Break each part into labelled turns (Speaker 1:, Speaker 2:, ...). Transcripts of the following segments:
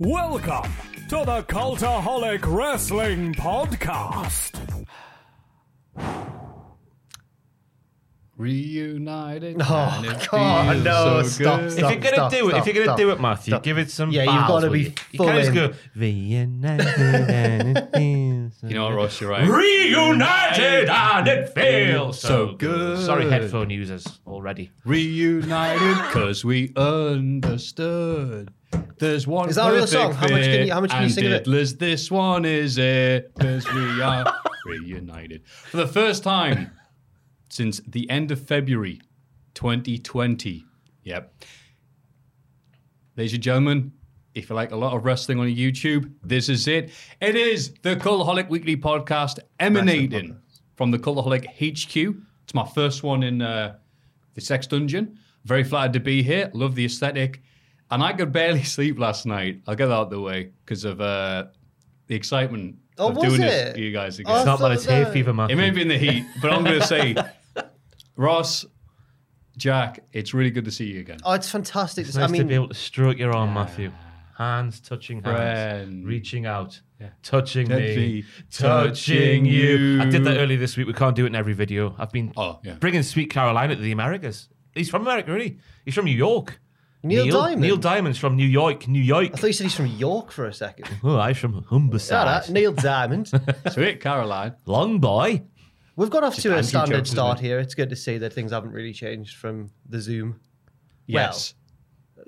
Speaker 1: Welcome to the Cultaholic Wrestling Podcast.
Speaker 2: Reunited.
Speaker 3: Oh
Speaker 2: and it
Speaker 3: God,
Speaker 2: feels so
Speaker 3: no! stop,
Speaker 2: good.
Speaker 3: stop!
Speaker 4: If you're gonna
Speaker 3: stop,
Speaker 4: do it,
Speaker 3: stop,
Speaker 4: if you're gonna
Speaker 3: stop,
Speaker 4: do it, Matthew,
Speaker 3: stop.
Speaker 4: give it some.
Speaker 3: Yeah,
Speaker 4: bars,
Speaker 3: you've got to
Speaker 4: will
Speaker 3: be
Speaker 4: you? You
Speaker 3: full
Speaker 4: can't just
Speaker 3: in.
Speaker 4: go. Reunited.
Speaker 2: You know what, Ross? You're right.
Speaker 4: Reunited and it feels
Speaker 2: So
Speaker 4: so
Speaker 2: good.
Speaker 4: good. Sorry, headphone users already.
Speaker 2: Reunited because we understood. There's one.
Speaker 3: Is that a real
Speaker 2: perfect
Speaker 3: song? How much can
Speaker 2: fit,
Speaker 3: you- how much can you
Speaker 2: and
Speaker 3: sing of it?
Speaker 2: Diddlers, this one is it because we are reunited for the first time since the end of February, 2020. Yep. Ladies and gentlemen, if you like a lot of wrestling on YouTube, this is it. It is the Cultaholic Weekly Podcast emanating from the Cultaholic HQ. It's my first one in uh, the Sex Dungeon. Very flattered to be here. Love the aesthetic. And I could barely sleep last night. I'll get that out the way because of uh, the excitement
Speaker 3: Oh,
Speaker 2: of
Speaker 3: was
Speaker 2: doing
Speaker 3: it?
Speaker 2: this for you guys again.
Speaker 3: Oh,
Speaker 4: It's not
Speaker 3: so
Speaker 4: what it's hay
Speaker 3: sorry.
Speaker 4: fever, Matthew.
Speaker 2: It may be in the heat, but I'm going to say, Ross, Jack, it's really good to see you again.
Speaker 3: Oh, it's fantastic.
Speaker 4: It's
Speaker 3: I
Speaker 4: nice
Speaker 3: mean,
Speaker 4: to be able to stroke your arm, Matthew. Hands touching hands,
Speaker 2: Friend.
Speaker 4: reaching out, touching
Speaker 2: Touch
Speaker 4: me,
Speaker 2: me. Touching
Speaker 4: touching you. I did that
Speaker 2: you.
Speaker 4: earlier this week. We can't do it in every video. I've been
Speaker 2: Oh, yeah.
Speaker 4: bringing Sweet Carolina to the Americas. He's from America, really. He's from New York.
Speaker 3: Neil Diamond?
Speaker 4: Neil Diamond's from New York, New York.
Speaker 3: I thought you said he's from York for a second.
Speaker 4: Oh, I'm from
Speaker 3: All
Speaker 4: Humberside.
Speaker 3: right, Neil Diamond.
Speaker 2: Sweet Caroline.
Speaker 4: Long boy.
Speaker 3: We've got off to a
Speaker 2: Andrew
Speaker 3: standard
Speaker 2: jokes, isn't
Speaker 3: start
Speaker 2: it?
Speaker 3: here. It's good to see that things haven't really changed from the Zoom
Speaker 2: Yes.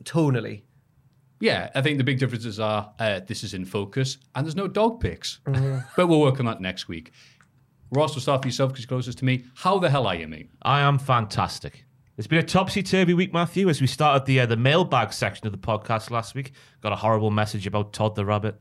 Speaker 3: tonally.
Speaker 2: yeah, I think the big differences are uh, this is in focus and there's no dog pics.
Speaker 3: Mm-hmm.
Speaker 2: but we'll work on that next week. Ross, we'll start for yourself because you're closest to me. How the hell are you, mate?
Speaker 4: I am fantastic. It's been a topsy turvy week, Matthew, as we started the uh, the mailbag section of the podcast last week. Got a horrible message about Todd the Rabbit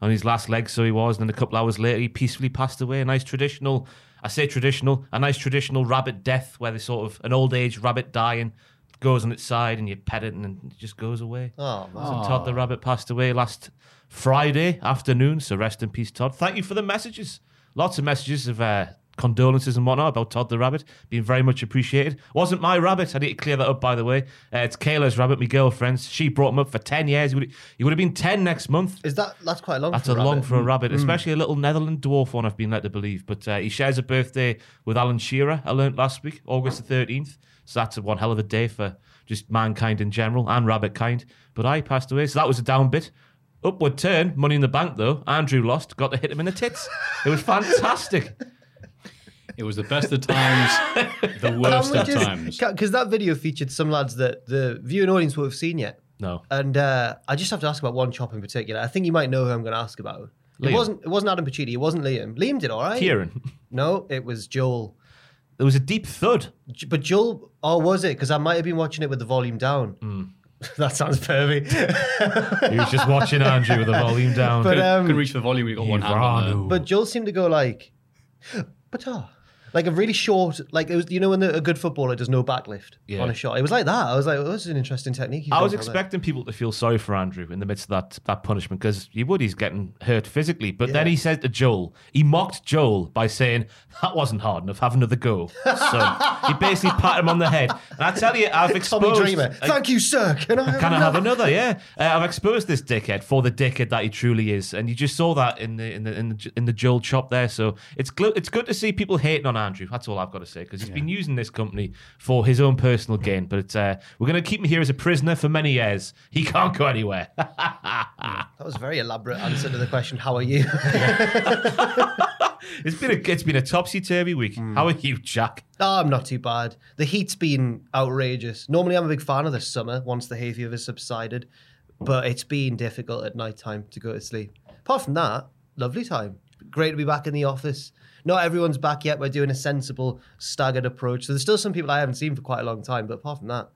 Speaker 4: on his last leg, so he was. And then a couple hours later, he peacefully passed away. A nice traditional, I say traditional, a nice traditional rabbit death where they sort of an old age rabbit dying goes on its side and you pet it and it just goes away.
Speaker 3: Oh, man.
Speaker 4: So Todd the Rabbit passed away last Friday afternoon. So rest in peace, Todd. Thank you for the messages. Lots of messages of uh, condolences and whatnot about Todd the Rabbit. Being very much appreciated. Wasn't my rabbit. I need to clear that up, by the way. Uh, it's Kayla's rabbit, my girlfriend's. She brought him up for 10 years. He would, he would have been 10 next month.
Speaker 3: Is that that's quite long?
Speaker 4: That's
Speaker 3: for
Speaker 4: a long
Speaker 3: rabbit.
Speaker 4: for a rabbit, especially a little Netherland dwarf one, I've been led to believe. But uh, he shares a birthday with Alan Shearer, I learnt last week, August the 13th. So that's one hell of a day for just mankind in general and rabbit kind. But I passed away, so that was a down bit. Upward turn, money in the bank though. Andrew lost, got to hit him in the tits. It was fantastic.
Speaker 2: It was the best of times, the worst of times.
Speaker 3: Because that video featured some lads that the viewing audience won't have seen yet.
Speaker 4: No.
Speaker 3: And uh, I just have to ask about one chop in particular. I think you might know who I'm going to ask about. It
Speaker 4: Liam.
Speaker 3: wasn't. It wasn't Adam Pacitti. It wasn't Liam. Liam did all right.
Speaker 4: Kieran,
Speaker 3: No, it was Joel.
Speaker 4: there was a deep thud.
Speaker 3: J- But Joel, or was it? Because I might have been watching it with the volume down.
Speaker 4: Hmm.
Speaker 3: that sounds pervy.
Speaker 4: He was just watching Andrew with the volume down.
Speaker 3: But
Speaker 2: Couldn't-
Speaker 3: um,
Speaker 2: couldn't reach for the volume, you got one hand. on there.
Speaker 3: But Joel seemed to go like, but ah, like a really short, like it was. You know, when the, a good footballer does no backlift
Speaker 4: Yeah.
Speaker 3: on a shot, it was like that. I was like, oh, this is an interesting technique. he's
Speaker 4: I
Speaker 3: got
Speaker 4: was
Speaker 3: down there.
Speaker 4: expecting people to feel sorry for Andrew in the midst of that that punishment because he would he's getting hurt physically. But then he said to Joel, he mocked Joel by saying that wasn't hard enough. Have another go. So he basically pat him on the head. And I tell you, I've exposed.
Speaker 3: Tommy Dreamer. Thank you, sir. Can I?
Speaker 4: Can I have another? Yeah, uh, I've exposed this dickhead for the dickhead that he truly is, and you just saw that in the in the in the, in the Joel chop there. So it's gl- it's good to see people hating on Andrew. That's all I've got to say because he's been using this company for his own personal gain. But it's, uh, we're going to keep him here as a prisoner for many years. He can't go anywhere.
Speaker 3: That was a very elaborate answer to the question, how are you?
Speaker 4: it's been a it's been a topsy turvy week.
Speaker 2: Hmm.
Speaker 4: How are you, Jack?
Speaker 3: Oh, I'm not too bad. The heat's been outrageous. Normally, I'm a big fan of the summer once the hay fever subsided, but it's been difficult at night time to go to sleep. Apart from that, lovely time. Great to be back in the office. Not everyone's back yet. We're doing a sensible, staggered approach. So there's still some people I haven't seen for quite a long time, but apart from that,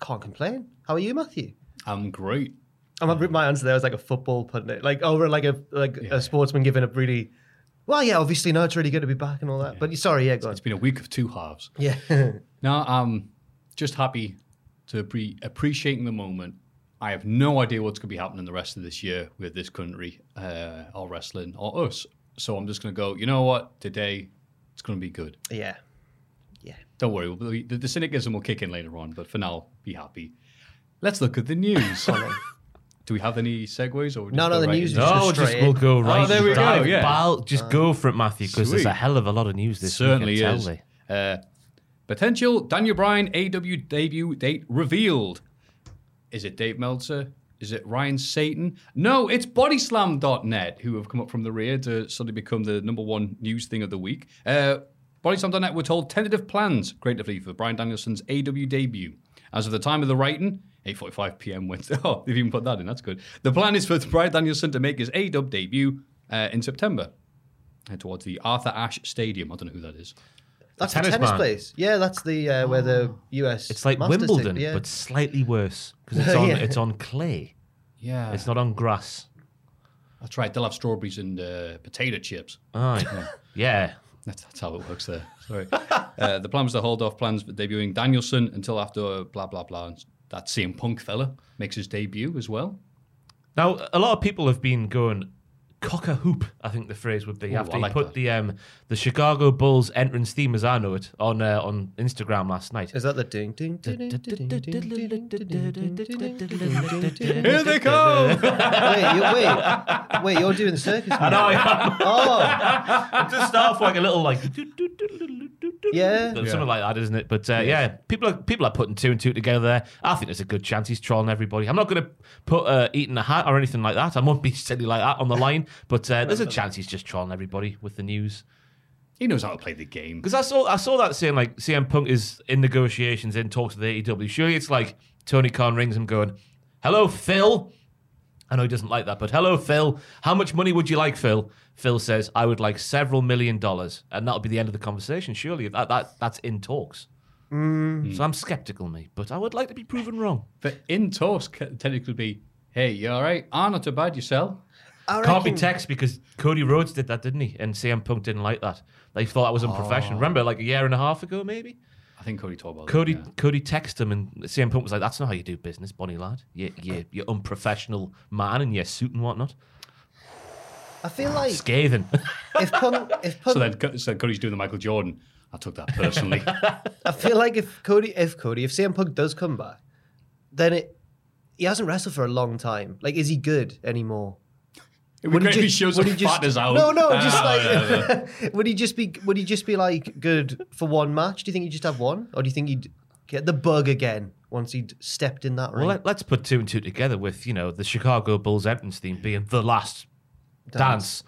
Speaker 3: can't complain. How are you, Matthew?
Speaker 2: I'm Um, great.
Speaker 3: I'm gonna my answer there was like a football pundit, like over like a like a sportsman giving a really. Well, yeah, obviously, no, it's really good to be back and all that. But sorry, yeah, go on.
Speaker 2: It's been a week of two halves.
Speaker 3: Yeah.
Speaker 2: Now I'm just happy to be appreciating the moment. I have no idea what's going to be happening the rest of this year with this country uh, or wrestling or us. So I'm just going to go, you know what? Today, it's going to be good.
Speaker 3: yeah.
Speaker 2: Don't worry, we'll be, the, the cynicism will kick in later on, but for now, be happy. Let's look at the news. Do we have any segues? Or we just
Speaker 3: No, no,
Speaker 2: go
Speaker 3: the
Speaker 2: right
Speaker 3: news
Speaker 2: in? Oh,
Speaker 3: is
Speaker 4: No,
Speaker 3: just
Speaker 4: Oh, just
Speaker 3: straight
Speaker 4: we'll
Speaker 3: in.
Speaker 4: go right.
Speaker 2: there we
Speaker 4: dive
Speaker 2: go, yeah.
Speaker 4: bal- just go for it, Matthew, because there's a
Speaker 2: Sweet.
Speaker 4: hell of a lot of news this
Speaker 2: certainly
Speaker 4: week. I can
Speaker 2: is.
Speaker 4: tell you.
Speaker 2: Uh, potential Daniel Bryan AW debut date revealed. Is it Dave Meltzer? Is it Ryan Satan? No, it's Bodyslam.net who have come up from the rear to suddenly become the number one news thing of the week. Uh, Bodyslam.net were told tentative plans creatively for Brian Danielson's AW debut. As of the time of the writing, 8.45 p.m. Wednesday. Oh, they've even put that in. That's good. The plan is for Brian Danielson to make his AW debut uh, in September uh, towards the Arthur Ashe Stadium. I don't know who that is.
Speaker 3: That's
Speaker 4: tennis
Speaker 3: the tennis
Speaker 4: man.
Speaker 3: place. Yeah, that's the uh, where the US.
Speaker 4: It's like
Speaker 3: Masters take-
Speaker 4: Wimbledon,
Speaker 3: yeah.
Speaker 4: but slightly worse because it's on
Speaker 3: Yeah.
Speaker 4: it's on clay.
Speaker 2: Yeah,
Speaker 4: It's not on grass.
Speaker 2: that's right. They'll have strawberries and uh, potato chips.
Speaker 4: Aye. yeah.
Speaker 2: That's, that's how it works there. Sorry. uh, the plan was to hold off plans for debuting Danielson until after uh, blah blah blah. And that CM Punk fella makes his debut as well.
Speaker 4: Now a lot of people have been going cock a hoop. I think the phrase would be
Speaker 2: Ooh,
Speaker 4: after
Speaker 2: I
Speaker 4: he
Speaker 2: like
Speaker 4: put
Speaker 2: that.
Speaker 4: the um the Chicago Bulls entrance theme as I know it on uh, on Instagram last night.
Speaker 3: is that the ding ding ding ding ding ding ding ding ding ding ding ding ding ding?
Speaker 2: Here they come.
Speaker 3: Wait, you wait, wait! You're doing the circus. I know. Oh,
Speaker 4: just start off like a little like
Speaker 3: Yeah.
Speaker 4: something like that, isn't it? But uh, yeah, people are people are putting two and two together there. I think there's a good chance he's trolling everybody. I'm not going to put uh, eating a hat or anything like that. I won't be silly like that on the line. But uh, there's a chance he's just trolling everybody with the news.
Speaker 2: He knows how to play the game.
Speaker 4: Because I saw I saw that saying like CM Punk is in negotiations in talks with AEW. Surely it's like Tony Khan rings him going, "Hello, Phil." I know he doesn't like that, but hello, Phil. How much money would you like, Phil? Phil says, "I would like several million dollars," and that'll be the end of the conversation. Surely that, that that's in talks. So I'm skeptical, me, but I would like to be proven wrong.
Speaker 2: But in talks, c- technically, would be hey, you all right? Ah, not too bad yourself.
Speaker 4: Can't be text because Cody Rhodes did that, didn't he? And CM Punk didn't like that. They thought that was unprofessional. Remember, like a year and a half ago, maybe.
Speaker 2: I think Cody talked about that,
Speaker 4: Cody
Speaker 2: yeah.
Speaker 4: Cody texted him and CM Punk was like, "That's not how you do business, Bonnie lad. You you you unprofessional man in your suit and whatnot.
Speaker 3: I feel like
Speaker 4: Scathing.
Speaker 3: if punk, if
Speaker 2: So then,
Speaker 3: punk,
Speaker 2: Co- so Cody's doing the Michael Jordan. I took that personally.
Speaker 3: I feel like if Cody, if Cody, if CM Punk does come back, then it he hasn't wrestled for a long time. Like, is he good anymore?
Speaker 2: it would
Speaker 3: he
Speaker 2: greatly
Speaker 3: just-
Speaker 2: show
Speaker 3: would
Speaker 2: some
Speaker 3: he just-
Speaker 2: fatness out.
Speaker 3: No, no, just
Speaker 2: Ah,
Speaker 3: like
Speaker 2: yeah, yeah.
Speaker 3: would he just be would he just be like good for one match? Do you think he'd just have one, or do you think he'd get the bug again once he'd stepped in that ring?
Speaker 4: well, let, us put two and two together with you know the Chicago Bulls entrance theme being the last dance.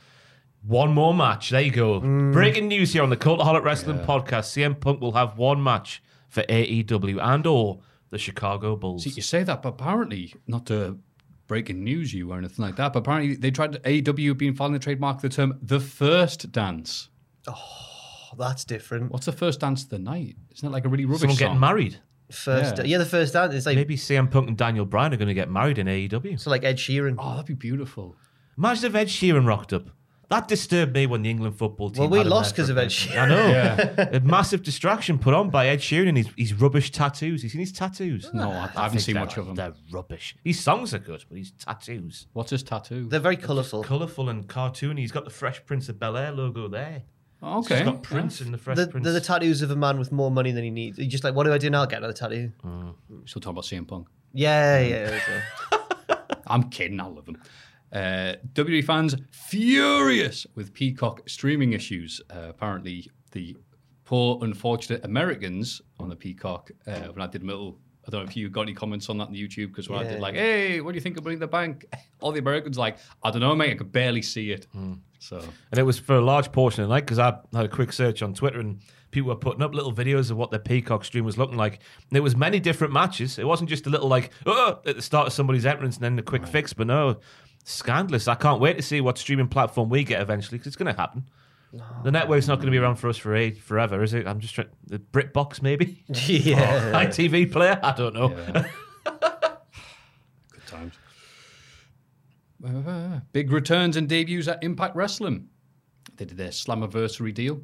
Speaker 4: One more match. There you go.
Speaker 2: Mm.
Speaker 4: Breaking news here on the Cultaholic Wrestling Podcast: CM Punk will have one match for AEW and or the Chicago Bulls.
Speaker 2: See, you say that, but apparently, not to breaking news you or anything like that, but apparently they tried AEW have been filing the trademark of the term the first dance.
Speaker 3: Oh, that's different.
Speaker 2: What's the first dance of the night? Isn't it like a really rubbish
Speaker 4: Someone
Speaker 2: song?
Speaker 4: getting married.
Speaker 3: First,
Speaker 2: Yeah.
Speaker 3: yeah. the first dance is like
Speaker 4: Maybe CM Punk and Daniel Bryan are going to get married in E AEW.
Speaker 3: so like Ed Sheeran.
Speaker 2: Oh, that'd be beautiful.
Speaker 4: Imagine if Ed Sheeran rocked up. That disturbed me when the England football team.
Speaker 3: well, we
Speaker 4: had him
Speaker 3: lost
Speaker 4: there
Speaker 3: because
Speaker 4: for
Speaker 3: of
Speaker 4: a
Speaker 3: Ed
Speaker 4: bit.
Speaker 3: Sheeran.
Speaker 4: I know. a massive distraction put on by Ed Sheeran and his, his rubbish tattoos. He's seen his tattoos.
Speaker 2: No, I, I haven't seen much of them.
Speaker 4: They're rubbish. His songs are good, but his tattoos.
Speaker 2: What's his tattoo?
Speaker 3: They're very colourful.
Speaker 4: Colourful and cartoony. He's got the Fresh Prince of Bel Air logo there.
Speaker 2: Oh,
Speaker 4: He's
Speaker 2: okay.
Speaker 4: got Prince in the Fresh
Speaker 3: They're,
Speaker 4: Prince.
Speaker 3: they're the tattoos of a man with more money than he needs. He's just like, what do I do now? I'll Get another tattoo.
Speaker 2: Still talking about CM Punk.
Speaker 3: Yeah, yeah. that's it.
Speaker 2: I'm kidding. I love him. Uh, WWE fans furious with Peacock streaming issues. Uh, apparently, the poor unfortunate Americans on the Peacock uh, when I did a little. I don't know if you got any comments on that on YouTube because when I
Speaker 3: Yeah.
Speaker 2: did like, hey, what do you think of Bring the Bank? All the Americans like, I don't know, mate, I could barely see it. So
Speaker 4: And it was for a large portion of the night because I had a quick search on Twitter and people were putting up little videos of what their Peacock stream was looking like. And it was many different matches. It wasn't just a little like, oh, at the start of somebody's entrance and then a quick fix. But no, scandalous. I can't wait to see what streaming platform we get eventually because it's going to happen. The network's not going to be around for us for age, forever, is it? I'm just trying. The BritBox, maybe?
Speaker 3: yeah.
Speaker 4: ITV player? I don't know.
Speaker 2: Yeah. Good times. Uh, big returns and debuts at Impact Wrestling. They did their Slammiversary deal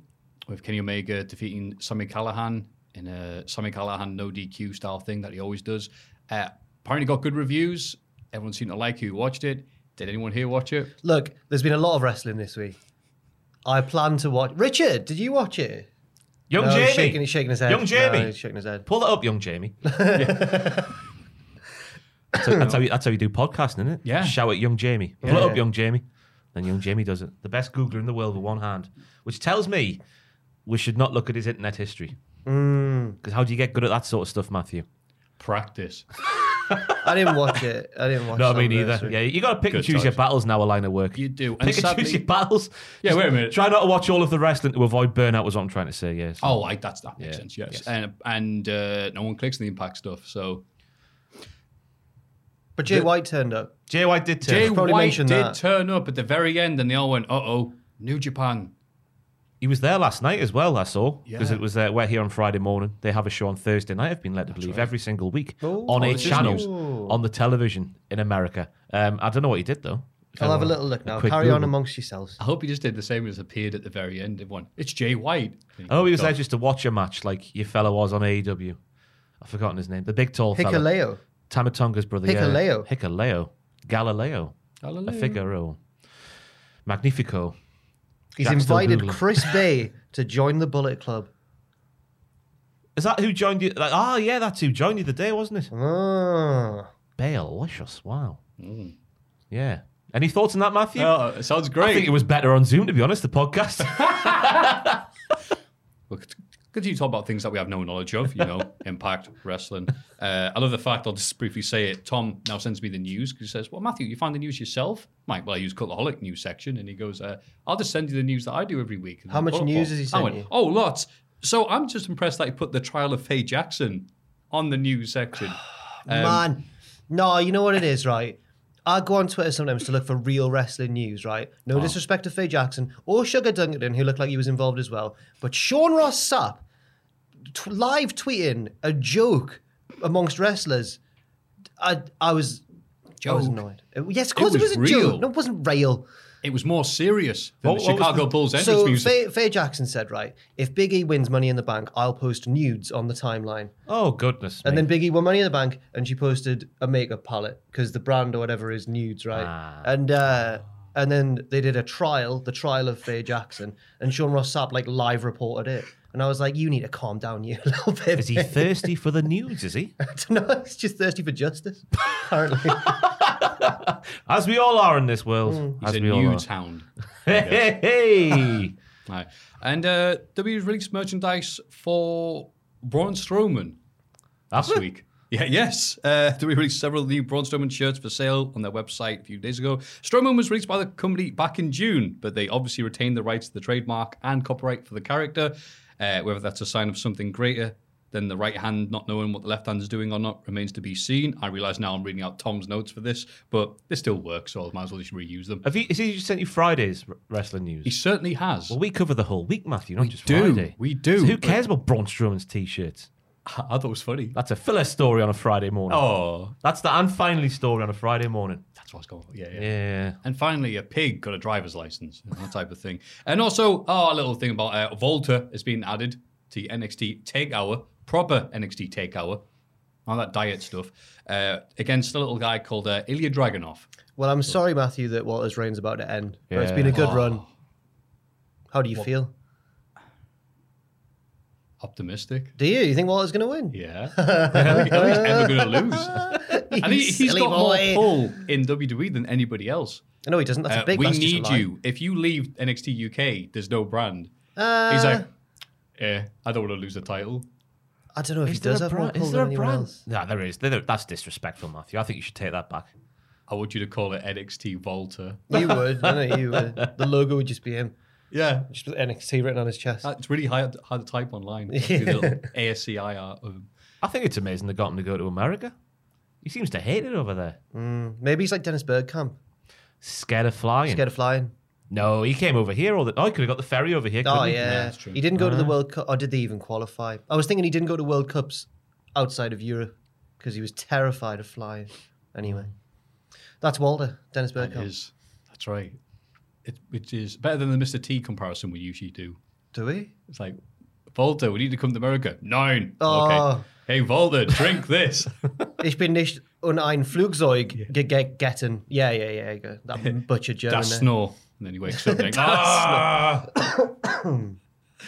Speaker 2: with Kenny Omega defeating Sammy Callahan in a Sammy Callahan no DQ style thing that he always does. Uh, apparently got good reviews. Everyone seemed to like who watched it. Did anyone here watch it?
Speaker 3: Look, there's been a lot of wrestling this week. I plan to watch. Richard, did you watch it?
Speaker 4: Young
Speaker 3: No,
Speaker 4: Jamie.
Speaker 3: he's shaking, he's shaking his head.
Speaker 4: Young Jamie.
Speaker 3: No, he's shaking his head.
Speaker 4: Pull it up, young Jamie. that's, how, that's, how you, that's how you do podcasting, isn't it?
Speaker 2: Yeah.
Speaker 4: Shout at young Jamie. Pull
Speaker 3: Yeah.
Speaker 4: it up, young Jamie. Then young Jamie does it. The best Googler in the world with one hand, which tells me we should not look at his internet history. Because how do you get good at that sort of stuff, Matthew?
Speaker 2: Practice.
Speaker 3: I didn't watch it. I didn't watch
Speaker 4: No,
Speaker 3: it.
Speaker 4: me neither. Yeah, you got to pick and
Speaker 2: Good
Speaker 4: choose your
Speaker 2: times.
Speaker 4: battles now, a line of work.
Speaker 2: You do. And
Speaker 4: Pick and
Speaker 2: sadly-
Speaker 4: choose your battles.
Speaker 2: Yeah, wait a minute.
Speaker 4: Try not to watch all of the wrestling to avoid burnout, was what I'm trying to say, yes.
Speaker 2: Oh, I, that's that makes
Speaker 4: Yeah.
Speaker 2: sense. Yes,
Speaker 4: Yes.
Speaker 2: and and uh, no one clicks on the Impact stuff. So
Speaker 3: But Jay White turned up.
Speaker 4: Jay White did too.
Speaker 2: Jay
Speaker 3: probably
Speaker 2: White
Speaker 3: mention
Speaker 2: did
Speaker 3: that.
Speaker 2: turn up at the very end, and they all went, "Uh oh, New Japan."
Speaker 4: He was there last night as well, I saw. Because
Speaker 2: Yeah.
Speaker 4: it was uh, we're here on Friday morning. They have a show on Thursday night, I've been led to believe, every single week
Speaker 3: Oh.
Speaker 4: on a
Speaker 2: this is news.
Speaker 4: channel on the television in America. Um, I don't know what he did, though. If
Speaker 3: I'll have a
Speaker 4: anyone-
Speaker 3: little look now.
Speaker 4: quick
Speaker 3: Carry on
Speaker 4: Google.
Speaker 3: amongst yourselves.
Speaker 2: I hope he just did the same as appeared at the very end of one. It's Jay White.
Speaker 4: Oh, he was there
Speaker 2: God.
Speaker 4: just to watch a match like your fella was on AEW. I've forgotten his name. The big tall fella.
Speaker 3: Hikaleo.
Speaker 4: Tamatonga's brother.
Speaker 3: Hikaleo. Hmm.
Speaker 4: Yeah. Hikaleo. Galileo. A
Speaker 2: Galileo.
Speaker 4: Figaro. Magnifico.
Speaker 3: He's
Speaker 4: Jack's still
Speaker 3: invited
Speaker 4: Googling.
Speaker 3: Chris Bay to join the Bullet Club.
Speaker 4: Is that who joined you? Like, oh, yeah, that's who joined you the day, wasn't it?
Speaker 3: Oh.
Speaker 4: Delicious. Wow.
Speaker 2: Mm.
Speaker 4: Yeah. Any thoughts on that, Matthew?
Speaker 2: Oh, it sounds great.
Speaker 4: I think it was better on Zoom, to be honest, the podcast.
Speaker 2: We'll cont- continue to talk about things that we have no knowledge of, you know, Impact, wrestling. Uh, I love the fact, I'll just briefly say it, Tom now sends me the news because he says, well, Matthew, you find the news yourself? Mike, well, I use Cultaholic news section. And he goes, uh, I'll just send you the news that I do every week. And
Speaker 3: How
Speaker 2: I'm
Speaker 3: much
Speaker 2: like,
Speaker 3: news has he
Speaker 2: I
Speaker 3: sent
Speaker 2: went,
Speaker 3: you?
Speaker 2: oh, lots. So I'm just impressed that he put the trial of Faye Jackson on the news section.
Speaker 3: Man, no, you know what it is, right? I go on Twitter sometimes to look for real wrestling news, right? No disrespect to Faye Jackson or Sugar Dunkerton, who looked like he was involved as well. But Sean Ross Sapp t- live tweeting a joke amongst wrestlers. I I was I was
Speaker 2: Joke.
Speaker 3: annoyed. It- yes, of course it
Speaker 2: was
Speaker 3: was, a
Speaker 2: real.
Speaker 3: joke. No, it wasn't real.
Speaker 2: It was more serious than
Speaker 4: What-
Speaker 2: the
Speaker 4: what was
Speaker 2: Chicago
Speaker 4: the-
Speaker 2: Bulls entrance
Speaker 3: So
Speaker 2: music.
Speaker 3: Faye, Faye Jackson said, right, if Big E wins Money in the Bank, I'll post nudes on the timeline.
Speaker 4: oh, goodness.
Speaker 3: And
Speaker 4: me.
Speaker 3: then Biggie won Money in the Bank, and she posted a makeup palette because the brand or whatever is nudes, right?
Speaker 4: Ah.
Speaker 3: And uh, and then they did a trial, the trial of Faye Jackson, and Sean Ross Sapp like live reported it, and I was like, you need to calm down, you a little bit.
Speaker 4: Is he
Speaker 3: mate."
Speaker 4: thirsty for the news, is he?
Speaker 3: I don't know. He's just thirsty for justice. Apparently,
Speaker 4: As we all are in this world.
Speaker 2: He's
Speaker 4: as
Speaker 2: a
Speaker 4: we all are.
Speaker 2: nude hound.
Speaker 4: Hey, hey, hey.
Speaker 2: Right. And uh, W's released merchandise for Braun Strowman
Speaker 4: That's
Speaker 2: this week. Yeah, yes. Uh, we released several new Braun Strowman shirts for sale on their website a few days ago. Strowman was released by the company back in June, but they obviously retained the rights to the trademark and copyright for the character. Uh, whether that's a sign of something greater than the right hand not knowing what the left hand is doing or not remains to be seen. I realize now I'm reading out Tom's notes for this, but they still work, so I might as well just reuse them.
Speaker 4: Have you, is he just sent you Friday's r- wrestling news?
Speaker 2: He certainly has.
Speaker 4: well, we cover the whole week, Matthew, not just
Speaker 2: do.
Speaker 4: Friday.
Speaker 2: We do.
Speaker 4: So who cares about Braun Strowman's t-shirts?
Speaker 2: I thought it was funny.
Speaker 4: That's a filler story on a Friday morning.
Speaker 2: Oh,
Speaker 4: That's the and finally story on a Friday morning.
Speaker 2: that's what I was going for. Yeah, yeah.
Speaker 4: Yeah.
Speaker 2: And finally, a pig got a driver's license, and that type of thing. And also, oh, a little thing about uh, Volta has been added to NXT Takeover, proper NXT Takeover, all that diet stuff, uh, against a little guy called uh, Ilya Dragunov.
Speaker 3: well, I'm sorry, Matthew, that Walter's reign's about to end, but it's been a
Speaker 4: Yeah.
Speaker 3: good run. How do you feel?
Speaker 2: Optimistic.
Speaker 3: Do you? You think Walter's going to win?
Speaker 2: Yeah. I think he's never going to lose. I think he's
Speaker 3: silly
Speaker 2: got more
Speaker 3: boy.
Speaker 2: pull in WWE than anybody else.
Speaker 3: No, he doesn't. That's
Speaker 2: Uh,
Speaker 3: a big.
Speaker 2: we
Speaker 3: that's just a
Speaker 2: need
Speaker 3: lie.
Speaker 2: you. If you leave NXT UK, there's no brand.
Speaker 3: Uh,
Speaker 2: He's like, Eh, I don't want to lose the title.
Speaker 3: I don't know if
Speaker 4: Is
Speaker 3: he
Speaker 4: there
Speaker 3: does
Speaker 4: a
Speaker 3: have more
Speaker 4: brand?
Speaker 3: pull
Speaker 4: Is there
Speaker 3: than
Speaker 4: a
Speaker 3: anyone
Speaker 4: brand?
Speaker 3: else.
Speaker 4: No, there is. There- That's disrespectful, Matthew. I think you should take that back.
Speaker 2: I want you to call it NXT Volta.
Speaker 3: You would, I know you would. The logo would just be him,
Speaker 2: Yeah. Uh,
Speaker 3: just with NXT written on his chest.
Speaker 2: It's really hard, hard to type online. ASCIR.
Speaker 4: I think it's amazing they got him to go to America. He seems to hate it over there.
Speaker 3: Maybe he's like Dennis Bergkamp,
Speaker 4: Scared of flying.
Speaker 3: scared of flying.
Speaker 4: no, he came over here. All the- oh, he could have got the ferry over here.
Speaker 3: Oh
Speaker 4: couldn't he?
Speaker 3: yeah,
Speaker 2: that's true. Uh-huh.
Speaker 3: he didn't go to the World Cup, or did they even qualify? I was thinking he didn't go to World Cups outside of Europe because he was terrified of flying. Anyway, that's Walter Dennis
Speaker 2: That
Speaker 3: Bergkamp.
Speaker 2: is. That's right. It, which is better than the Mr. T comparison we usually do.
Speaker 3: Do we?
Speaker 2: It's like, Volta, we need to come to America. Nine.
Speaker 3: Oh.
Speaker 2: Okay. Hey, Volta, drink this.
Speaker 3: Ich bin nicht un ein Flugzeug ge- ge- getten. Yeah, yeah, yeah. Go. That butcher German.
Speaker 2: That's
Speaker 3: there.
Speaker 2: snore. And then he wakes up going, ah!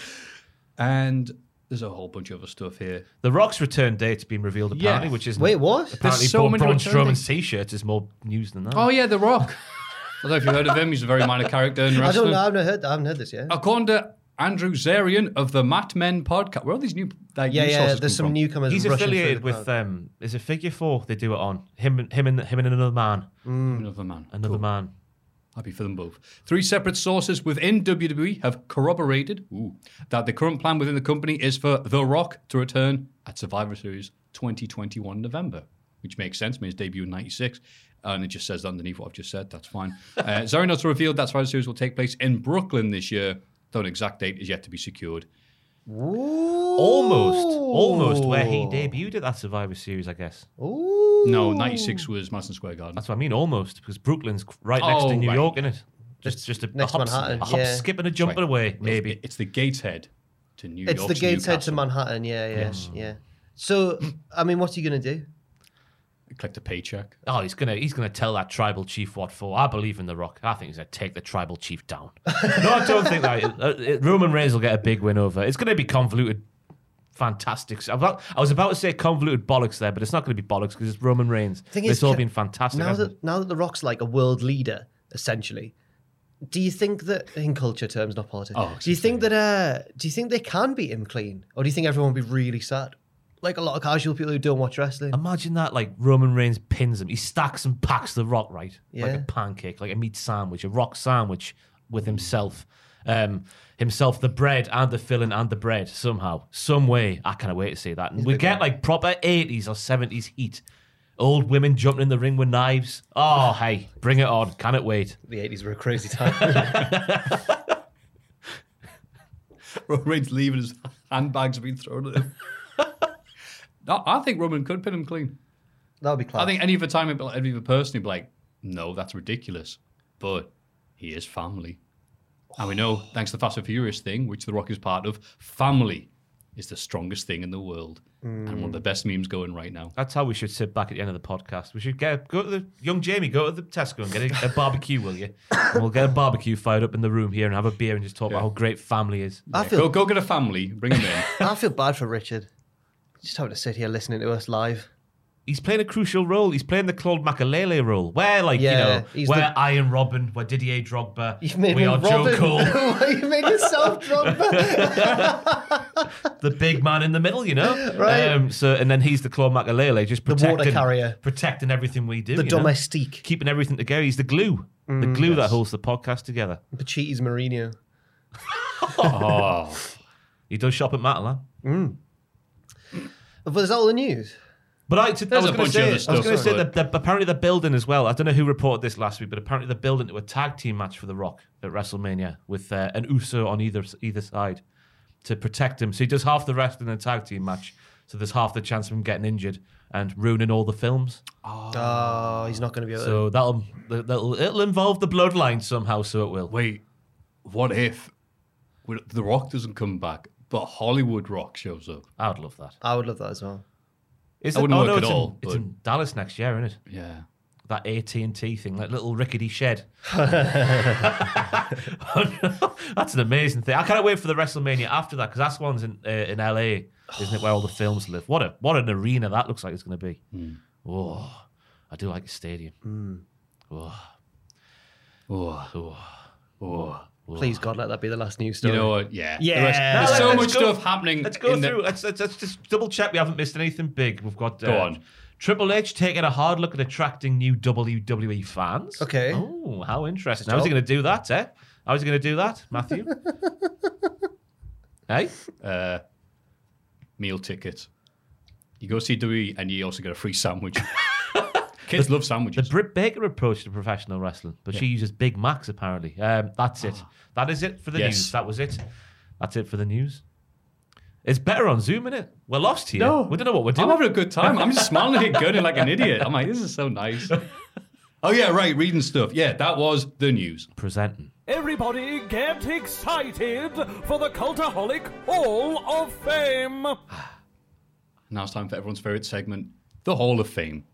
Speaker 2: and there's a whole bunch of other stuff here.
Speaker 4: The Rock's return date's been revealed apparently,
Speaker 2: Yeah.
Speaker 4: which is
Speaker 3: Wait, what?
Speaker 4: Apparently,
Speaker 2: There's so
Speaker 4: Braun-
Speaker 2: many
Speaker 4: Braun
Speaker 2: return
Speaker 4: Strowman's t-shirt is more news than that.
Speaker 2: Oh, yeah, The Rock. I don't know if you've heard of him. He's a very minor character in
Speaker 3: I
Speaker 2: wrestling.
Speaker 3: don't know. I've not heard. I haven't heard this yet.
Speaker 2: According to Andrew Zarian of the Mat Men podcast, where are these new like,
Speaker 3: yeah,
Speaker 2: news
Speaker 3: yeah.
Speaker 2: sources
Speaker 3: There's
Speaker 2: come
Speaker 3: some
Speaker 2: from?
Speaker 3: newcomers.
Speaker 4: He's
Speaker 3: rushing through
Speaker 4: affiliated
Speaker 3: the
Speaker 4: with
Speaker 3: crowd.
Speaker 4: um, is it Figure Four? They do it on him and him and him and another man,
Speaker 2: Another man.
Speaker 4: another man.
Speaker 2: Happy for them both. Three separate sources within WWE have corroborated ooh, that the current plan within the company is for The Rock to return at Survivor Series 2021 November, which makes sense. I mean, his debut in 96. And it just says that underneath what I've just said. That's fine. uh, Zarian also revealed that Survivor Series will take place in Brooklyn this year, though an exact date is yet to be secured.
Speaker 4: Almost, almost where he debuted at that Survivor Series, I guess.
Speaker 2: No, 96 was Madison Square Garden.
Speaker 4: That's what I mean, almost because Brooklyn's right next to
Speaker 2: Oh,
Speaker 4: New
Speaker 2: right.
Speaker 4: York, isn't it? Just just a, a
Speaker 3: next to
Speaker 4: hop,
Speaker 3: Manhattan,
Speaker 4: a hop,
Speaker 3: yeah.
Speaker 4: skip, and a jump
Speaker 2: Right.
Speaker 4: away, maybe.
Speaker 2: It- It's the Gateshead to New
Speaker 3: It's
Speaker 2: York.
Speaker 3: the Gateshead to
Speaker 2: Newcastle.
Speaker 3: Manhattan. Yeah, yeah, yeah. So, I mean, what are you gonna do?
Speaker 2: Collect a paycheck.
Speaker 4: Oh, he's gonna he's gonna tell that tribal chief what for. I believe in the Rock. I think he's gonna take the tribal chief down. no, I don't think that. uh, uh, Roman Reigns will get a big win over. It's gonna be convoluted, fantastic. I'm about- I was about to say convoluted bollocks there, but it's not gonna be bollocks because it's Roman Reigns.
Speaker 3: Thing
Speaker 4: it's
Speaker 3: is,
Speaker 4: all
Speaker 3: ca-
Speaker 4: been fantastic.
Speaker 3: Now
Speaker 4: hasn't it?
Speaker 3: that now that the Rock's like a world leader, essentially, do you think that in culture terms, not politics?
Speaker 2: Oh,
Speaker 3: do you think that uh, do you think they can beat him clean, or do you think everyone will be really sad? Like a lot of casual people who don't watch wrestling.
Speaker 4: Imagine that, like Roman Reigns pins him. He stacks and packs the rock, right? Like
Speaker 3: Yeah.
Speaker 4: a pancake, like a meat sandwich, a rock sandwich with himself. Um, himself, the bread and the filling and the bread somehow, some way. I can't wait to see that. And we get like proper 80s or 70s heat. Old women jumping in the ring with knives. Oh, hey, bring it on. Can it wait?
Speaker 3: the eighties were a crazy time.
Speaker 2: Roman Reigns leaving his handbags being thrown at him. no, I think Roman could pin him clean.
Speaker 3: that would be class.
Speaker 2: I think any other time, it'd be like- any other person, he'd be like, "No, that's ridiculous," but he is family, and we know thanks to the Fast and Furious thing, which The Rock is part of, family is the strongest thing in the world and one of the
Speaker 3: Mm.
Speaker 2: best memes going right now.
Speaker 4: That's how we should sit back at the end of the podcast. We should get go to the young Jamie, go to the Tesco and get a, a barbecue, will you? And we'll get a barbecue fired up in the room here and have a beer and just talk about how great family is.
Speaker 3: I
Speaker 2: Go,
Speaker 3: feel
Speaker 2: go get a family, bring him in.
Speaker 3: I feel bad for Richard. Just having to sit here listening to us live.
Speaker 4: He's playing a crucial role. He's playing the Claude Makalele role, where like
Speaker 3: Yeah,
Speaker 4: you
Speaker 3: he's
Speaker 4: know, where
Speaker 3: the-
Speaker 4: Iron Robin, where Didier Drogba,
Speaker 3: You've made
Speaker 4: we
Speaker 3: me
Speaker 4: are
Speaker 3: Robin.
Speaker 4: Joe Cole,
Speaker 3: you made yourself Drogba.
Speaker 4: the big man in the middle, you know. Um,
Speaker 3: Right.
Speaker 4: so and then he's the Claude Makalele, just
Speaker 3: water
Speaker 4: protecting,
Speaker 3: carrier.
Speaker 4: protecting everything we do,
Speaker 3: The Mm,
Speaker 4: you know?
Speaker 3: domestique.
Speaker 4: keeping everything together. He's the glue, the glue that holds the podcast together.
Speaker 3: Pachiti's Mourinho.
Speaker 2: oh,
Speaker 4: He does shop at Matalan.
Speaker 3: But is that all the news?
Speaker 4: But I, to, I
Speaker 2: There's
Speaker 4: was
Speaker 2: a
Speaker 4: going
Speaker 2: bunch
Speaker 4: to
Speaker 2: of
Speaker 4: say,
Speaker 2: other
Speaker 4: I was
Speaker 2: stuff,
Speaker 4: going to say
Speaker 2: but-
Speaker 4: that that apparently they're building as well. I don't know who reported this last week, but apparently they're building to a tag team match for The Rock at WrestleMania with uh, an USO on either either side to protect him. So he does half the rest in a tag team match. So there's half the chance of him getting injured and ruining all the films.
Speaker 3: Oh, he's not going to be able to.
Speaker 4: So that'll, that'll it'll involve the bloodline somehow. So it will.
Speaker 2: wait, what if The Rock doesn't come back, but Hollywood Rock shows up?
Speaker 4: I would love that.
Speaker 3: I would love that as well.
Speaker 4: Is oh,
Speaker 2: I wouldn't work
Speaker 4: no,
Speaker 2: at
Speaker 4: it's in-
Speaker 2: all,
Speaker 4: it's
Speaker 2: but-
Speaker 4: in Dallas next year, isn't it?
Speaker 2: Yeah.
Speaker 4: that AT and T thing, that little rickety shed. Oh, that's an amazing thing. I can't wait for the WrestleMania after that because that's one's in uh, in LA, isn't it? Where all the films live. What a what an arena that looks like it's going to be. Oh, I do like a stadium. Oh,
Speaker 2: Oh,
Speaker 4: oh,
Speaker 2: oh.
Speaker 3: Please God, let that be the last news
Speaker 2: You
Speaker 3: story.
Speaker 2: know what? Yeah. The
Speaker 3: Yeah.
Speaker 2: rest-
Speaker 3: No,
Speaker 2: There's
Speaker 4: let-
Speaker 2: so
Speaker 4: let's
Speaker 2: much
Speaker 4: go-
Speaker 2: stuff happening.
Speaker 4: Let's go
Speaker 2: in the-
Speaker 4: through. Let's, let's, let's just double check we haven't missed anything big. We've got. Uh,
Speaker 2: Go on.
Speaker 4: Triple H taking a hard look at attracting new WWE fans.
Speaker 3: Okay.
Speaker 4: Oh, how interesting. How's he going to do that, eh? How's he going to do that, Matthew? hey?
Speaker 2: uh, meal tickets. You go see Dewey and you also get a free sandwich. Kids love
Speaker 4: The
Speaker 2: sandwiches.
Speaker 4: Britt Baker approach to professional wrestling, but she uses Big Macs apparently. Um, that's it. That is it for the
Speaker 2: Ah. Yes.
Speaker 4: news. That was it. That's it for the news. It's better on Zoom, is it? We're lost here.
Speaker 2: No.
Speaker 4: We don't know what we're
Speaker 2: I'm
Speaker 4: doing.
Speaker 2: having a good time. I'm just smiling and gurning like an idiot. I'm like, this is so nice. Oh yeah, right. Reading stuff. Yeah, that was the news.
Speaker 4: Presenting.
Speaker 1: Everybody get excited for the Cultaholic Hall of Fame.
Speaker 2: Now it's time for everyone's favorite segment, the Hall of Fame.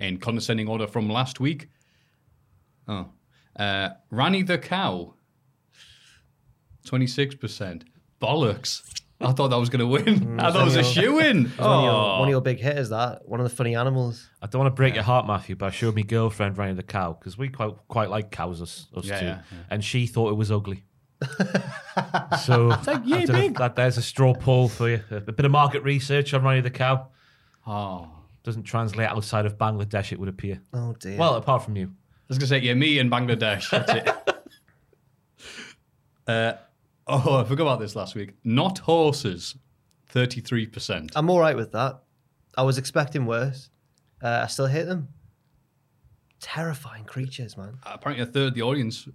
Speaker 2: In condescending order from last week, oh, uh, Ranny the cow, twenty six percent. Bollocks! I thought that was going to win. I thought it was a shoe in.
Speaker 3: It's one, of your, one of your big hitters, that. One of the funny animals.
Speaker 4: I don't want to break your heart, Matthew, but I showed my girlfriend Ryan the cow because we quite quite like cows, us, us
Speaker 2: Yeah,
Speaker 4: two,
Speaker 2: yeah,
Speaker 4: and she thought it was ugly. so I don't know if that there's a straw poll for you. A bit of market research on Ryan the cow
Speaker 2: Oh,
Speaker 4: doesn't translate outside of Bangladesh. It would appear.
Speaker 3: Oh, dear.
Speaker 4: Well, apart from you,
Speaker 2: I was going to say, yeah, me and Bangladesh. That's it. uh, oh, I forgot about this last week. Not horses, 33%.
Speaker 3: I'm all right with that. I was expecting worse. Uh, I still hate them. Terrifying creatures, man.
Speaker 2: Apparently, a third of the audience.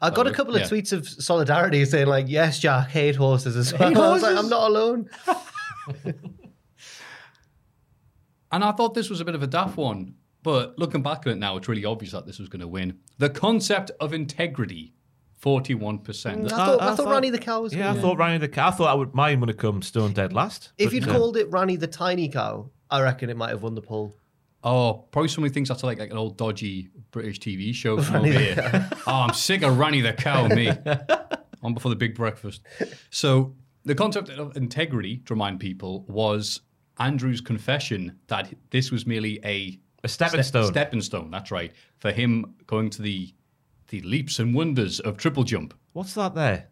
Speaker 3: I got a
Speaker 2: Oh,
Speaker 3: couple of
Speaker 2: yeah.
Speaker 3: tweets of solidarity saying, like, yes, Jack, hate horses as well. I was like,
Speaker 2: horses?
Speaker 3: I'm not alone.
Speaker 2: And I thought this was a bit of a daft one, but looking back at it now, it's really obvious that this was going to win. The concept of integrity, 41%.
Speaker 4: Mm,
Speaker 3: I thought, I thought Ranny the cow was
Speaker 4: yeah,
Speaker 3: gonna
Speaker 4: I thought Ryan the cow. I thought I would mine would have come stone dead last.
Speaker 3: If
Speaker 4: but,
Speaker 3: you'd
Speaker 4: uh,
Speaker 3: called it Ranny the Tiny Cow, I reckon it might have won the poll.
Speaker 2: Oh, probably somebody thinks that's like, like an old dodgy British TV show from over here. oh, I'm sick of Ranny the cow, me. On before the big breakfast. So the concept of integrity, to remind people, was Andrew's confession that this was merely a
Speaker 4: A stepping stone.
Speaker 2: Stepping stone, that's right, for him going to the the leaps and wonders of triple jump.
Speaker 4: what's that there?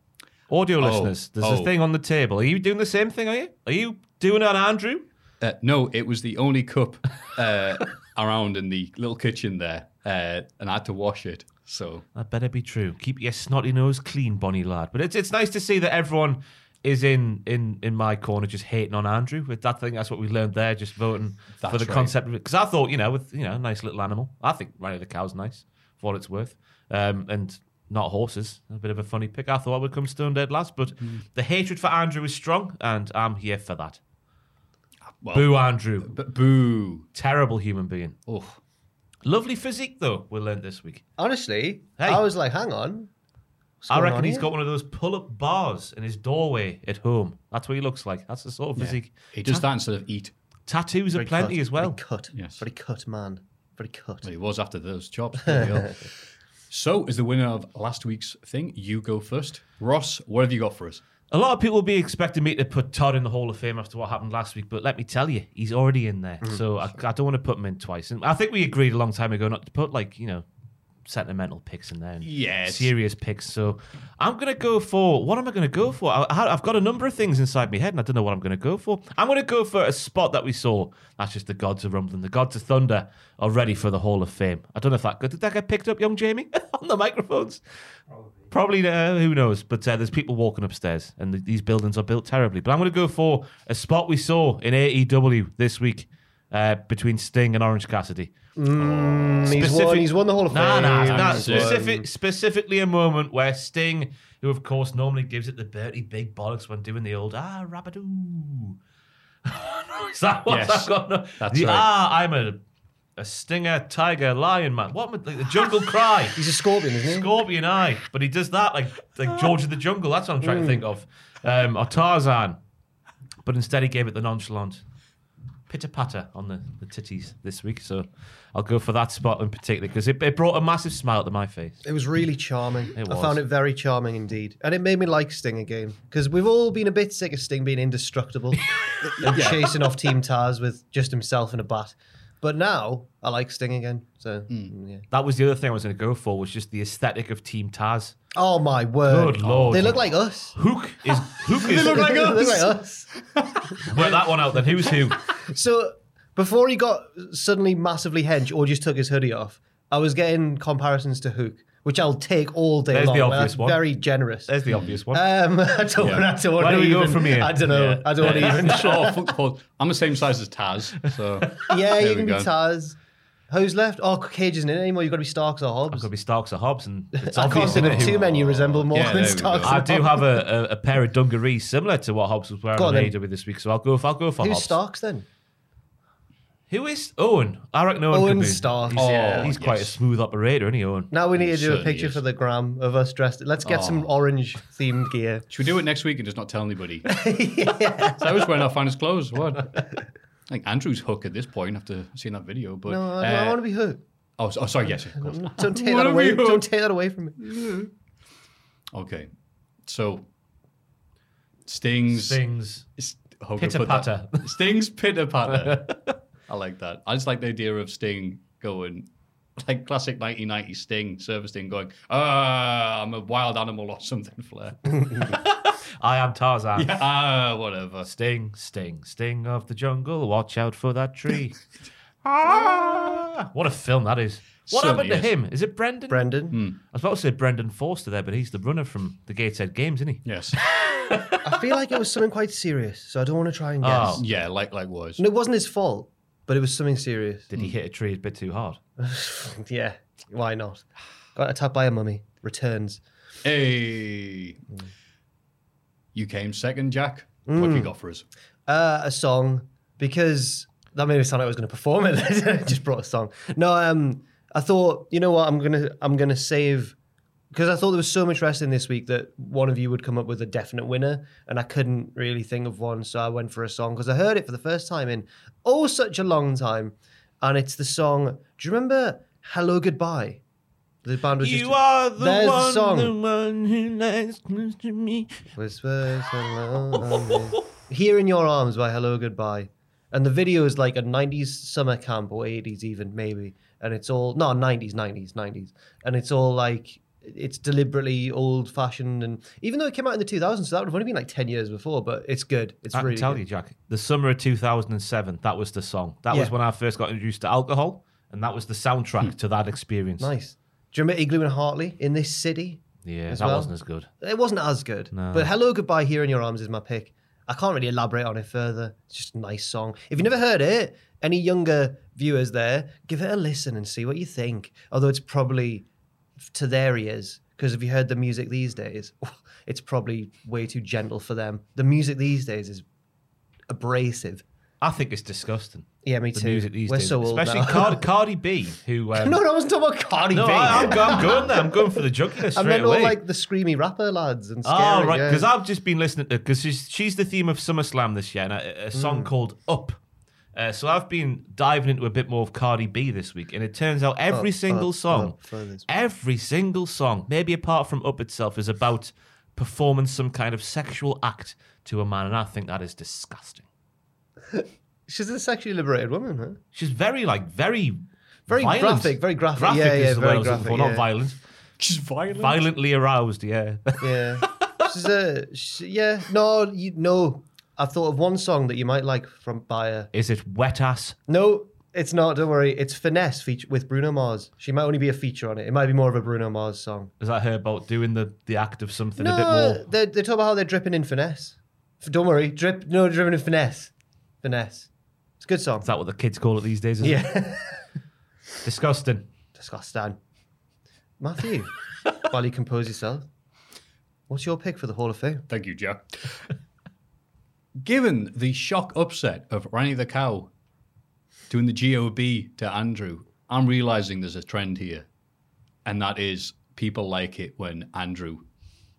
Speaker 4: Audio listeners, there's
Speaker 2: oh.
Speaker 4: a thing on the table. Are you doing the same thing? Are you? Are you doing that, Andrew?
Speaker 2: Uh, no, it was the only cup uh, around in the little kitchen there, uh, and I had to wash it. So
Speaker 4: That better be true. Keep your snotty nose clean, Bonnie lad. But it's it's nice to see that everyone is in in in my corner, just hating on Andrew. With that thing, that's what we learned there. Just voting for
Speaker 2: That's
Speaker 4: the
Speaker 2: right.
Speaker 4: concept of it. Because I thought, you know, with you know, a nice little animal. I think Randy the cow's nice for what it's worth, um, and not horses. A bit of a funny pick. I thought I would come stone dead last, but
Speaker 2: Hmm.
Speaker 4: the hatred for Andrew is strong, and I'm here for that.
Speaker 2: well,
Speaker 4: Boo, Andrew.
Speaker 2: But boo.
Speaker 4: Terrible human being.
Speaker 2: Oh,
Speaker 4: Lovely physique though. We learned this week.
Speaker 3: Honestly,
Speaker 4: Hey.
Speaker 3: I was like, hang on. What's
Speaker 4: I
Speaker 3: going
Speaker 4: reckon
Speaker 3: on
Speaker 4: he's
Speaker 3: here?
Speaker 4: got one of those pull-up bars in his doorway at home. That's what he looks like. That's the sort of physique.
Speaker 2: he does that instead of eat.
Speaker 4: Tattoos are
Speaker 3: Very
Speaker 4: plenty
Speaker 3: cut,
Speaker 4: as well.
Speaker 3: Very cut.
Speaker 2: Yes.
Speaker 3: Very cut, man. Very cut.
Speaker 2: Well, he was after those chops. bloody hell. so, as the winner of last week's thing, you go first. Ross, what have you got for us?
Speaker 4: A lot of people will be expecting me to put Todd in the Hall of Fame after what happened last week, but let me tell you, he's already in there. So I, I don't want to put him in twice. And I think we agreed a long time ago not to put like you know sentimental picks in there. And
Speaker 2: Yes.
Speaker 4: serious picks. So I'm gonna go for what am I gonna go for? I, I- I've got a number of things inside my head, and I don't know what I'm gonna go for. I'm gonna go for a spot that we saw. That's just the gods of rumbling. The gods of thunder are ready for the Hall of Fame. I don't know if that did that get picked up, young Jamie, on the microphones. Probably, uh, who knows? But uh, there's people walking upstairs, and th- these buildings are built terribly. But I'm going to go for a spot we saw in AEW this week uh, between Sting and Orange Cassidy.
Speaker 3: Mm, he's, won,
Speaker 4: Specific-
Speaker 3: he's won the Hall of
Speaker 4: Nah,
Speaker 3: Fame.
Speaker 4: nah, nah.
Speaker 3: He's won.
Speaker 4: Specific, specifically, a moment where Sting, who of course normally gives it the Bertie big bollocks when doing the old ah rabadoo. Is that what
Speaker 2: Yes,
Speaker 4: I've got? No.
Speaker 2: that's
Speaker 4: the,
Speaker 2: right.
Speaker 4: Ah, I'm a a stinger, tiger, lion man. What am I- like the jungle cry?
Speaker 3: He's a scorpion, isn't he?
Speaker 4: Scorpion Eye, but he does that like like George of the Jungle. That's what I'm trying to think of, um, or Tarzan. But instead, he gave it the nonchalant pitter patter on the, the titties this week. So I'll go for that spot in particular because it, it brought a massive smile to my face.
Speaker 3: It was really charming. I
Speaker 4: was.
Speaker 3: found it very charming indeed. And it made me like Sting again. Because we've all been a bit sick of Sting being indestructible and chasing off Team Taz with just himself and a bat. But now I like Sting again. So mm, yeah.
Speaker 4: That was the other thing I was going to go for was just the aesthetic of Team Taz.
Speaker 3: Oh my word!
Speaker 4: Good lord.
Speaker 3: They look like us.
Speaker 4: Hook is Hook
Speaker 3: They
Speaker 4: is.
Speaker 3: look like us.
Speaker 4: Work that one out then. Who's who?
Speaker 3: So before he got suddenly massively hench or just took his hoodie off, I was getting comparisons to Hook, which I'll take all day
Speaker 4: There's the
Speaker 3: long. Well,
Speaker 4: obvious
Speaker 3: that's
Speaker 4: one.
Speaker 3: Very generous.
Speaker 4: There's the obvious one.
Speaker 3: Um, I don't,
Speaker 2: Yeah.
Speaker 3: I don't want
Speaker 4: Where
Speaker 3: to
Speaker 4: do we go
Speaker 3: even,
Speaker 4: from here?
Speaker 3: I don't know.
Speaker 4: Yeah.
Speaker 3: I don't want to even.
Speaker 2: Sure, fuck, fuck. I'm the same size as Taz, so
Speaker 3: Yeah,
Speaker 2: There
Speaker 3: you
Speaker 2: we
Speaker 3: can be
Speaker 2: go.
Speaker 3: Taz. Who's left? Oh, Cage isn't in it anymore. You've got to be Starks or
Speaker 4: It's
Speaker 3: Hobbs.
Speaker 4: going to be Starks or Hobbs, and it's
Speaker 3: I can't
Speaker 4: obvious.
Speaker 3: think
Speaker 4: isn't
Speaker 3: of
Speaker 4: it, who-
Speaker 3: two men you resemble more
Speaker 2: Yeah,
Speaker 3: than
Speaker 2: there we go.
Speaker 3: Starks.
Speaker 4: I do have a, a, a pair of dungarees similar to what Hobbs was wearing
Speaker 3: Go
Speaker 4: on,
Speaker 3: on then.
Speaker 4: AEW this week, so I'll go. I'll go for
Speaker 3: Who's
Speaker 4: Hobbs.
Speaker 3: Starks then?
Speaker 4: Who is Owen? I reckon Owen.
Speaker 3: Owen Oh,
Speaker 4: could be.
Speaker 3: Starks.
Speaker 4: He's,
Speaker 2: Yeah.
Speaker 4: he's quite a
Speaker 2: yes.
Speaker 4: smooth operator, isn't he, Owen?
Speaker 3: Now we need to
Speaker 2: It
Speaker 3: do a
Speaker 2: certainly
Speaker 3: picture
Speaker 2: is.
Speaker 3: for the gram of us dressed. Let's get some orange themed gear.
Speaker 2: should we do it next week and just not tell anybody? So I was wearing our finest clothes. What? I think Andrew's hook at this point after seeing that video. But
Speaker 3: No, I,
Speaker 2: uh,
Speaker 3: want to be hooked.
Speaker 2: oh, so- oh, sorry. Yes, of course.
Speaker 3: Don't take that
Speaker 2: wanna be
Speaker 3: away. Don't
Speaker 2: hooked.
Speaker 3: take that away from me.
Speaker 2: Okay, so Sting's
Speaker 4: Sings.
Speaker 2: It's- oh,
Speaker 4: Pitter
Speaker 2: good, put that-
Speaker 4: patter.
Speaker 2: Sting's pitter patter. I like that. I just like the idea of Sting going like classic 1990 Sting, Service Sting going, ah, I'm a wild animal or something, Flair.
Speaker 4: I am Tarzan.
Speaker 2: Ah, whatever.
Speaker 4: Sting, sting, sting of the jungle. Watch out for that tree. ah! What a film that is. What
Speaker 2: Certainly
Speaker 4: happened to
Speaker 2: is.
Speaker 4: him? Is it Brendan?
Speaker 3: Brendan,
Speaker 4: I was about to say Brendan Forster there, but he's the runner from the Gateshead Games, isn't he?
Speaker 2: Yes.
Speaker 3: I feel like it was something quite serious, so I don't want to try and guess.
Speaker 4: Oh.
Speaker 2: Yeah, like likewise.
Speaker 3: And it wasn't his fault, but it was something serious.
Speaker 4: Did he hit a tree a bit too hard?
Speaker 3: Yeah, why not? Got attacked by a mummy. Returns.
Speaker 2: Hey.
Speaker 3: Mm.
Speaker 2: You came second, Jack. What have you got for us?
Speaker 3: uh, a song because that made me sound like I was going to perform it. I just brought a song. No, um, I thought you know what I'm gonna I'm gonna save because I thought there was so much wrestling this week that one of you would come up with a definite winner, and I couldn't really think of one, so I went for a song because I heard it for the first time in oh such a long time, and it's the song. Do you remember Hello Goodbye? The band was just
Speaker 4: You are the
Speaker 3: There's the
Speaker 4: one,
Speaker 3: song.
Speaker 4: the one who lies close to me.
Speaker 3: Whispers hello. Here in your arms by Hello Goodbye. And the video is like a 90s summer camp or 80s even maybe. And it's all no 90s, 90s, 90s. And it's all like it's deliberately old fashioned and even though it came out in the 2000s, so that would have only been like 10 years before, but it's good. It's
Speaker 4: I can
Speaker 3: really
Speaker 4: tell
Speaker 3: good.
Speaker 4: you, Jack. The summer of 2007, that was the song. That was
Speaker 3: Yeah. Hmm.
Speaker 4: when I first got introduced to alcohol, and that was the soundtrack to that experience.
Speaker 3: Nice. Do you remember Igloo and Hartley in this city?
Speaker 4: Yeah,
Speaker 3: As
Speaker 4: that
Speaker 3: well.
Speaker 4: wasn't as good.
Speaker 3: It wasn't as good. But Hello Goodbye Here in Your Arms is my pick. I can't really elaborate on it further. It's just a nice song. If you've never heard it, any younger viewers there, give it a listen and see what you think. Although it's probably to their ears, because if you heard the music these days, it's probably way too gentle for them. The music these days is abrasive.
Speaker 4: I think it's disgusting.
Speaker 3: Yeah, me
Speaker 4: the
Speaker 3: too.
Speaker 4: music these
Speaker 3: We're
Speaker 4: days,
Speaker 3: so old
Speaker 4: especially
Speaker 3: now.
Speaker 4: Cardi, Cardi B, who um,
Speaker 3: No, no, I wasn't talking about Cardi
Speaker 4: no,
Speaker 3: B.
Speaker 4: I, am I'm going there. I'm going for the junkiness
Speaker 3: I
Speaker 4: straight
Speaker 3: meant all
Speaker 4: away.
Speaker 3: like the screamy rapper lads and scary.
Speaker 4: oh right,
Speaker 3: yeah.
Speaker 4: because I've just been listening to because she's she's the theme of SummerSlam this year, and a, a song
Speaker 3: Mm.
Speaker 4: called Up. Uh, so I've been diving into a bit more of Cardi B this week, and it turns out every
Speaker 3: Up,
Speaker 4: single
Speaker 3: up,
Speaker 4: song,
Speaker 3: up for this-
Speaker 4: every single song, maybe apart from Up itself, is about performing some kind of sexual act to a man, and I think that is disgusting.
Speaker 3: She's a sexually liberated woman, huh?
Speaker 4: She's very like very.
Speaker 3: Very
Speaker 4: violent.
Speaker 3: graphic, very graphic.
Speaker 4: Graphic
Speaker 3: Yeah, yeah,
Speaker 4: is the word
Speaker 3: very
Speaker 4: I was looking
Speaker 3: graphic,
Speaker 4: for,
Speaker 3: yeah.
Speaker 4: not violent.
Speaker 2: She's violent.
Speaker 4: Violently aroused, yeah.
Speaker 3: Yeah. She's a, she, yeah. No, you, no. I thought of one song that you might like from by her.
Speaker 4: Is it wet ass?
Speaker 3: No, it's not. Don't worry. It's Finesse feature with Bruno Mars. She might only be a feature on it. It might be more of a Bruno Mars song.
Speaker 4: Is that her about doing the, the act of something a
Speaker 3: No,
Speaker 4: bit more?
Speaker 3: they they talk about how they're dripping in finesse. F- Don't worry. Drip. No, dripping in finesse. Finesse. It's a good song.
Speaker 4: Is that what the kids call it these days? Isn't it?
Speaker 3: yeah.
Speaker 4: Disgusting.
Speaker 3: Disgusting. Matthew, while you compose yourself, what's your pick for the Hall of Fame?
Speaker 2: Thank you, Jack. Given the shock upset of Ranny the Cow doing the GOB to Andrew, I'm realizing there's a trend here, and that is people like it when Andrew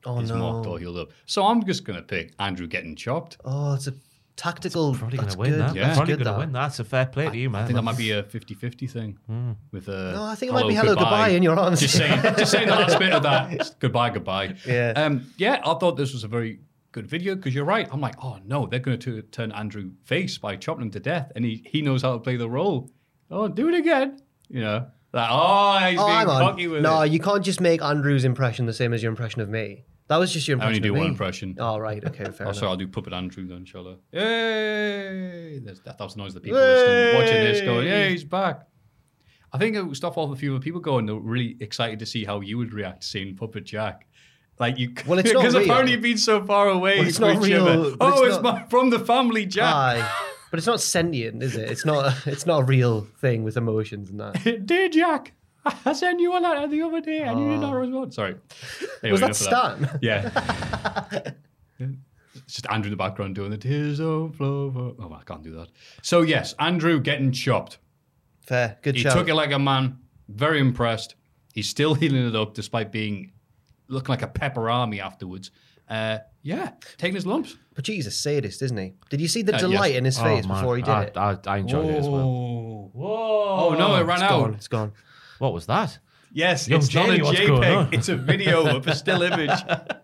Speaker 3: Oh,
Speaker 2: is mocked or
Speaker 3: no.
Speaker 2: healed up. So I'm just going to pick Andrew getting chopped.
Speaker 3: Oh, it's a tactical.
Speaker 4: Probably going
Speaker 3: that's
Speaker 4: to win
Speaker 3: good.
Speaker 4: that.
Speaker 2: Yeah.
Speaker 3: That's
Speaker 4: Probably
Speaker 3: good,
Speaker 4: going
Speaker 3: that.
Speaker 4: to win that. That's a fair play to you, man.
Speaker 2: I think that might be a 50 50 thing. With uh,
Speaker 3: Hmm. No, Oh, I think it might be hello, goodbye in your arms.
Speaker 2: Just saying, just saying the last bit of that. It's Goodbye, goodbye.
Speaker 3: Yeah.
Speaker 2: Um, yeah, I thought this was a very good video because you're right. I'm like, oh no, they're going to turn Andrew face by chopping him to death, and he, he knows how to play the role. Oh, do it again. You know, like, oh, he's
Speaker 3: Oh,
Speaker 2: being
Speaker 3: hang on.
Speaker 2: cocky with
Speaker 3: no,
Speaker 2: it.
Speaker 3: you can't just make Andrew's impression the same as your impression of me. That was just your
Speaker 2: I only
Speaker 3: impression.
Speaker 2: do
Speaker 3: of
Speaker 2: one
Speaker 3: me.
Speaker 2: impression.
Speaker 3: All right. Okay. Fair
Speaker 2: Oh,
Speaker 3: enough.
Speaker 2: sorry, I'll do Puppet Andrew then, shall I? Yay! There's, that, that was the noise of the people listening, watching this going, yeah, he's back. I think it would stop off a few of the people going, they're really excited to see how you would react seeing Puppet Jack. Like you,
Speaker 3: Well, it's not
Speaker 2: because
Speaker 3: real.
Speaker 2: apparently you've been so far away
Speaker 3: Well, it's
Speaker 2: from
Speaker 3: not
Speaker 2: each
Speaker 3: real,
Speaker 2: other.
Speaker 3: but
Speaker 2: Oh,
Speaker 3: it's
Speaker 2: it's,
Speaker 3: not-
Speaker 2: my, from the family Jack.
Speaker 3: Aye. But it's not sentient, is it? It's not. It's not a real thing with emotions and that.
Speaker 2: Dear Jack, I sent you a letter the other day and you did not respond. Sorry. Anyway,
Speaker 3: Ah. Was that
Speaker 2: enough of
Speaker 3: Stan?
Speaker 2: Yeah. it's just Andrew in the background doing the tears don't flow. for-" Oh, I can't do that. So, yes, Andrew getting chopped.
Speaker 3: Fair. Good
Speaker 2: He
Speaker 3: shout.
Speaker 2: took it like a man. Very impressed. He's still healing it up despite being looking like a pepper army afterwards. Uh, yeah, taking his lumps.
Speaker 3: But he's a sadist, isn't he? Did you see the
Speaker 2: Uh, yes.
Speaker 3: delight in his face
Speaker 4: Oh, man.
Speaker 3: before he did
Speaker 4: I,
Speaker 3: it?
Speaker 4: I, I enjoyed it as well.
Speaker 2: Oh,
Speaker 4: Whoa!
Speaker 2: oh no, it ran
Speaker 3: It's
Speaker 2: out.
Speaker 3: gone. It's gone.
Speaker 4: What was that?
Speaker 2: Yes,
Speaker 4: Young
Speaker 2: it's not
Speaker 4: Jamie,
Speaker 2: a
Speaker 4: what's going on?
Speaker 2: JPEG. It's a video of a still image.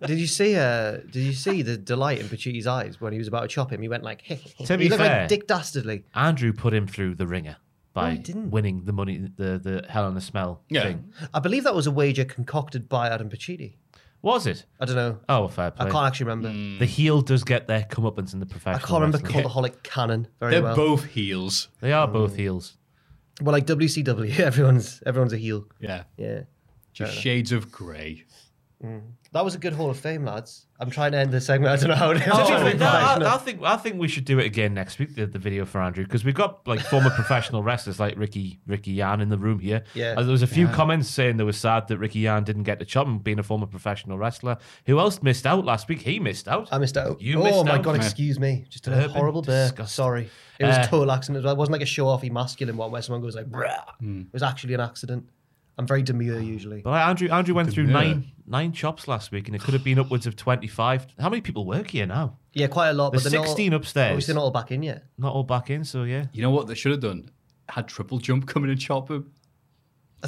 Speaker 3: Did you see? Uh, did you see the delight in Pachiti's eyes when he was about to chop him? He went like,
Speaker 4: To be
Speaker 3: he looked
Speaker 4: fair-
Speaker 3: like Dick Dastardly.
Speaker 4: Andrew put him through the ringer
Speaker 3: he
Speaker 4: by
Speaker 3: didn't.
Speaker 4: winning the money, the the hell on the smell
Speaker 2: Yeah.
Speaker 4: thing.
Speaker 3: I believe that was a wager concocted by Adam Pachiti.
Speaker 4: Was it?
Speaker 3: I don't know.
Speaker 4: Oh, well, fair play.
Speaker 3: I can't actually remember.
Speaker 4: The heel does get their comeuppance in the
Speaker 3: I
Speaker 4: professional.
Speaker 3: can't remember
Speaker 4: Mm, wrestling.
Speaker 3: Cultaholic Canon very
Speaker 2: They're
Speaker 3: well.
Speaker 2: both heels.
Speaker 4: They are both heels.
Speaker 3: well, like WCW, everyone's everyone's a heel.
Speaker 2: Yeah.
Speaker 3: Yeah.
Speaker 2: Just shades of grey.
Speaker 3: That was a good Hall of Fame, lads. I'm trying to end the segment. I don't know how it is.
Speaker 4: To be fair, Oh, no, I, I think I think we should do it again next week. The, the video for Andrew because we've got like former professional wrestlers like Ricky Ricky Yan in the room here.
Speaker 3: Yeah.
Speaker 4: and there was a few comments saying they were sad that Ricky Yan didn't get the chop and being a former professional wrestler. Who else missed out last week? He missed out.
Speaker 3: I missed out.
Speaker 4: You
Speaker 3: oh
Speaker 4: missed
Speaker 3: my
Speaker 4: out,
Speaker 3: god,
Speaker 4: man.
Speaker 3: excuse me. Just a
Speaker 4: Urban
Speaker 3: horrible bear.
Speaker 4: disgust.
Speaker 3: Sorry. It was
Speaker 4: Uh,
Speaker 3: a total accident as well. It wasn't like a show offy masculine one where someone goes like bruh. It was actually an accident. I'm very demure usually.
Speaker 4: Hmm. But like Andrew Andrew went through
Speaker 2: yeah.
Speaker 4: nine nine chops last week and it could have been upwards of twenty five. How many people work here now?
Speaker 3: Yeah, quite a lot,
Speaker 4: There's
Speaker 3: but they're not-
Speaker 4: sixteen upstairs.
Speaker 3: Obviously not all back in yet.
Speaker 4: Not all back in, so yeah.
Speaker 2: You know what they should have done? Had triple jump come in and chop him.
Speaker 3: I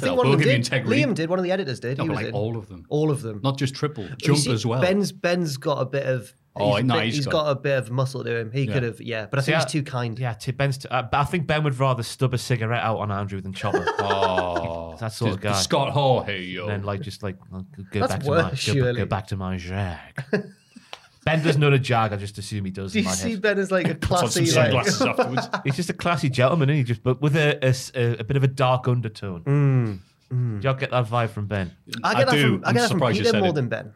Speaker 2: Yeah,
Speaker 3: think one
Speaker 2: we'll
Speaker 3: of them
Speaker 2: give you
Speaker 3: did.
Speaker 2: integrity.
Speaker 3: Liam did, one of the editors did.
Speaker 2: No,
Speaker 3: he
Speaker 2: but
Speaker 3: was
Speaker 2: like
Speaker 3: in.
Speaker 2: all of them.
Speaker 3: All of them.
Speaker 2: Not just triple,
Speaker 3: You
Speaker 2: jump
Speaker 3: see,
Speaker 2: as well.
Speaker 3: Ben's Ben's got a bit of
Speaker 2: Oh,
Speaker 3: he's,
Speaker 2: no,
Speaker 3: bit-
Speaker 2: he's
Speaker 3: he's
Speaker 2: got-
Speaker 3: got a bit of muscle to him. He could have yeah, but I think
Speaker 4: Yeah.
Speaker 3: he's too kind.
Speaker 4: Yeah, to Ben's. T- uh, but I think Ben would rather stub a cigarette out on Andrew than chop him.
Speaker 2: oh,
Speaker 4: that sort of
Speaker 2: the- the
Speaker 4: guy.
Speaker 2: Scott Hall, hey yo.
Speaker 4: And then like just like I'll g- go
Speaker 3: Oh. That's
Speaker 4: back
Speaker 3: worse,
Speaker 4: to my go,
Speaker 3: surely.
Speaker 4: go back to my jag. ben doesn't know the jag. I just assume he does
Speaker 3: Do
Speaker 4: in
Speaker 3: you
Speaker 4: my head.
Speaker 3: see Ben as like a
Speaker 2: Puts on
Speaker 3: classy
Speaker 2: some
Speaker 3: like,
Speaker 2: sunglasses afterwards.
Speaker 4: He's just a classy gentleman, isn't he? Just but with a, a s- a- a bit of a dark undertone. Do y'all get that vibe from Ben?
Speaker 3: I get
Speaker 2: I
Speaker 3: that
Speaker 2: do.
Speaker 3: from I
Speaker 2: I'm
Speaker 3: get that from
Speaker 2: surprised you
Speaker 3: Peter
Speaker 2: said
Speaker 3: more
Speaker 2: it.
Speaker 3: than Ben.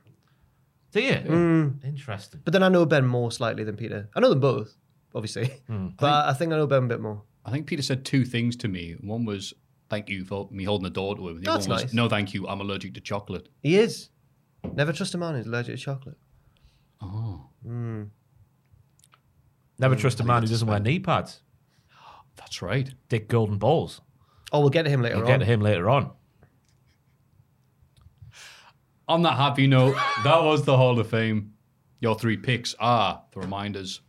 Speaker 4: Do you? Hmm. Interesting.
Speaker 3: But then I know Ben more slightly than Peter. I know them both, obviously.
Speaker 2: Hmm.
Speaker 3: But I think I know Ben a bit more.
Speaker 2: I think Peter said two things to me. One was, thank you for me holding the door to him. And The
Speaker 3: That's
Speaker 2: other one was,
Speaker 3: nice.
Speaker 2: no thank you, I'm allergic to chocolate.
Speaker 3: He is. Never trust a man who's allergic to chocolate.
Speaker 4: Never trust a man who doesn't wear knee pads.
Speaker 2: That's right.
Speaker 4: Dick Golden Balls.
Speaker 3: Oh, we'll get to him later
Speaker 4: We'll
Speaker 3: on.
Speaker 4: get to him later on.
Speaker 2: On that happy note, that was the Hall of Fame. Your three picks are the reminders.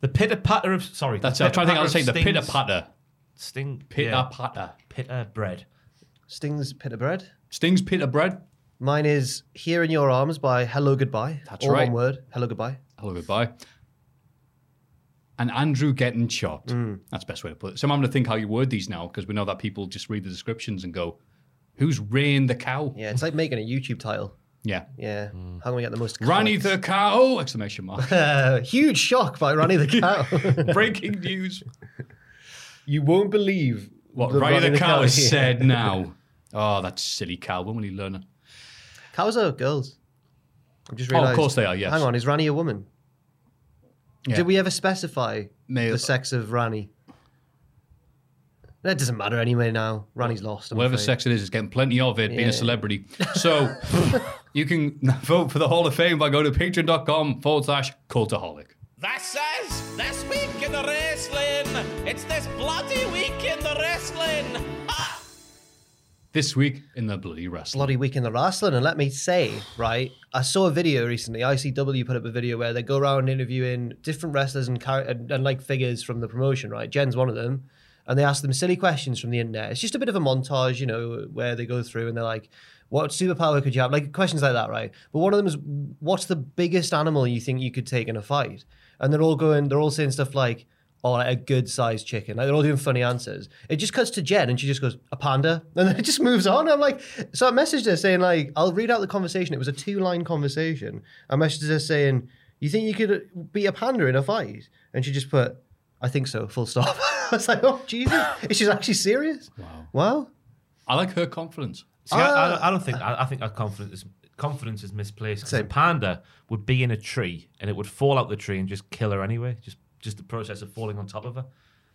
Speaker 4: The pitter patter of sorry.
Speaker 2: That's
Speaker 4: the
Speaker 2: it. I'm trying to think. I'll say
Speaker 4: pitter-patter
Speaker 2: the
Speaker 4: of
Speaker 2: pitter
Speaker 4: Sting's-
Speaker 2: patter.
Speaker 4: Sting
Speaker 2: Pitter
Speaker 4: yeah.
Speaker 2: patter.
Speaker 4: pitter bread.
Speaker 3: Sting's Pit of Bread.
Speaker 2: Sting's pitter bread.
Speaker 3: Mine is Here in Your Arms by Hello Goodbye.
Speaker 2: That's
Speaker 3: All
Speaker 2: right.
Speaker 3: one word. Hello Goodbye.
Speaker 2: Hello, goodbye. And Andrew getting chopped. That's the best way to put it. So I'm having to think how you word these now because we know that people just read the descriptions and go, who's Rain the cow?
Speaker 3: Yeah, it's like making a YouTube title.
Speaker 2: Yeah.
Speaker 3: Yeah. How can we get the most
Speaker 2: Ranny
Speaker 3: clicks?
Speaker 2: the cow! Exclamation mark.
Speaker 3: Uh, huge shock by Ronnie the Cow.
Speaker 2: Breaking news.
Speaker 3: you won't believe
Speaker 2: What Ranny the, cow, has
Speaker 3: yeah.
Speaker 2: said now. Oh, that silly cow. When will he learn it?
Speaker 3: Cows are girls. I just
Speaker 2: Oh, of
Speaker 3: realized.
Speaker 2: course they are, yes.
Speaker 3: Hang on, is Rani a woman?
Speaker 2: Yeah.
Speaker 3: Did we ever specify
Speaker 2: Male.
Speaker 3: the sex of Rani? That doesn't matter anyway now. Rani's lost. I'm
Speaker 2: Whatever
Speaker 3: afraid.
Speaker 2: sex it is, it's getting plenty of it being
Speaker 3: Yeah.
Speaker 2: a celebrity. So you can vote for the Hall of Fame by going to patreon.com forward slash cultaholic.
Speaker 5: This is This Week in the Wrestling! It's this bloody week in the wrestling! Ah! Ha!
Speaker 2: This week in the bloody wrestling.
Speaker 3: Bloody week in the wrestling, and let me say, right? I saw a video recently. ICW put up a video where they go around interviewing different wrestlers and, char- and, and like figures from the promotion, right? Jen's one of them, and they ask them silly questions from the internet. It's just a bit of a montage, you know, where they go through and they're like, "What superpower could you have?" Like questions like that, right? But one of them is, "What's the biggest animal you think you could take in a fight?" And they're all going, they're all saying stuff like, or like a good sized chicken. Like they're all doing funny answers. It just cuts to Jen and she just goes, a panda. And then it just moves on. I'm like, so I messaged her saying, like, I'll read out the conversation. It was a two line conversation. I messaged her saying, You think you could uh, beat a panda in a fight? And she just put, I think so, full stop. I was like, Oh, Jesus. Is she actually serious? Wow. Wow.
Speaker 2: I like her confidence.
Speaker 4: See, I,
Speaker 3: Ah.
Speaker 4: I, I don't think I, I think our confidence is, confidence is misplaced. 'cause a
Speaker 3: Same.
Speaker 4: panda would be in a tree and it would fall out the tree and just kill her anyway. Just just the process of falling on top of her.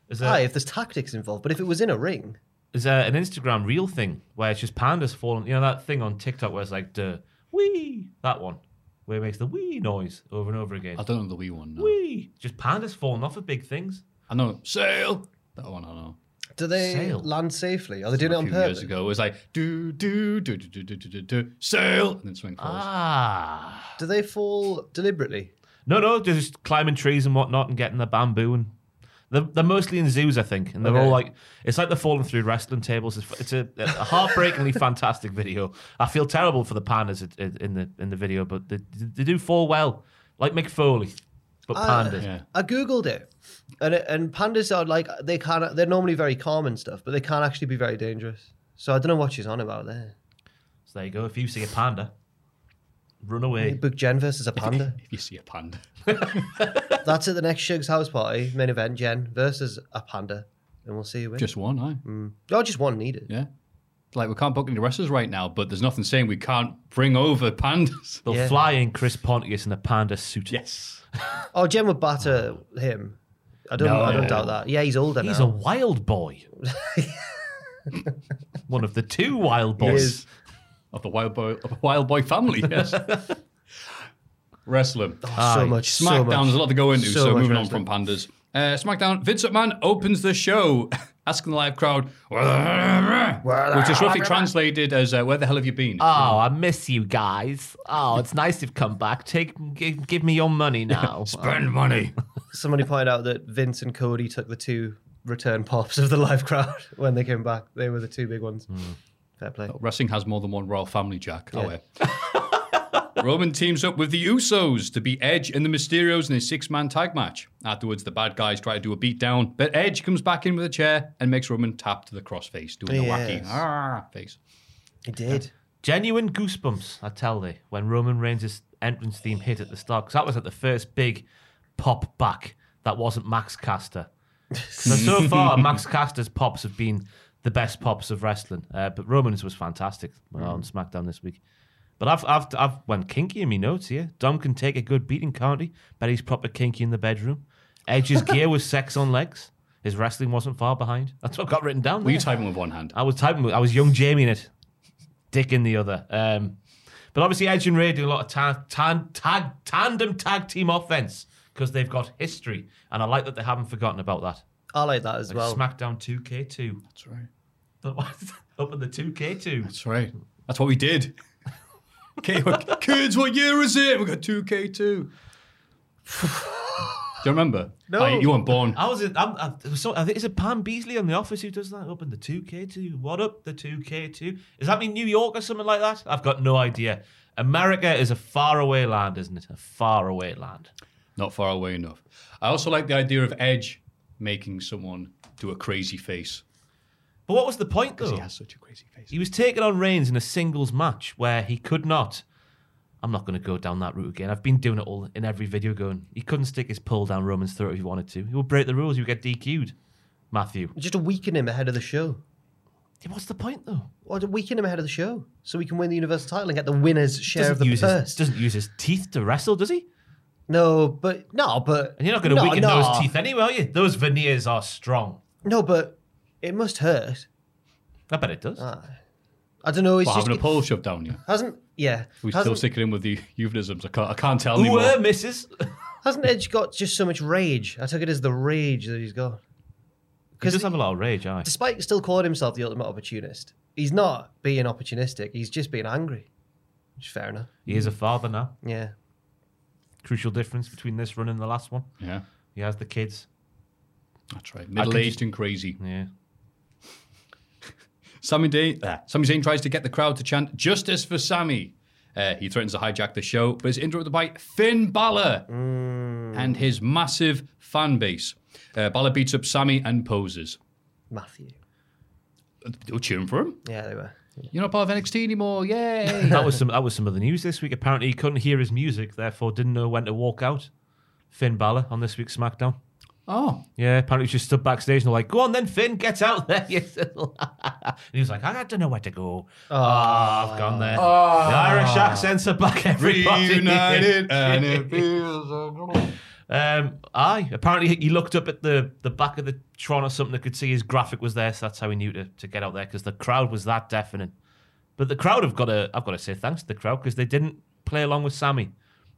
Speaker 4: Is there,
Speaker 3: Aye, if there's tactics involved, but if it was in a ring,
Speaker 4: is there an Instagram real thing where it's just pandas falling? You know that thing on TikTok where it's like the wee that one where it makes the wee noise over and over again.
Speaker 2: I don't know the wee one. No.
Speaker 4: Wee, just pandas falling off of big things.
Speaker 2: I know sail. That one I know.
Speaker 3: do they
Speaker 4: Sail.
Speaker 3: land safely? Are they doing it
Speaker 2: a
Speaker 3: on
Speaker 2: few
Speaker 3: purpose?
Speaker 2: years ago, it was like do do do do do do do do do sail, and then something falls.
Speaker 4: Ah.
Speaker 3: Do they fall deliberately?
Speaker 4: No, no, they're just climbing trees and whatnot and getting the bamboo and they're, they're mostly in zoos, I think, and they're all
Speaker 3: Okay.
Speaker 4: like it's like they're falling through wrestling tables. It's, it's a, a heartbreakingly fantastic video. I feel terrible for the pandas i- i- in the in the video, but they, they do fall well, like Mick Foley,
Speaker 3: Uh,
Speaker 4: but pandas.
Speaker 2: yeah.
Speaker 3: I googled it, and it, and pandas are like they can't. They're normally very calm and stuff, but they can't actually be very dangerous. So I don't know what she's on about there.
Speaker 4: So there you go. If you see a panda, run
Speaker 3: They
Speaker 4: away.
Speaker 3: booked Jen versus a panda.
Speaker 2: If you see a panda,
Speaker 3: That's at the next Shug's house party main event. Jen versus a panda, and we'll see who wins.
Speaker 2: just one, aye.
Speaker 3: oh, just one needed.
Speaker 2: Yeah. Like we can't book any wrestlers right now, but there's nothing saying we can't bring over pandas.
Speaker 4: They'll
Speaker 3: Yeah.
Speaker 4: fly in Chris Pontius in a panda suit.
Speaker 2: Yes.
Speaker 3: Oh, Jen would batter him. I don't.
Speaker 2: No.
Speaker 3: I don't doubt that. Yeah, he's older
Speaker 4: He's a
Speaker 3: now.
Speaker 4: wild boy. One of the two wild boys.
Speaker 3: is.
Speaker 2: Of the wild boy of the wild boy family, yes. Wrestling.
Speaker 3: Oh, so much. so
Speaker 2: SmackDown,
Speaker 3: much.
Speaker 2: there's a lot to go into, so,
Speaker 3: So much
Speaker 2: moving on from pandas. Uh, SmackDown, Vince McMahon opens the show, asking the live crowd, which is roughly translated as uh, "Where the hell have you been?"
Speaker 4: Oh, I miss you guys. Oh, it's nice you've come back. Take, give, give me your money now.
Speaker 2: Spend money.
Speaker 3: Somebody pointed out that Vince and Cody took the two return pops of the live crowd when they came back. They were the two big ones.
Speaker 2: Hmm.
Speaker 3: Fair play.
Speaker 2: Wrestling has more than one royal family, Jack. Oh, yeah. Roman teams up with the Usos to beat Edge and the Mysterios in a six-man tag match. Afterwards, the bad guys try to do a beatdown, but Edge comes back in with a chair and makes Roman tap to the crossface, doing a wacky
Speaker 3: Yes.
Speaker 2: "Ah," face.
Speaker 3: He did.
Speaker 4: Genuine goosebumps, I tell thee, when Roman Reigns' entrance theme hit at the start, because that was at the first big pop back that wasn't Max Caster. so, so far, Max Caster's pops have been the best pops of wrestling, uh, but Roman's was fantastic on SmackDown this week. But I've, I've, I've went kinky in my notes here. Dom can take a good beating, can't he? But he's proper kinky in the bedroom. Edge's gear was sex on legs. His wrestling wasn't far behind. That's what I've got written down.
Speaker 2: Were
Speaker 4: there.
Speaker 2: you typing with one hand?
Speaker 4: I was typing. with- I was young Jamie in it, Dick in the other. Um, but obviously, Edge and Ray do a lot of ta- tan- tag- tandem tag team offense because they've got history, and I like that they haven't forgotten about that.
Speaker 3: I like that as
Speaker 4: Like
Speaker 3: well.
Speaker 4: SmackDown 2K2.
Speaker 2: That's right.
Speaker 4: Up in the 2K2.
Speaker 2: That's right. That's what we did. Okay, what- kids, what year is it? We got 2K2. Do you remember?
Speaker 3: No.
Speaker 2: Oh, you weren't born.
Speaker 4: I was. In, I'm, I, there was so, I think is it Pam Beasley on The Office who does that? Up in the 2K2. What up the 2K2? Does that mean New York or something like that? I've got no idea. America is a faraway land, isn't it? A faraway land.
Speaker 2: Not far away enough. I also like the idea of Edge making someone do a crazy face.
Speaker 4: But what was the point though?
Speaker 2: He has such a crazy face.
Speaker 4: He was taking on Reigns in a singles match where he could not. I'm not going to go down that route again. I've been doing it all in every video going. He couldn't stick his pull down Roman's throat if he wanted to. He would break the rules. He would get DQ'd. Matthew.
Speaker 3: Just to weaken him ahead of the show.
Speaker 4: What's the point, though?
Speaker 3: Or to weaken him ahead of the show so he can win the Universal title and get the winner's share
Speaker 4: Doesn't
Speaker 3: of the
Speaker 4: use, his,
Speaker 3: purse.
Speaker 4: doesn't use his teeth to wrestle, does he?
Speaker 3: No, but no, but
Speaker 4: And you're not going to
Speaker 3: no,
Speaker 4: weaken
Speaker 3: no.
Speaker 4: those teeth anyway, are you? Those veneers are strong.
Speaker 3: No, but it must hurt.
Speaker 4: I bet it does.
Speaker 3: Uh, I don't know. It's
Speaker 2: Well,
Speaker 3: just
Speaker 2: having a
Speaker 3: it
Speaker 2: pole shoved down you.
Speaker 3: hasn't. Yeah,
Speaker 2: We're still
Speaker 3: hasn't,
Speaker 2: sticking in with the euphemisms. I can't, I can't tell
Speaker 4: Ooh,
Speaker 2: anymore.
Speaker 4: uh, missus.
Speaker 3: hasn't Edge got just so much rage? I took it as the rage that he's got.
Speaker 4: he does have a lot of rage, aye.
Speaker 3: despite still calling himself the ultimate opportunist, he's not being opportunistic. He's just being angry. Which is fair enough.
Speaker 4: He is a father now.
Speaker 3: Yeah.
Speaker 4: Crucial difference between this run and the last one.
Speaker 2: Yeah,
Speaker 4: He has the kids.
Speaker 2: that's right. Middle aged
Speaker 4: just-
Speaker 2: and crazy.
Speaker 4: Yeah.
Speaker 2: Sammy Day, uh, Sami Zayn tries to get the crowd to chant "Justice for Sammy." Uh, he threatens to hijack the show, but is interrupted by Finn Balor and his massive fan base. Uh, Balor beats up Sammy and poses.
Speaker 3: Matthew.
Speaker 2: They were cheering for him.
Speaker 3: Yeah, they were.
Speaker 2: You're not part of NXT anymore. Yay.
Speaker 4: That was some. That was some of the news this week. Apparently, he couldn't hear his music, therefore didn't know when to walk out. Finn Balor on this week's SmackDown.
Speaker 2: oh.
Speaker 4: Yeah, apparently he just stood backstage and they're like, "Go on, then Finn, get out there." you little-" and he was like, "I don't know where to go. Oh,
Speaker 2: Ah.
Speaker 4: I've gone there. the Irish accents are back. Everybody
Speaker 2: Reunited and it feels
Speaker 4: Um, aye. Apparently, he- he looked up at the, the back of the Tron or something and could see his graphic was there, so that's how he knew to, to get out there because the crowd was that deafening. But the crowd have got to I've got to say thanks to the crowd because they didn't play along with Sammy.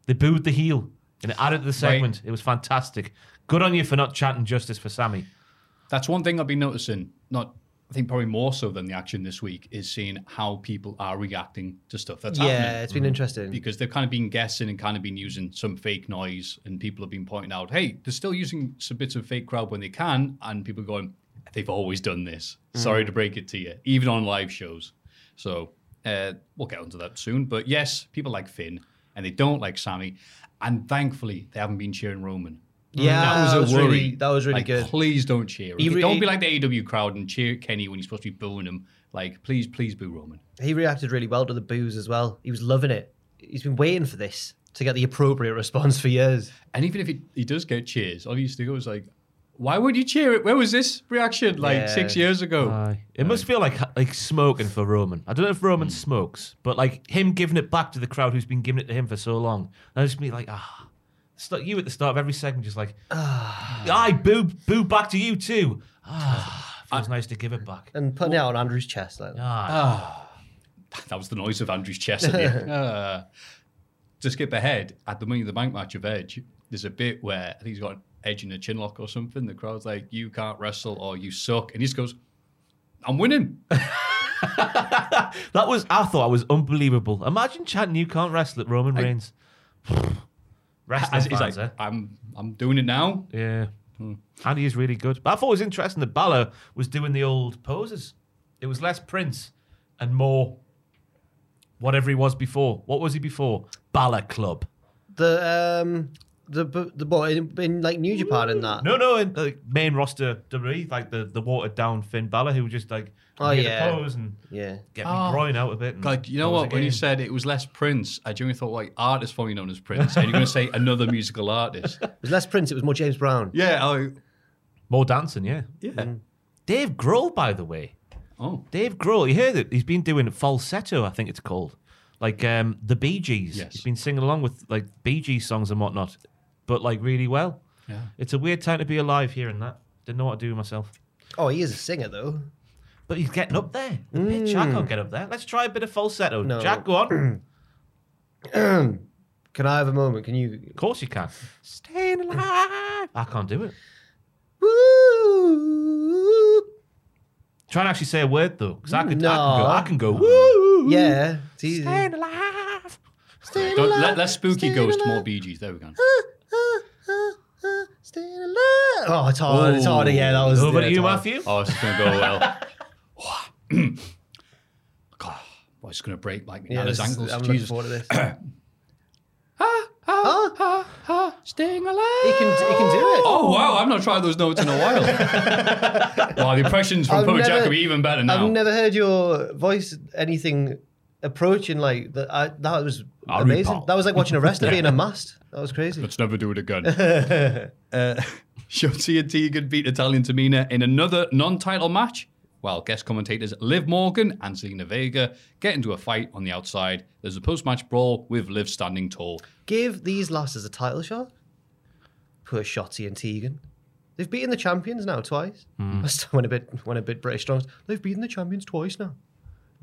Speaker 4: They booed the heel and it added to the segment. It was fantastic. Good on you for not chanting justice for Sammy.
Speaker 2: That's one thing I've been noticing. Not, I think probably more so than the action this week is seeing how people are reacting to stuff that's
Speaker 3: Yeah,
Speaker 2: happening.
Speaker 3: it's been
Speaker 4: Mm-hmm.
Speaker 3: interesting.
Speaker 2: Because they've kind of been guessing and kind of been using some fake noise, and people have been pointing out, hey, they're still using some bits of fake crowd when they can, and people are going, they've always done this.
Speaker 3: Hmm.
Speaker 2: Sorry to break it to you, even on live shows. So uh, we'll get onto that soon. But yes, people like Finn, and they don't like Sammy, and thankfully they haven't been cheering Roman.
Speaker 3: Yeah,
Speaker 2: that was a worry.
Speaker 3: Really, that was really
Speaker 2: Like,
Speaker 3: good.
Speaker 2: Please don't cheer. him.
Speaker 3: He re-
Speaker 2: don't be like the AEW crowd and cheer Kenny when you're supposed to be booing him. Like, please, please boo Roman.
Speaker 3: he reacted really well to the booze as well. He was loving it. He's been waiting for this to get the appropriate response for years.
Speaker 2: And even if he, he does get cheers, all he used to go was like, why would you cheer it? Where was this reaction like
Speaker 3: Yeah.
Speaker 2: six years ago?
Speaker 4: Aye. It must feel like like smoking for Roman. I don't know if
Speaker 2: Hmm.
Speaker 4: Roman smokes, but like him giving it back to the crowd who's been giving it to him for so long. I just be like, ah, it's like you at the start of every segment, just like,
Speaker 2: Ah.
Speaker 4: I boo boo back to you too. Ah, feels nice to give it back.
Speaker 2: Uh,
Speaker 3: And putting it out on Andrew's chest like that.
Speaker 4: Ah,
Speaker 2: that was the noise of Andrew's chest. At the end. Uh, to skip ahead, at the Money in the Bank match of Edge, there's a bit where I think he's got an Edge in a chin lock or something. The crowd's like, you can't wrestle or you suck. And he just goes, I'm winning.
Speaker 4: that was I thought I was unbelievable. Imagine chanting you can't wrestle at Roman Reigns. Wrestling
Speaker 2: As- he's
Speaker 4: fans,
Speaker 2: like,
Speaker 4: eh?
Speaker 2: I'm, I'm doing it now.
Speaker 4: Yeah. And he is really good. But I thought it was interesting that Balor was doing the old poses. It was less Prince and more whatever he was before. What was he before? Balor Club.
Speaker 3: The um the b- the boy in, in like New Japan in that.
Speaker 4: No, no, in the main roster WWE, like the, the watered down Finn Balor, who was just like,
Speaker 3: Oh,
Speaker 4: I'm here to
Speaker 3: yeah.
Speaker 4: pose and Ah.
Speaker 3: Yeah.
Speaker 4: get
Speaker 2: Oh.
Speaker 4: me groin out a bit. and
Speaker 2: God, you know
Speaker 4: pose
Speaker 2: what? When you
Speaker 4: again.
Speaker 2: said it was less Prince, I genuinely thought, like, artist formerly known as Prince, and you're going to say another musical artist.
Speaker 3: It was less Prince, it was more James Brown.
Speaker 2: Yeah. I,
Speaker 4: More dancing, yeah.
Speaker 2: yeah.
Speaker 4: Dave Grohl, by the way.
Speaker 2: Oh.
Speaker 4: Dave Grohl, you heard it. He's been doing falsetto, I think it's called, like um, the Bee Gees.
Speaker 2: Yes.
Speaker 4: He's been singing along with like Bee Gees songs and whatnot, but like really well.
Speaker 2: Yeah.
Speaker 4: It's a weird time to be alive hearing that. Didn't know what to do with myself.
Speaker 3: Oh, he is a singer though.
Speaker 4: But he's getting up there. The pitch, I can't get up there. Let's try a bit of falsetto.
Speaker 3: Mm. No.
Speaker 4: Jack, go on.
Speaker 3: Can I have a moment? Can you
Speaker 4: of course you can. Staying alive. I can't do it.
Speaker 3: Woo
Speaker 4: Try and actually say a word though, because I could.
Speaker 3: No.
Speaker 4: I can go. I can go. Woo.
Speaker 3: Yeah. It's easy.
Speaker 4: Staying alive.
Speaker 3: Staying
Speaker 2: Don't,
Speaker 3: alive,
Speaker 2: let, let Spooky
Speaker 3: staying
Speaker 2: Ghost
Speaker 3: alive.
Speaker 2: more Bee Gees. There we go.
Speaker 3: Ah, ah, ah, staying alive. Oh, it's hard. It's hard. Yeah, that was.
Speaker 4: Over
Speaker 3: yeah,
Speaker 4: to
Speaker 3: it's
Speaker 4: you,
Speaker 3: hard.
Speaker 4: Matthew.
Speaker 2: Oh, it's going to go well. God, boy, it's going to break like my
Speaker 3: Yeah,
Speaker 2: nana's
Speaker 3: this-
Speaker 2: ankles.
Speaker 3: I'm looking
Speaker 2: Jesus.
Speaker 3: forward to this.
Speaker 2: Staying alive.
Speaker 3: He can, he can do it.
Speaker 2: Oh, wow. I've not tried those notes in a while. wow, the impressions from
Speaker 3: I've
Speaker 2: Poe
Speaker 3: never-
Speaker 2: Jack will be even better now.
Speaker 3: I've never heard your voice anything approaching like that. I, that was
Speaker 2: Ari
Speaker 3: amazing.
Speaker 2: Paul.
Speaker 3: That was like watching a wrestler being amassed. That was crazy.
Speaker 2: Let's never do it again. uh, Shotzi and Tegan beat Italian Tamina in another non-title match. While guest commentators Liv Morgan and Selena Vega get into a fight on the outside, there's a post-match brawl with Liv standing tall.
Speaker 3: Give these lasses a title shot. Poor Shotty and Tegan. They've beaten the champions now twice. I still went a bit went a bit British strong. They've beaten the champions twice now.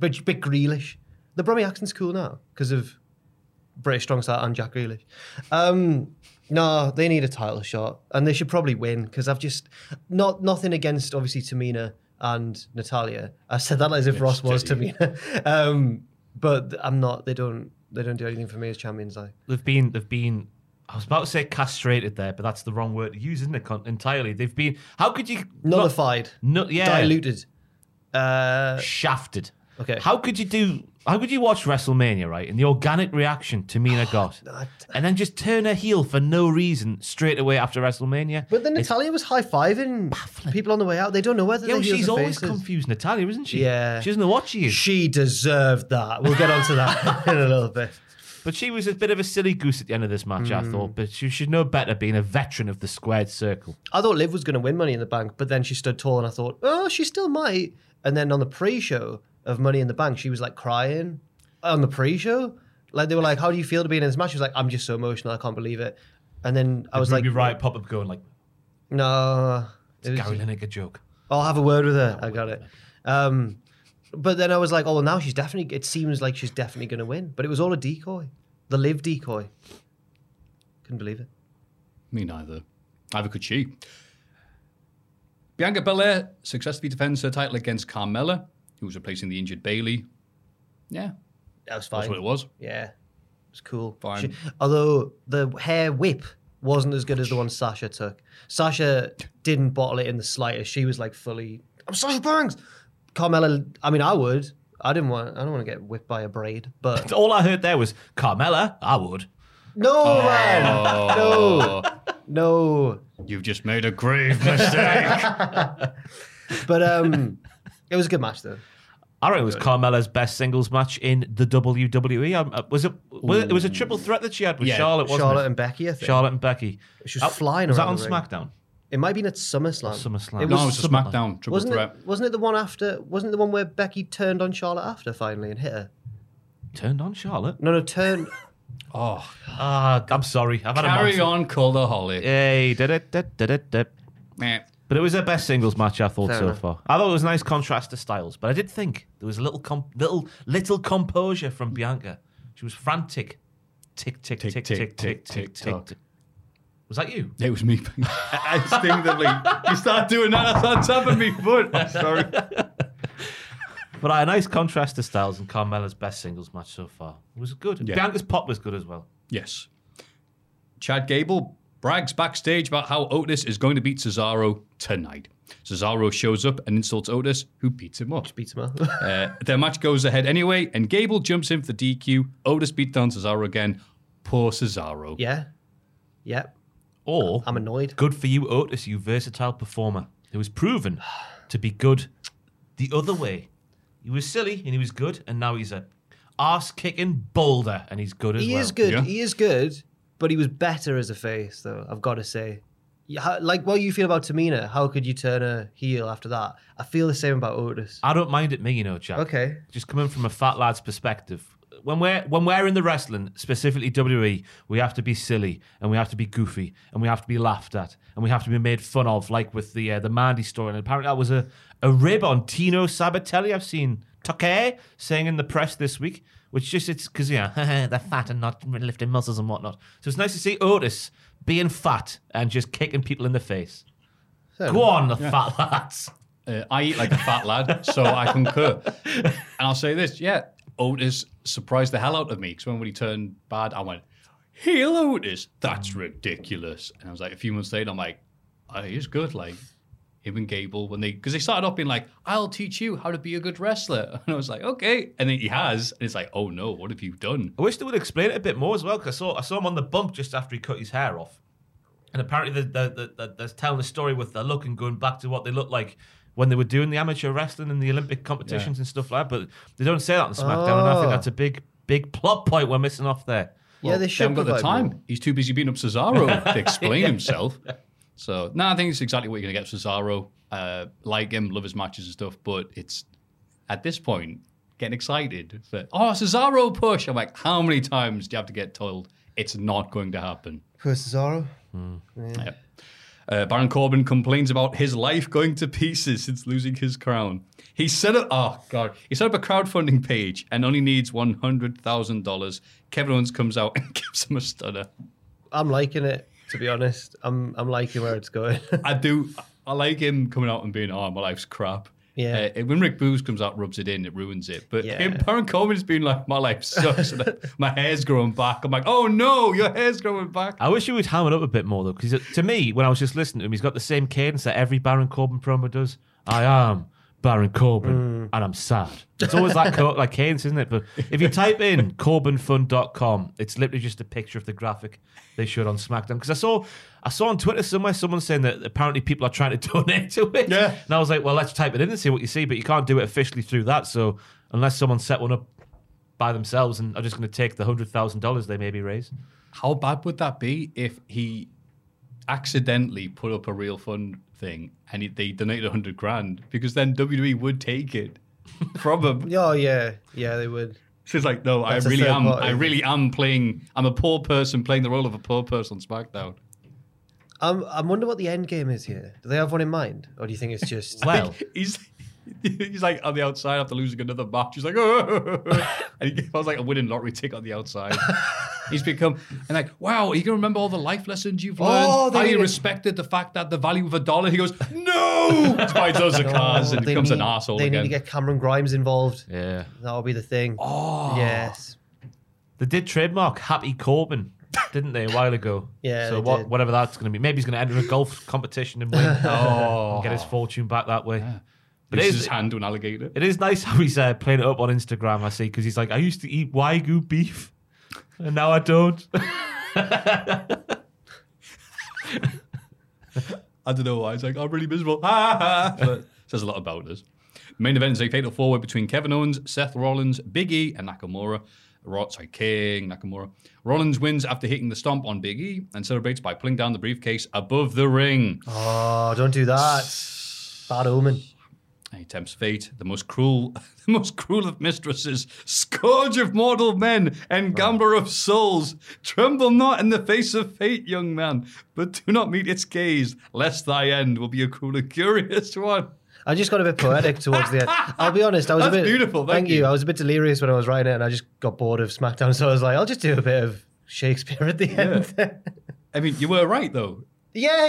Speaker 3: Bit bit Grealish. The Brummy accent's cool now because of British strong style and Jack Grealish. Um, no, they need a title shot and they should probably win because I've just not nothing against obviously Tamina and Natalia. I said that as if Ross was Tamina, um, but I'm not. They don't. They don't do anything for me as champions. Like.
Speaker 4: they've been they've been I was about to say castrated there, but that's the wrong word to use, isn't it? Con- entirely, they've been. How could you not-
Speaker 3: nullified,
Speaker 4: No, yeah,
Speaker 3: diluted. Uh,
Speaker 4: shafted.
Speaker 3: Okay.
Speaker 4: How could you do? How could you watch WrestleMania right and the organic reaction Tamina got, and then just turn her heel for no reason straight away after WrestleMania?
Speaker 3: But then Natalia was high fiving people on the way out. They don't know whether
Speaker 4: Yo,
Speaker 3: they're heels
Speaker 4: she's
Speaker 3: or
Speaker 4: always
Speaker 3: faces.
Speaker 4: confused, Natalia, isn't she?
Speaker 3: Yeah.
Speaker 4: She doesn't know what she is.
Speaker 3: She deserved that. We'll get onto that in a little bit.
Speaker 4: But she was a bit of a silly goose at the end of this match, I
Speaker 3: Mm.
Speaker 4: thought. But she should know better, being a veteran of the squared circle.
Speaker 3: I thought Liv was going to win Money in the Bank, but then she stood tall, and I thought, oh, she still might. And then on the pre-show of Money in the Bank, she was like crying on the pre-show. Like they were like, "How do you feel to be in this match?" She was like, "I'm just so emotional, I can't believe it." And then I was like,
Speaker 4: Ruby Riot pop up going like,
Speaker 3: "No, it was-
Speaker 4: Gary Lineker joke.
Speaker 3: I'll have a word with her." I got it. Um, but then I was like, "Oh, well, now she's definitely." It seems like she's definitely going to win, but it was all a decoy, the Liv decoy. Couldn't believe it.
Speaker 2: Me neither. Neither could she. Bianca Belair successfully defends her title against Carmella, who was replacing the injured Bailey. Yeah,
Speaker 3: That was fine.
Speaker 2: that's what it was.
Speaker 3: Yeah, it's cool.
Speaker 2: Fine.
Speaker 3: She- although the hair whip wasn't as good as the one Sasha took. Sasha didn't bottle it in the slightest. She was like fully. I'm Sasha Banks. Carmella. I mean, I would. I didn't want. I don't want to get whipped by a braid. But
Speaker 4: All I heard there was Carmella. I would.
Speaker 3: no, man, no, no.
Speaker 2: Oh, You've just made a grave mistake.
Speaker 3: But um, it was a good match though.
Speaker 4: I reckon it was Carmella's best singles match in the WWE. Um, uh, was it? Was it, it was a triple threat that she had with
Speaker 2: Yeah,
Speaker 4: Charlotte. Wasn't
Speaker 3: Charlotte
Speaker 4: it?
Speaker 3: and Becky. I think.
Speaker 4: Charlotte and Becky.
Speaker 3: She was
Speaker 4: That-
Speaker 3: flying
Speaker 4: Was that
Speaker 3: around the
Speaker 4: on
Speaker 3: ring.
Speaker 4: SmackDown?
Speaker 3: It might have been at SummerSlam.
Speaker 4: SummerSlam.
Speaker 3: It
Speaker 4: No,
Speaker 3: was
Speaker 2: no, it's a
Speaker 4: Summerland.
Speaker 2: SmackDown triple
Speaker 3: Wasn't
Speaker 2: threat.
Speaker 3: it? Wasn't it the one after? Wasn't it the one where Becky turned on Charlotte after finally and hit her?
Speaker 4: Turned on Charlotte.
Speaker 3: No, no, turn.
Speaker 2: Oh,
Speaker 4: Ah, I'm sorry. I've had a
Speaker 2: carry
Speaker 4: monster.
Speaker 2: on, Cultaholic.
Speaker 4: Hey, did it, did it, did it, did it.
Speaker 2: Meh.
Speaker 4: But it was their best singles match I thought
Speaker 3: Fair
Speaker 4: so
Speaker 3: enough.
Speaker 4: far. I thought it was a nice contrast to styles, but I did think there was a little com- little little composure from Bianca. She was frantic. Tick tick tick tick tick tick tick tick.
Speaker 2: tock.
Speaker 4: tick. Was that you?
Speaker 2: It was me. Instinctively, you start doing that, that's on top of me foot. I'm sorry.
Speaker 4: But I had a nice contrast to Styles and Carmella's best singles match so far. It was good.
Speaker 2: Yeah.
Speaker 4: Bianca's pop was good as well.
Speaker 2: Yes. Chad Gable brags backstage about how Otis is going to beat Cesaro tonight. Cesaro shows up and insults Otis, who beats him up.
Speaker 3: beats him up.
Speaker 2: Uh, their match goes ahead anyway, and Gable jumps in for DQ. Otis beats down Cesaro again. Poor Cesaro.
Speaker 3: Yeah. Yeah.
Speaker 4: Or
Speaker 3: I'm annoyed.
Speaker 4: good for you, Otis, you versatile performer who was proven to be good the other way. He was silly and he was good, and now he's a ass kicking boulder and he's good as
Speaker 3: He
Speaker 4: well.
Speaker 3: is good.
Speaker 2: Yeah.
Speaker 3: He is good, but he was better as a face, though, I've got to say. Yeah, how- like what you feel about Tamina, how could you turn her heel after that? I feel the same about Otis.
Speaker 4: I don't mind it, me, you know, Jack.
Speaker 3: Okay.
Speaker 4: Just coming from a fat lad's perspective. When we're when we're in the wrestling, specifically WWE, we have to be silly and we have to be goofy and we have to be laughed at and we have to be made fun of, like with the uh, the Mandy story. And apparently that was a, a rib on Tino Sabatelli. I've seen Take saying in the press this week, which just it's because yeah they're fat and not lifting muscles and whatnot. So it's nice to see Otis being fat and just kicking people in the face. Go on, the fat lads.
Speaker 2: Uh, I eat like a fat lad, so I concur. And I'll say this yeah, Otis surprised the hell out of me because when he turned bad, I went, Heel Otis, that's ridiculous. And I was like, a few months later, I'm like, oh, he's good. Like, him and Gable, when they, because they started off being like, I'll teach you how to be a good wrestler. And I was like, okay. And then he has. And it's like, oh no, what have you done?
Speaker 4: I wish they would explain it a bit more as well, because I saw I saw him on the bump just after he cut his hair off, and apparently the the, the, the they're telling the story with their look and going back to what they looked like when they were doing the amateur wrestling and the Olympic competitions and stuff like that. But they don't say that on SmackDown, and I think
Speaker 3: Oh.
Speaker 4: that's a big big plot point we're missing off there.
Speaker 3: yeah, they
Speaker 2: They
Speaker 3: should
Speaker 2: haven't got the
Speaker 3: provide
Speaker 2: time.
Speaker 3: more.
Speaker 2: He's too busy beating up Cesaro to explain himself. So, no, I think it's exactly what you're going to get from Cesaro. Uh, like him, love his matches and stuff, but it's at this point getting excited for, oh, Cesaro push. I'm like, how many times do you have to get told it's not going to happen?
Speaker 3: Poor Cesaro.
Speaker 2: Uh, Baron Corbin complains about his life going to pieces since losing his crown. He set up, oh god, he set up a crowdfunding page and only needs one hundred thousand dollars. Kevin Owens comes out and gives him a stunner.
Speaker 3: I'm liking it, to be honest. I'm I'm liking where it's going.
Speaker 2: I do. I like him coming out and being, "Oh, my life's crap."
Speaker 3: Yeah.
Speaker 2: Uh, when Rick Booze comes out, rubs it in, it ruins it. But
Speaker 3: Yeah.
Speaker 2: him, Baron Corbin's been like, "My life sucks. and I- my hair's growing back." I'm like, "Oh no, your hair's growing back."
Speaker 4: I wish he would ham it up a bit more though, because to me, when I was just listening to him, he's got the same cadence that every Baron Corbin promo does. I am Baron Corbin, and I'm sad. It's always like co- like Keynes, isn't it? But if you type in CorbinFund.com, it's literally just a picture of the graphic they showed on SmackDown. Because I saw I saw on Twitter somewhere someone saying that apparently people are trying to donate to it.
Speaker 2: Yeah.
Speaker 4: And I was like, well, let's type it in and see what you see. But you can't do it officially through that. So unless someone set one up by themselves and are just going to take the hundred thousand dollars they maybe raise.
Speaker 2: How bad would that be if he accidentally put up a real fund thing and he, they donated 100 grand? Because then WWE would take it from him.
Speaker 3: Oh yeah, yeah, they would.
Speaker 2: She's like, no,
Speaker 3: That's
Speaker 2: I
Speaker 3: a
Speaker 2: really
Speaker 3: third
Speaker 2: am.
Speaker 3: party.
Speaker 2: I really am playing. I'm a poor person playing the role of a poor person on SmackDown.
Speaker 3: I'm, I wonder what the end game is here. Do they have one in mind, or do you think it's just
Speaker 4: Well,
Speaker 2: He's he's like on the outside after losing another match. He's like, oh, and he, I was like a winning lottery ticket on the outside. he's become and like, wow, you can remember all the life lessons you've learned.
Speaker 3: Oh, they
Speaker 2: how
Speaker 3: need
Speaker 2: you
Speaker 3: to-
Speaker 2: respected the fact that the value of a dollar. He goes, no, Just buys loads of cars and
Speaker 3: They
Speaker 2: becomes an
Speaker 3: need-
Speaker 2: asshole
Speaker 3: They
Speaker 2: again.
Speaker 3: need to get Cameron Grimes involved.
Speaker 4: yeah.
Speaker 3: That'll be the thing. Oh yes,
Speaker 4: They did trademark Happy Corbin, didn't they, a while ago?
Speaker 3: Yeah,
Speaker 4: So
Speaker 3: they
Speaker 4: what,
Speaker 3: did.
Speaker 4: whatever that's going to be, maybe he's going to enter a golf competition and win. oh, get his fortune back that way. But it
Speaker 2: Loses
Speaker 4: is,
Speaker 2: his hand to an alligator.
Speaker 4: it is nice how he's uh, playing it up on Instagram. I see because he's like, I used to eat wagyu beef, and now I don't.
Speaker 2: I don't know why. It's like, I'm really miserable. Ah, but says a lot about us. Main event is a fatal four way between Kevin Owens, Seth Rollins, Big E, and Nakamura. Ro- sorry, King Nakamura. Rollins wins after hitting the stomp on Big E and celebrates by pulling down the briefcase above the ring.
Speaker 3: Oh, don't do that. Bad omen.
Speaker 2: He tempts fate, the most cruel, the most cruel of mistresses, scourge of mortal men and gambler of souls. Tremble not in the face of fate, young man, but do not meet its gaze, lest thy end will be a cruel and curious one.
Speaker 3: I just got a bit poetic towards the end. I'll be honest, I was
Speaker 2: That's
Speaker 3: a bit
Speaker 2: beautiful, thank
Speaker 3: you.
Speaker 2: you.
Speaker 3: I was a bit delirious when I was writing it, and I just got bored of SmackDown, so I was like, I'll just do a bit of Shakespeare at the end.
Speaker 2: I mean, you were right though.
Speaker 3: yeah,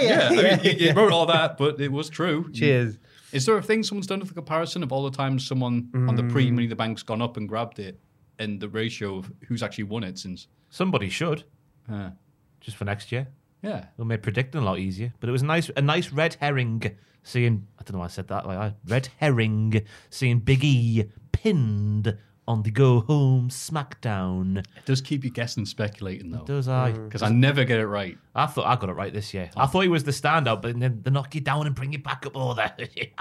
Speaker 2: Yeah,
Speaker 3: yeah, yeah.
Speaker 2: I mean, you, you wrote all that, but it was true.
Speaker 3: Cheers.
Speaker 2: Is there a thing someone's done with a comparison of all the times someone on the
Speaker 4: Mm.
Speaker 2: pre Money in the Bank's gone up and grabbed it, and the ratio of who's actually won it since?
Speaker 4: Somebody should
Speaker 2: Uh,
Speaker 4: just for next year.
Speaker 2: yeah,
Speaker 4: It'll make predicting a lot easier. But it was nice, a nice red herring seeing. I don't know why I said that. Like I, red herring seeing Big E pinned on the go home SmackDown.
Speaker 2: it does keep you guessing, speculating though,
Speaker 4: Does
Speaker 3: Mm.
Speaker 4: I?
Speaker 2: because I never get it right.
Speaker 4: I thought I got it right this year. I thought he was the standout, but then they knock you down and bring you back up. Oh, they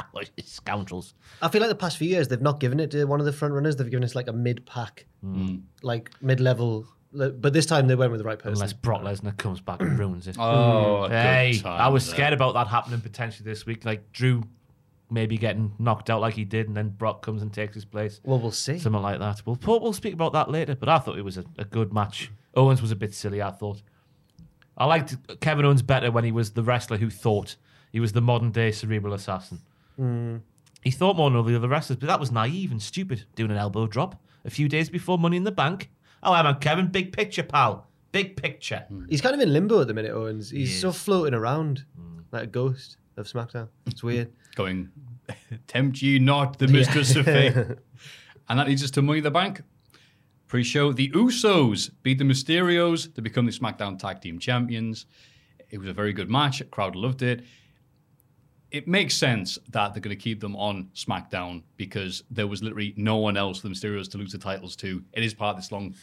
Speaker 4: scoundrels.
Speaker 3: I feel like the past few years they've not given it to one of the front runners. They've given us like a mid pack,
Speaker 2: Hmm.
Speaker 3: like mid level. But this time they went with the right person.
Speaker 4: Unless Brock Lesnar comes back and ruins it.
Speaker 2: Oh,
Speaker 4: Mm. hey, I was scared about that happening potentially this week. Like Drew maybe getting knocked out like he did, and then Brock comes and takes his place.
Speaker 3: Well, we'll see.
Speaker 4: something like that. We'll we'll speak about that later. But I thought it was a, a good match. Owens was a bit silly. I thought I liked Kevin Owens better when he was the wrestler who thought he was the modern day cerebral assassin. He thought more than all the other wrestlers, but that was naive and stupid. Doing an elbow drop a few days before Money in the Bank. Oh, I'm on Kevin. Big picture, pal. Big picture.
Speaker 3: He's kind of in limbo at the minute, Owens. He's so floating around
Speaker 2: Hmm.
Speaker 3: like a ghost of SmackDown. It's weird.
Speaker 2: going, tempt ye not the mistress of fate. And that leads us to Money in the Bank. Pre show, the Usos beat the Mysterios to become the SmackDown Tag Team Champions. It was a very good match. Crowd loved it. It makes sense that they're going to keep them on SmackDown because there was literally no one else for the Mysterios to lose the titles to. It is part of this long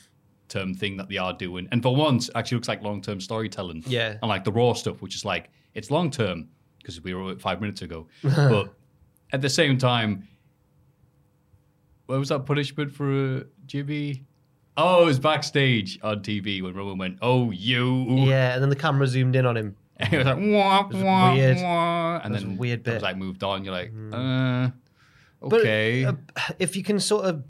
Speaker 2: term thing that they are doing. And for once, actually looks like long term storytelling.
Speaker 3: Yeah.
Speaker 2: And like the Raw stuff, which is like, it's long term because we were at five minutes ago. but at the same time, what was that punishment for uh, Jimmy? Oh, it was backstage on TV when Roman went, "Oh, you."
Speaker 3: Yeah, and then the camera zoomed in on him.
Speaker 2: And it was like, wah, wah,
Speaker 3: weird.
Speaker 2: wah. And
Speaker 3: It was
Speaker 2: then
Speaker 3: a weird
Speaker 2: it was
Speaker 3: bit. Mm.
Speaker 2: like moved on. You're like, uh,
Speaker 3: But
Speaker 2: okay.
Speaker 3: uh, if you can sort of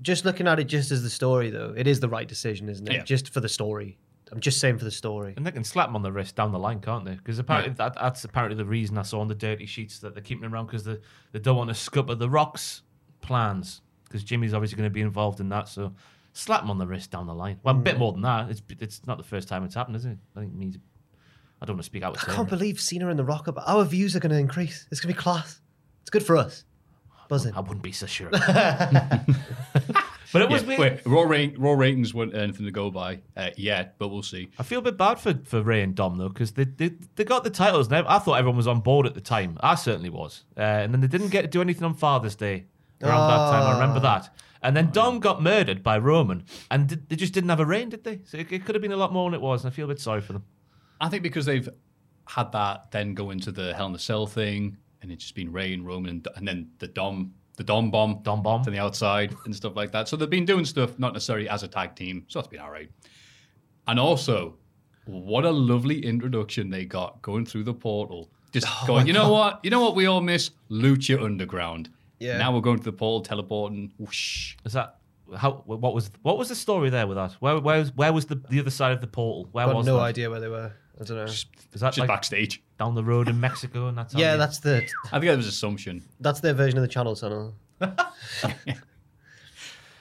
Speaker 3: just looking at it just as the story, though, it is the right decision, isn't it?
Speaker 2: Yeah.
Speaker 3: Just for the story. I'm just saying for the story.
Speaker 4: And they can slap him on the wrist down the line, can't they? Because apparently that, that's apparently the reason I saw on the dirty sheets that they're keeping him around because they, they don't want to scupper the Rock's plans. Because Jimmy's obviously going to be involved in that, so slap him on the wrist down the line. Well, a bit more than that. It's it's not the first time it's happened, is it? I think it means I don't want to speak out. with
Speaker 3: I
Speaker 4: saying
Speaker 3: can't
Speaker 4: it.
Speaker 3: believe Cena and The Rock, but our views are going to increase. It's going to be class. It's good for us. Buzzing.
Speaker 4: I wouldn't be so sure. of that. But it was
Speaker 2: Yeah,
Speaker 4: weird.
Speaker 2: Wait, raw, rate, raw ratings weren't anything to go by uh, yet, but we'll see.
Speaker 4: I feel a bit bad for, for Ray and Dom though, because they, they they got the titles. Now I thought everyone was on board at the time. I certainly was, uh, and then they didn't get to do anything on Father's Day around that time. I remember that. And then Dom got murdered by Roman, and did, they just didn't have a reign, did they? So it, it could have been a lot more than it was, and I feel a bit sorry for them.
Speaker 2: I think because they've had that, then go into the Hell in a Cell thing, and it's just been Ray and Roman, and, and then the Dom, the Dom bomb,
Speaker 4: Dom bomb.
Speaker 2: to the outside and stuff like that. So they've been doing stuff not necessarily as a tag team, so that's been all right. And also, what a lovely introduction they got going through the portal. Just
Speaker 4: Oh
Speaker 2: going, you know what? You know what we all miss? Lucha Underground.
Speaker 3: Yeah.
Speaker 2: Now we're going to the portal, teleporting. Whoosh.
Speaker 4: Is that how? What was what was the story there with that? Where where was, where was the, the other side of the portal? Where
Speaker 3: I've got
Speaker 4: was
Speaker 3: no
Speaker 4: that?
Speaker 3: idea where they were. I don't know.
Speaker 4: Is that
Speaker 2: Just
Speaker 4: like
Speaker 2: backstage.
Speaker 4: down the road in Mexico and that's how
Speaker 3: yeah,
Speaker 4: they-
Speaker 3: that's the
Speaker 2: I think that was assumption.
Speaker 3: that's their version of the Channel Tunnel.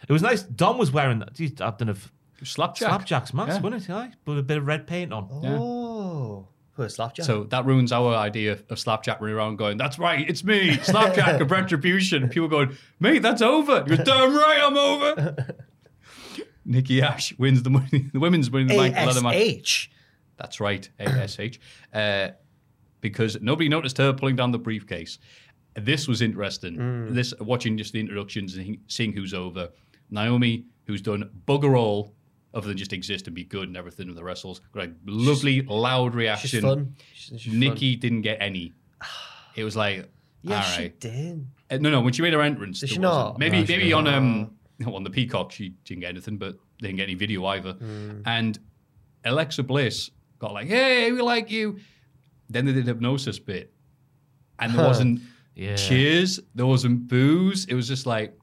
Speaker 4: It was nice. Dom was wearing that. Geez, I've done a f-
Speaker 2: Slapjack.
Speaker 4: slapjacks mask,
Speaker 2: Yeah.
Speaker 4: wasn't it? Aye? But a bit of red paint on.
Speaker 2: Yeah.
Speaker 3: Oh, who a slapjack?
Speaker 2: So that ruins our idea of Slapjack running around going, that's right, it's me, Slapjack of Retribution. People going, mate, that's over. He goes, damn right, I'm over. Nikki Ash wins the money, the women's winning the mic leather match.
Speaker 3: ASH.
Speaker 2: That's right, ASH. Uh, because nobody noticed her pulling down the briefcase. This was interesting.
Speaker 3: Mm.
Speaker 2: This watching just the introductions and he- seeing who's over. Naomi, who's done bugger all other than just exist and be good and everything with the wrestles. Got a lovely, loud reaction.
Speaker 3: She's fun. She's, she's
Speaker 2: Nikki didn't get any. It was like,
Speaker 3: Fun. Yeah,
Speaker 2: all
Speaker 3: she
Speaker 2: right.
Speaker 3: did.
Speaker 2: Uh, no, no. When she made her entrance,
Speaker 3: Did
Speaker 2: there
Speaker 3: she
Speaker 2: wasn't.
Speaker 3: not?
Speaker 2: Maybe,
Speaker 3: No, she
Speaker 2: maybe
Speaker 3: didn't.
Speaker 2: on um on the Peacock, she didn't get anything, but they didn't get any video either.
Speaker 3: Hmm.
Speaker 2: And Alexa Bliss got like, "Hey, we like you." Then they did hypnosis bit, and there wasn't
Speaker 4: Yeah.
Speaker 2: cheers, there wasn't booze. It was just like,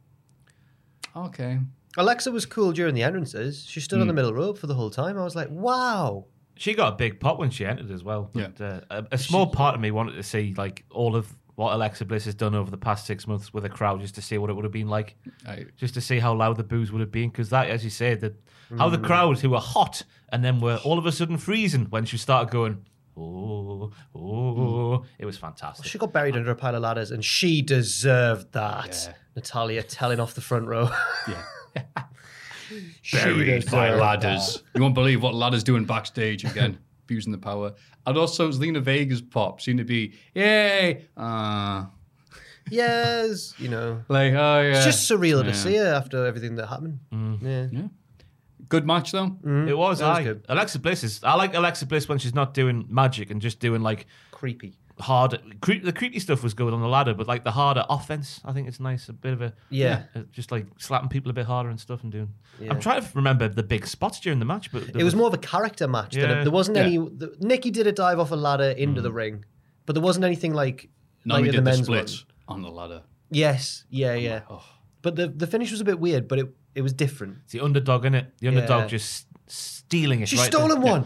Speaker 2: okay,
Speaker 3: Alexa was cool during the entrances. She stood
Speaker 2: Hmm.
Speaker 3: on the middle rope for the whole time. I was like, wow.
Speaker 4: She got a big pop when she entered as well. But, uh, a, a small part of me wanted to see like all of what Alexa Bliss has done over the past six months with a crowd, just to see what it would have been like,
Speaker 2: I,
Speaker 4: just to see how loud the booze would have been. Because that, as you said, that how
Speaker 3: Mm.
Speaker 4: the crowd who were hot and then were all of a sudden freezing when she started going, oh, oh, it was fantastic.
Speaker 3: She got buried under a pile of ladders and she deserved that. Natalia telling off the front row.
Speaker 2: yeah.
Speaker 3: She
Speaker 2: buried by
Speaker 3: deserved
Speaker 2: ladders. uh, You won't believe what ladders doing backstage again, abusing the power. And also Zelina Vega's pop seemed to be yay, uh,
Speaker 3: that. Yes. You know,
Speaker 2: like oh yeah.
Speaker 3: it's just surreal
Speaker 2: Yeah. Mm.
Speaker 3: to see her after everything that happened. Yeah.
Speaker 2: good match though.
Speaker 3: Mm.
Speaker 4: It was,
Speaker 3: That was
Speaker 4: aye.
Speaker 3: good.
Speaker 4: Alexa Bliss is. I like Alexa Bliss when she's not doing magic and just doing like
Speaker 3: Creepy.
Speaker 4: hard. Creep, the creepy stuff was good on the ladder, but like the harder offense, I think it's nice. A bit of a
Speaker 3: Yeah.
Speaker 4: uh, just like slapping people a bit harder and stuff and doing.
Speaker 3: Yeah.
Speaker 4: I'm trying to remember the big spots during the match, but
Speaker 3: It was more of a character match. Than
Speaker 4: Mm-hmm. Yeah. Mm.
Speaker 3: a, there wasn't
Speaker 2: Yeah.
Speaker 3: any. The, Nikki did a dive off a ladder into the ring, but there wasn't anything like.
Speaker 2: Naomi
Speaker 3: like in
Speaker 2: did the,
Speaker 3: men's
Speaker 2: splits
Speaker 3: one.
Speaker 2: on the ladder.
Speaker 3: Yes. Yeah. Yeah.
Speaker 2: oh.
Speaker 3: But the the finish was a bit weird, but it it was different.
Speaker 4: it's the underdog in it. The underdog
Speaker 3: Yeah.
Speaker 4: just stealing it.
Speaker 3: She's
Speaker 4: right
Speaker 3: stolen
Speaker 4: there.
Speaker 3: one.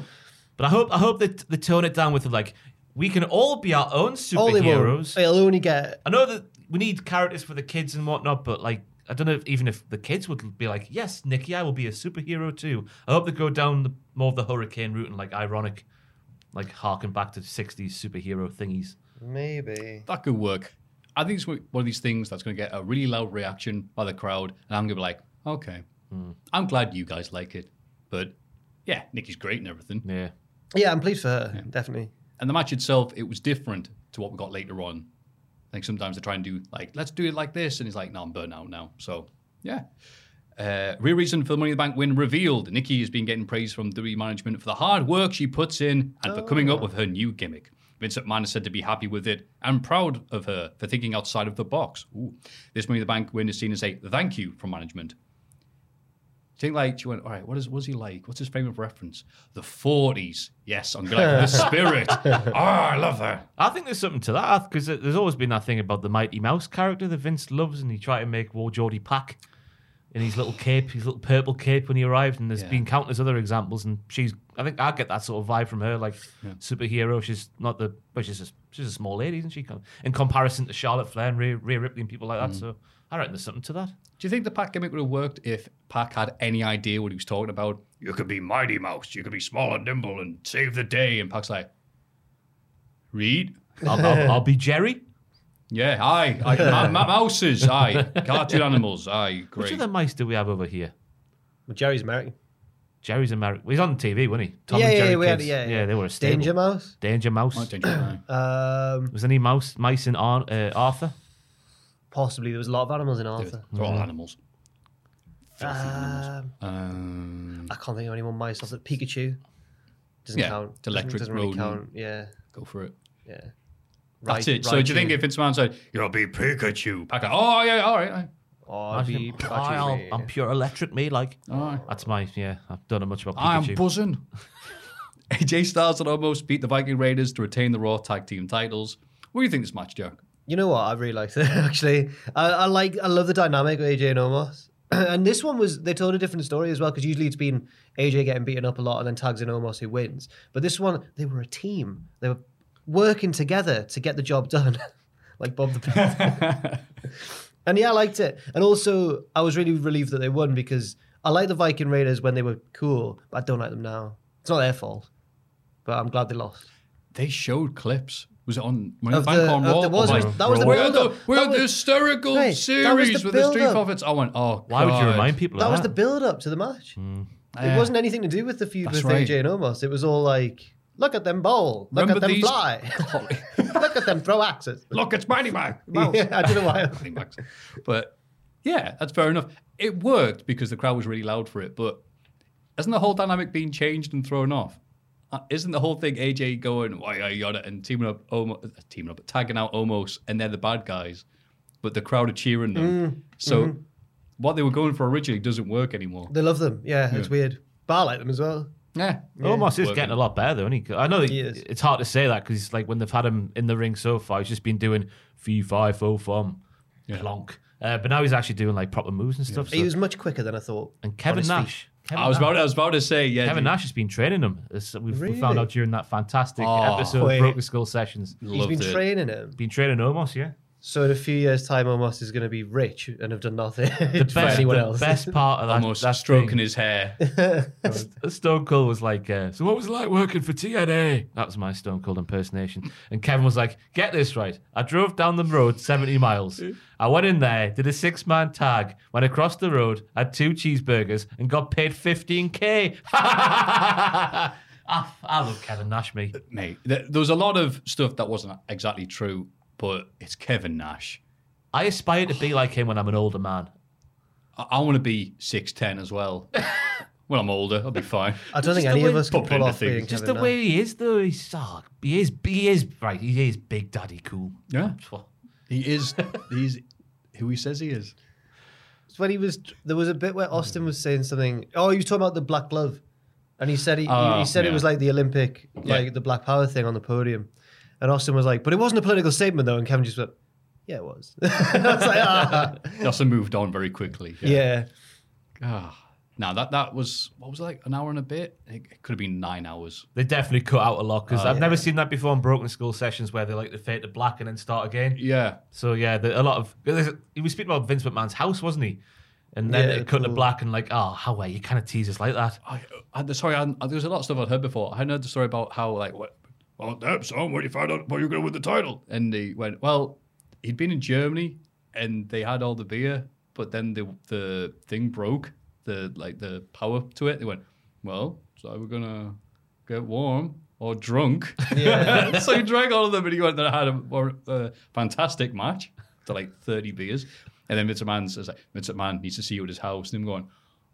Speaker 4: But I hope I hope they they tone it down with like we can all be our own
Speaker 3: All they
Speaker 4: superheroes.
Speaker 3: won't. They'll only get.
Speaker 4: I know that we need characters for the kids and whatnot, but like, I don't know if, even if the kids would be like, "Yes, Nikki, I will be a superhero too." I hope they go down the, more of the hurricane route and like ironic, like harken back to '60s superhero thingies.
Speaker 3: Maybe.
Speaker 2: That could work. I think it's one of these things that's going to get a really loud reaction by the crowd, and I'm going to be like, okay,
Speaker 3: Mm.
Speaker 2: I'm glad you guys like it, but yeah, Nikki's great and everything.
Speaker 4: Yeah,
Speaker 3: Yeah, I'm pleased for her. Definitely.
Speaker 2: And the match itself, it was different to what we got later on. I think sometimes they try and do like, let's do it like this, and he's like, no, I'm burnt out now. So yeah. Uh, real reason for the Money in the Bank win revealed. Nikki has been getting praise from WWE management for the hard work she puts in and for coming up with her new gimmick. Vince McMahon is said to be happy with it and proud of her for thinking outside of the box. Ooh. This Money in the Bank win is seen as a thank you from management. Do you think like she went, all right, what is what's he like? What's his frame of reference? The 40s. Yes, I'm gonna like the spirit. Oh, I love that.
Speaker 4: I think there's something to that because there's always been that thing about the Mighty Mouse character that Vince loves, and he tried to make War Geordie Pack in his little cape, his little purple cape when he arrived. And there's
Speaker 2: Yeah.
Speaker 4: been countless other examples, and she's. I think I get that sort of vibe from her, like superhero. She's not the, but she's a, she's a small lady, isn't she? Com- In comparison to Charlotte Flair and Rhea, Rhea Ripley and people like
Speaker 3: Mm.
Speaker 4: that, so I reckon there's something to that.
Speaker 2: Do you think the Pac gimmick would have worked if Pac had any idea what he was talking about? You could be Mighty Mouse, you could be small and nimble and save the day. And Pac's like, Reed?
Speaker 4: I'll, I'll, I'll be Jerry.
Speaker 2: Yeah, aye. aye. ma- ma- mouses, aye. Cartoon animals, aye.
Speaker 4: Which
Speaker 2: Great.
Speaker 4: other mice do we have over here?
Speaker 3: Well, Jerry's American.
Speaker 4: Jerry's American. Well, he's on TV, wasn't he? Tom
Speaker 3: yeah,
Speaker 4: and
Speaker 3: yeah,
Speaker 4: Jerry
Speaker 3: yeah, we had-
Speaker 4: Kids.
Speaker 3: yeah, yeah.
Speaker 4: they were a staple.
Speaker 3: Danger Mouse.
Speaker 4: Danger Mouse.
Speaker 2: Might change it, aye.
Speaker 3: Um,
Speaker 4: Was any mouse mice in Ar- uh, Arthur?
Speaker 3: possibly there was a lot of animals in Arthur.
Speaker 2: They're all animals.
Speaker 3: Um,
Speaker 2: Um,
Speaker 3: I can't think of anyone mice off that Pikachu. Doesn't
Speaker 2: Yeah,
Speaker 3: count.
Speaker 2: it's
Speaker 3: Doesn't-
Speaker 2: electric
Speaker 3: doesn't really
Speaker 2: rodent.
Speaker 3: count. Yeah.
Speaker 2: go for it.
Speaker 3: Yeah.
Speaker 2: That's it. So do you think if it's man said, you'll be Pikachu? Packer. Oh, yeah, all right. aye.
Speaker 3: I'd be
Speaker 4: Imagine- Aye, I'll- I'm pure electric, me. Like
Speaker 2: Aye.
Speaker 4: that's my yeah. I don't know much about
Speaker 2: I am
Speaker 4: Pikachu.
Speaker 2: buzzing. AJ Styles had almost beat the Viking Raiders to retain the Raw Tag Team titles. What do you think of this match, Jack?
Speaker 3: You know what? I really liked it actually. I, I like. I love the dynamic of AJ and Omos. and this one was they told a different story as well because usually it's been AJ getting beaten up a lot and then tags in Omos who wins. But this one, they were a team. They were working together to get the job done, like Bob the Builder. and yeah, I liked it. And also, I was really relieved that they won because I like the Viking Raiders when they were cool, but I don't like them now. It's not their fault, but I'm glad they lost.
Speaker 2: They showed clips. Was it on when
Speaker 3: Of
Speaker 2: the Bank
Speaker 3: the-
Speaker 2: on
Speaker 3: of
Speaker 2: Raw?
Speaker 3: the- was
Speaker 2: or
Speaker 3: it-
Speaker 2: like,
Speaker 3: that was the
Speaker 2: we're the,
Speaker 3: build-up.
Speaker 2: we're
Speaker 3: That
Speaker 2: the
Speaker 3: was-
Speaker 2: hysterical
Speaker 3: Right, that was the
Speaker 2: series with the Street
Speaker 3: build-up.
Speaker 2: Profits. I went, oh,
Speaker 4: Why would you
Speaker 2: God.
Speaker 4: remind people?
Speaker 3: That
Speaker 4: of
Speaker 3: was
Speaker 4: that?
Speaker 3: the build up to the match.
Speaker 4: Mm.
Speaker 2: Yeah.
Speaker 3: It wasn't anything to do with the feud
Speaker 2: That's
Speaker 3: with
Speaker 2: right.
Speaker 3: AJ and Omos. It was all like, look at them bowl, look
Speaker 2: Remember
Speaker 3: at them
Speaker 2: these-
Speaker 3: fly, look at them throw axes.
Speaker 2: Look, it's Mighty Mike. Mouse.
Speaker 3: yeah, I don't know why.
Speaker 2: Mighty Mouse. But yeah, that's fair enough. It worked because the crowd was really loud for it. But isn't the whole dynamic being changed and thrown off? Uh, Isn't the whole thing AJ going why I got it and teaming up, almost, teaming up, tagging out almost, and they're the bad guys, but the crowd are cheering them. so what they were going for originally doesn't work anymore.
Speaker 3: They love them. Yeah, it's weird. But I like them as well.
Speaker 2: Yeah,
Speaker 4: Omos is
Speaker 2: Working.
Speaker 4: Oh, getting a lot better, though, isn't he? I know
Speaker 3: He
Speaker 4: it-
Speaker 3: is.
Speaker 4: it's hard to say that because like when they've had him in the ring so far, he's just been doing fee fi fo fum, clonk. Uh, but now he's actually doing like proper moves and stuff.
Speaker 3: He
Speaker 4: so-
Speaker 3: was much quicker than I thought.
Speaker 4: and
Speaker 3: on
Speaker 4: Kevin
Speaker 3: his feet.
Speaker 4: Nash. Kevin
Speaker 2: I was
Speaker 4: Nash.
Speaker 2: about I was about to say yeah.
Speaker 4: Kevin
Speaker 2: dude.
Speaker 4: Nash has been training him. It's- we- We
Speaker 3: Really?
Speaker 4: found out during that fantastic
Speaker 2: Oh,
Speaker 4: episode
Speaker 3: wait.
Speaker 4: of Broken Skull Sessions.
Speaker 3: He's been
Speaker 2: Loved it.
Speaker 3: training him.
Speaker 4: Been training Omos, yeah.
Speaker 3: So in a few years' time, Omos is going to be rich and have done nothing
Speaker 4: The
Speaker 3: for
Speaker 4: best,
Speaker 3: anyone
Speaker 4: the
Speaker 3: else.
Speaker 4: best part of that,
Speaker 2: almost
Speaker 4: that
Speaker 2: stroking
Speaker 4: thing,
Speaker 2: his hair.
Speaker 4: Stone Cold was like, uh, "So what was it like working for TNA?" That was my Stone Cold impersonation. And Kevin was like, "Get this right. I drove down the road seventy miles. I went in there, did a six-man tag, went across the road, had two cheeseburgers, and got paid fifteen k." I, I love Kevin Nash, me.
Speaker 2: mate. Th- there was a lot of stuff that wasn't exactly true, but it's Kevin Nash.
Speaker 4: I aspire to be like him when I'm an older man.
Speaker 2: I, I want to be six ten as well. when I'm older, I'll be fine.
Speaker 3: I don't think
Speaker 4: Just the
Speaker 3: any of
Speaker 4: way-
Speaker 3: us can
Speaker 2: Pop
Speaker 3: pull
Speaker 2: into
Speaker 3: off being
Speaker 2: things.
Speaker 4: Just
Speaker 3: Kevin
Speaker 4: the
Speaker 3: Nash.
Speaker 4: way he is, though, he's oh, he is he is right. He is big daddy cool.
Speaker 2: Yeah. He is. He's who he says he is.
Speaker 3: It's when he was there was a bit where Austin was saying something. Oh, he was talking about the black glove, and he said he, he- he
Speaker 2: Oh,
Speaker 3: said it
Speaker 2: yeah.
Speaker 3: was like the Olympic, like the black power thing on the podium, and Austin was like, "But it wasn't a political statement though." And Kevin just went, "Yeah, it was." I was like, ah,
Speaker 2: He also moved on very quickly.
Speaker 3: yeah.
Speaker 2: Ah. Now that that was what was it like an hour and a bit. It, it could have been nine hours.
Speaker 4: They definitely cut out a lot because
Speaker 3: Oh,
Speaker 4: I've never seen that before in Broken School sessions where they like to fade to black and then start again.
Speaker 2: Yeah.
Speaker 4: So yeah, the, a lot of there's- he was speaking about Vince McMahon's house, wasn't he? And then
Speaker 3: Yeah,
Speaker 4: it cut to
Speaker 3: cool.
Speaker 4: black and like, oh, how are you? Kind of tease us like that.
Speaker 2: I, I sorry. I, there was a lot of stuff I'd heard before. I hadn't heard the story about how like what. Well, damn son, when you find out where you're going to win the title, and they went. Well, he'd been in Germany, and they had all the beer, but then the the thing broke. The like the power to it. They went. Well, so we're gonna get warm or drunk. Yeah. so he drank all of them, and he went and had a, more, uh, fantastic match to like thirty beers, and then Vince McMahon says like Vince McMahon needs to see you at his house, and him going.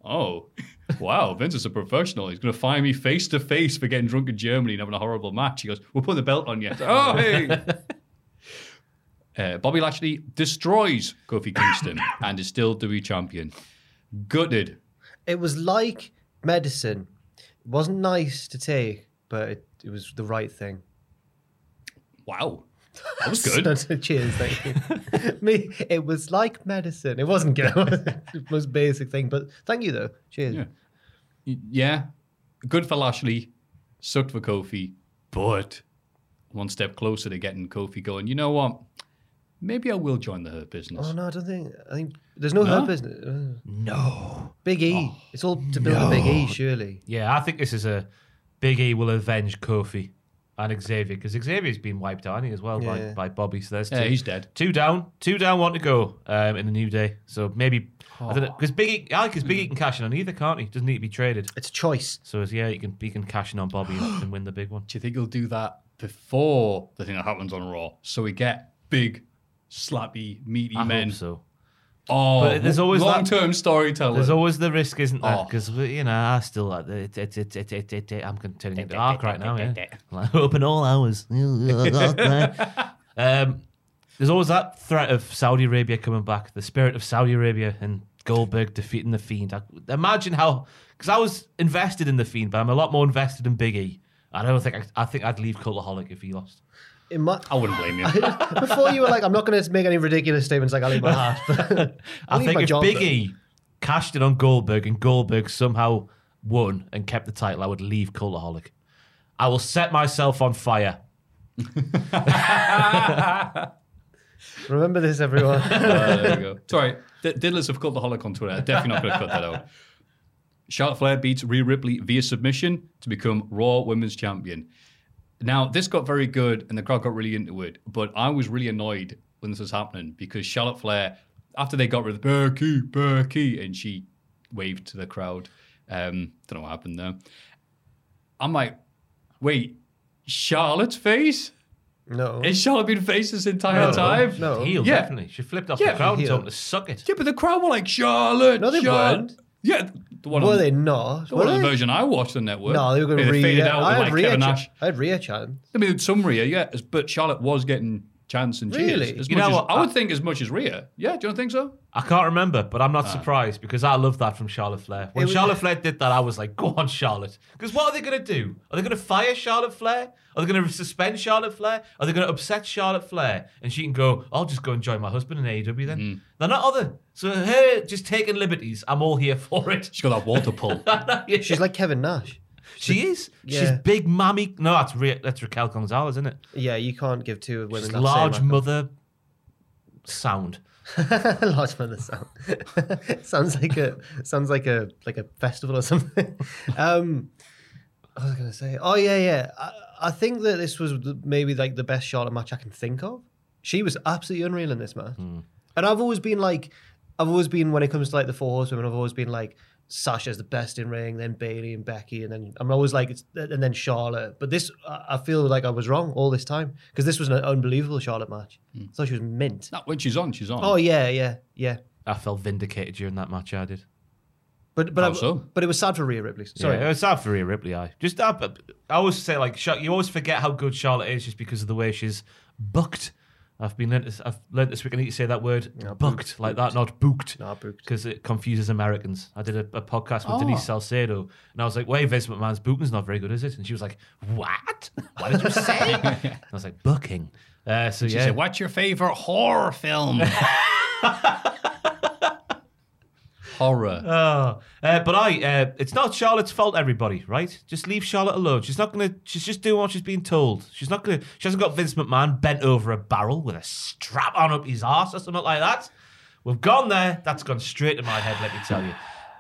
Speaker 2: Oh, wow, Vince is a professional. He's going to fire me face to face for getting drunk in Germany and having a horrible match. He goes, We'll put the belt on you. oh, hey. Uh, Bobby Lashley destroys Kofi Kingston and is still WWE champion. Gutted.
Speaker 3: It was like medicine. It wasn't nice to take, but it, it was the right thing.
Speaker 2: Wow. That was good.
Speaker 3: Cheers, thank you. Me, it was like medicine. It wasn't good. It was the most basic thing, but thank you though. Cheers.
Speaker 2: Yeah. Y- yeah, good for Lashley, sucked for Kofi, but one step closer to getting Kofi going. You know what? Maybe I will join the Hurt business.
Speaker 3: Oh no, I don't think. I think there's no,
Speaker 2: No? Oh,
Speaker 3: herb business. No. Big E. it's all to build a Big E, surely.
Speaker 4: Yeah, I think this is a Big E will avenge Kofi. and Xavier because Xavier's been wiped out hasn't he, as well
Speaker 3: Yeah.
Speaker 4: by, by Bobby. So there's two.
Speaker 2: Yeah, he's dead.
Speaker 4: Two down, two down, one to go um, in the new day. So maybe I don't know because Biggie, I like because Biggie can cash in on either, can't he? Doesn't need to be traded.
Speaker 3: It's a choice.
Speaker 4: So it's- yeah, you can he can cash in on Bobby and, and win the big one.
Speaker 2: Do you think he'll do that before the thing that happens on Raw? So we get big, slappy, meaty
Speaker 4: I
Speaker 2: men.
Speaker 4: hope so.
Speaker 2: Oh,
Speaker 4: But there's always that-
Speaker 2: long-term storytelling.
Speaker 4: There's always the risk, isn't there?
Speaker 2: Oh.
Speaker 4: Because you know, I still uh, it, it, it, it, it, it, it, I'm con- turning into dark right now. Yeah, like, open all hours. um, there's always that threat of Saudi Arabia coming back, the spirit of Saudi Arabia and Goldberg defeating the Fiend. I, imagine how, because I was invested in the Fiend, but I'm a lot more invested in Big E. I don't think I, I think I'd leave Cultaholic if he lost.
Speaker 3: It might,
Speaker 2: I wouldn't blame you.
Speaker 3: before you were like, I'm not going to make any ridiculous statements like I leave my heart. But
Speaker 4: I
Speaker 3: leave
Speaker 4: think
Speaker 3: my
Speaker 4: if
Speaker 3: job,
Speaker 4: Big
Speaker 3: though.
Speaker 4: E cashed it on Goldberg and Goldberg somehow won and kept the title, I would leave Cultaholic. I will set myself on fire.
Speaker 3: Remember this, everyone.
Speaker 2: Uh, there we go. Sorry, D- Diddlers have cut the Holocaust on Twitter. Definitely not going to cut that out. Charlotte Flair beats Rhea Ripley via submission to become Raw Women's Champion. Now, this got very good and the crowd got really into it, but I was really annoyed when this was happening because Charlotte Flair, after they got rid of Becky, Becky, and she waved to the crowd, um, don't know what happened there. I'm like, wait, Charlotte's face?
Speaker 3: no.
Speaker 2: Is Charlotte been face this entire time?
Speaker 3: No.
Speaker 4: Heel,
Speaker 2: Yeah.
Speaker 4: definitely. She flipped off
Speaker 2: Yeah,
Speaker 4: the crowd and
Speaker 3: heel.
Speaker 4: told him to suck it.
Speaker 2: Yeah, but the crowd were like Charlotte.
Speaker 3: No, they
Speaker 2: Charlotte.
Speaker 3: weren't.
Speaker 2: Yeah, the one
Speaker 3: Were
Speaker 2: on,
Speaker 3: they not?
Speaker 2: the, one
Speaker 3: Were
Speaker 2: on the
Speaker 3: they?
Speaker 2: version I watched on network.
Speaker 3: No, they were going to
Speaker 2: they
Speaker 3: re.
Speaker 2: faded out
Speaker 3: I
Speaker 2: with
Speaker 3: had
Speaker 2: like
Speaker 3: Rhea
Speaker 2: Kevin
Speaker 3: cha-
Speaker 2: Nash.
Speaker 3: I had Rhea Chan.
Speaker 2: I mean, some Rhea, yeah, as- but Charlotte was getting chance and cheers.
Speaker 3: Really?
Speaker 2: As
Speaker 4: You
Speaker 2: much
Speaker 4: know
Speaker 2: as-
Speaker 4: what,
Speaker 2: I would
Speaker 4: I-
Speaker 2: think as much as Rhea. Yeah, do you not think so?
Speaker 4: I can't remember, but I'm
Speaker 3: Ah.
Speaker 4: not surprised because I love that from Charlotte Flair. When
Speaker 3: was-
Speaker 4: Charlotte Flair did that, I was like, go on, Charlotte. Because what are they going to do? Are they going to fire Charlotte Flair? Are they going to suspend Charlotte Flair? Are they going to upset Charlotte Flair? And she can go, I'll just go and join my husband in AEW then.
Speaker 3: Mm.
Speaker 4: They're not other. So her just taking liberties, I'm all here for it.
Speaker 2: She's got that water pull.
Speaker 3: She's like Kevin Nash.
Speaker 4: She is. She's
Speaker 3: Yeah.
Speaker 4: big mammy. No, that's, Ra- that's Raquel Gonzalez, isn't it?
Speaker 3: Yeah, you can't give two women
Speaker 4: She's
Speaker 3: that
Speaker 4: large
Speaker 3: same
Speaker 4: mother sound.
Speaker 3: accent. large mother sound. sounds like a sounds like a like a festival or something. Um, what was I going to say? Oh yeah, yeah. I, I think that this was the- maybe like the best Charlotte match I can think of. She was absolutely unreal in this match, and I've always been like, I've always been when it comes to like the four horsewomen, I've always been like. Sasha's the best in ring, then Bailey and Becky, and then I'm always like, it's, and then Charlotte. But this, I I feel like I was wrong all this time because this was an unbelievable Charlotte match. I thought she was mint.
Speaker 2: Not when she's on, she's on.
Speaker 3: Oh yeah, yeah, yeah.
Speaker 4: I felt vindicated during that match I did.
Speaker 3: But but
Speaker 2: How
Speaker 3: I-
Speaker 2: so?
Speaker 3: but it was sad for Rhea Ripley. Sorry,
Speaker 4: Sorry, it's sad for Rhea Ripley. I just I, I always say like Char- you always forget how good Charlotte is just because of the way she's booked. I've been learnt this, I've learnt this week. I need to say that word booked like that, not booked.
Speaker 3: Nah, booked.
Speaker 4: because it confuses Americans. I did a, a podcast with
Speaker 2: Oh.
Speaker 4: Denise Salcedo, and I was like, "Wait, Vince McMahon's booking's not very good, is it?" And she was like, "What? What did you say?" I was like, "Booking." Uh, so
Speaker 2: She
Speaker 4: yeah,
Speaker 2: said, What's your favorite horror film? horror.
Speaker 4: Oh, uh, but I, uh, it's not Charlotte's fault, everybody, right? Just leave Charlotte alone. She's not going to, she's just doing what she's being told. She's not going to, she hasn't got Vince McMahon bent over a barrel with a strap on up his arse or something like that. We've gone there. That's gone straight to my head, let me tell you.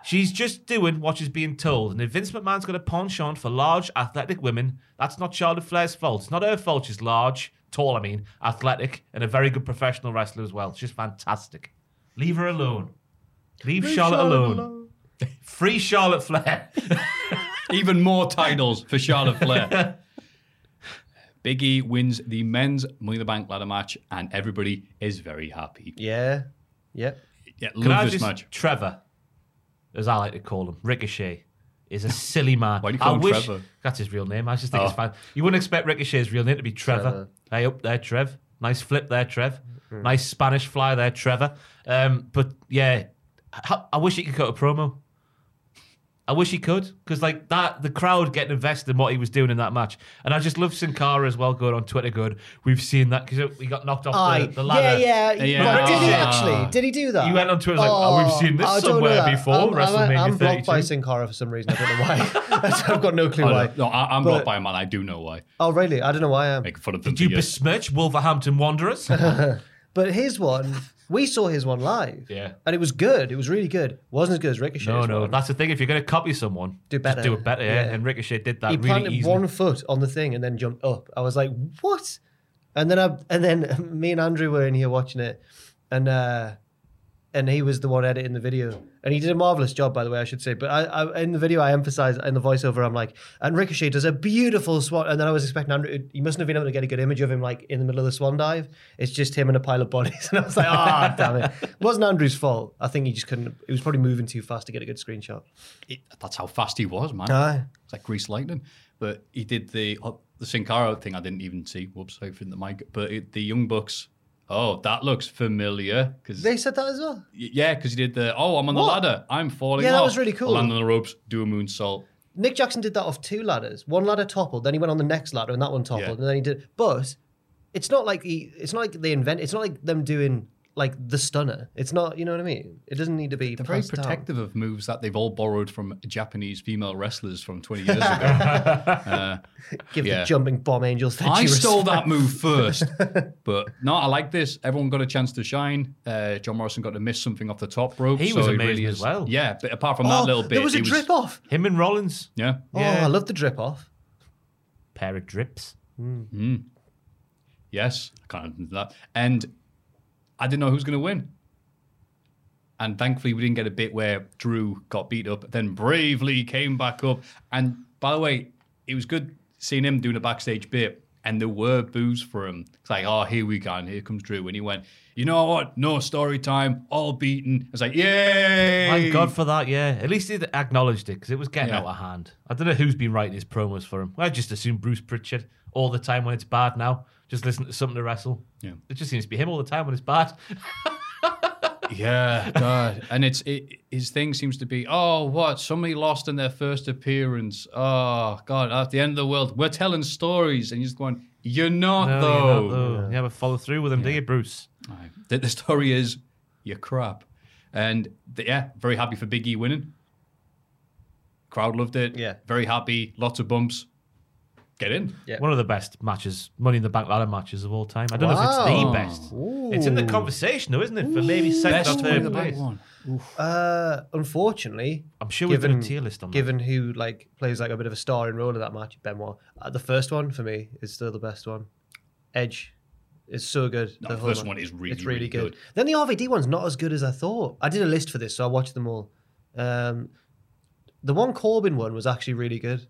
Speaker 4: She's just doing what she's being told. And if Vince McMahon's got a penchant for large, athletic women, that's not Charlotte Flair's fault. It's not her fault. She's large, tall, I mean, athletic, and a very good professional wrestler as well. She's fantastic. Leave her alone. Leave, Charlotte, alone. Free Charlotte Flair.
Speaker 2: Even more titles for Charlotte Flair. Biggie wins the men's Money in the Bank ladder match, and everybody is very happy.
Speaker 3: yeah, yeah.
Speaker 2: Yeah,
Speaker 4: Can
Speaker 2: love
Speaker 4: I
Speaker 2: this
Speaker 4: just,
Speaker 2: match.
Speaker 4: Trevor, as I like to call him, Ricochet, is a silly man.
Speaker 2: Why do you call
Speaker 4: I
Speaker 2: him
Speaker 4: wish,
Speaker 2: Trevor?
Speaker 4: That's his real name. I just think it's
Speaker 2: Oh.
Speaker 4: fine. You wouldn't expect Ricochet's real name to be Trevor. Hey, up there, Trev. Nice flip there, Trev.
Speaker 3: Hmm.
Speaker 4: Nice Spanish fly there, Trevor. Um, but yeah, I, I wish he could cut a promo. I wish he could, because like that, the crowd getting invested in what he was doing in that match, and I just love Sin Cara as well going on Twitter, going, "We've seen that because he got knocked off
Speaker 3: I
Speaker 4: the, the ladder."
Speaker 3: yeah, yeah.
Speaker 2: Yeah.
Speaker 3: But did he
Speaker 2: Ah.
Speaker 3: actually? Did he do that?
Speaker 4: He went on Twitter like, "Oh, we've seen this
Speaker 3: I don't know
Speaker 4: somewhere
Speaker 3: that.
Speaker 4: before,
Speaker 3: I'm, I'm,
Speaker 4: WrestleMania
Speaker 3: I'm blocked by
Speaker 4: 32.
Speaker 3: Sin Cara for some reason. I don't know why. I've got no clue
Speaker 2: Oh,
Speaker 3: why.
Speaker 2: no, no, I, I'm
Speaker 3: But-
Speaker 2: blocked by a man. I do know why.
Speaker 3: Oh really? I don't know why I am.
Speaker 2: Making fun of them.
Speaker 4: Did you
Speaker 2: for years.
Speaker 4: besmirch Wolverhampton Wanderers?
Speaker 3: But here's one We saw his one live.
Speaker 2: Yeah.
Speaker 3: And it was good. It was really good. Wasn't as good as Ricochet.
Speaker 4: No, no, that's the thing. If you're going to copy someone,
Speaker 3: Do better.
Speaker 4: Just do it better. Yeah.
Speaker 3: Yeah.
Speaker 4: And Ricochet did that
Speaker 3: he planted
Speaker 4: really easily.
Speaker 3: one foot on the thing and then jumped up. I was like, what? And then I and then me and Andrew were in here watching it, and uh, and he was the one editing the video, and he did a marvelous job, by the way, I should say. But I, I in the video, I emphasized in the voiceover, I'm like, and Ricochet does a beautiful swan, and then I was expecting Andrew, he mustn't have been able to get a good image of him like in the middle of the swan dive. It's just him and a pile of bodies, and I was like, ah, damn it, it wasn't Andrew's fault. I think he just couldn't. He was probably moving too fast to get a good screenshot.
Speaker 2: It, that's how fast he was, man.
Speaker 3: Aye.
Speaker 2: It's like Grease Lightning. But he did the uh, the Sin Cara thing. I didn't even see. Whoops, I opened the mic. But it, the Young Bucks. Oh, that looks familiar. Because
Speaker 3: They said that as well.
Speaker 2: yeah, because he did the. Oh, I'm on
Speaker 3: What?
Speaker 2: the ladder. I'm falling.
Speaker 3: Yeah, that
Speaker 2: off.
Speaker 3: was really cool.
Speaker 2: Land on the ropes. Do a moonsault.
Speaker 3: Nick Jackson did that off two ladders. One ladder toppled, then he went on the next ladder, and that one toppled,
Speaker 2: Yeah.
Speaker 3: and then he did. But it's not like he. It's not like they invent. It's not like them doing like the stunner. It's not. You know what I mean? It doesn't need to be.
Speaker 2: They're very
Speaker 3: passed down.
Speaker 2: protective of moves that they've all borrowed from Japanese female wrestlers from 20 years ago. Uh,
Speaker 3: Give
Speaker 2: yeah.
Speaker 3: the jumping bomb angels. that
Speaker 2: I
Speaker 3: you
Speaker 2: stole
Speaker 3: respect.
Speaker 2: that move first. but no, I like this. Everyone got a chance to shine. Uh, John Morrison got to miss something off the top rope.
Speaker 4: He was
Speaker 2: so
Speaker 4: amazing
Speaker 2: really
Speaker 4: as
Speaker 2: is-
Speaker 4: well.
Speaker 2: Yeah, but apart from
Speaker 3: Oh,
Speaker 2: that little bit,
Speaker 3: There was a
Speaker 2: he
Speaker 3: drip off.
Speaker 4: Him and Rollins,
Speaker 2: Yeah.
Speaker 3: Oh, I love the drip off.
Speaker 4: pair of drips.
Speaker 2: Yes, I can't remember that. And I didn't know who was going to win. And thankfully, we didn't get a bit where Drew got beat up, then bravely came back up. And by the way, it was good seeing him doing a backstage bit, and there were boos for him. It's like, oh, here we go, and here comes Drew. And he went, you know what? No story time, all beaten. It's like, yay!
Speaker 4: Thank God for that. Yeah, at least he acknowledged it because it was getting
Speaker 2: Yeah.
Speaker 4: out of hand. I don't know who's been writing his promos for him. I just assume Bruce Pritchard all the time when it's bad. Now just listen to something to wrestle.
Speaker 2: Yeah.
Speaker 4: It just seems to be him all the time when it's bad.
Speaker 2: Yeah, God. And it's it, his thing seems to be, oh, what? Somebody lost in their first appearance. Oh, God, at the end of the world, we're telling stories. And he's going, you're not,
Speaker 4: No,
Speaker 2: though.
Speaker 4: you're not, though. You have a follow through with him, do you, Bruce?
Speaker 2: Aye. The, the story is, you're crap. And th- yeah, very happy for Big E winning. Crowd loved it.
Speaker 3: Yeah.
Speaker 2: Very happy. Lots of bumps. Get in.
Speaker 3: Yeah.
Speaker 4: One of the best matches, Money in the Bank ladder matches of all time. I don't know
Speaker 3: Wow.
Speaker 4: if it's the best. It's in the conversation, though, isn't it? For maybe second
Speaker 2: Best
Speaker 4: or
Speaker 2: win of
Speaker 4: third
Speaker 2: the big
Speaker 4: place.
Speaker 2: one.
Speaker 3: Uh, unfortunately,
Speaker 4: I'm sure we've done a tier list on that.
Speaker 3: given who like plays like a bit of a starring role in that match, Benoit. Uh, the first one for me is still the best one. Edge is so good.
Speaker 2: No,
Speaker 3: the
Speaker 2: the
Speaker 3: whole
Speaker 2: first
Speaker 3: match.
Speaker 2: one is really,
Speaker 3: it's really,
Speaker 2: really
Speaker 3: good.
Speaker 2: good.
Speaker 3: Then the RVD one's not as good as I thought. I did a list for this, so I watched them all. Um, the one Corbin one was actually really good.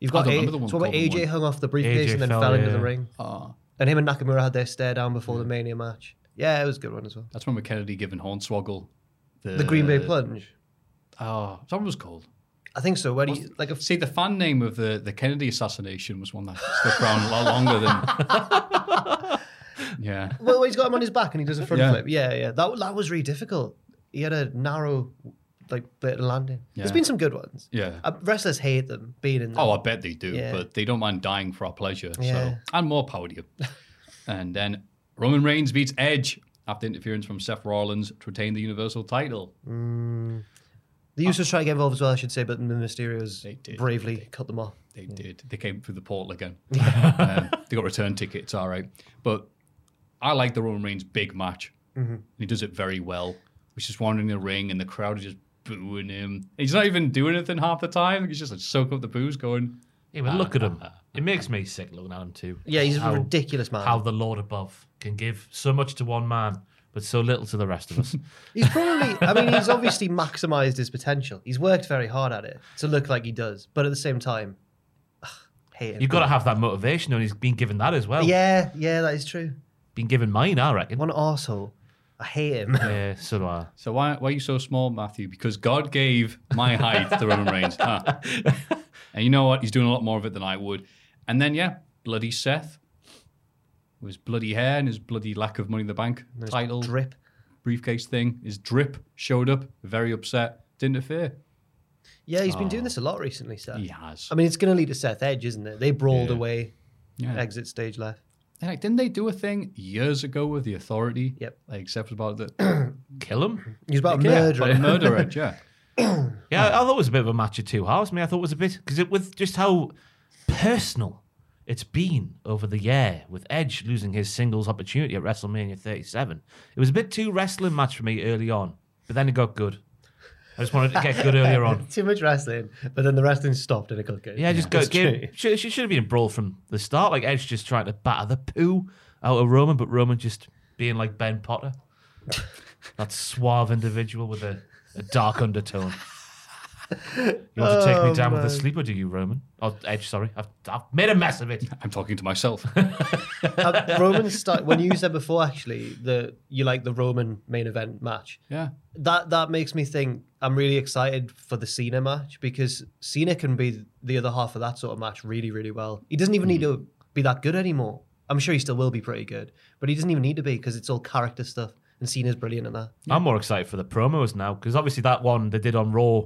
Speaker 3: You've
Speaker 2: I
Speaker 3: got
Speaker 2: don't
Speaker 3: A-
Speaker 2: remember the one
Speaker 3: it's one where
Speaker 2: Corbin
Speaker 3: AJ
Speaker 2: one.
Speaker 3: hung off the briefcase
Speaker 4: AJ
Speaker 3: and then
Speaker 4: fell,
Speaker 3: fell, into
Speaker 4: yeah.
Speaker 3: the ring,
Speaker 2: Ah,
Speaker 3: and him and Nakamura had their stare down before the Mania match. Yeah, it was a good one as well.
Speaker 2: that's when Kennedy giving Hornswoggle the,
Speaker 3: The Green Bay plunge.
Speaker 2: Oh, someone was called.
Speaker 3: I think so. Where do you like a
Speaker 2: See, the fan name of the, the Kennedy assassination was one that stuck around a lot longer than. yeah.
Speaker 3: well, he's got him on his back and he does a front
Speaker 2: Yeah.
Speaker 3: flip. Yeah, yeah. That that was really difficult. He had a narrow, like bit of landing. There's
Speaker 2: Yeah.
Speaker 3: been some good ones.
Speaker 2: Yeah.
Speaker 3: Uh, wrestlers hate them being in. Them.
Speaker 2: Oh, I bet they do,
Speaker 3: Yeah.
Speaker 2: but they don't mind dying for our pleasure. So,
Speaker 3: Yeah.
Speaker 2: and more power to you. and then Roman Reigns beats Edge after interference from Seth Rollins to retain the Universal title.
Speaker 3: the Usos try to get involved as well, I should say, but the Mysterios
Speaker 2: They did,
Speaker 3: bravely cut them off.
Speaker 2: They did. They came through the portal again. um, they got return tickets, all right. But I like the Roman Reigns big match. And he does it very well. He's just wandering the ring and the crowd is just booing him. He's not even doing anything half the time. He's just like soaking up the booze going,
Speaker 4: Yeah, but look at him. It makes me sick looking at him too.
Speaker 3: Yeah, he's
Speaker 4: How-
Speaker 3: a ridiculous man.
Speaker 4: How the Lord above can give so much to one man, but so little to the rest of us.
Speaker 3: He's probably. I mean, he's obviously maximized his potential. He's worked very hard at it to look like he does, but at the same time, hate him.
Speaker 4: You've got to have that motivation, and he's been given that as well.
Speaker 3: Yeah, yeah, that is true.
Speaker 4: been given mine, I reckon.
Speaker 3: One asshole. I hate him.
Speaker 4: Yeah, so do I.
Speaker 2: So why, why are you so small, Matthew? Because God gave my height to Roman Reigns. Huh. And you know what? He's doing a lot more of it than I would. And then, yeah, bloody Seth. With his bloody hair and his bloody lack of money in the bank title.
Speaker 3: Drip.
Speaker 2: briefcase thing. His drip showed up, very upset, didn't interfere.
Speaker 3: Yeah, he's been doing this a lot recently, Seth.
Speaker 2: Ah. He has.
Speaker 3: I mean, it's going to lead to Seth Edge, isn't it? They brawled
Speaker 2: Yeah.
Speaker 3: away,
Speaker 2: Yeah.
Speaker 3: exit stage left.
Speaker 2: And, like, didn't they do a thing years ago with the authority?
Speaker 3: Yep.
Speaker 2: Like, except about the
Speaker 4: Kill him?
Speaker 3: He was about to
Speaker 2: Yeah,
Speaker 3: murder.
Speaker 2: about
Speaker 3: it.
Speaker 2: the murder edge, yeah.
Speaker 4: Yeah, I thought it was a bit of a match of two halves. I mean, I thought it was a bit because it with just how personal it's been over the year with Edge losing his singles opportunity at WrestleMania 37. It was a bit too wrestling match for me early on, but then it got good. I just wanted to get good earlier on.
Speaker 3: Too much wrestling, but then the wrestling stopped and it got good.
Speaker 4: Yeah, just go.
Speaker 3: That's
Speaker 4: Give,
Speaker 3: true.
Speaker 4: should, she should have been a brawl from the start. Like Edge just trying to batter the poo out of Roman, but Roman just being like Ben Potter, that suave individual with a, a dark undertone. You want to take me down with a sleeper, do you, Roman? Oh, Edge, sorry, I've, I've made a mess of it.
Speaker 2: I'm talking to myself.
Speaker 3: Uh, Roman start when you said before actually the you like the Roman main event match.
Speaker 2: yeah.
Speaker 3: That that makes me think I'm really excited for the Cena match because Cena can be the other half of that sort of match really really well. He doesn't even need to be that good anymore. I'm sure he still will be pretty good, but he doesn't even need to be because it's all character stuff and Cena's brilliant in that.
Speaker 4: I'm more excited for the promos now because obviously that one they did on Raw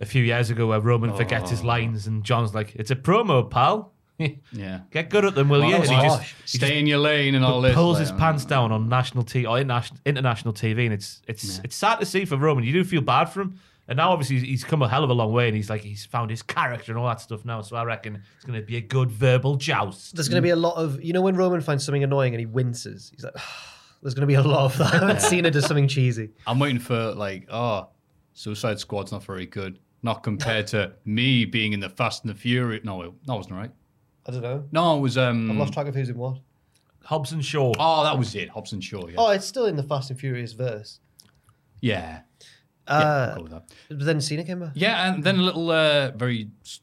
Speaker 4: a few years ago where Roman forgets his lines and John's like, "It's a promo, pal.
Speaker 2: Yeah.
Speaker 4: Get good at them, will you?"
Speaker 2: Well,
Speaker 4: And he just-
Speaker 2: gosh, stay in your lane and all this.
Speaker 4: pulls
Speaker 2: like,
Speaker 4: his pants down on national t or international, international TV, and it's it's it's sad to see for Roman. You do feel bad for him, and now obviously he's, he's come a hell of a long way, and he's like he's found his character and all that stuff now. So I reckon it's going to be a good verbal joust.
Speaker 3: There's going to be a lot of you know when Roman finds something annoying and he winces. He's like, there's going to be a lot of that. when Cena does something cheesy.
Speaker 2: I'm waiting for like, oh, Suicide Squad's not very good. Not compared to me being in the Fast and the Furious. No, it, that wasn't right.
Speaker 3: I don't know.
Speaker 2: No, it was um.
Speaker 3: I've
Speaker 4: Mm.
Speaker 3: lost track of who's in what.
Speaker 4: Hobbs and Shaw.
Speaker 2: Oh, that was it. Hobson Shaw. Yeah.
Speaker 3: Oh, it's still in the Fast and Furious verse.
Speaker 2: yeah.
Speaker 3: Uh,
Speaker 2: Go with that.
Speaker 3: But then Cena came back.
Speaker 2: Yeah, and then a little uh, very s-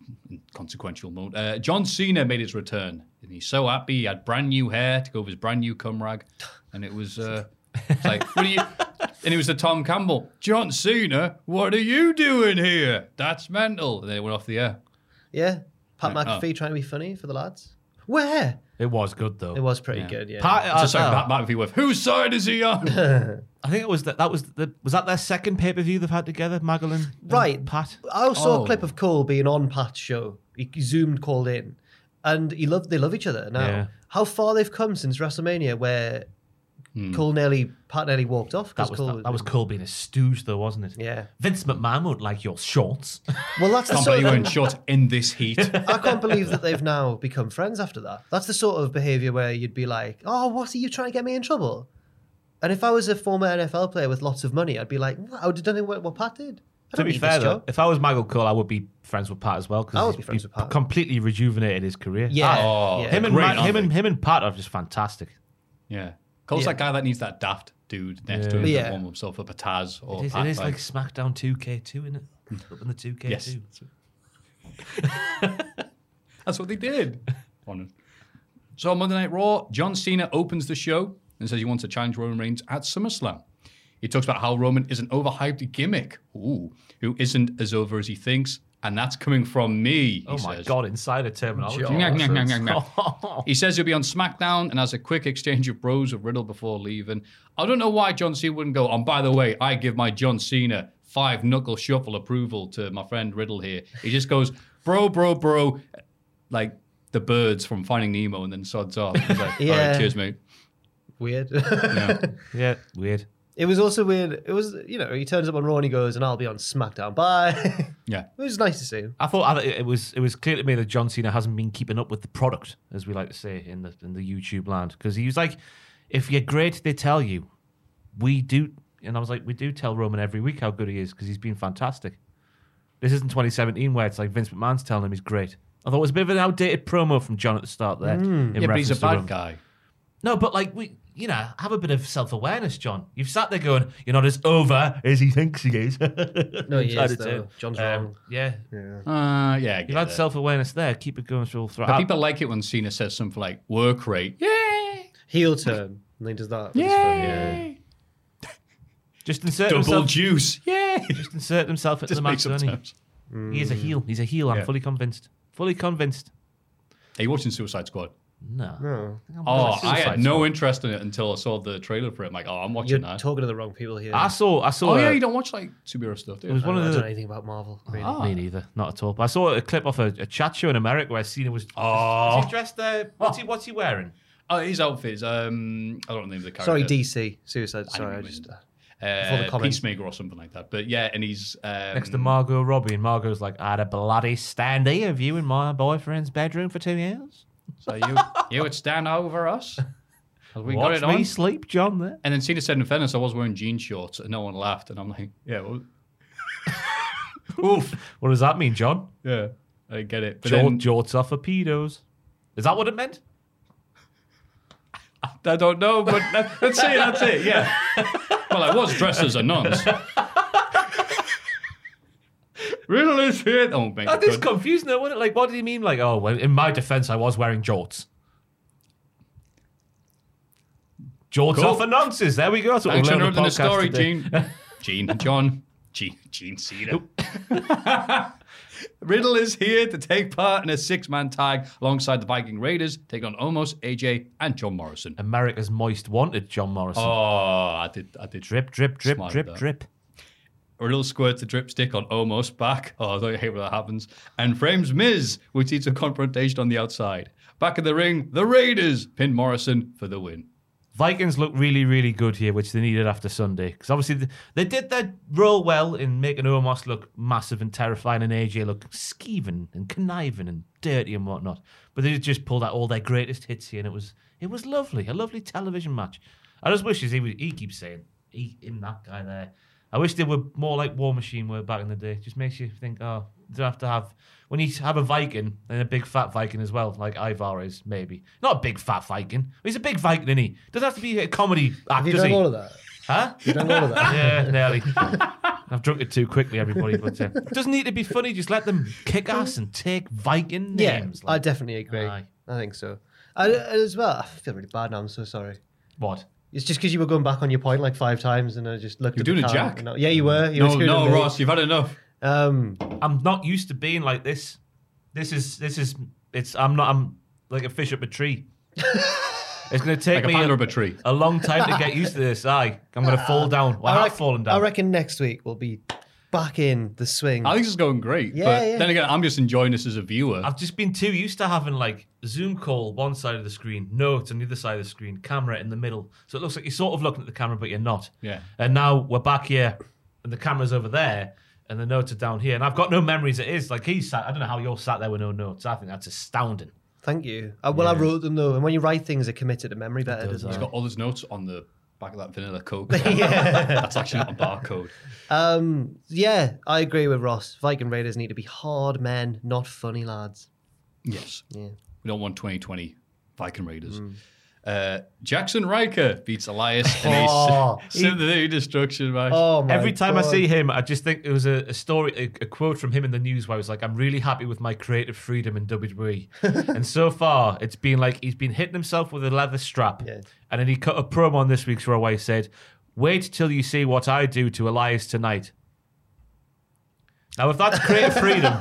Speaker 2: consequential moment. Uh, John Cena made his return, and he's so happy. He had brand new hair to go with his brand new cum rag, and it was uh, it's like, "What are you?" And it was the Tom Campbell, John Cena. What are you doing here? That's mental. And they went off the air.
Speaker 3: Yeah. Pat
Speaker 2: Right,
Speaker 4: Oh.
Speaker 3: McAfee trying to be funny for the lads. Where?
Speaker 4: It was good though.
Speaker 3: It was pretty good, yeah.
Speaker 4: Part-
Speaker 2: Just
Speaker 4: I-
Speaker 2: like
Speaker 4: I-
Speaker 2: that might be with whose side is he on?
Speaker 4: I think it was that. That was the. Was that their second pay per view they've had together, Magellan? and
Speaker 3: Right.
Speaker 4: Pat.
Speaker 3: I also saw
Speaker 2: Oh.
Speaker 3: a clip of Cole being on Pat's show. He zoomed called in. And he loved they love each other now.
Speaker 4: Yeah.
Speaker 3: How far they've come since WrestleMania where Cole nearly Pat nearly walked off
Speaker 4: Hmm. That
Speaker 3: because
Speaker 4: was
Speaker 3: Cole
Speaker 4: that, that was Cole being a stooge though, wasn't it?
Speaker 3: Yeah.
Speaker 4: Vince McMahon would like your shorts.
Speaker 3: Well that's the
Speaker 2: Can't believe
Speaker 3: sort
Speaker 2: you wearing
Speaker 3: of,
Speaker 2: shorts in this heat.
Speaker 3: I can't believe that they've now become friends after that. That's the sort of behaviour where you'd be like, Oh, what are you trying to get me in trouble? And if I was a former NFL player with lots of money, I'd be like, I would have done what, what Pat did. I
Speaker 4: to
Speaker 3: don't
Speaker 4: be
Speaker 3: need
Speaker 4: fair
Speaker 3: this
Speaker 4: though,
Speaker 3: job.
Speaker 4: if I was Michael Cole, I would be friends with Pat as well
Speaker 3: I would
Speaker 4: because
Speaker 3: be friends with Pat.
Speaker 4: completely rejuvenated his career.
Speaker 3: Yeah.
Speaker 2: Oh,
Speaker 3: yeah.
Speaker 4: Him and
Speaker 2: Great,
Speaker 4: Matt,
Speaker 2: aren't
Speaker 4: him and
Speaker 2: they?
Speaker 4: him and Pat are just fantastic.
Speaker 2: yeah. Cole's that guy that needs that daft dude next to
Speaker 4: Yeah.
Speaker 2: him to
Speaker 3: Yeah.
Speaker 2: warm himself up a Taz or
Speaker 4: It is, it
Speaker 2: Pat
Speaker 4: is like
Speaker 2: Bag.
Speaker 4: SmackDown 2K2, isn't it? Up in the 2K2.
Speaker 2: Yes. That's what they did. On- so on Monday Night Raw, John Cena opens the show and says he wants to challenge Roman Reigns at SummerSlam. He talks about how Roman is an overhyped gimmick, ooh, who isn't as over as he thinks, and that's coming from me. he
Speaker 4: Oh my
Speaker 2: says.
Speaker 4: god, insider terminology.
Speaker 2: Nyah, nyah, nyah, nyah, nyah. he says he'll be on SmackDown and has a quick exchange of bros with Riddle before leaving. I don't know why John Cena wouldn't go. And by the way, I give my John Cena five knuckle shuffle approval to my friend Riddle here. He just goes, bro, bro, bro, like the birds from Finding Nemo, and then sods off. He's like, All
Speaker 3: Yeah.
Speaker 2: right, cheers, mate.
Speaker 3: Weird.
Speaker 2: Yeah.
Speaker 4: yeah, weird.
Speaker 3: It was also weird. It was, you know, he turns up on Raw and he goes, and I'll be on SmackDown. Bye. it
Speaker 2: yeah.
Speaker 3: was nice to see. him.
Speaker 4: I thought I, it was it was clear to me that John Cena hasn't been keeping up with the product, as we like to say in the in the YouTube land, because he was like, "If you're great, they tell you." We do, and I was like, "We do tell Roman every week how good he is because he's been fantastic." This isn't 2017 where it's like Vince McMahon's telling him he's great. I thought it was a bit of an outdated promo from John at the start there. in
Speaker 2: Mm. Yeah, but he's a
Speaker 4: reference to Roman.
Speaker 2: bad guy.
Speaker 4: No, but like we, you know, have a bit of self awareness, John. You've sat there going, "You're not as over as he thinks he is." no,
Speaker 3: he is, though. John's wrong.
Speaker 4: Um, Yeah,
Speaker 2: Uh, yeah. I get
Speaker 4: you've had
Speaker 2: that.
Speaker 4: self awareness there. Keep it going through. throughout.
Speaker 2: But people like it when Cena says something like work rate. Yeah.
Speaker 3: Heel turn. And he does that. with his phone. Yeah.
Speaker 4: just insert
Speaker 2: Double
Speaker 4: himself.
Speaker 2: juice. Yeah.
Speaker 4: just insert himself into
Speaker 2: Just
Speaker 4: the
Speaker 2: make
Speaker 4: match, don't he?
Speaker 2: sometimes.
Speaker 4: He is a heel. He's a heel. I'm
Speaker 2: Yeah.
Speaker 4: fully convinced. Fully convinced.
Speaker 2: Are you watching Suicide Squad?
Speaker 4: No.
Speaker 2: Oh, I
Speaker 4: Suicide
Speaker 2: had no interest in it until I saw the trailer for it. I'm like, oh, I'm
Speaker 3: You're
Speaker 2: watching that.
Speaker 3: talking to the wrong people here.
Speaker 4: I saw. I saw.
Speaker 2: oh,
Speaker 4: a-
Speaker 2: yeah, you don't watch like superhero stuff, do
Speaker 4: It
Speaker 2: you?
Speaker 4: was one
Speaker 3: I
Speaker 4: of
Speaker 3: don't know
Speaker 4: the. Oh.
Speaker 3: anything about Marvel. Really.
Speaker 4: Me neither, not at all. But I saw a clip off a, a chat show in America where Cena was. Oh, was he dressed there? What's he? What's he wearing?
Speaker 2: Oh, his outfit is, um, I don't know the name of the character.
Speaker 3: Sorry, DC. Suicide. Sorry, I
Speaker 2: remember
Speaker 3: just.
Speaker 2: Uh,
Speaker 3: the comment.
Speaker 2: Peacemaker or something like that. But yeah, and he's. Um,
Speaker 4: Next to Margot Robbie, and Margot's like, "I had a bloody stand here of you in my boyfriend's bedroom for two years."
Speaker 2: So you you would stand over us. 'Cause We got
Speaker 4: Watch
Speaker 2: it on.
Speaker 4: me sleep, John. There.
Speaker 2: And then Cena said in fairness, I was wearing jean shorts and no one laughed. And I'm like, yeah, well,
Speaker 4: Oof. What does that mean, John?
Speaker 2: yeah, I get it. But
Speaker 4: Jort,
Speaker 2: then,
Speaker 4: jorts are for pedos. Is that what it meant?
Speaker 2: I don't know, but that- let's say that's it. Yeah. well, I was dressed as a nonce. really shit. Oh, make
Speaker 4: That
Speaker 2: it
Speaker 4: is
Speaker 2: good.
Speaker 4: confusing, though, wasn't it? Like, what did he mean? Like, oh, well, in my defense, I was wearing jorts. Jorts
Speaker 2: Cool.
Speaker 4: are for nonsense. There we go. That's what
Speaker 2: Thanks
Speaker 4: we
Speaker 2: for
Speaker 4: learned on
Speaker 2: interrupting the story,
Speaker 4: podcast today.
Speaker 2: Gene. Gene, John, Gene, Gene Cena. Riddle is here to take part in a six-man tag alongside the Viking Raiders, take on Omos, AJ, and John Morrison.
Speaker 4: America's Moist Wanted, John Morrison.
Speaker 2: Oh, I did, I did.
Speaker 4: Drip, drip, drip,
Speaker 2: Smart,
Speaker 4: drip,
Speaker 2: that.
Speaker 4: drip.
Speaker 2: Riddle squirts a drip stick on Omos back. Oh, I don't hate when that happens. And frames Miz, which leads to confrontation on the outside. Back in the ring, the Raiders pin Morrison for the win.
Speaker 4: Vikings look really, really good here, which they needed after Sunday. Because obviously th- they did their role well in making Omos look massive and terrifying and AJ look skeeving and conniving and dirty and whatnot. But they just pulled out all their greatest hits here and it was it was lovely. A lovely television match. I just wish, as he, was- he keeps saying, he, him, that guy there. I wish they were more like War Machine were back in the day. Just makes you think, oh, you don't have to have. When you have a Viking, and a big fat Viking as well, like Ivar is, maybe. Not a big fat Viking. He's a big Viking, is he? Doesn't have to be a comedy actor.
Speaker 3: Have you
Speaker 4: does
Speaker 3: done
Speaker 4: he?
Speaker 3: all of that?
Speaker 4: Huh?
Speaker 3: You done all of that?
Speaker 4: Yeah, nearly. I've drunk it too quickly, everybody. But uh, it doesn't need to be funny. Just let them kick ass and take Viking
Speaker 3: Yeah,
Speaker 4: names.
Speaker 3: I
Speaker 4: like-
Speaker 3: definitely agree.
Speaker 4: Aye.
Speaker 3: I think so. I, as well, I feel really bad now. I'm so sorry.
Speaker 4: what?
Speaker 3: It's just because you were going back on your point like five times, and I just looked.
Speaker 2: You're
Speaker 3: at the
Speaker 2: doing a
Speaker 3: time
Speaker 2: jack.
Speaker 3: and I- yeah, you were. You were
Speaker 2: No,
Speaker 3: screwing
Speaker 2: no,
Speaker 3: me.
Speaker 2: Ross, you've had enough.
Speaker 3: Um,
Speaker 4: I'm not used to being like this. This is this is it's. I'm not. I'm like a fish up a tree. it's going to take
Speaker 2: Like a
Speaker 4: me
Speaker 2: panda up a tree.
Speaker 4: a long time to get used to this. Aye, I'm going to fall down. Well, I, have
Speaker 3: rec-
Speaker 4: fallen
Speaker 3: I
Speaker 4: down.
Speaker 3: reckon next week we'll be back in the swing.
Speaker 2: I think this is going great.
Speaker 3: Yeah,
Speaker 2: but
Speaker 3: yeah.
Speaker 2: then again, I'm just enjoying this as a viewer.
Speaker 4: I've just been too used to having like Zoom call one side of the screen, notes on the other side of the screen, camera in the middle. So it looks like you're sort of looking at the camera, but you're not.
Speaker 2: Yeah.
Speaker 4: And now we're back here, and the camera's over there, and the notes are down here. And I've got no memories. It is like he's sat. I don't know how you're sat there with no notes. I think that's astounding.
Speaker 3: Thank you. Uh, well, I wrote them though, and when you write things, they're committed to memory better.
Speaker 4: does,
Speaker 3: doesn't
Speaker 2: He's
Speaker 3: it?
Speaker 2: got all his notes on the back of that vanilla coke. That's actually not a barcode.
Speaker 3: Um, yeah, I agree with Ross. Viking Raiders need to be hard men, not funny lads.
Speaker 2: Yes.
Speaker 3: Yeah. Hmm.
Speaker 2: We don't want 2020 Viking Raiders. Uh, Jackson Riker beats Elias in a
Speaker 3: Oh,
Speaker 2: s- synthetic destruction match.
Speaker 3: Oh my!
Speaker 4: Every time I
Speaker 3: God.
Speaker 4: see him, I just think it was a, a story, a, a quote from him in the news where I was like, "I'm really happy with my creative freedom in WWE," and so far it's been like he's been hitting himself with a leather strap,
Speaker 3: Yeah.
Speaker 4: and then he cut a promo on this week's Raw where he said, "Wait till you see what I do to Elias tonight." Now, if that's creative freedom,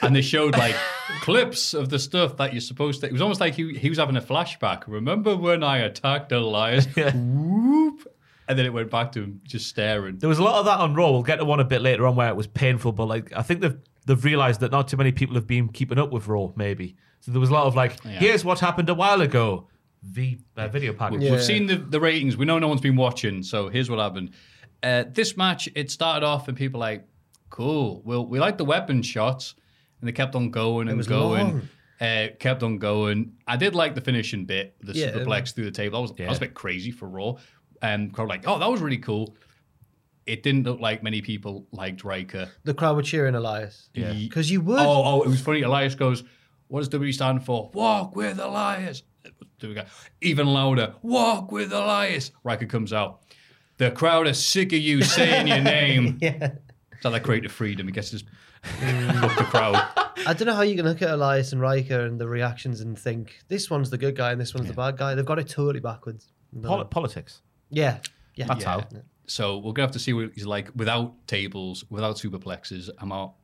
Speaker 2: And they showed like clips of the stuff that you're supposed to. It was almost like he, he was having a flashback. Remember when I attacked Elias? Whoop. And then it went back to him just staring.
Speaker 4: There was a lot of that on Raw. We'll get to one a bit later on where it was painful, but like I think they've they've realised that not too many people have been keeping up with Raw, maybe. So there was a lot of like, here's what happened a while ago. The uh, video package.
Speaker 2: We've seen the, the ratings. We know no one's been watching, so here's what happened. Uh, this match, it started off and people like, cool. Well, we like the weapon shots, and they kept on going and
Speaker 3: was
Speaker 2: going.
Speaker 3: long.
Speaker 2: Uh, kept on going. I did like the finishing bit, the
Speaker 3: Yeah.
Speaker 2: superplex through the table. That was, that was a bit crazy for Raw. Um, crowd like, oh, that was really cool. It didn't look like many people liked Riker.
Speaker 3: the crowd were cheering Elias. Yeah, because you would.
Speaker 2: Oh, oh, it was funny. Elias goes, "What does W stand for? Walk with Elias." There we go. Even louder. Walk with Elias. Riker comes out. The crowd are sick of you saying your name.
Speaker 3: Yeah.
Speaker 2: So that creative freedom. He gets to just book the crowd.
Speaker 3: I don't know how you can look at Elias and Riker and the reactions and think this one's the good guy and this one's the bad guy. They've got it totally backwards.
Speaker 4: Poli- politics.
Speaker 3: Yeah, yeah.
Speaker 4: That's how.
Speaker 2: So we're gonna have to see what he's like without tables, without superplexes. I'm out.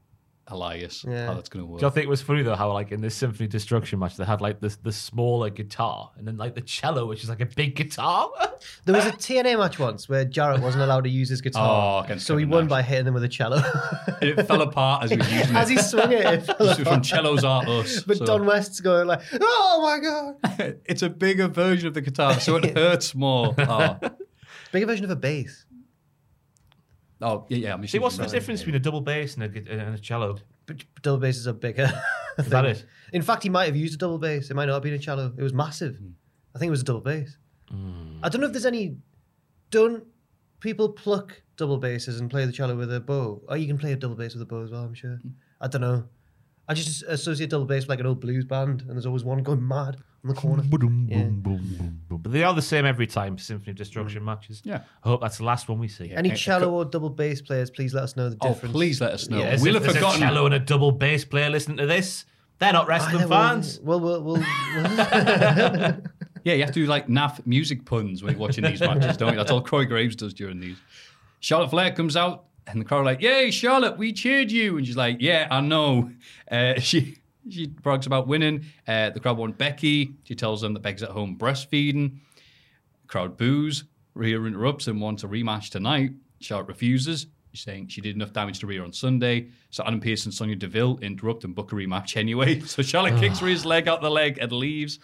Speaker 2: Elias,
Speaker 3: Yeah.
Speaker 2: how that's gonna work.
Speaker 4: Do you think it was funny though how like in this Symphony Destruction match they had like this the smaller guitar and then like the cello, which is like a big guitar?
Speaker 3: There was a TNA match once where Jarrett wasn't allowed to use his guitar,
Speaker 2: Oh, against
Speaker 3: so he
Speaker 2: Kevin
Speaker 3: won
Speaker 2: Nash.
Speaker 3: by hitting them with a cello.
Speaker 2: And it fell apart as we were using
Speaker 3: As
Speaker 2: it.
Speaker 3: he swung it, it fell
Speaker 2: This was from
Speaker 3: apart.
Speaker 2: Cellos Art Us.
Speaker 3: But
Speaker 2: so-
Speaker 3: Don West's going like, "Oh my god!"
Speaker 2: it's a bigger version of the guitar, so it hurts more. Oh,
Speaker 3: Bigger version of a bass.
Speaker 2: oh yeah, yeah. I'm
Speaker 4: See, what's the
Speaker 2: assuming-
Speaker 4: difference between a double bass and a, gu- and a cello?
Speaker 3: But double basses are bigger.
Speaker 4: Is that it?
Speaker 3: In fact, he might have used a double bass. It might not have been a cello. It was massive.
Speaker 4: Hmm.
Speaker 3: I think it was a double bass. I don't know if there's any. Don't people pluck double basses and play the cello with a bow? Or you can play a double bass with a bow as well. I'm sure.
Speaker 4: Hmm.
Speaker 3: I don't know. I just associate double bass with like an old blues band, and there's always one going mad on the corner. Yeah.
Speaker 4: But they are the same every time Symphony of Destruction matches.
Speaker 2: Yeah.
Speaker 4: I hope that's the last one we see.
Speaker 3: Any cello or double bass players, please let us know the
Speaker 2: Oh,
Speaker 3: difference.
Speaker 2: please let us know.
Speaker 3: Yeah,
Speaker 2: we'll have
Speaker 4: if there's
Speaker 2: forgotten.
Speaker 4: A cello and a double bass player listening to this. They're not
Speaker 3: Either
Speaker 4: wrestling
Speaker 3: way,
Speaker 4: fans.
Speaker 3: Well, we'll, we'll, we'll
Speaker 2: Yeah, you have to do like naff music puns when you're watching these matches, don't you? That's all Croy Graves does during these. Charlotte Flair comes out and the crowd are like, Yay, Charlotte, we cheered you. And she's like, Yeah, I know. Uh, she she brags about winning. Uh, the crowd want Becky. She tells them that Becky's at home breastfeeding. Crowd boos. Rhea interrupts and wants a rematch tonight. Charlotte refuses, saying she did enough damage to Rhea on Sunday. So Adam Pearce and Sonya Deville interrupt and book a rematch anyway. So Charlotte kicks Rhea's leg out the leg and leaves.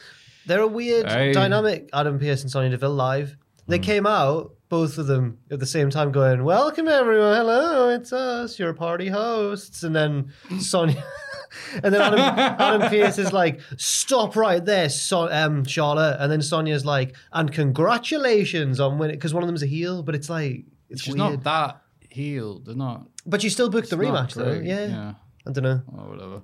Speaker 3: They're a weird
Speaker 2: Aye.
Speaker 3: dynamic, Adam Pearce and Sonya Deville live. They
Speaker 2: Hmm.
Speaker 3: came out, both of them, at the same time going, Welcome everyone, hello, it's us, your party hosts. And then Sonya and then Adam, Adam Pearce is like, Stop right there, so- um, Charlotte. And then Sonya's like, And congratulations on winning, because one of them's a heel, but it's like, it's
Speaker 2: She's
Speaker 3: weird.
Speaker 2: not that healed. They're not.
Speaker 3: but you still booked the
Speaker 2: it's not
Speaker 3: rematch, though.
Speaker 2: great.
Speaker 3: Yeah.
Speaker 2: Yeah.
Speaker 3: I don't know.
Speaker 2: Or whatever.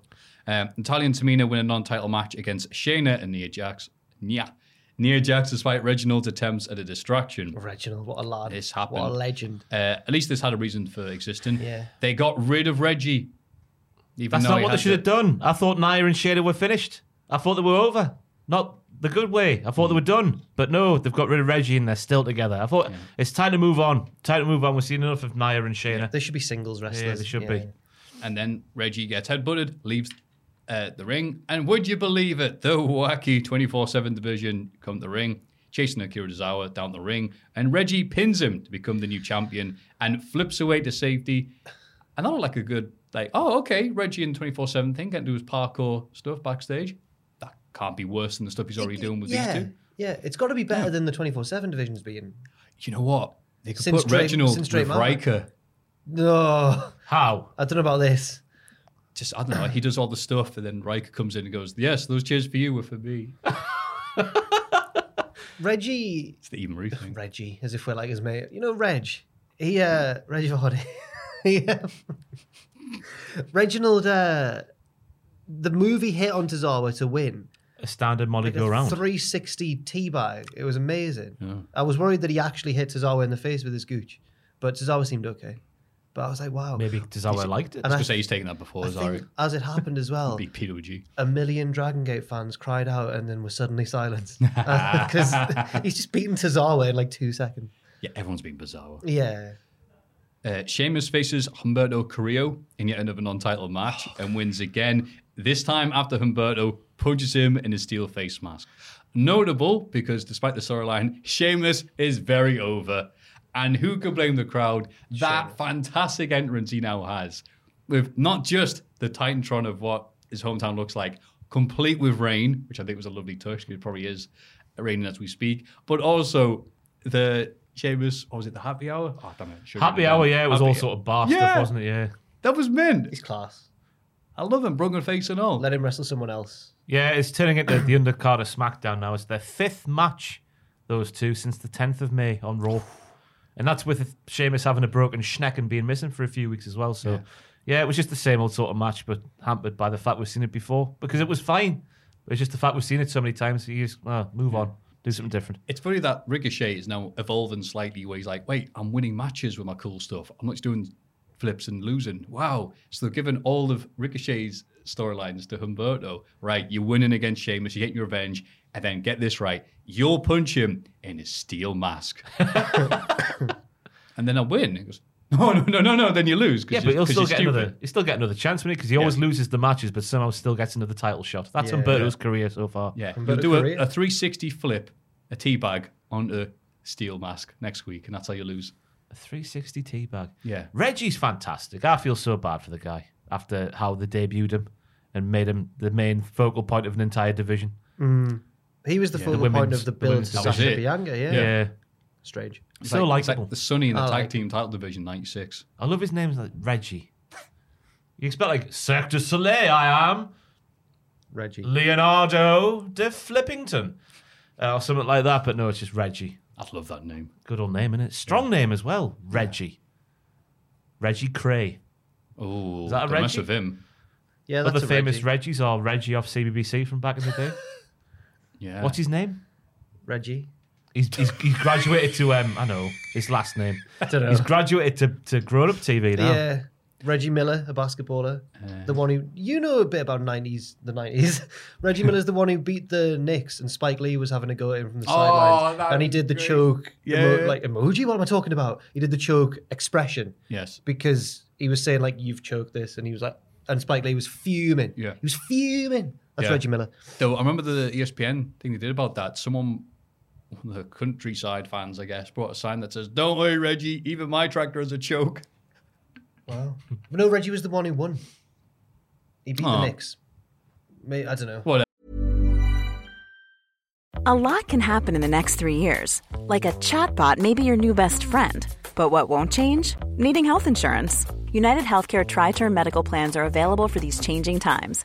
Speaker 2: Um, Natalia and Tamina win a non-title match against Shayna and Nia Jax. Nia. Nia Jax, despite Reginald's attempts at a distraction.
Speaker 3: Reginald, what a lad.
Speaker 2: This
Speaker 3: What a
Speaker 2: happened.
Speaker 3: legend.
Speaker 2: Uh, at least this had a reason for existing.
Speaker 3: Yeah.
Speaker 2: They got rid of Reggie. Even
Speaker 4: That's
Speaker 2: though
Speaker 4: not
Speaker 2: he
Speaker 4: what they
Speaker 2: had
Speaker 4: should have
Speaker 2: the-
Speaker 4: done. I thought Nia and Shayna were finished. I thought they were over. Not the good way. I thought they were done. But no, they've got rid of Reggie and they're still together. I thought it's time to move on. Time to move on. We've seen enough of Nia and Shayna.
Speaker 3: They should be singles
Speaker 4: Yeah,
Speaker 3: wrestlers.
Speaker 4: they should
Speaker 3: Yeah.
Speaker 4: be.
Speaker 2: And then Reggie gets headbutted, leaves uh, the ring. And would you believe it? The wacky 24 7 division come to the ring, chasing Akira Tozawa down the ring. And Reggie pins him to become the new champion and flips away to safety. And that looked like a good, like, oh, okay, Reggie and 24 7 thing, can do his parkour stuff backstage. That can't be worse than the stuff he's already doing with
Speaker 3: yeah.
Speaker 2: these two.
Speaker 3: Yeah, it's got to be better than the 24 7 division's been.
Speaker 2: You know what? They could
Speaker 3: Since
Speaker 2: put
Speaker 3: Drake-
Speaker 2: Reginald
Speaker 3: since
Speaker 2: with
Speaker 3: Drake Maverick.
Speaker 2: Riker.
Speaker 3: No,
Speaker 4: How?
Speaker 3: I don't know about this.
Speaker 2: Just, I don't know, he does all the stuff, and then Riker comes in and goes, yes, those cheers for you were for me.
Speaker 3: Reggie,
Speaker 2: It's the even Ruth thing.
Speaker 3: Reggie, as if we're like his mate. You know, Reg. He, uh, Reggie Vardy. he, uh, Reginald, uh, the movie hit on Tazawa to win.
Speaker 4: A standard Molly
Speaker 3: Like a
Speaker 4: go round.
Speaker 3: 360 teabag. It was amazing. I was worried that he actually hit Tazawa in the face with his gooch, but Tazawa seemed okay. But I was like, wow.
Speaker 4: Maybe Tozawa liked it.
Speaker 3: And I,
Speaker 2: I say he's taken that before,
Speaker 3: I
Speaker 2: sorry.
Speaker 3: think as it happened as well,
Speaker 2: Big PWG.
Speaker 3: a million Dragon Gate fans cried out and then were suddenly silenced because he's just beaten Tazawa in like two seconds.
Speaker 2: Yeah, everyone's been bizarre.
Speaker 3: Yeah,
Speaker 2: Uh, Sheamus faces Humberto Carrillo in yet another non-title match and wins again. This time after Humberto punches him in his steel face mask. Notable because despite the storyline, Sheamus is very over. And who could blame the crowd? That fantastic entrance he now has with not just the Titantron of what his hometown looks like, complete with rain, which I think was a lovely touch because it probably is raining as we speak, but also the Sheamus, or was it the happy hour? Oh, damn it. should have
Speaker 4: Happy
Speaker 2: written it
Speaker 4: hour,
Speaker 2: down.
Speaker 4: yeah. It was all
Speaker 2: Happy-
Speaker 4: sort of bar
Speaker 2: Yeah.
Speaker 4: stuff, wasn't it? Yeah.
Speaker 2: That was mint.
Speaker 3: he's class.
Speaker 2: I love him, broken face and all.
Speaker 3: Let him wrestle someone else.
Speaker 4: Yeah, it's turning into the undercard of SmackDown now. It's their fifth match, those two, since the 10th of May on Raw. And that's with Sheamus having a broken schneck and being missing for a few weeks as well. So, yeah. it was just the same old sort of match, but hampered by the fact we've seen it before because it was fine. It's just the fact we've seen it so many times. You just oh, move on, do something different.
Speaker 2: It's funny that Ricochet is now evolving slightly where he's like, wait, I'm winning matches with my cool stuff. I'm not just doing flips and losing. Wow. So they're giving all of Ricochet's storylines to Humberto. Right, you're winning against Sheamus, you're getting your revenge, and then get this right, you'll punch him in his steel mask. and then I win. He goes, no, no, no, no, no. Then you lose. 'cause
Speaker 4: Yeah, but
Speaker 2: you're-
Speaker 4: he'll
Speaker 2: 'cause
Speaker 4: still
Speaker 2: you're
Speaker 4: get
Speaker 2: stupid.
Speaker 4: another. He'll still get another chance, will Because he always loses the matches, but somehow still gets another title shot. That's
Speaker 3: Yeah.
Speaker 4: Humberto's career so far.
Speaker 2: Yeah,
Speaker 3: From
Speaker 2: you'll
Speaker 3: Bit
Speaker 2: do
Speaker 3: of
Speaker 2: a,
Speaker 3: Korea.
Speaker 2: a 360 flip, a teabag onto steel mask next week, and that's how you lose.
Speaker 4: A 360 teabag.
Speaker 2: Yeah.
Speaker 4: Reggie's fantastic. I feel so bad for the guy after how they debuted him and made him the main focal point of an entire division.
Speaker 3: He was the
Speaker 4: the
Speaker 3: focal point
Speaker 4: women's-
Speaker 3: of the
Speaker 4: the
Speaker 3: build
Speaker 4: women's-
Speaker 3: to
Speaker 4: that was
Speaker 3: Sasha
Speaker 2: it.
Speaker 3: Bianca. Yeah.
Speaker 4: Yeah.
Speaker 3: strange.
Speaker 4: So
Speaker 2: like, it's
Speaker 4: likable.
Speaker 2: like the Sunny in the
Speaker 3: I
Speaker 2: tag
Speaker 3: like
Speaker 2: team title division '96.
Speaker 4: I love his name's like Reggie. You expect like Cirque du Soleil, I am.
Speaker 3: Reggie.
Speaker 4: Mm. Leonardo de Flippington, uh, or something like that. But no, it's just Reggie.
Speaker 2: I love that name.
Speaker 4: Good old name, innit? Strong name as well. Reggie. Reggie Cray.
Speaker 2: Oh,
Speaker 4: that a
Speaker 2: don't mess
Speaker 4: Reggie?
Speaker 2: with him.
Speaker 3: Yeah, that's
Speaker 4: Other
Speaker 3: a
Speaker 4: famous
Speaker 3: Reggie.
Speaker 4: Reggies are Reggie off CBBC from back in the day.
Speaker 2: Yeah.
Speaker 4: What's his name?
Speaker 3: Reggie.
Speaker 4: He's, he's, he's graduated to um I know his last name. He's graduated to, to grown up TV now.
Speaker 3: Yeah. Reggie Miller, a basketballer, the
Speaker 4: Uh.
Speaker 3: one who you know a bit about nineties, the nineties. Reggie Miller's the one who beat the Knicks, and Spike Lee was having a go at him from
Speaker 4: Oh,
Speaker 3: the sidelines,
Speaker 2: that
Speaker 3: and he
Speaker 2: was
Speaker 3: did the
Speaker 2: great.
Speaker 3: choke,
Speaker 2: Yeah,
Speaker 3: emo-
Speaker 2: yeah.
Speaker 3: like emoji. What am I talking about? He did the choke expression
Speaker 2: Yes.
Speaker 3: because he was saying like you've choked this, and he was like, and Spike Lee was fuming.
Speaker 2: Yeah.
Speaker 3: he was fuming. That's
Speaker 2: Yeah.
Speaker 3: Reggie Miller.
Speaker 2: Though I remember the E ESPN thing they did about that. Someone, one of the countryside fans, I guess, brought a sign that says, "Don't worry, Reggie. Even my tractor is a choke."
Speaker 3: Wow. But no, Reggie was the one who won. He beat
Speaker 2: Aw.
Speaker 3: the Knicks. May I don't know.
Speaker 2: Whatever.
Speaker 6: A lot can happen in the next three years. Like a chatbot may be your new best friend. But what won't change? Needing health insurance. United Healthcare Tri Term Medical Plans are available for these changing times.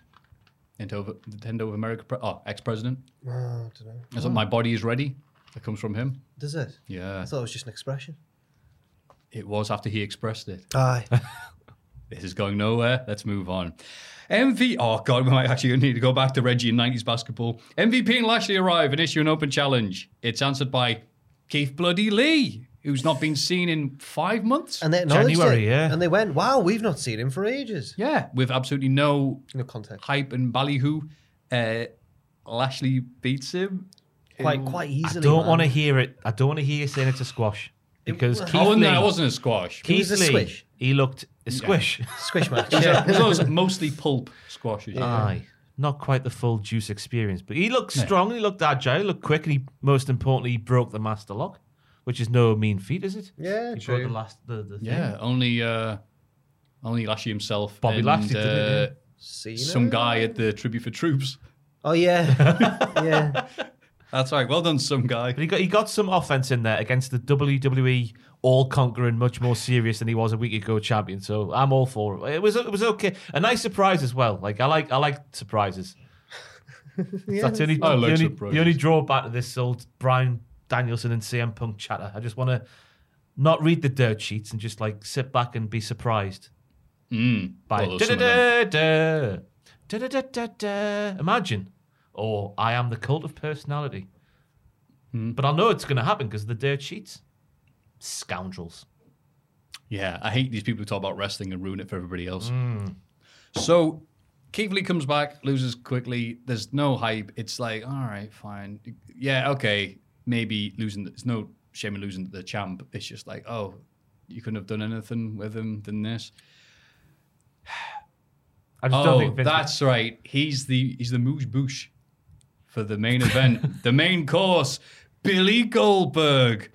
Speaker 2: Nintendo, Nintendo of America, pre- oh, ex-president.
Speaker 3: Oh, I don't know.
Speaker 2: That's what my body is ready. That comes from him.
Speaker 3: Does it?
Speaker 2: Yeah,
Speaker 3: I thought it was just an expression.
Speaker 2: it was after he expressed it.
Speaker 3: Aye.
Speaker 2: This is going nowhere. Let's move on. MV. Oh God, we might actually need to go back to Reggie in '90s basketball. MVP and Lashley arrive and issue an open challenge. It's answered by Keith Bloody Lee, who's not been seen in five months.
Speaker 3: And they acknowledged
Speaker 4: January,
Speaker 3: it.
Speaker 4: yeah.
Speaker 3: And they went, wow, we've not seen him for ages.
Speaker 2: yeah, with absolutely no
Speaker 3: No context.
Speaker 2: hype and ballyhoo, uh, Lashley beats him.
Speaker 3: Quite quite
Speaker 4: I
Speaker 3: easily.
Speaker 4: don't
Speaker 3: man.
Speaker 4: want to hear it. I don't want to hear you saying it's a squash because Keith
Speaker 2: oh
Speaker 4: Lee,
Speaker 2: no, it wasn't a squash.
Speaker 4: Keith
Speaker 3: It was a
Speaker 4: Lee,
Speaker 3: squish.
Speaker 4: he looked a squish.
Speaker 3: Squish match.
Speaker 2: It was
Speaker 3: yeah.
Speaker 2: those mostly pulp squashes.
Speaker 4: Aye. Not quite the full juice experience, but he looked strong, he looked agile, he looked quick, and he most importantly he broke the master lock, which is no mean feat, is it?
Speaker 3: Yeah,
Speaker 4: he
Speaker 3: true.
Speaker 4: broke the last the, the thing.
Speaker 2: yeah, only uh, only Lashley himself.
Speaker 4: Bobby
Speaker 2: and,
Speaker 4: Lashley did
Speaker 2: uh,
Speaker 4: it,
Speaker 3: Cena?
Speaker 2: some guy at the tribute for troops.
Speaker 3: Oh yeah. yeah.
Speaker 2: That's right. Well done, some guy.
Speaker 4: But he got he got some offense in there against the WWE all conquering, much more serious than he was a week ago champion. So I'm all for it. It was it was okay. A nice surprise as well. Like I like I like surprises. That's the only,
Speaker 2: I like
Speaker 4: the, only
Speaker 2: surprises.
Speaker 4: the only drawback to this old Brian Danielson and CM Punk chatter. I just want to not read the dirt sheets and just like sit back and be surprised by
Speaker 2: Well, there's some of
Speaker 4: da-da-da-da, da-da-da-da-da. imagine or I am the cult of personality.
Speaker 2: Hmm.
Speaker 4: But I know it's going to happen because of the dirt sheets. Scoundrels.
Speaker 2: Yeah, I hate these people who talk about wrestling and ruin it for everybody else.
Speaker 4: Mm.
Speaker 2: So Keith Lee comes back, loses quickly. There's no hype. It's like, all right, fine. Yeah, okay. Maybe losing. There's no shame in losing to the champ. It's just like, oh, you couldn't have done anything with him than this.
Speaker 4: I just don't
Speaker 2: Oh,
Speaker 4: think Vince
Speaker 2: that's right. He's the he's the moose boosh for the main event, the main course. Billy Goldberg.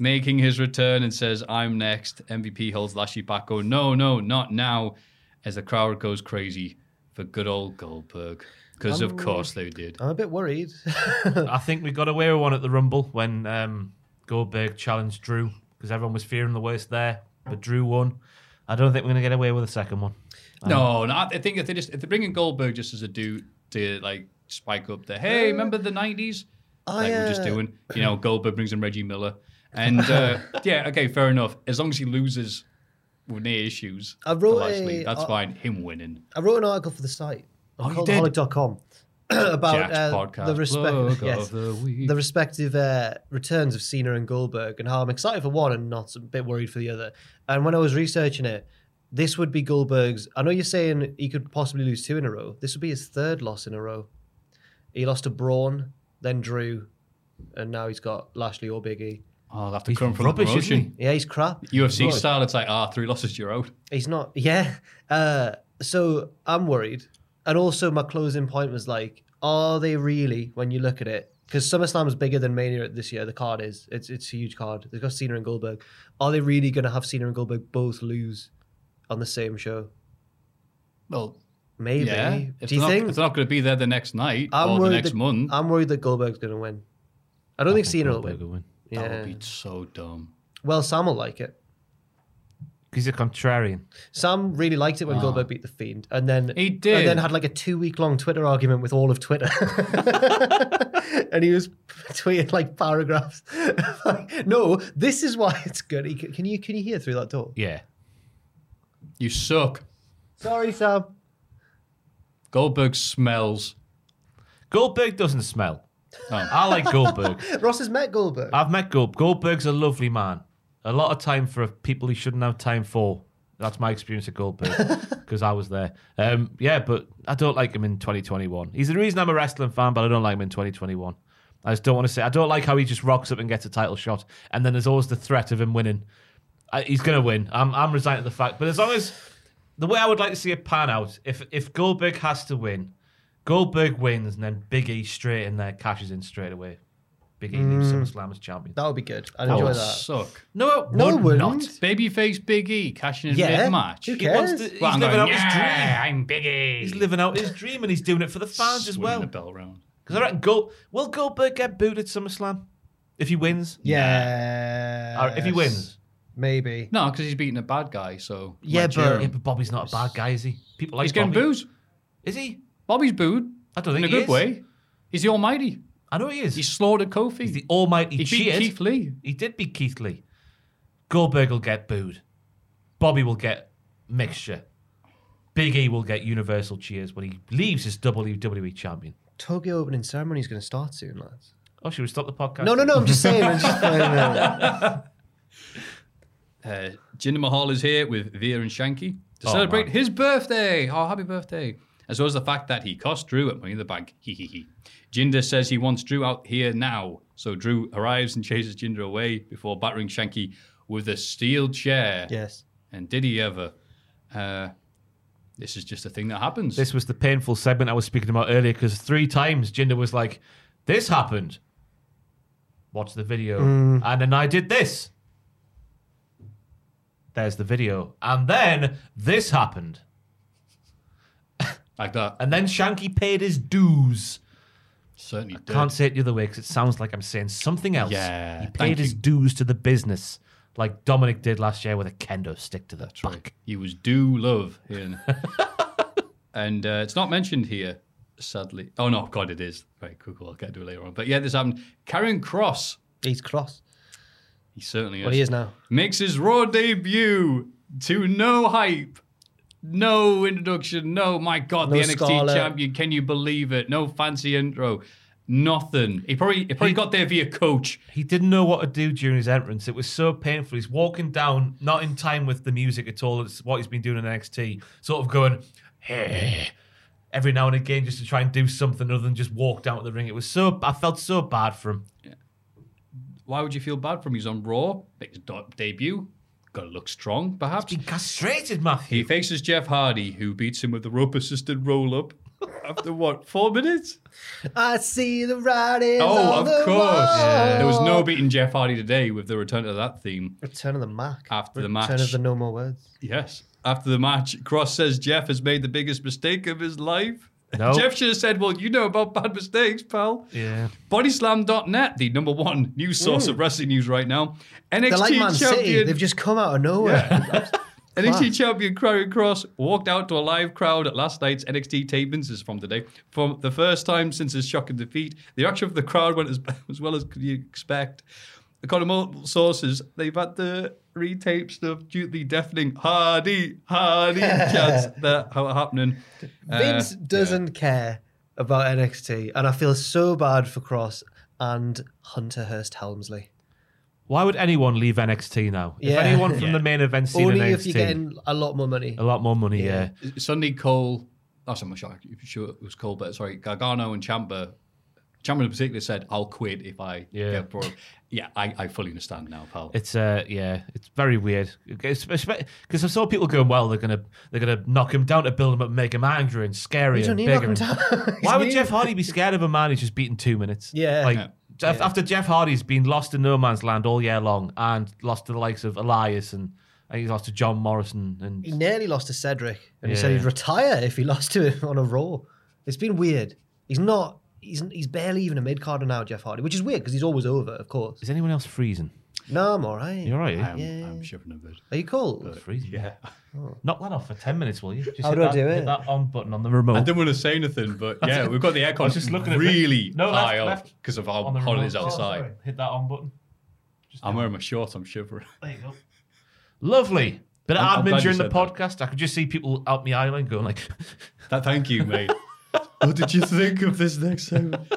Speaker 2: making his return and says, I'm next. MVP holds Lashley back, going, No, no, not now. As the crowd goes crazy for good old Goldberg. Because, of
Speaker 3: I'm-
Speaker 2: course, they did.
Speaker 3: I'm a bit worried.
Speaker 4: I think we got away with one at the Rumble when um, Goldberg challenged Drew because everyone was fearing the worst there, but Drew won. I don't think we're going to get away with a second one.
Speaker 3: Uh-huh.
Speaker 2: No, no, I think if they just if they bring in Goldberg just as a do to like spike up the hey, remember the nineties? like we're just
Speaker 3: uh,
Speaker 2: doing, you know, Goldberg brings in Reggie Miller, and uh, yeah, okay, fair enough. As long as he loses with knee issues,
Speaker 3: I wrote
Speaker 2: for Lashley,
Speaker 3: a-
Speaker 2: that's
Speaker 3: I-
Speaker 2: fine. Him winning
Speaker 3: I wrote an article for the site on
Speaker 2: Oh, you did?
Speaker 3: cultaholic.com about
Speaker 2: Jack's
Speaker 3: uh,
Speaker 2: podcast
Speaker 3: the respect,
Speaker 2: plug
Speaker 3: yes,
Speaker 2: of the week.
Speaker 3: the respective uh, returns of Cena and Goldberg, and how I'm excited for one and not a bit worried for the other. And when I was researching it, this would be Goldberg's. I know you're saying he could possibly lose two in a row. This would be his third loss in a row. He lost to Braun, then Drew, and now he's got Lashley or Big E.
Speaker 2: Oh, that to come from the
Speaker 4: rubbish, isn't
Speaker 2: promotion.
Speaker 3: Yeah, he's crap.
Speaker 2: UFC
Speaker 3: Right.
Speaker 2: style, it's like ah, three losses, you're out.
Speaker 3: He's not. Yeah. Uh, so I'm worried. And also, my closing point was like, are they really, when you look at it, because SummerSlam is bigger than Mania this year. The card is. It's it's a huge card. They've got Cena and Goldberg. Are they really going to have Cena and Goldberg both lose on the same show?
Speaker 2: Well,
Speaker 3: Maybe.
Speaker 2: yeah, if
Speaker 3: Do
Speaker 2: they're
Speaker 3: you
Speaker 2: not,
Speaker 3: think?
Speaker 2: if they're not going to be there the next night or the next
Speaker 3: that,
Speaker 2: month? Oh,
Speaker 3: I'm worried that Goldberg's going to win. I don't think, Cena
Speaker 4: Goldberg
Speaker 3: will win.
Speaker 4: will win.
Speaker 3: Yeah.
Speaker 2: That would be so dumb.
Speaker 3: Well, Sam will like it.
Speaker 4: He's a contrarian.
Speaker 3: Sam really liked it when Goldberg beat the Fiend, and then
Speaker 2: Ah. He did.
Speaker 3: and then had like a two week long Twitter argument with all of Twitter, and he was tweeting like paragraphs. no, this is why it's good. He- Can you can you hear through that door?
Speaker 4: Yeah.
Speaker 2: You suck.
Speaker 3: Sorry, Sam.
Speaker 2: Goldberg smells.
Speaker 4: Goldberg doesn't smell.
Speaker 2: Oh.
Speaker 4: I like Goldberg.
Speaker 3: Ross has met Goldberg.
Speaker 2: Ah.
Speaker 4: I've met Gold. Goldberg's a lovely man. A lot of time for people he shouldn't have time for. That's my experience at Goldberg because I was there. Um, yeah, but I don't like him in 2021. He's the reason I'm a wrestling fan, but I don't like him in 2021. I just don't want to say. I don't like how he just rocks up and gets a title shot, and then there's always the threat of him winning. I, he's going to win. I'm, I'm resigned to the fact. But as long as the way I would like to see it pan out, if if Goldberg has to win, Goldberg wins, and then Big E straight in there cashes in straight away. Big E leaves
Speaker 2: Hmm.
Speaker 4: SummerSlam as champion.
Speaker 3: that would be good. I'd
Speaker 2: That
Speaker 3: enjoy
Speaker 2: would
Speaker 3: that.
Speaker 2: Oh, suck.
Speaker 4: No, it
Speaker 3: No, it
Speaker 4: would
Speaker 3: wouldn't.
Speaker 4: not.
Speaker 2: Babyface Big E cashing in
Speaker 3: Yeah,
Speaker 2: yeah. match.
Speaker 3: who
Speaker 4: He wants
Speaker 3: cares?
Speaker 4: to- he's
Speaker 2: Well, I'm
Speaker 4: living
Speaker 2: going,
Speaker 4: out his
Speaker 2: yeah,
Speaker 4: dream.
Speaker 2: I'm Big E.
Speaker 4: He's living out his dream, and he's doing it for the fans as
Speaker 2: Winning
Speaker 4: well.
Speaker 2: the bell round.
Speaker 4: Because I reckon, Gold, will Goldberg get booed at SummerSlam if he wins?
Speaker 3: Yeah.
Speaker 2: Uh,
Speaker 4: Or if he wins,
Speaker 3: maybe.
Speaker 2: No, because he's beating a bad guy, so
Speaker 3: Yeah,
Speaker 2: might
Speaker 3: but-
Speaker 2: cheer him.
Speaker 4: yeah, but Bobby's not a bad guy, is he? People like
Speaker 2: he's getting
Speaker 4: Bobby.
Speaker 2: booed.
Speaker 4: Is he?
Speaker 2: Bobby's booed
Speaker 4: I don't
Speaker 2: in
Speaker 4: think
Speaker 2: a
Speaker 4: he
Speaker 2: good
Speaker 4: is.
Speaker 2: way. He's the Almighty.
Speaker 4: I know he is.
Speaker 2: He slaughtered Kofi.
Speaker 4: He's the almighty
Speaker 2: he beat
Speaker 4: cheated.
Speaker 2: Keith Lee.
Speaker 4: He did beat Keith Lee. Goldberg will get booed. Bobby will get mixture. Big E will get universal cheers when he leaves as WWE champion.
Speaker 3: Tokyo opening ceremony is going to start soon, lads.
Speaker 4: Oh, should we stop the podcast?
Speaker 3: No, no, no. I'm just saying. I'm just saying uh,
Speaker 2: Uh, Jinder Mahal is here with Veer and Shanky to
Speaker 4: Oh,
Speaker 2: celebrate
Speaker 4: man.
Speaker 2: his birthday. Oh, happy birthday. As well as the fact that he cost Drew at Money in the Bank. Hee hee hee. Jinder says he wants Drew out here now. So Drew arrives and chases Jinder away before battering Shanky with a steel chair.
Speaker 3: yes.
Speaker 2: And did he ever? Uh, this is just a thing that happens.
Speaker 4: This was the painful segment I was speaking about earlier because three times Jinder was like, This happened. Watch the video.
Speaker 3: Mm.
Speaker 4: And then I did this. There's the video. And then this happened.
Speaker 2: like that.
Speaker 4: And then Shanky paid his dues.
Speaker 2: Certainly did.
Speaker 4: Can't say it the other way because it sounds like I'm saying something else.
Speaker 2: Yeah,
Speaker 4: He
Speaker 2: thank
Speaker 4: paid his
Speaker 2: you.
Speaker 4: dues to the business like Dominic did last year with a kendo stick to the That's back.
Speaker 2: He was do love in. and uh, it's not mentioned here, sadly. Oh, no, God, it is. Right, cool, cool. I'll get to it later on. But yeah, this happened. Karen Cross,
Speaker 3: He's cross.
Speaker 2: he certainly is.
Speaker 3: Well, he is now.
Speaker 2: Makes his Raw debut to no hype. No introduction. No, my God,
Speaker 3: No
Speaker 2: the NXT
Speaker 3: Scarlett.
Speaker 2: champion. Can you believe it? No fancy intro. Nothing. He probably, he probably got there via coach.
Speaker 4: He didn't know what to do during his entrance. It was so painful. He's walking down, not in time with the music at all. It's what he's been doing in NXT, sort of going, hey, every now and again just to try and do something other than just walk down to the ring. It was so, I felt so bad for him.
Speaker 2: Why would you feel bad for him? He's on Raw. Makes his do- debut. Gotta look strong, perhaps.
Speaker 4: He's been castrated, Matthew.
Speaker 2: He faces Jeff Hardy, who beats him with the rope assisted roll up. After what? Four minutes?
Speaker 3: I see the writing.
Speaker 2: Oh,
Speaker 3: on
Speaker 2: of
Speaker 3: the
Speaker 2: course.
Speaker 3: wall.
Speaker 2: There was no beating Jeff Hardy today with the return to that theme.
Speaker 3: Return of the Mac.
Speaker 2: After the match.
Speaker 3: Return of the No More Words.
Speaker 2: Yes. After the match, Cross says Jeff has made the biggest mistake of his life.
Speaker 4: No.
Speaker 2: Jeff should have said, Well, you know about bad mistakes, pal.
Speaker 4: Yeah.
Speaker 2: Bodyslam.net, the number one news source of wrestling news right now. NXT
Speaker 3: They're like Man City.
Speaker 2: champion.
Speaker 3: They've just come out of nowhere.
Speaker 2: NXT champion Karrion Cross walked out to a live crowd at last night's NXT tapings. This is from today. For the first time since his shocking defeat, the reaction of the crowd went as, as well as could you expect. According to multiple sources, they've had the retape stuff due to the deafening Hardy, Hardy chants that are happening. Uh,
Speaker 3: Vince doesn't care about NXT, and I feel so bad for Cross and Hunter Hurst Helmsley.
Speaker 4: Why would anyone leave NXT now?
Speaker 3: Yeah.
Speaker 4: If anyone from
Speaker 2: Yeah.
Speaker 4: the main event scene
Speaker 3: Only
Speaker 4: in NXT,
Speaker 3: if you're getting a lot more money.
Speaker 4: a lot more money. Yeah.
Speaker 2: Sunday Cole, that's not sure, sure it was Cole, but sorry, Gargano and Champa. Champa in particular said, "I'll quit if I
Speaker 4: Yeah.
Speaker 2: get brought." up." Yeah, I, I fully understand now, pal.
Speaker 4: It's uh yeah, it's very weird because I saw people going, well, they're gonna they're gonna knock him down to build him up, and make him angry and scary
Speaker 3: You don't
Speaker 4: and
Speaker 3: need
Speaker 4: bigger.
Speaker 3: Malcolm
Speaker 4: and-
Speaker 3: Towers.
Speaker 4: Why would Jeff Hardy be scared of a man who's just beaten two minutes?
Speaker 3: Yeah.
Speaker 4: Like
Speaker 3: Yeah.
Speaker 4: Jeff- after Jeff Hardy's been lost in no man's land all year long and lost to the likes of Elias and, and he's lost to John Morrison and
Speaker 3: He nearly lost to Cedric, and he said
Speaker 4: Yeah.
Speaker 3: he'd retire if he lost to him on a Raw. It's been weird. He's not. He's he's barely even a mid carder now, Jeff Hardy, which is weird because he's always over, of course.
Speaker 4: is anyone else freezing?
Speaker 3: No, I'm all right.
Speaker 4: You're right.
Speaker 2: I'm,
Speaker 3: Yeah.
Speaker 2: I'm shivering a bit.
Speaker 3: Are you cold?
Speaker 4: freezing. Yeah. Knock that off for ten minutes, will you? Just
Speaker 3: How
Speaker 4: hit
Speaker 3: do I
Speaker 4: that,
Speaker 3: do
Speaker 4: hit
Speaker 3: it?
Speaker 4: that on button on the remote.
Speaker 2: I didn't want to say anything, but yeah, we've got the aircon
Speaker 4: just looking at
Speaker 2: really
Speaker 4: No, left,
Speaker 2: high up
Speaker 4: left.
Speaker 2: because of how
Speaker 4: on the
Speaker 2: hot it
Speaker 4: remote.
Speaker 2: is
Speaker 4: Oh,
Speaker 2: outside.
Speaker 4: sorry. hit that on button.
Speaker 2: I'm wearing my shorts. I'm shivering.
Speaker 4: There you go. Lovely. Bit of
Speaker 2: I'm- I'm glad
Speaker 4: admin
Speaker 2: you
Speaker 4: during the
Speaker 2: said that.
Speaker 4: podcast. I could just see people out my island going like,
Speaker 2: That, thank you, mate. what did you think of this next segment?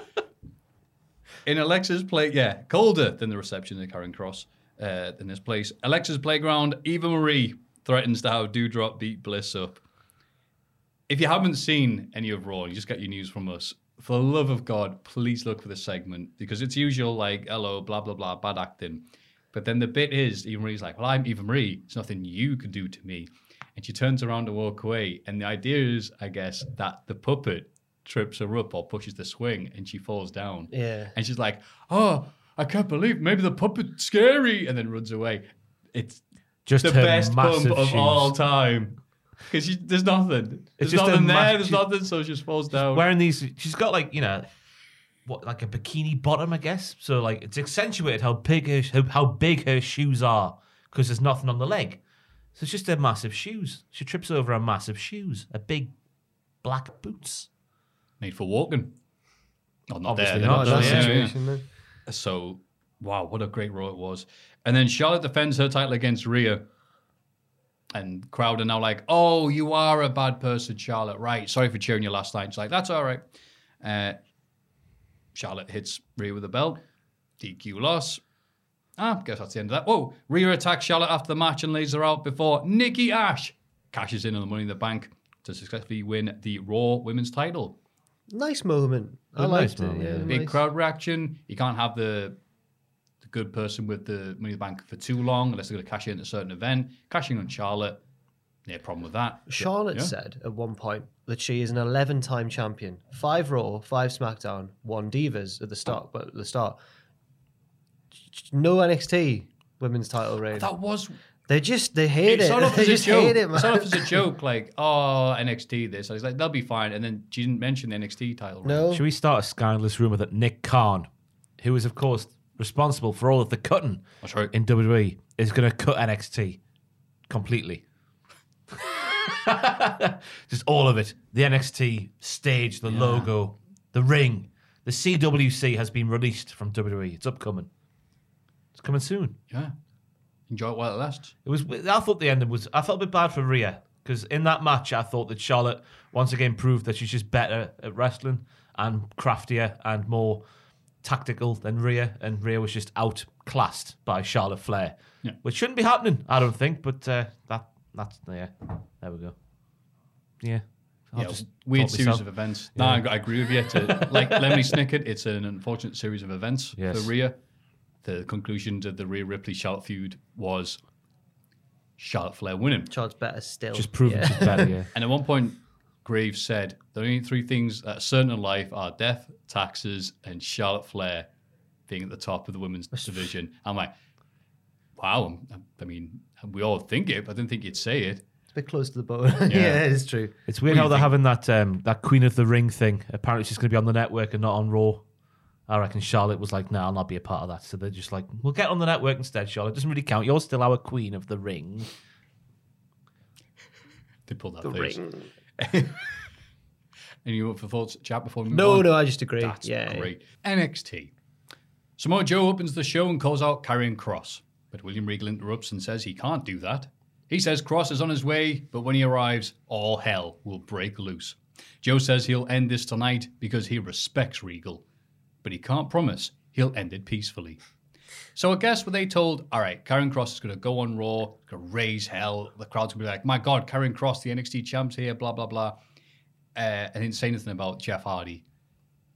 Speaker 2: In Alexa's play, yeah, colder than the reception at Karen Cross uh, in this place. Alexa's playground. Eva Marie threatens to have Dewdrop beat Bliss up. If you haven't seen any of Raw, you just get your news from us. For the love of God, please look for this segment because it's usual like hello, blah blah blah, bad acting. But then the bit is Eva Marie's like, well, I'm Eva Marie. It's nothing you can do to me. And she turns around to walk away. And the idea is, I guess, that the puppet trips her up or pushes the swing and she falls down.
Speaker 3: Yeah.
Speaker 2: And she's like, oh, I can't believe maybe the puppet's scary. And then runs away. It's
Speaker 4: just
Speaker 2: the
Speaker 4: her
Speaker 2: best bump
Speaker 4: massive
Speaker 2: of
Speaker 4: shoes.
Speaker 2: all time. Because there's nothing. There's
Speaker 4: It's just a
Speaker 2: nothing there.
Speaker 4: ma-
Speaker 2: there's
Speaker 4: she-
Speaker 2: nothing. So she just falls down.
Speaker 4: Wearing these, she's got like you know, what like a bikini bottom, I guess. So like it's accentuated how big her how, how big her shoes are because there's nothing on the leg. So it's just her massive shoes. She trips over her massive shoes, her big black boots.
Speaker 2: Made for walking. Oh, not
Speaker 4: Obviously
Speaker 2: there,
Speaker 4: not,
Speaker 2: they're
Speaker 3: that
Speaker 4: yeah,
Speaker 2: there.
Speaker 3: situation. then.
Speaker 2: So, wow, what a great row it was. And then Charlotte defends her title against Rhea. And crowd are now like, oh, you are a bad person, Charlotte. Right. Sorry for cheering you last night. She's like, that's all right. Uh, Charlotte hits Rhea with a belt. DQ loss. Ah, guess that's the end of that. Whoa. Rhea attacks Charlotte after the match and lays her out before Nikki Ash cashes in on the money in the bank to successfully win the Raw women's title
Speaker 3: Nice moment. I
Speaker 4: Nice
Speaker 3: liked
Speaker 4: moment,
Speaker 3: it. Yeah,
Speaker 4: yeah.
Speaker 2: big
Speaker 3: nice.
Speaker 2: crowd reaction. You can't have the the good person with the money in the bank for too long unless they're going to cash in at a certain event. Cashing on Charlotte, no problem with that.
Speaker 3: Charlotte
Speaker 2: Yeah.
Speaker 3: said at one point that she is an 11 time champion, five Raw, five SmackDown, one Divas at the start. But at the start, no NXT women's title reign.
Speaker 2: That was
Speaker 3: They just they hate
Speaker 2: it
Speaker 3: it.
Speaker 2: started off
Speaker 3: They
Speaker 2: as a
Speaker 3: just hate
Speaker 2: joke.
Speaker 3: it, man.
Speaker 2: started off as a joke, like oh NXT this. I was like they'll be fine, and then she didn't mention the NXT title. reign.
Speaker 3: No,
Speaker 4: Should we start a scandalous rumor that Nick Khan, who is of course responsible for all of the cutting
Speaker 2: That's right.
Speaker 4: in WWE, is going to cut NXT completely? Just all of it. The NXT stage, the logo, the ring. The CWC has been released from WWE. It's upcoming. It's coming soon.
Speaker 2: yeah, enjoy it while it lasts.
Speaker 4: It was. I thought the ending was. I felt a bit bad for Rhea because in that match, I thought that Charlotte once again proved that she's just better at wrestling and craftier and more tactical than Rhea, and Rhea was just outclassed by Charlotte Flair,
Speaker 2: Yeah.
Speaker 4: which shouldn't be happening, I don't think. But uh, that that's yeah. There we go. Yeah. I'll
Speaker 2: Yeah,
Speaker 4: just
Speaker 2: weird
Speaker 4: talk
Speaker 2: series
Speaker 4: myself.
Speaker 2: of events. No, I, I agree with you. To, like Lemony Snicket, it's an unfortunate series of events
Speaker 4: Yes.
Speaker 2: for Rhea. The conclusion to the Rhea Ripley Charlotte feud was Charlotte Flair winning.
Speaker 3: Charlotte's better still.
Speaker 4: Just proving she's better. Yeah.
Speaker 2: And at one point, Graves said, The only three things that are certain in life are death, taxes, and Charlotte Flair being at the top of the women's division. I'm like, wow. I'm- I mean, we all think it, but I didn't think you'd say it.
Speaker 3: It's a bit close to the bone. yeah, it's true.
Speaker 4: It's weird how they're having that um, that Queen of the Ring thing. Apparently, she's going to be on the network and not on Raw. I reckon Charlotte was like, "Nah, I'll not be a part of that." So they're just like, "We'll get on the network instead." Charlotte doesn't really count. You're still our Queen of the Ring.
Speaker 2: They pulled that
Speaker 4: The
Speaker 2: face.
Speaker 4: ring.
Speaker 2: Any more thoughts, chat before we move
Speaker 3: No,
Speaker 2: on?
Speaker 3: no, I just agree.
Speaker 2: That's
Speaker 3: Yeah, yeah.
Speaker 2: great. NXT. Samoa Joe opens the show and calls out Karrion Cross, but William Regal interrupts and says he can't do that. He says Cross is on his way, but when he arrives, all hell will break loose. Joe says he'll end this tonight because he respects Regal, but he can't promise he'll end it peacefully. So I guess were they told, all right, Karen Cross is going to go on Raw, going to raise hell. The crowd's going to be like, my God, Karen Cross, the NXT champs here, blah, blah, blah. Uh, and didn't say anything about Jeff Hardy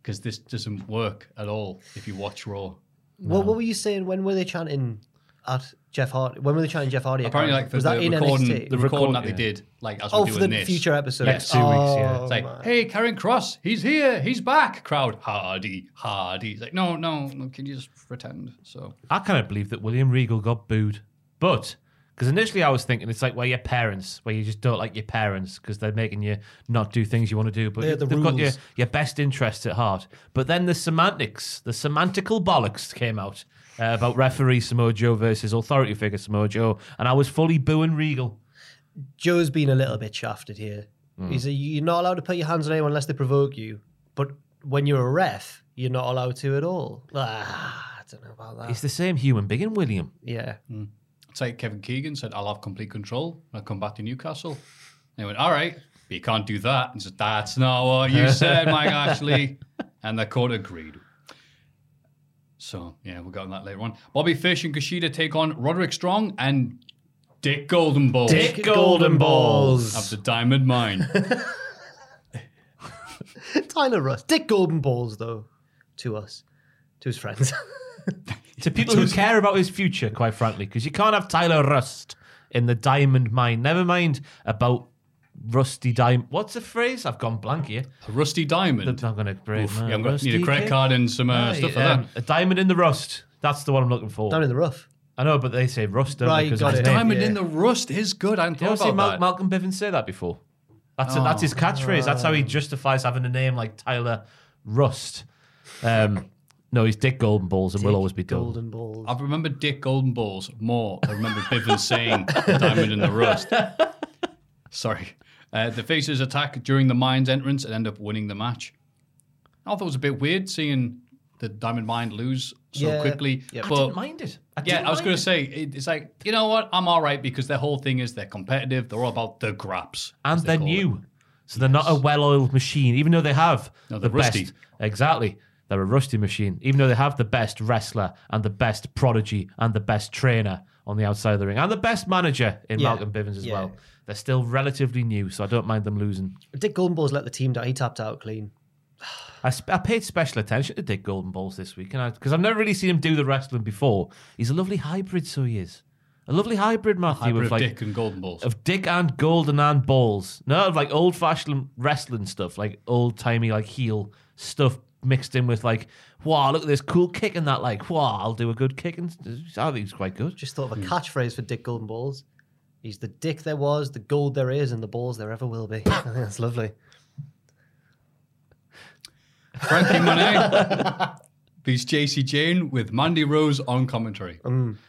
Speaker 2: because this doesn't work at all if you watch Raw.
Speaker 3: What, what were you saying? When were they chanting at Jeff Hardy? When were they chanting Jeff Hardy? I
Speaker 2: Apparently, like
Speaker 3: can't
Speaker 2: the,
Speaker 3: remember. was that
Speaker 2: the
Speaker 3: in
Speaker 2: recording,
Speaker 3: NXT?
Speaker 2: the recording that they did, like as
Speaker 3: Oh,
Speaker 2: we're
Speaker 3: for
Speaker 2: doing
Speaker 3: the
Speaker 2: this
Speaker 3: future episode. Oh,
Speaker 2: Yeah.
Speaker 3: Like two weeks, yeah.
Speaker 2: It's like, hey, Karen Cross, he's here, he's back. Crowd, Hardy, Hardy. It's like, no, no, no, can you just pretend? So
Speaker 4: I cannot believe that William Regal got booed. But because initially I was thinking it's like where your parents, where you just don't like your parents because they're making you not do things you want to do, but
Speaker 3: They're the
Speaker 4: they've got your,
Speaker 3: rules.
Speaker 4: your best interests at heart. But then the semantics, the semantical bollocks came out uh, about referee Samoa Joe versus authority figure Samoa Joe, and I was fully booing Regal.
Speaker 3: Joe's been a little bit shafted here.
Speaker 4: Hmm.
Speaker 3: He said you're not allowed to put your hands on anyone unless they provoke you, but when you're a ref, you're not allowed to at all. Ah, I don't know about that.
Speaker 4: He's the same human being, William.
Speaker 3: yeah.
Speaker 2: it's like Kevin Keegan said, I'll have complete control when I come back to Newcastle. And he went, all right, but you can't do that. And he said, that's not what you said, Mike Ashley. And the court agreed. So, yeah, we'll get on that later on. Bobby Fish and Kushida take on Roderick Strong and Dick Golden Balls.
Speaker 4: Dick Golden Balls.
Speaker 2: Of the Diamond Mine.
Speaker 3: Tyler Russ, Dick Golden Balls though, to us, to his friends.
Speaker 4: To people who care about his future, quite frankly, because you can't have Tyler Rust in the diamond mine. Never mind about rusty diamond. What's the phrase? I've gone blank here.
Speaker 2: A rusty diamond.
Speaker 4: I'm going to break
Speaker 2: Oof,
Speaker 4: my
Speaker 2: yeah, I'm gonna need a
Speaker 4: rusty
Speaker 2: credit
Speaker 4: key.
Speaker 2: card and some uh,
Speaker 4: Aye,
Speaker 2: stuff like
Speaker 4: um, A diamond in the rust. That's the one I'm looking for.
Speaker 3: Down in the rough.
Speaker 4: I know, but they say rust. don't they,
Speaker 3: Right,
Speaker 4: 'cause
Speaker 3: got
Speaker 4: it's
Speaker 3: it.
Speaker 4: diamond.
Speaker 2: Diamond
Speaker 3: Yeah.
Speaker 2: in the rust is good. I hadn't
Speaker 4: Did you
Speaker 2: thought
Speaker 4: ever see
Speaker 2: about
Speaker 4: Mal-
Speaker 2: that.
Speaker 4: Malcolm Bivens say that before? That's
Speaker 3: Oh,
Speaker 4: that's his catchphrase. That's how he justifies having a name like Tyler Rust. Um, no, he's Dick Golden Balls and will always be Golden.
Speaker 3: Golden Balls.
Speaker 2: I remember Dick Golden Balls more. I remember Bivens saying Diamond in the Rust. Sorry. Uh, the faces attack during the mine's entrance and end up winning the match. I thought it was a bit weird seeing the Diamond Mine lose so
Speaker 3: Yeah.
Speaker 2: quickly.
Speaker 3: Yep. I
Speaker 4: I didn't mind it. I
Speaker 2: yeah,
Speaker 4: didn't
Speaker 2: I was
Speaker 4: mind
Speaker 2: going
Speaker 4: it.
Speaker 2: to say, it, it's like, you know what? I'm all right because their whole thing is they're competitive. They're all about the graps.
Speaker 4: and
Speaker 2: as they
Speaker 4: they're
Speaker 2: call it.
Speaker 4: new, so they're not a well-oiled machine. Even though they have
Speaker 2: No,
Speaker 4: the
Speaker 2: they're rusty.
Speaker 4: best, exactly, they're a rusty machine. Even though they have the best wrestler and the best prodigy and the best trainer on the outside of the ring and the best manager in
Speaker 3: Yeah.
Speaker 4: Malcolm Bivens as
Speaker 3: Yeah.
Speaker 4: well, they're still relatively new, so I don't mind them losing.
Speaker 3: Dick Golden Balls let the team down. He tapped out clean.
Speaker 4: I, sp- I paid special attention to Dick Golden Balls this week, and because I've never really seen him do the wrestling before. He's a lovely hybrid, so he is. A lovely hybrid, Matthew,
Speaker 2: Hybrid
Speaker 4: of
Speaker 2: of
Speaker 4: like
Speaker 2: Dick and Golden Balls.
Speaker 4: of dick and golden and balls. No, of like old fashioned wrestling stuff, like old timey like heel stuff mixed in with like, wow, look at this cool kick and that like, wow, I'll do a good kick and I think it's quite good.
Speaker 3: Just thought of a catchphrase for Dick Golden Balls. He's the dick there was, the gold there is, and the balls there ever will be. I think that's lovely.
Speaker 2: Frankie Monet beats JC Jane with Mandy Rose on commentary.
Speaker 3: Um,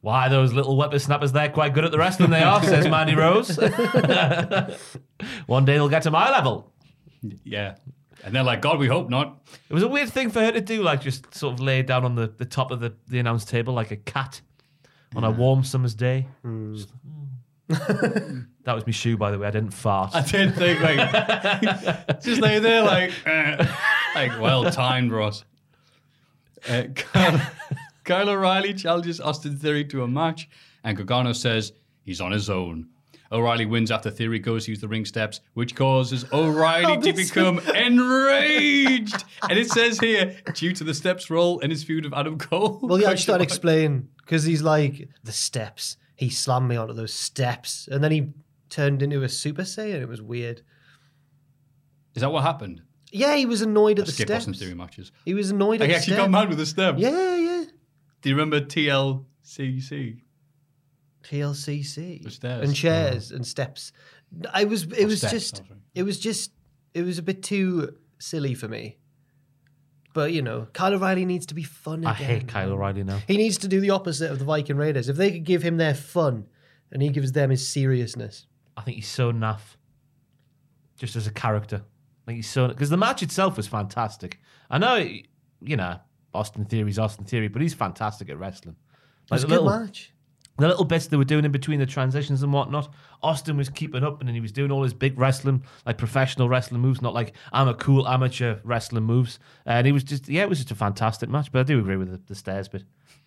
Speaker 4: Why those little whippersnappers there quite good at the wrestling they are, says Mandy Rose. One day they'll get to my level.
Speaker 2: Yeah. And they're like, God, we hope not.
Speaker 4: It was a weird thing for her to do, like just sort of lay down on the, the top of the, the announce table like a cat on a warm summer's day. Just, mm. that was my shoe, by the way. I didn't fart.
Speaker 2: I did think, like, just lay there, like, eh. like well timed, Ross. Uh, Kyle, Kyle O'Reilly challenges Austin Theory to a match, and Gargano says he's on his own. O'Reilly wins after Theory goes to use the ring steps, which causes O'Reilly
Speaker 3: Oh,
Speaker 2: to become enraged. And it says here, due to the steps role and his feud of Adam Cole.
Speaker 3: Well, yeah, I just thought I'd explain because he's like the steps. He slammed me onto those steps, and then he turned into a Super Saiyan. It was weird.
Speaker 2: Is that what happened?
Speaker 3: Yeah, he was annoyed
Speaker 2: I
Speaker 3: at the
Speaker 2: skipped
Speaker 3: steps.
Speaker 2: some theory matches.
Speaker 3: He was annoyed
Speaker 2: I
Speaker 3: at the
Speaker 2: actually got
Speaker 3: steps.
Speaker 2: mad with the steps.
Speaker 3: Yeah, yeah.
Speaker 2: Do you remember TLCC?
Speaker 3: TLCC
Speaker 2: stairs.
Speaker 3: and chairs and steps. I was. It
Speaker 2: Or
Speaker 3: was
Speaker 2: steps,
Speaker 3: just.
Speaker 2: that's right.
Speaker 3: It was just. It was a bit too silly for me. But you know, Kyle O'Reilly needs to be fun. Again.
Speaker 4: I hate Kyle O'Reilly now.
Speaker 3: He needs to do the opposite of the Viking Raiders. If they could give him their fun, and he gives them his seriousness.
Speaker 4: I think he's so naff, just as a character. Like he's so because the match itself was fantastic. I know, you know, Austin Theory's Austin Theory, but he's fantastic at wrestling.
Speaker 3: It was
Speaker 4: the
Speaker 3: a good
Speaker 4: little-
Speaker 3: match.
Speaker 4: the little bits they were doing in between the transitions and whatnot, Austin was keeping up and then he was doing all his big wrestling, like professional wrestling moves, not like I'm a cool amateur wrestling moves. And he was just, yeah, it was just a fantastic match. But I do agree with the, the stairs bit.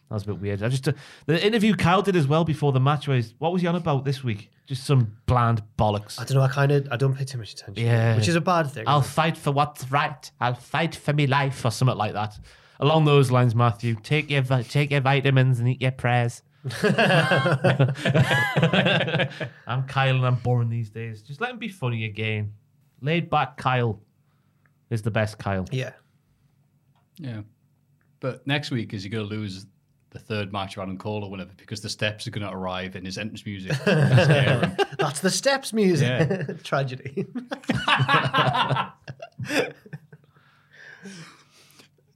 Speaker 4: That was a bit weird. I just, uh, the interview Kyle did as well before the match was, what was he on about this week? Just some bland bollocks.
Speaker 3: I don't know. I kind of. I don't pay too much attention.
Speaker 4: Yeah.
Speaker 3: which is a bad thing.
Speaker 4: I'll fight for what's right. I'll fight for me life or something like that. Along those lines, Matthew, take your vi- take your vitamins and eat your prayers. I'm Kyle and I'm boring these days. Just let him be funny again. Laid back Kyle is the best Kyle.
Speaker 3: Yeah.
Speaker 2: Yeah. But next week is you're going to lose the third match of Adam Cole or whatever because the steps are going to arrive and his entrance music. is gonna scare him.
Speaker 3: That's the steps music.
Speaker 2: Yeah.
Speaker 3: Tragedy.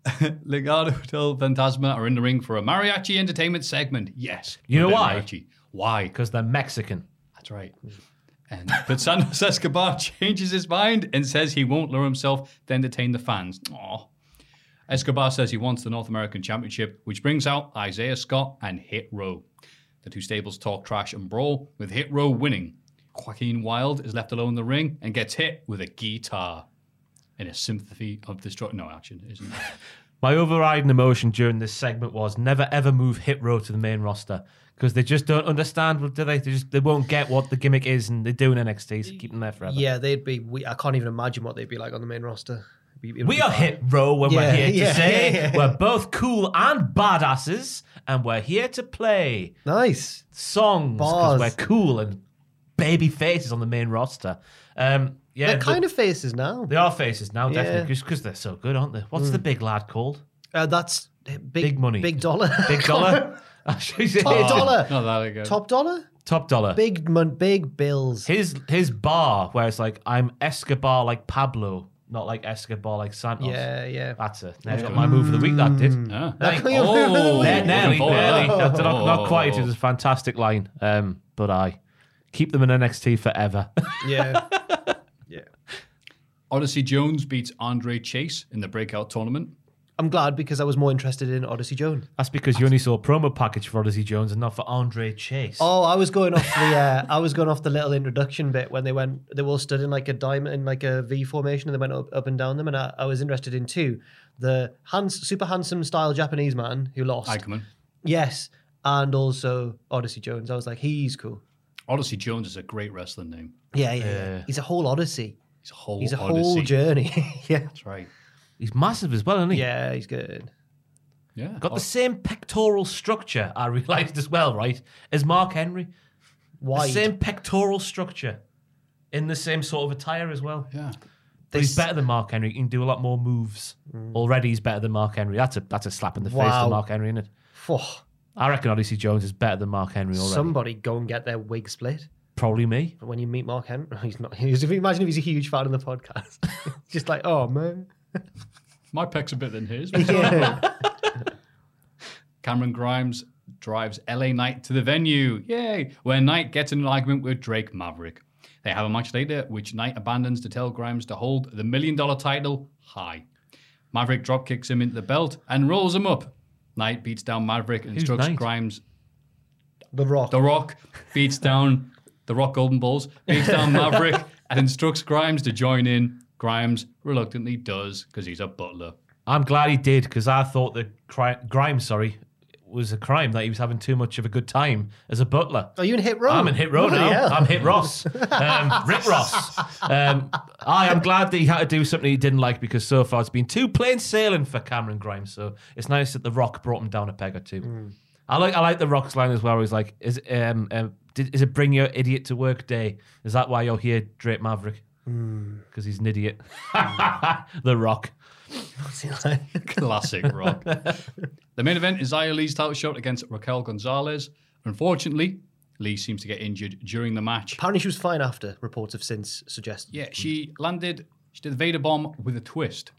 Speaker 2: Legado del Fantasma are in the ring for a mariachi entertainment segment. Yes.
Speaker 4: You know
Speaker 2: They're
Speaker 4: why?
Speaker 2: Mariachi. Why?
Speaker 4: Because they're Mexican.
Speaker 2: That's right. Mm. And, but Santos Escobar changes his mind and says he won't lower himself to entertain the fans. Aw. Escobar says he wants the North American Championship, which brings out Isaiah Scott and Hit Row. The two stables talk trash and brawl, with Hit Row winning. Joaquin Wild is left alone in the ring and gets hit with a guitar. In a sympathy of destruction. No action, isn't it?
Speaker 4: My overriding emotion during this segment was never ever move Hit Row to the main roster because they just don't understand. what- Do they? They just they won't get what the gimmick is, and they do in NXT, so keep them there forever.
Speaker 3: yeah, they'd be. We, I can't even imagine what they'd be like on the main roster. It'd be- it'd
Speaker 4: We
Speaker 3: be
Speaker 4: are
Speaker 3: bad.
Speaker 4: Hit Row when
Speaker 3: Yeah,
Speaker 4: we're here to
Speaker 3: yeah,
Speaker 4: say
Speaker 3: yeah, yeah.
Speaker 4: we're both cool and badasses, and we're here to play
Speaker 3: Nice.
Speaker 4: songs
Speaker 3: Bars.
Speaker 4: because we're cool and baby faces on the main roster. Um, yeah,
Speaker 3: They're kind of faces now.
Speaker 4: they are faces now,
Speaker 3: Yeah. Mm.
Speaker 4: definitely, because they're so good, aren't they? What's the big lad called?
Speaker 3: Uh, that's big,
Speaker 4: Big money.
Speaker 3: big dollar,
Speaker 4: Big dollar. top
Speaker 3: top dollar,
Speaker 2: Not that ago.
Speaker 3: top dollar,
Speaker 4: Top dollar.
Speaker 3: big mon- big bills.
Speaker 4: his his bar where it's like I'm Escobar like Pablo, not like Escobar like Santos.
Speaker 3: yeah, yeah. Mm.
Speaker 4: That's it. Now I got my move of the week. That did.
Speaker 2: Ah.
Speaker 4: Thank-
Speaker 3: That-
Speaker 2: Oh,
Speaker 4: Ne-
Speaker 2: looking
Speaker 4: nearly,
Speaker 2: forward to that.
Speaker 4: nearly. Not, not, not quite. It
Speaker 2: Oh.
Speaker 4: was a fantastic line. Um, but I keep them in NXT forever.
Speaker 3: Yeah,
Speaker 2: Odyssey Jones beats Andre Chase in the breakout tournament.
Speaker 3: I'm glad because I was more interested in Odyssey Jones.
Speaker 4: That's because you only saw a promo package for Odyssey Jones and not for Andre Chase.
Speaker 3: Oh, I was going off the uh, I was going off the little introduction bit when they went they all stood in like a diamond in like a V formation and they went up, up and down them and I, I was interested in two the hands, super handsome style Japanese man who lost
Speaker 2: Eichmann.
Speaker 3: yes and also Odyssey Jones I was like he's cool
Speaker 2: Odyssey Jones is a great wrestling name.
Speaker 3: yeah yeah, yeah. he's a whole Odyssey
Speaker 2: He's a whole
Speaker 3: he's a
Speaker 2: Odyssey.
Speaker 3: whole journey yeah
Speaker 2: That's right.
Speaker 4: He's massive as well, isn't he?
Speaker 3: yeah he's good
Speaker 2: Yeah.
Speaker 4: Got
Speaker 2: Oh,
Speaker 4: the same pectoral structure, I realised as well, right? As Mark Henry.
Speaker 3: why
Speaker 4: The same pectoral structure. In the same sort of attire as well.
Speaker 2: Yeah.
Speaker 4: But he's
Speaker 3: This- Mm.
Speaker 4: better than Mark Henry. He can do a lot more moves. Already he's better than Mark Henry. That's a that's a slap in the face to
Speaker 3: Wow.
Speaker 4: Mark Henry, isn't it?
Speaker 3: Oh,
Speaker 4: I reckon Odyssey Jones is better than Mark Henry already.
Speaker 3: somebody go and get their wig split
Speaker 4: Probably me.
Speaker 3: when you meet Mark Henry he's not he's, imagine if he's a huge fan of the podcast just like oh man
Speaker 2: My peck's a bit than his.
Speaker 3: yeah.
Speaker 2: Cameron Grimes drives LA Knight to the venue. Yay! Where Knight gets in an argument with Drake Maverick. They have a match later, which Knight abandons to tell Grimes to hold the million dollar title high. Maverick drop kicks him into the belt and rolls him up. Knight beats down Maverick and
Speaker 4: Who's
Speaker 2: instructs
Speaker 4: Knight?
Speaker 2: Grimes
Speaker 3: The Rock.
Speaker 2: The Rock beats down the Rock Golden Balls, beats down Maverick, and instructs Grimes to join in. Grimes reluctantly does because he's a butler.
Speaker 4: I'm glad he did because I thought the cri- crime, sorry, was a crime that he was having too much of a good time as a butler.
Speaker 3: Are you in Hit Row?
Speaker 4: I'm in Hit Row
Speaker 3: Oh, Bloody
Speaker 4: now.
Speaker 3: hell.
Speaker 4: I'm Hit Ross. Um, Rick Ross. Um, I am glad that he had to do something he didn't like because so far it's been too plain sailing for Cameron Grimes. So it's nice that The Rock brought him down a peg or two.
Speaker 3: Mm.
Speaker 4: I like I like The Rock's line as well. Where he's like, uh, "Is um, um did, is it bring your idiot to work day? Is that why you're here, Drake Maverick?"
Speaker 3: Mm.
Speaker 4: because he's an idiot. the Rock.
Speaker 2: Classic Rock. the main event is Zia Lee's title shot against Raquel Gonzalez. Unfortunately, Lee seems to get injured during the match.
Speaker 3: Apparently, she was fine after. Reports have since suggested.
Speaker 2: Yeah, she landed. She did the Vader bomb with a twist.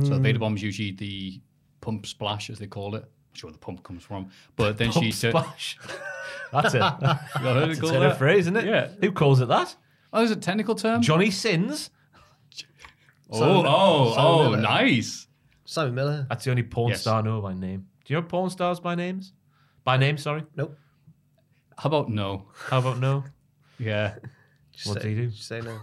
Speaker 2: So the
Speaker 3: Mm.
Speaker 2: Vader bomb is usually the pump splash, as they call it. I'm sure where the pump comes from. But then
Speaker 4: Pump
Speaker 2: she took-
Speaker 4: splash. That's it.
Speaker 2: You heard
Speaker 4: That's
Speaker 2: it
Speaker 4: a
Speaker 2: called
Speaker 4: turn of
Speaker 2: that?
Speaker 4: phrase, isn't it?
Speaker 2: Yeah.
Speaker 4: Who calls it that?
Speaker 2: Oh, there's a technical term.
Speaker 4: Johnny Sins.
Speaker 2: Oh, oh, oh, nice.
Speaker 3: Simon Miller.
Speaker 4: That's the only porn
Speaker 2: Yes.
Speaker 4: star I know by name. Do you know porn stars by names? By name, sorry.
Speaker 3: Nope.
Speaker 2: How about no?
Speaker 4: How about no?
Speaker 2: Yeah.
Speaker 3: Just
Speaker 4: What
Speaker 3: say,
Speaker 4: do you do?
Speaker 3: Just say no.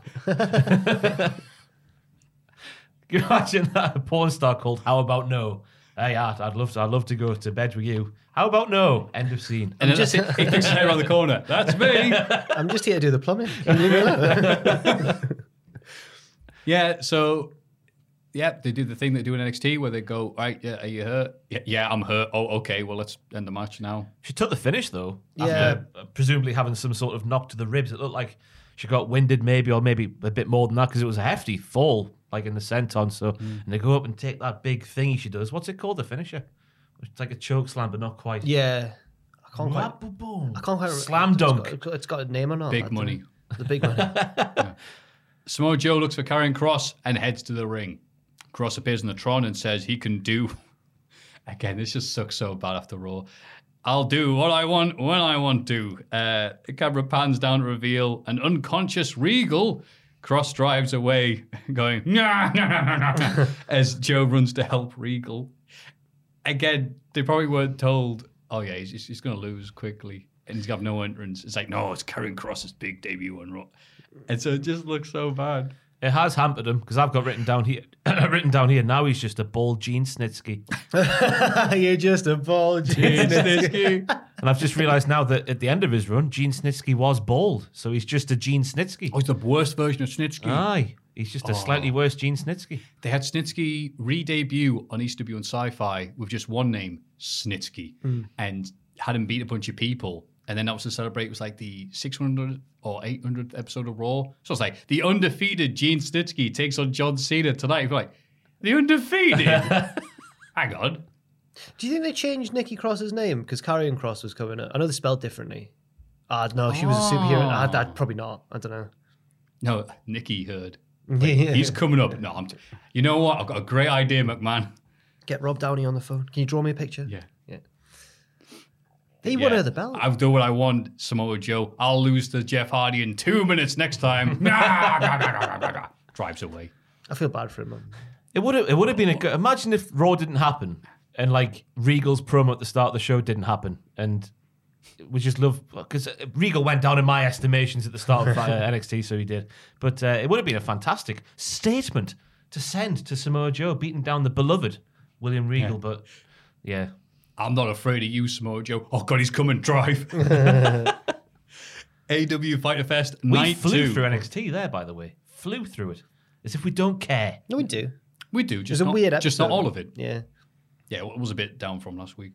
Speaker 4: Can you imagine that a porn star called "How About No"? Hey, Art, I'd love to. I'd love to go to bed with you. How about no? End of scene.
Speaker 2: And then that's it. He picks her around the corner. That's me.
Speaker 3: I'm just here to do the plumbing. Can you leave me alone?
Speaker 2: Yeah, so yeah, they do the thing they do in NXT where they go, right, yeah, are you hurt? Yeah, yeah, I'm hurt. Oh, okay, well let's end the match now.
Speaker 4: She took the finish though.
Speaker 3: Yeah.
Speaker 4: After presumably having some sort of knock to the ribs. It looked like she got winded, maybe, or maybe a bit more than that, because it was a hefty fall, like in the senton. So,
Speaker 3: Mm.
Speaker 4: and they go up and take that big thingy she does. What's it called? The finisher. It's like a choke slam, but not quite.
Speaker 3: yeah. I can't quite.
Speaker 4: Whap, boom.
Speaker 3: I can't quite.
Speaker 4: Slam
Speaker 3: it's
Speaker 4: dunk.
Speaker 3: got- It's got, it's got a name or not.
Speaker 2: Big
Speaker 3: I don't-
Speaker 2: money.
Speaker 3: The big money.
Speaker 2: Samoa Joe looks for Karrion Cross and heads to the ring. Cross appears in the Tron and says he can do again, this just sucks so bad after Raw. I'll do what I want when I want to. Uh, the camera pans down to reveal an unconscious Regal. Cross drives away, going nah, nah, nah, nah, nah," as Joe runs to help Regal. Again, they probably weren't told. Oh yeah, he's, he's going to lose quickly, and he's got no entrance. It's like no, it's Karen Cross's big debut on Raw, and so it just looks so bad.
Speaker 4: It has hampered him because I've got written down here. written down here. Now he's just a bald Gene Snitsky,
Speaker 3: You're just a bald
Speaker 2: It's
Speaker 3: genius.
Speaker 2: this-
Speaker 4: and I've just realised now that at the end of his run, Gene Snitsky was bald, so he's just a Gene Snitsky.
Speaker 2: oh, it's the worst version of Snitsky.
Speaker 4: Aye, he's just a slightly worse Gene Snitsky.
Speaker 2: They had Snitsky re-debut on East W and Sci-Fi with just one name, Snitsky, and had him beat a bunch of people. And then that was to celebrate. It was like the 600 or 800th episode of Raw. So it's like the undefeated Gene Snitsky takes on John Cena tonight. You're like, the undefeated? Hang on.
Speaker 3: Do you think they changed Nikki Cross's name because Carrion Cross was coming up? I know they spelled differently. Ah, no, she was a superhero. I'd,
Speaker 2: Oh.
Speaker 3: I'd probably not. I don't know.
Speaker 2: No, Nikki Heard.
Speaker 3: Yeah.
Speaker 2: He's coming up. No, I'm. T- you know what? I've got a great idea, McMahon.
Speaker 3: Get Rob Downey on the phone. Can you draw me a picture?
Speaker 2: Yeah.
Speaker 3: Yeah. He won
Speaker 2: Yeah.
Speaker 3: her the belt.
Speaker 2: I'll do what I want, Samoa Joe. I'll lose to Jeff Hardy in two minutes next time. Nah, nah, nah, nah, nah, nah. Drives away.
Speaker 3: I feel bad for him. man.
Speaker 4: It would have. It would have been a good. Imagine if Raw didn't happen and like Regal's promo at the start of the show didn't happen, and we just love because Regal went down in my estimations at the start of uh, NXT, so he did. But uh, it would have been a fantastic statement to send to Samoa Joe, beating down the beloved William Regal. But yeah,
Speaker 2: I'm not afraid of you, Samoa Joe. Oh God, he's coming. Drive. AW Fighter Fest
Speaker 4: we
Speaker 2: night
Speaker 4: flew
Speaker 2: two.
Speaker 4: through NXT there, by the way, flew through it as if we don't care.
Speaker 3: No, we do.
Speaker 2: we do just
Speaker 3: It's a
Speaker 2: not,
Speaker 3: weird
Speaker 2: just not
Speaker 3: episode.
Speaker 2: all of it.
Speaker 3: Yeah.
Speaker 2: Yeah, it was a bit down from last week.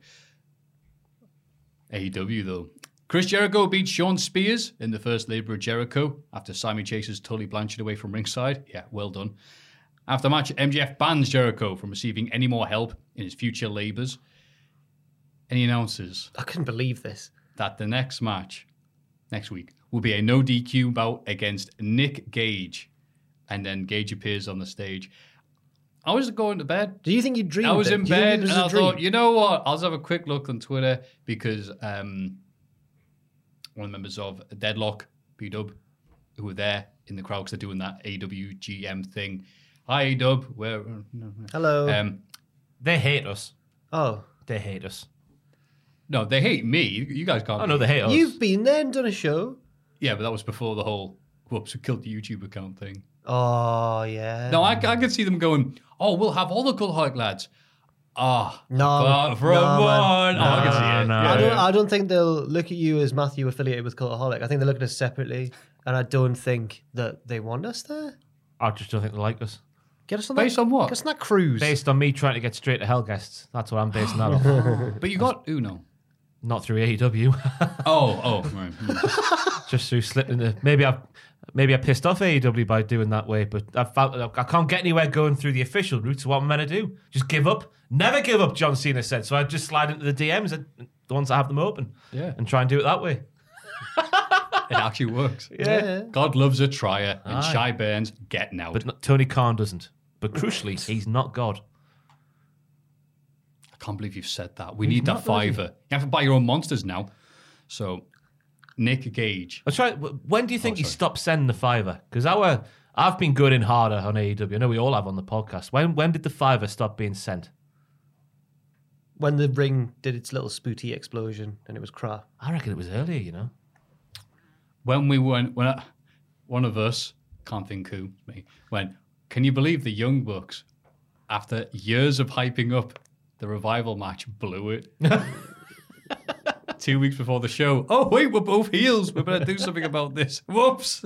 Speaker 2: AEW though. Chris Jericho beat Sean Spears in the first Labour of Jericho after Simon chases Tully Blanchard away from ringside. Yeah, well done. After the match, MJF bans Jericho from receiving any more help in his future labours. And he announces
Speaker 3: I couldn't believe this.
Speaker 2: that the next match, next week, will be a no DQ bout against Nick Gage. And then Gage appears on the stage. I was going to bed.
Speaker 3: Do you think you dreamed?
Speaker 2: I was
Speaker 3: it?
Speaker 2: in
Speaker 3: Do you think
Speaker 2: bed and
Speaker 3: it was a
Speaker 2: I
Speaker 3: dream?
Speaker 2: thought, you know what? I'll just have a quick look on Twitter because um, one of the members of Deadlock, B Dub, who were there in the crowd because they're doing that AWGM thing. Hi, A Dub. Where?
Speaker 3: Hello.
Speaker 2: Um,
Speaker 4: They hate us.
Speaker 3: oh,
Speaker 4: They hate us.
Speaker 2: no, they hate me. You guys can't.
Speaker 4: Oh no, they hate us.
Speaker 3: you've been there and done a show.
Speaker 2: Yeah, but that was before the whole whoops, we killed the YouTube account thing.
Speaker 3: Oh yeah.
Speaker 2: No, I, I could see them going, oh, we'll have all the Culhike lads. Ah,
Speaker 3: No,
Speaker 2: but from
Speaker 3: no, man.
Speaker 2: one. oh, I can see it.
Speaker 4: No, no.
Speaker 2: Yeah,
Speaker 3: I don't.
Speaker 2: yeah.
Speaker 3: I don't think they'll look at you as Matthew affiliated with Cultaholic. I think they look at us separately, and I don't think that they want us there.
Speaker 4: I just don't think they like us.
Speaker 3: Get us on
Speaker 2: Based
Speaker 3: that,
Speaker 2: on what?
Speaker 3: Get us on that cruise.
Speaker 4: Based on me trying to get straight to Hellguests, that's what I'm basing that on.
Speaker 2: But you got Uno.
Speaker 4: Not through E AEW,
Speaker 2: Oh, oh, right. Hmm.
Speaker 4: just through slipping. The, maybe I've Maybe I pissed off AEW by doing that way, but I felt that I can't get anywhere going through the official route. So what am I meant to do? Just give up? Never give up, John Cena said. So I just slide into the DMs, and the ones that have them open,
Speaker 2: Yeah.
Speaker 4: and try and do it that way.
Speaker 2: It actually works.
Speaker 4: Yeah.
Speaker 2: God loves a trier, and
Speaker 4: Aye.
Speaker 2: Shy Burns getting out.
Speaker 4: But no- Tony Khan doesn't. But crucially, he's not God.
Speaker 2: I can't believe you've said that. We
Speaker 4: He's
Speaker 2: need that
Speaker 4: not, does he?
Speaker 2: fiver. You have to buy your own monsters now. So, Nick Gage.
Speaker 4: That's right. When do you think he stopped sending the fiver? Because our I've been good and harder on AEW. I know we all have on the podcast. When when did the fiver stop being sent?
Speaker 3: When the ring did its little spooty explosion and it was crap.
Speaker 4: I reckon it was earlier. You know.
Speaker 2: When we went, when I, one of us, can't think who, me, went, can you believe the Young Bucks, after years of hyping up the revival match, blew it? Two weeks before the show, oh, wait, we're both heels. We better do something about this. Whoops.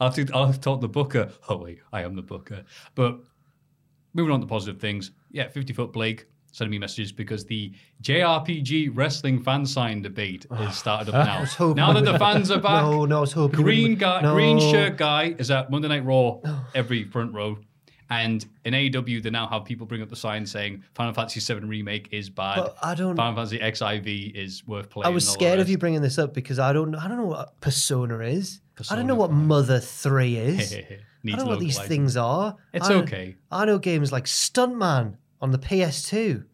Speaker 2: I'll have, to, I'll have to talk to the booker. Oh, wait, I am the booker. But moving on to positive things. Yeah, 50 foot Blake sending me messages because the JRPG wrestling fan sign debate has started up now.
Speaker 3: was hoping
Speaker 2: now that
Speaker 3: we-
Speaker 2: the fans are back,
Speaker 3: No, no, I was hoping we
Speaker 2: green
Speaker 3: would-
Speaker 2: guy,
Speaker 3: no.
Speaker 2: green shirt guy is at Monday Night Raw every front row. And in AEW, they now have people bring up the sign saying Final Fantasy VII Remake is bad.
Speaker 3: But I don't-
Speaker 2: Final Fantasy XIV is worth playing.
Speaker 3: I was
Speaker 2: and all the
Speaker 3: scared of
Speaker 2: rest.
Speaker 3: you bringing this up because I don't I don't know what Persona is. I don't
Speaker 2: Persona
Speaker 3: know what Mother 3 is. I
Speaker 2: Needs
Speaker 3: don't know what these
Speaker 2: localizing.
Speaker 3: things are.
Speaker 2: It's
Speaker 3: I-
Speaker 2: okay.
Speaker 3: I know games like Stuntman on the PS2.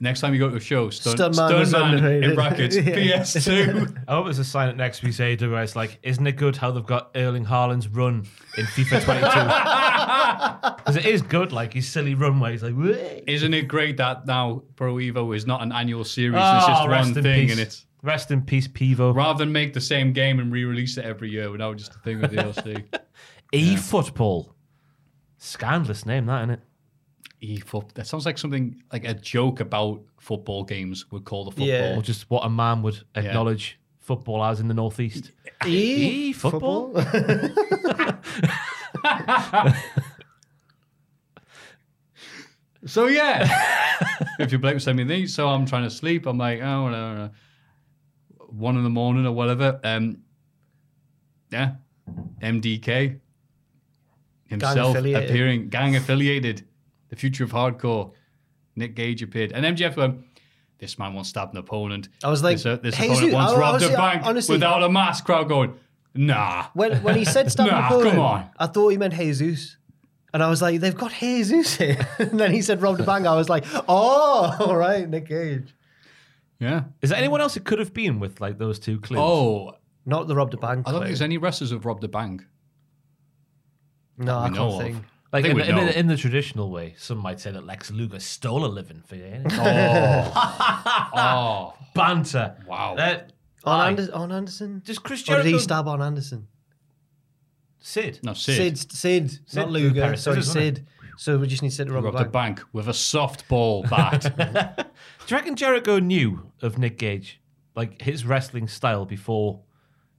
Speaker 2: Next time you go to a show, Stun,
Speaker 3: Stuntman
Speaker 2: Stuntman
Speaker 3: was underrated.
Speaker 2: in brackets,
Speaker 3: Yeah.
Speaker 2: PS2.
Speaker 4: I hope there's a sign at next week's AEW where it's like, isn't it good how they've got Erling Haaland's run in FIFA 22? Because it is good, like his silly run where he's like, "Wah."
Speaker 2: Isn't it great that now Pro Evo is not an annual series? it's
Speaker 3: Ah,
Speaker 4: Oh,
Speaker 2: just one
Speaker 4: rest in
Speaker 2: thing,
Speaker 4: peace.
Speaker 2: and it's
Speaker 4: rest in peace, Pivo.
Speaker 2: rather than make the same game and re-release it every year, we're now just a thing with DLC.
Speaker 4: E football, scandalous name, that isn't it?
Speaker 2: e football. That sounds like something like a joke about football games would call the football.
Speaker 3: Yeah.
Speaker 4: Or just what a man would acknowledge football as in the northeast.
Speaker 3: E?
Speaker 4: E football.
Speaker 2: So yeah, if you blame send me these, so I'm trying to sleep. I'm like, oh, no, no. one in the morning or whatever. Um, yeah, MDK himself
Speaker 3: affiliated.
Speaker 2: appearing, gang affiliated, the future of hardcore. Nick Gage appeared, and MJF went. This man once stabbed an opponent.
Speaker 3: I was like,
Speaker 2: this, uh, this
Speaker 3: "Hey,
Speaker 2: opponent
Speaker 3: Zeus,
Speaker 2: once
Speaker 3: I- I
Speaker 2: robbed
Speaker 3: was-
Speaker 2: a
Speaker 3: I-
Speaker 2: bank
Speaker 3: honestly-
Speaker 2: without a mask. Crowd going, nah.
Speaker 3: When when he said stab
Speaker 2: Nah,
Speaker 3: Napoleon,
Speaker 2: come on.
Speaker 3: I thought he meant Jesus. And I was like, they've got Jesus here. and then he said Rob the Bang. I was like, oh, all right, Nick Cage.
Speaker 2: Yeah.
Speaker 4: Is there anyone else it could have been with like those two clues?
Speaker 2: Oh,
Speaker 3: Not the Rob the Bang.
Speaker 2: I don't think
Speaker 3: clip.
Speaker 2: there's any wrestlers who've robbed a bank.
Speaker 3: No, I
Speaker 2: we know
Speaker 3: can't
Speaker 2: of.
Speaker 3: think.
Speaker 4: like
Speaker 2: I
Speaker 4: in,
Speaker 2: think
Speaker 4: the,
Speaker 2: we
Speaker 4: in,
Speaker 2: know.
Speaker 4: the, in the traditional way, some might say that Lex Luger stole a living for you.
Speaker 2: Oh, oh,
Speaker 4: Banter. Uh,
Speaker 2: wow.
Speaker 4: That-
Speaker 3: On,
Speaker 4: Aye.
Speaker 3: Anders- on Anderson?
Speaker 4: Does Chris
Speaker 3: Or
Speaker 4: Jericho
Speaker 3: did he stab on Anderson?
Speaker 4: Sid?
Speaker 2: no, Sid,
Speaker 3: Sid. Sid. Sid.
Speaker 4: Sid
Speaker 3: Not Luger.
Speaker 4: Perez,
Speaker 3: Sorry,
Speaker 4: isn't it?
Speaker 3: Sid. So we just need Sid to Rob the
Speaker 2: robbed a
Speaker 3: Bang.
Speaker 2: bank with a softball bat.
Speaker 4: Do you reckon Jericho knew of Nick Gage, like his wrestling style before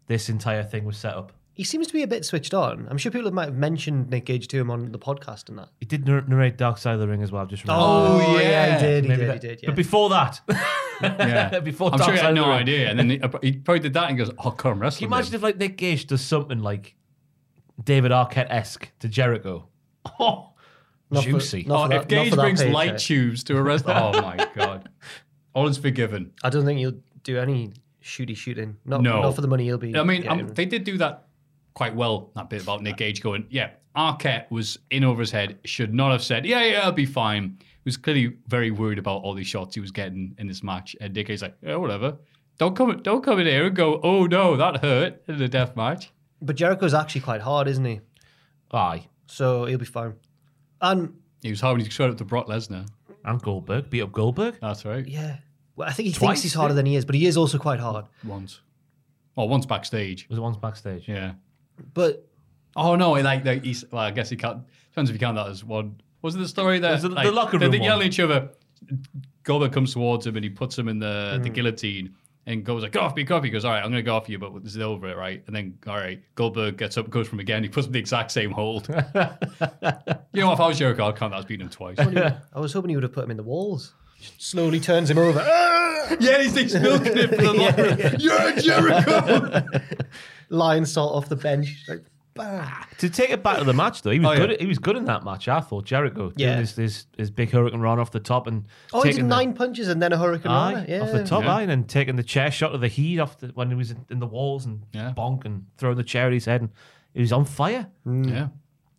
Speaker 4: this entire thing was set up?
Speaker 3: He seems to be a bit switched on. I'm sure people might have mentioned Nick Gage to him on the podcast and that.
Speaker 4: He did nar- narrate Dark Side of the Ring as well. I've just remembered.
Speaker 2: Oh, yeah.
Speaker 3: he did. He
Speaker 4: Maybe
Speaker 3: did.
Speaker 4: that-
Speaker 3: He did. Yeah.
Speaker 4: But before that,
Speaker 2: yeah,
Speaker 4: Before
Speaker 2: I'm
Speaker 4: Dark
Speaker 2: sure he
Speaker 4: Side of
Speaker 2: had
Speaker 4: the
Speaker 2: no
Speaker 4: Ring.
Speaker 2: idea, and then he, he probably did that and goes, "Oh, come wrestle."
Speaker 4: can you imagine
Speaker 2: him."
Speaker 4: if like Nick Gage does something like David Arquette esque to Jericho? Oh,
Speaker 3: Not for-
Speaker 4: juicy.
Speaker 3: not
Speaker 2: Oh,
Speaker 3: for that-
Speaker 2: if
Speaker 3: not
Speaker 2: Gage
Speaker 3: for that
Speaker 2: brings
Speaker 3: paycheck.
Speaker 2: light tubes to a wrestler, oh my god, all is forgiven.
Speaker 3: I don't think he'll do any shooty shooting. Not,
Speaker 2: No.
Speaker 3: not for the money he'll be.
Speaker 2: I mean, um,
Speaker 3: getting.
Speaker 2: they did do that quite well. That bit about Nick Gage going, yeah, Arquette was in over his head. Should not have said, yeah, yeah, I'll be fine. He was clearly very worried about all these shots he was getting in this match. And Nick Gage's like, yeah, whatever. Don't come, don't come in here and go, oh no, that hurt in the death match.
Speaker 3: But Jericho's actually quite hard, isn't he?
Speaker 4: aye.
Speaker 3: So he'll be fine. And
Speaker 2: He was hard when he showed up to Brock Lesnar.
Speaker 4: And Goldberg beat up Goldberg.
Speaker 2: That's right.
Speaker 3: yeah, well, I think he
Speaker 4: Twice,
Speaker 3: thinks he's harder than he is, but he is also quite hard.
Speaker 2: Once. Oh, once backstage.
Speaker 4: Was it once backstage?
Speaker 2: Yeah.
Speaker 3: But
Speaker 2: Oh no, like the he's well, I guess he can't depends if you count that as one. Was it the story that
Speaker 4: There's a- the
Speaker 2: like,
Speaker 4: locker
Speaker 2: they-
Speaker 4: room
Speaker 2: they yell
Speaker 4: one.
Speaker 2: at each other? Goldberg comes towards him and he puts him in the,
Speaker 3: Mm.
Speaker 2: the guillotine and goes like, "Go off me, go off me." He goes, "All right, I'm going to go off you, but this is over it, right?" And then, all right, Goldberg gets up, goes from again. He puts him in the exact same hold. you know, what, if I was Jericho, I'd count that as beating him twice. yeah,
Speaker 3: I was hoping he would have put him in the walls. Slowly turns him over. Ah!
Speaker 2: he's, he's milking it for the locker room. You're Jericho.
Speaker 3: Lion salt off the bench. Like, bang.
Speaker 4: To take it back to the match though, he was
Speaker 3: Oh, yeah.
Speaker 4: good. He was good in that match. I thought Jericho
Speaker 3: Yeah.
Speaker 4: doing his, his his big hurricane run off the top and
Speaker 3: Oh, he did
Speaker 4: taking the-
Speaker 3: nine punches and then a hurricane
Speaker 4: Aye,
Speaker 3: runner. Yeah.
Speaker 4: off the top line and taking the chair shot of the heat off the, when he was in, in the walls and bonk and throwing the chair at his head and he was on fire.
Speaker 3: Uh,
Speaker 2: Yeah.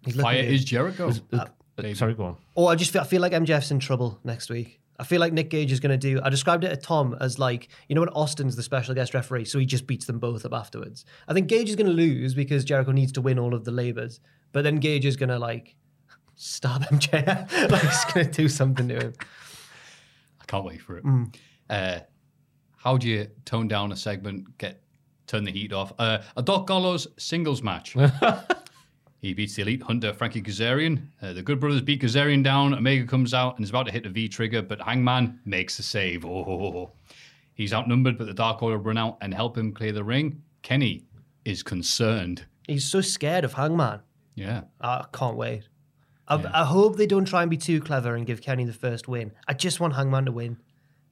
Speaker 3: He's looking Fire good. Mm. is Jericho.
Speaker 4: Was- uh, sorry, go on.
Speaker 3: Oh, I just feel, I feel like MJF's in trouble next week. I feel like Nick Gage is going to do. I described it to Tom as like, you know, when Austin's the special guest referee, so he just beats them both up afterwards. I think Gage is going to lose because Jericho needs to win all of the labors, but then Gage is going to like stab MJF, like he's going to do something to him.
Speaker 2: I can't wait for it.
Speaker 3: Mm.
Speaker 2: Uh, how do you tone down a segment? Get turn the heat off. Uh, a Doc Gallows singles match. he beats the elite hunter Frankie Kazarian. Uh, the Good Brothers beat Kazarian down. Omega comes out and is about to hit the V trigger, but Hangman makes the save. Oh, he's outnumbered, but the Dark Order run out and help him clear the ring. Kenny is concerned.
Speaker 3: He's so scared of Hangman.
Speaker 2: Yeah.
Speaker 3: I can't wait. I, I hope they don't try and be too clever and give Kenny the first win. I just want Hangman to win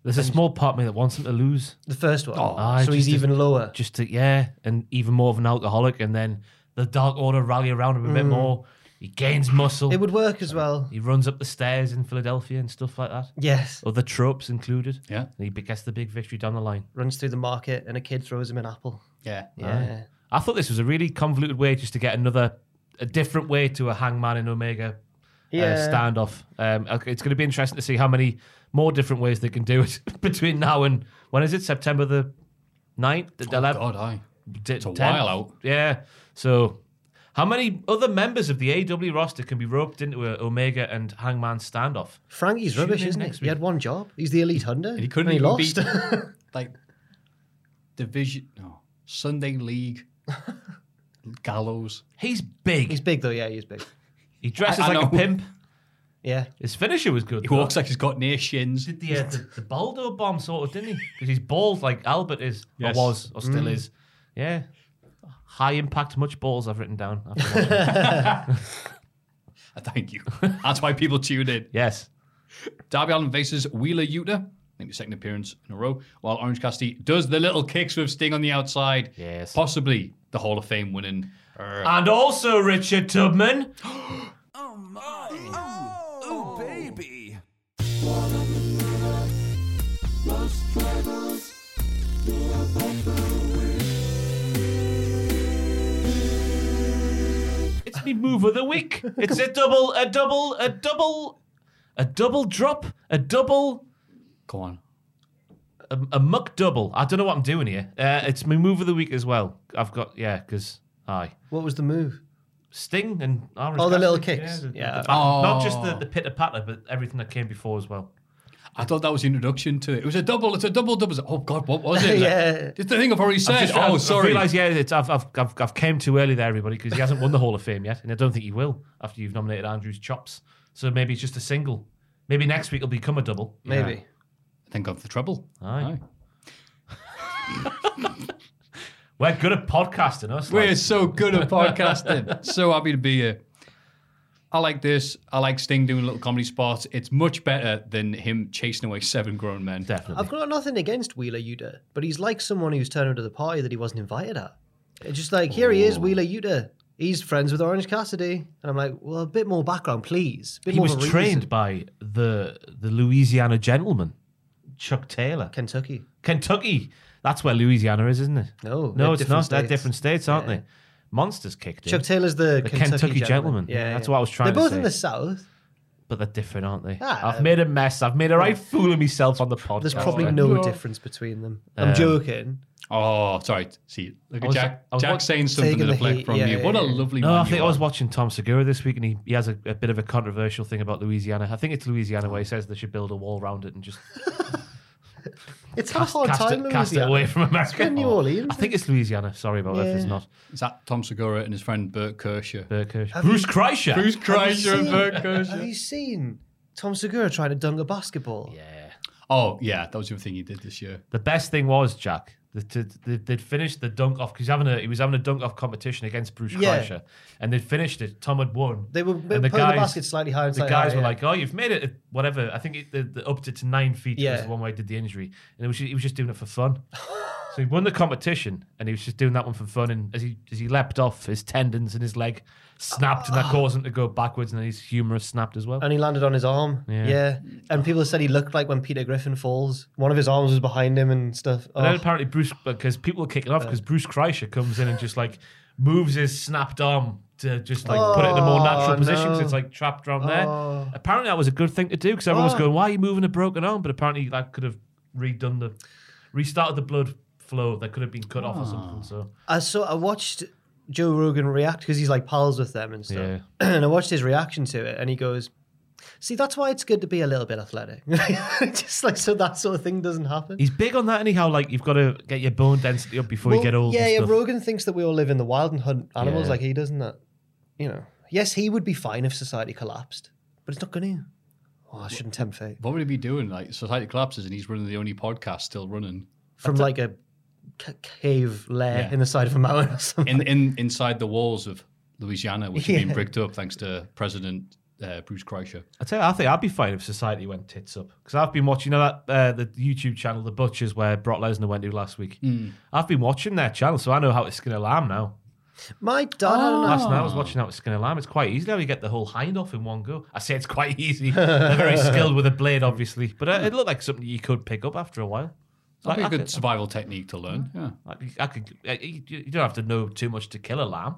Speaker 4: There's a small part of me that wants him to lose.
Speaker 3: the first one.
Speaker 4: Aye,
Speaker 3: so he's
Speaker 4: just to-
Speaker 3: even lower.
Speaker 4: Just to, yeah, and even more of an alcoholic. And then the Dark Order rally around him a bit
Speaker 3: Mm.
Speaker 4: more. He gains muscle.
Speaker 3: It would work as well.
Speaker 4: He runs up the stairs in Philadelphia and stuff like that.
Speaker 3: Yes.
Speaker 4: Other tropes included.
Speaker 2: Yeah.
Speaker 4: And he gets the big victory down the line.
Speaker 3: Runs through the market and a kid throws him an apple.
Speaker 2: Yeah.
Speaker 3: Yeah.
Speaker 4: I thought this was a really convoluted way just to get another, a different way to a hangman and Omega
Speaker 3: Yeah.
Speaker 4: uh, standoff. Um, okay, it's going to be interesting to see how many more different ways they can do it between now and when is it? September the 9th? The 11th?
Speaker 2: God, aye.
Speaker 4: D-
Speaker 2: It's a
Speaker 4: 10th?
Speaker 2: while out.
Speaker 4: Yeah. So, how many other members of the AW roster can be roped into a Omega and Hangman standoff?
Speaker 3: Frankie's
Speaker 4: Tune
Speaker 3: rubbish,
Speaker 4: in
Speaker 3: isn't
Speaker 4: next
Speaker 3: he? He had one job. He's the elite hunter.
Speaker 2: And he couldn't
Speaker 3: and he
Speaker 2: even
Speaker 3: lost.
Speaker 2: beat like division no Sunday league gallows.
Speaker 4: He's big.
Speaker 3: he's big though. Yeah, he's big.
Speaker 4: he dresses
Speaker 2: I- I
Speaker 4: like a
Speaker 2: know.
Speaker 4: pimp.
Speaker 3: Yeah.
Speaker 4: His finisher was good.
Speaker 2: He
Speaker 4: though.
Speaker 2: walks like he's got near shins.
Speaker 4: did the, uh, the the Baldo bomb sort of, didn't he? Because he's bald like Albert is,
Speaker 2: Yes.
Speaker 4: or was, or still
Speaker 3: Mm.
Speaker 4: is. Yeah. High impact, much balls. I've written down. after watching.
Speaker 2: Thank you. That's why people tuned in.
Speaker 4: yes.
Speaker 2: Darby Allen faces Wheeler Utah. I think the second appearance in a row. While Orange Cassidy does the little kicks with Sting on the outside.
Speaker 4: Yes.
Speaker 2: Possibly the Hall of Fame winning. Uh,
Speaker 4: And also Richard Tubman. It's me move of the week. It's a double, a double, a double, a double drop, a double,
Speaker 2: go on.
Speaker 4: a, a muck double. I don't know what I'm doing here. Uh, it's my move of the week as well. I've got yeah, because aye.
Speaker 3: What was the move?
Speaker 4: Sting and Orange
Speaker 3: Oh, the little
Speaker 4: Cassidy.
Speaker 3: kicks.
Speaker 4: the-
Speaker 3: Yeah.
Speaker 4: the- Not
Speaker 2: Oh.
Speaker 4: just the, the pitter patter, but everything that came before as well.
Speaker 2: I thought that was the introduction to it. It was a double. It's a double double. Oh God, what was it?
Speaker 3: Yeah.
Speaker 2: It's the thing I've already said.
Speaker 4: Just-
Speaker 2: oh,
Speaker 4: I've,
Speaker 2: sorry.
Speaker 4: I realise, yeah, it's, I've, I've, I've, I've came too early there, everybody, because he hasn't won the Hall of Fame yet, and I don't think he will after you've nominated Andrew's chops. So maybe it's just a single. Maybe next week it'll become a double.
Speaker 3: Maybe.
Speaker 2: Think of the trouble.
Speaker 4: Aye. We're good at podcasting, us. like.
Speaker 2: We're so good at podcasting. so happy to be here. I like this. I like Sting doing little comedy spots. It's much better than him chasing away seven grown men.
Speaker 4: Definitely.
Speaker 3: I've got nothing against Wheeler Yuta, but he's like someone who's turned up to the party that he wasn't invited at. It's just like, here
Speaker 4: Oh.
Speaker 3: he is, Wheeler Yuta. He's friends with Orange Cassidy. And I'm like, well, a bit more background, please. Bit
Speaker 4: He
Speaker 3: more
Speaker 4: was
Speaker 3: of a
Speaker 4: trained
Speaker 3: reason.
Speaker 4: by the the Louisiana gentleman, Chuck Taylor.
Speaker 3: Kentucky.
Speaker 4: Kentucky. That's where Louisiana is, isn't it?
Speaker 3: No,
Speaker 4: No,
Speaker 3: they're
Speaker 4: it's
Speaker 3: different
Speaker 4: not. They're
Speaker 3: states.
Speaker 4: different states, aren't
Speaker 3: Yeah.
Speaker 4: they? Monsters kicked in.
Speaker 3: Chuck Taylor's the,
Speaker 4: The
Speaker 3: Kentucky,
Speaker 4: Kentucky
Speaker 3: gentleman.
Speaker 4: gentleman. Yeah, that's what I was trying
Speaker 3: They're
Speaker 4: to
Speaker 3: both
Speaker 4: say.
Speaker 3: in the South.
Speaker 4: But they're different, aren't they?
Speaker 3: Ah.
Speaker 4: I've made a mess. I've made a right fool of myself on the podcast.
Speaker 3: There's probably
Speaker 4: right?
Speaker 3: no
Speaker 2: No.
Speaker 3: difference between them. I'm
Speaker 4: Um,
Speaker 3: joking.
Speaker 2: Oh, sorry. See, look at
Speaker 4: I was-
Speaker 2: Jack.
Speaker 4: I was
Speaker 2: Jack
Speaker 4: watch-
Speaker 2: saying something
Speaker 3: Taking
Speaker 2: to
Speaker 3: the
Speaker 2: deflect
Speaker 3: heat,
Speaker 2: from
Speaker 3: yeah,
Speaker 2: you.
Speaker 3: yeah,
Speaker 2: What a
Speaker 3: yeah.
Speaker 2: lovely
Speaker 4: No,
Speaker 2: man
Speaker 4: I think
Speaker 2: you
Speaker 4: I was
Speaker 2: are.
Speaker 4: watching Tom Segura this week, and he, he has a, a bit of a controversial thing about Louisiana. I think it's Louisiana where he says they should build a wall around it and just
Speaker 3: It's had a
Speaker 4: cast,
Speaker 3: hard
Speaker 4: cast
Speaker 3: time,
Speaker 4: it, cast it
Speaker 3: Oh, Louisiana.
Speaker 4: away from America.
Speaker 3: been New
Speaker 4: Oh,
Speaker 3: Orleans,
Speaker 4: I think it's Louisiana. Sorry about that if it's
Speaker 3: Yeah.
Speaker 4: not.
Speaker 2: Is that Tom Segura and his friend Bert Kershaw?
Speaker 4: Bert Kirsch.
Speaker 3: Have
Speaker 4: Bruce
Speaker 3: you-
Speaker 4: Kreischer.
Speaker 2: Bruce
Speaker 3: Have you
Speaker 2: Kreischer and
Speaker 3: seen-
Speaker 2: Bert
Speaker 3: Have
Speaker 2: Kershaw.
Speaker 3: you seen Tom Segura trying to dunk a basketball?
Speaker 4: Yeah.
Speaker 2: Oh, yeah. That was the other thing he did this year.
Speaker 4: The best thing was Jack. that- that- that They'd finished the dunk off because having a he was having a dunk off competition against Bruce
Speaker 3: Yeah.
Speaker 4: Kreischer, and they'd finished it. Tom had won.
Speaker 3: They were putting the,
Speaker 4: the guys-
Speaker 3: basket slightly higher. and
Speaker 4: the
Speaker 3: slightly
Speaker 4: guys
Speaker 3: higher,
Speaker 4: were
Speaker 3: yeah.
Speaker 4: like, "Oh, you've made it, at whatever." I think it, the, the, up to, to nine feet was
Speaker 3: Yeah.
Speaker 4: the one where I did the injury, and it was ju- he was just doing it for fun. So he won the competition, and he was just doing that one for fun. And as he as he leapt off, his tendons in his leg snapped, and that caused him to go backwards. And then his humerus snapped as well.
Speaker 3: And he landed on his arm.
Speaker 4: Yeah.
Speaker 3: Yeah. And people said he looked like when Peter Griffin falls. One of his arms was behind him and stuff.
Speaker 4: And then
Speaker 3: Oh.
Speaker 4: apparently Bruce, because people are kicking off, because Bruce Kreischer comes in and just like moves his snapped arm to just like put it in a more natural
Speaker 3: Oh,
Speaker 4: position.
Speaker 3: no.
Speaker 4: So it's like trapped around
Speaker 3: Oh.
Speaker 4: there. Apparently that was a good thing to do because everyone was
Speaker 3: Oh.
Speaker 4: going, "Why are you moving a broken arm?" But apparently that could have redone the, restarted the blood flow that could have been cut off or
Speaker 3: Ah.
Speaker 4: something. So
Speaker 3: I saw. I watched Joe Rogan react because he's like pals with them and stuff.
Speaker 4: Yeah.
Speaker 3: and I watched his reaction to it, and he goes, "See, that's why it's good to be a little bit athletic, just like so that sort of thing doesn't happen."
Speaker 4: he's big on that anyhow. Like you've got to get your bone density up before you
Speaker 3: Well,
Speaker 4: get old.
Speaker 3: Yeah,
Speaker 4: and
Speaker 3: yeah.
Speaker 4: stuff.
Speaker 3: Rogan thinks that we all live in the wild and hunt animals
Speaker 4: Yeah.
Speaker 3: like he does, and that you know. Yes, he would be fine if society collapsed, but it's not going to. Oh, I shouldn't tempt fate.
Speaker 2: What would he be doing? Like society collapses, and he's running the only podcast still running
Speaker 3: From like a c- cave lair
Speaker 2: Yeah.
Speaker 3: in the side of a mountain or something.
Speaker 2: in, in inside the walls of Louisiana, which have
Speaker 3: Yeah.
Speaker 2: been bricked up thanks to President uh, Bruce Kreischer.
Speaker 4: I tell you, I think I'd be fine if society went tits up because I've been watching you know that uh, the YouTube channel, The Butchers, where Brock Lesnar went to last week. I've been watching their channel, so I know how to skin a lamb now.
Speaker 3: My dad had an
Speaker 4: Last night I was watching how to skin a lamb. It's quite easy how you get the whole hind off in one go. I say it's quite easy. They're very skilled with a blade, obviously, but uh, it looked like something you could pick up after a while.
Speaker 2: That'd be
Speaker 4: I
Speaker 2: a good
Speaker 4: could-
Speaker 2: survival technique to learn.
Speaker 3: Mm-hmm.
Speaker 2: Yeah.
Speaker 4: I, I could. I, you you don't have to know too much to kill a lamb.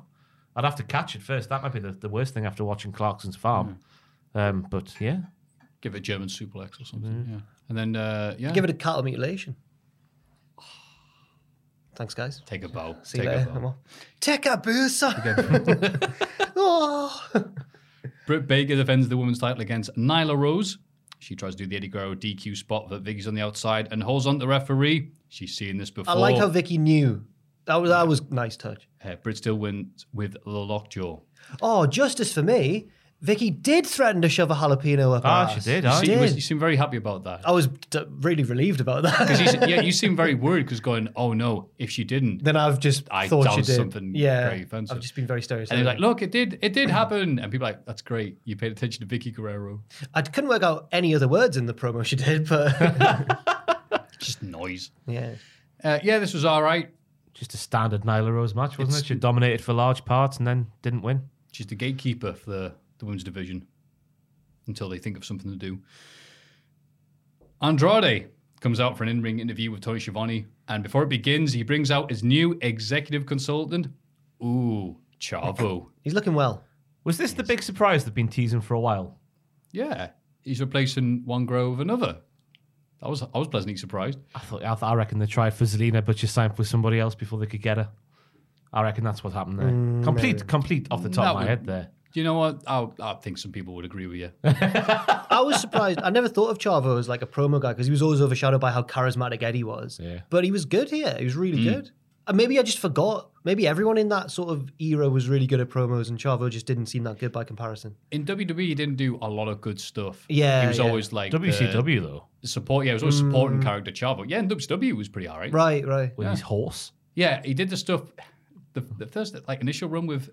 Speaker 4: I'd have to catch it first. That might be the, the worst thing after watching Clarkson's Farm. Um, but yeah,
Speaker 2: Give it a German suplex or something. Yeah. And then, uh,
Speaker 4: Oh.
Speaker 2: yeah.
Speaker 3: Mm-hmm. Give it a cattle mutilation. Thanks, guys.
Speaker 2: Take a bow.
Speaker 3: See
Speaker 2: Take
Speaker 3: you
Speaker 2: a
Speaker 3: later. I'm
Speaker 2: bow.
Speaker 3: off. Take a booser. oh.
Speaker 2: Britt Baker defends the women's title against Nyla Rose. She tries to do the Eddie Guerrero DQ spot, but Vicky's on the outside and holds on to the referee. She's seen this before.
Speaker 3: I like how Vicky knew. That was that was nice touch.
Speaker 2: Uh, Britt still wins with the lockjaw.
Speaker 3: Oh, justice for me. Vicky did threaten to shove a jalapeno up her
Speaker 4: ah, she
Speaker 3: ass.
Speaker 4: did.
Speaker 2: You,
Speaker 4: aye.
Speaker 2: seem, you was-
Speaker 3: did.
Speaker 2: you seem very happy about that.
Speaker 3: I was d- really relieved about that.
Speaker 2: 'Cause you se- yeah, you seem very worried because going, oh no, if she didn't,
Speaker 3: then I've just
Speaker 2: I
Speaker 3: thought
Speaker 2: done
Speaker 3: she did.
Speaker 2: something
Speaker 3: yeah,
Speaker 2: very offensive.
Speaker 3: I've just been very stereotypical.
Speaker 2: And they're like, look, it did, it did happen. And people are like, that's great. You paid attention to Vicky Guerrero.
Speaker 3: I couldn't work out any other words in the promo she did, but
Speaker 2: Just noise.
Speaker 3: yeah.
Speaker 2: Uh, yeah, this was all right.
Speaker 4: just a standard Nyla Rose match, wasn't it? She dominated for large parts and then didn't win.
Speaker 2: She's the gatekeeper for the, the women's division until they think of something to do. Andrade comes out for an in ring interview with Tony Schiavone. And before it begins, he brings out his new executive consultant. Ooh, Chavo.
Speaker 3: He's looking well.
Speaker 4: Was this the big surprise they've been teasing for a while?
Speaker 2: yeah, he's replacing one grow with another. That was I was pleasantly surprised.
Speaker 4: I thought, I, thought, I reckon they tried for Zelina, but she signed for somebody else before they could get her. I reckon that's what happened there. complete, complete off the
Speaker 2: Mm,
Speaker 4: top
Speaker 2: That
Speaker 4: of my
Speaker 2: would-
Speaker 4: head there.
Speaker 2: You know what? I, I think some people would agree with you.
Speaker 3: I was surprised. I never thought of Chavo as like a promo guy because he was always overshadowed by how charismatic Eddie was.
Speaker 4: Yeah.
Speaker 3: But he was good here. He was really
Speaker 2: Hmm.
Speaker 3: good. And maybe I just forgot. Maybe everyone in that sort of era was really good at promos, and Chavo just didn't seem that good by comparison.
Speaker 2: In WWE, he didn't do a lot of good stuff.
Speaker 3: Yeah,
Speaker 2: he was
Speaker 3: yeah. Mm.
Speaker 2: always like the
Speaker 4: WCW, though,
Speaker 2: support. Yeah, he was always supporting character Chavo. Yeah, in WCW he was pretty alright.
Speaker 3: Right, right.
Speaker 4: with his horse.
Speaker 2: Yeah, he did the stuff. The, the first like initial run with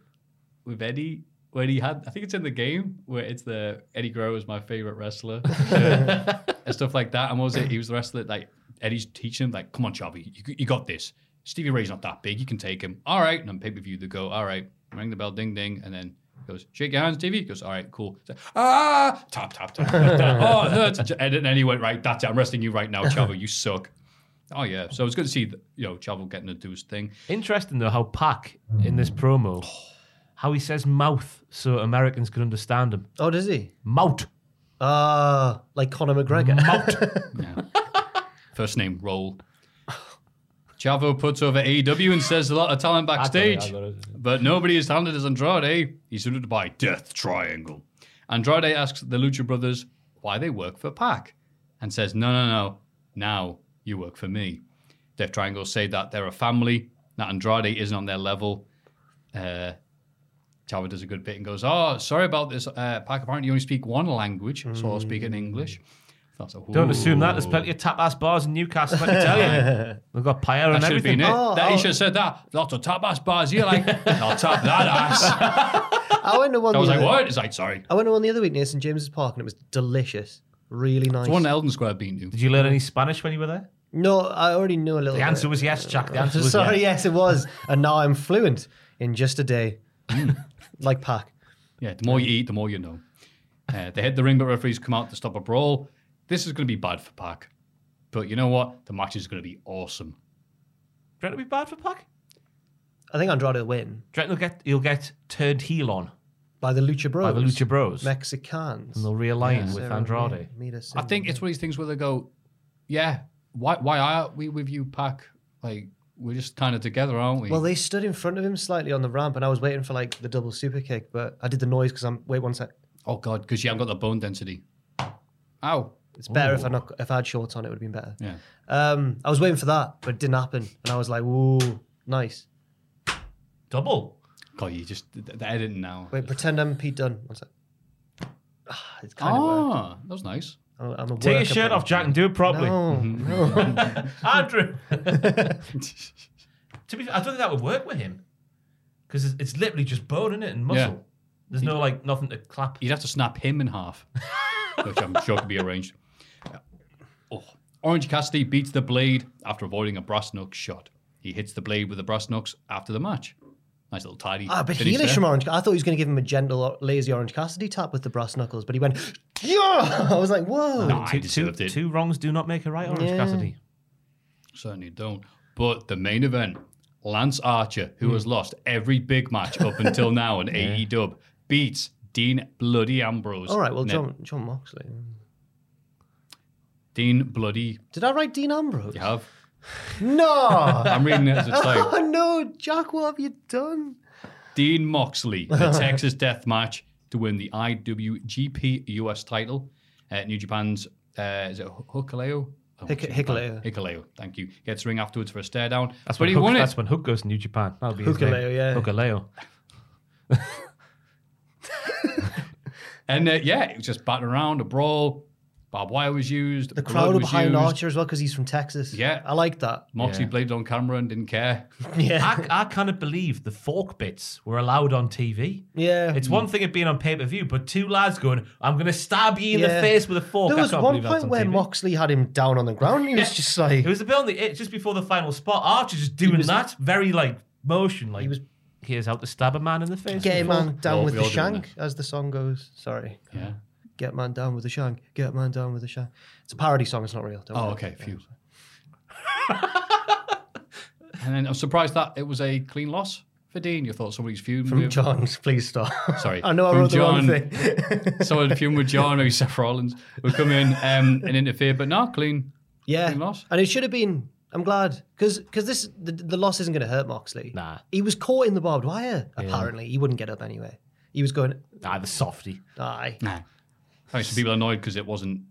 Speaker 2: with Eddie when he had I think it's in the game where it's the Eddie Guerrero is my favorite wrestler shirt and stuff like that. And what was it? He was the wrestler like Eddie's teaching him like, come on, Chavo, you, you got this. Stevie Ray's not that big. You can take him. All right. And on pay per view, they go, all right. Ring the bell, ding ding, and then. Goes, shake your hands, Stevie. He Goes, all right, cool. So, ah, tap, tap, tap, tap, tap. Oh, it hurts. And then he went, right, that's it. I'm wrestling you right now, Chavo. You suck. Oh yeah, so it's good to see that, you know Chavo getting to do his thing.
Speaker 4: Interesting though how Pac in
Speaker 2: Mm.
Speaker 4: this promo, how he says mouth so Americans can understand him.
Speaker 3: Oh, does he?
Speaker 4: Mouth.
Speaker 3: Ah, like Conor McGregor.
Speaker 2: First name roll. Chavo puts over AEW and says a lot of talent
Speaker 4: I
Speaker 2: backstage,
Speaker 4: got it, I got
Speaker 2: but nobody is talented as Andrade. He's surrounded by Death Triangle. Andrade asks the Lucha Brothers why they work for Pac, and says, "No, no, no. Now you work for me." Death Triangle say that they're a family. That Andrade isn't on their level. Uh, Chavo does a good bit and goes, "Oh, sorry about this, uh, Pac. Apparently, you only speak one language, so I'll speak in English." That's a,
Speaker 4: Don't assume that. There's plenty of tap ass bars in Newcastle, let me tell you. They've got paella and
Speaker 2: That should have
Speaker 4: everything.
Speaker 2: been it.
Speaker 3: Oh,
Speaker 2: that, he
Speaker 3: oh.
Speaker 2: should have said that. Lots of top ass bars here. Like, I'll tap that ass. I
Speaker 3: I went to one.
Speaker 2: was
Speaker 3: the
Speaker 2: like,
Speaker 3: other-
Speaker 2: what? It's like, sorry.
Speaker 3: I went to one the other week near St James's Park, and it was delicious. Really nice.
Speaker 2: It's one Elden Square bean do.
Speaker 4: Did you learn any Spanish when you were there?
Speaker 3: No, I already knew a little.
Speaker 4: The answer was yes, Jack. The answer was
Speaker 3: Sorry,
Speaker 4: yes.
Speaker 3: yes, it was. And now I'm fluent in just a day,
Speaker 4: Hmm.
Speaker 3: like Pac.
Speaker 2: Yeah, the more you eat, the more you know. Uh, they hit the ring, but referees come out to stop a brawl. This is going to be bad for Pac. But you know what? The match is going to be awesome.
Speaker 4: Going to be bad for Pac.
Speaker 3: I think Andrade will win
Speaker 4: Do you reckon he'll get he'll get turned heel on
Speaker 3: by the Lucha Bros.
Speaker 4: by the Lucha Bros?
Speaker 3: Mexicans.
Speaker 4: and they'll realign
Speaker 3: Oh, Yeah.
Speaker 4: with
Speaker 3: Sarah
Speaker 4: Andrade.
Speaker 3: May- Mita
Speaker 2: I think it's one of these things where they go, yeah, why why are we with you, Pac? Like, we're just kind of together, aren't we?
Speaker 3: Well, they stood in front of him slightly on the ramp, and I was waiting for like the double super kick, but I did the noise because I'm wait one sec.
Speaker 2: oh, God, because you haven't got the bone density. Ow.
Speaker 3: It's better if I
Speaker 4: Ooh.
Speaker 3: not if I had shorts on, it would have been better.
Speaker 2: Yeah.
Speaker 3: Um, I was waiting for that, but it didn't happen, and I was like, "Whoa, nice!"
Speaker 4: Double.
Speaker 2: God, you just, the the editing now.
Speaker 3: Wait, pretend I'm Pete Dunne. One sec. Ah, it's kind of worked.
Speaker 2: ah, that was nice.
Speaker 3: I'm, I'm a
Speaker 4: Take your
Speaker 3: worker, Oh.
Speaker 4: shirt
Speaker 3: but-
Speaker 4: off, Jack, and do it properly.
Speaker 3: No, no.
Speaker 4: Andrew. to be, I don't think that would work with him because it's, it's literally just bone in it and muscle.
Speaker 2: Yeah.
Speaker 4: There's no like nothing to clap.
Speaker 2: You'd have to snap him in half, which I'm sure could be arranged. Oh. Orange Cassidy beats the blade after avoiding a brass knuck shot. He hits the blade with the brass knucks after the match. Nice little tidy.
Speaker 3: ah, but
Speaker 2: finish
Speaker 3: heelish
Speaker 2: there.
Speaker 3: from Orange. I thought he was going to give him a gentle, or- lazy Orange Cassidy tap with the brass knuckles, but he went, "Yeah!" I was like, "Whoa!"
Speaker 2: Nah, he
Speaker 4: Two, two,
Speaker 2: deserved it.
Speaker 4: two wrongs do not make a right, Orange
Speaker 3: Yeah.
Speaker 4: Cassidy.
Speaker 2: Certainly don't. But the main event, Lance Archer,
Speaker 3: Hmm.
Speaker 2: who has lost every big match up until now in AE Dub, beats Dean Bloody Ambrose.
Speaker 3: All right, well,
Speaker 2: Now,
Speaker 3: John, John Moxley.
Speaker 2: Dean Bloody,
Speaker 3: Did I write Dean Ambrose?
Speaker 2: you have.
Speaker 3: No.
Speaker 2: I'm reading it as it's like.
Speaker 3: oh no, Jack, what have you done?
Speaker 2: Dean Moxley, the Texas Death Match to win the IWGP US title. Uh, New Japan's uh, is it Hikaleo? Oh,
Speaker 3: Hik-
Speaker 2: New Japan.
Speaker 3: Hikaleo.
Speaker 2: Hikaleo, thank you. Gets the ring afterwards for a stare down.
Speaker 4: That's
Speaker 2: but
Speaker 4: when
Speaker 2: he
Speaker 4: Hook,
Speaker 2: won it.
Speaker 4: That's when Hook goes to New Japan. That'll be his name.
Speaker 3: Hookaleo, yeah.
Speaker 4: Hookaleo.
Speaker 2: And uh, yeah, it was just batting around, a brawl. Barbed wire was used.
Speaker 3: The
Speaker 2: blood
Speaker 3: crowd
Speaker 2: was
Speaker 3: up behind
Speaker 2: used.
Speaker 3: Archer as well because he's from Texas.
Speaker 2: Yeah.
Speaker 3: I like that.
Speaker 2: Moxley
Speaker 4: Yeah.
Speaker 2: bladed on camera and didn't care.
Speaker 3: Yeah,
Speaker 4: I, I kind of believe the fork bits were allowed on TV.
Speaker 3: yeah.
Speaker 4: It's one thing it being on pay per view, but two lads going, "I'm going to stab you in
Speaker 3: Yeah.
Speaker 4: the face with a fork."
Speaker 3: there
Speaker 4: I
Speaker 3: was
Speaker 4: can't
Speaker 3: one
Speaker 4: believe that's
Speaker 3: point
Speaker 4: on
Speaker 3: where
Speaker 4: TV.
Speaker 3: Moxley had him down on the ground. and He was just like,
Speaker 4: It was a bit on the it just before the final spot. Archer just doing that very like motion, like he
Speaker 3: He
Speaker 4: was.
Speaker 3: was-
Speaker 4: Here's out to stab a man in the face.
Speaker 3: "Get
Speaker 4: with a
Speaker 3: man
Speaker 4: fork."
Speaker 3: down
Speaker 2: Well,
Speaker 3: with
Speaker 2: we
Speaker 3: the
Speaker 2: all do
Speaker 3: shank," as the song goes. Sorry,
Speaker 2: Yeah.
Speaker 3: "Get man down with the shank," "Get man down with the shank." It's a parody song. It's not real. Don't
Speaker 2: Oh,
Speaker 3: worry.
Speaker 2: okay, phew. and then I'm surprised that it was a clean loss for Dean. You thought somebody's feud
Speaker 3: From
Speaker 2: with-
Speaker 3: John's, please stop.
Speaker 2: Sorry,
Speaker 3: I know I
Speaker 2: from
Speaker 3: wrote the wrong
Speaker 2: John.
Speaker 3: thing.
Speaker 2: someone had feud with John or Seth Rollins would come in um, and interfere, but no, clean.
Speaker 3: Yeah,
Speaker 2: Clean loss.
Speaker 3: and it should have been. I'm glad because this the, the loss isn't going to hurt Moxley.
Speaker 4: Nah.
Speaker 3: he was caught in the barbed wire. Apparently, he wouldn't get up anyway. He was going.
Speaker 4: Ah, the softy.
Speaker 3: Aye.
Speaker 2: I think some people are annoyed because it wasn't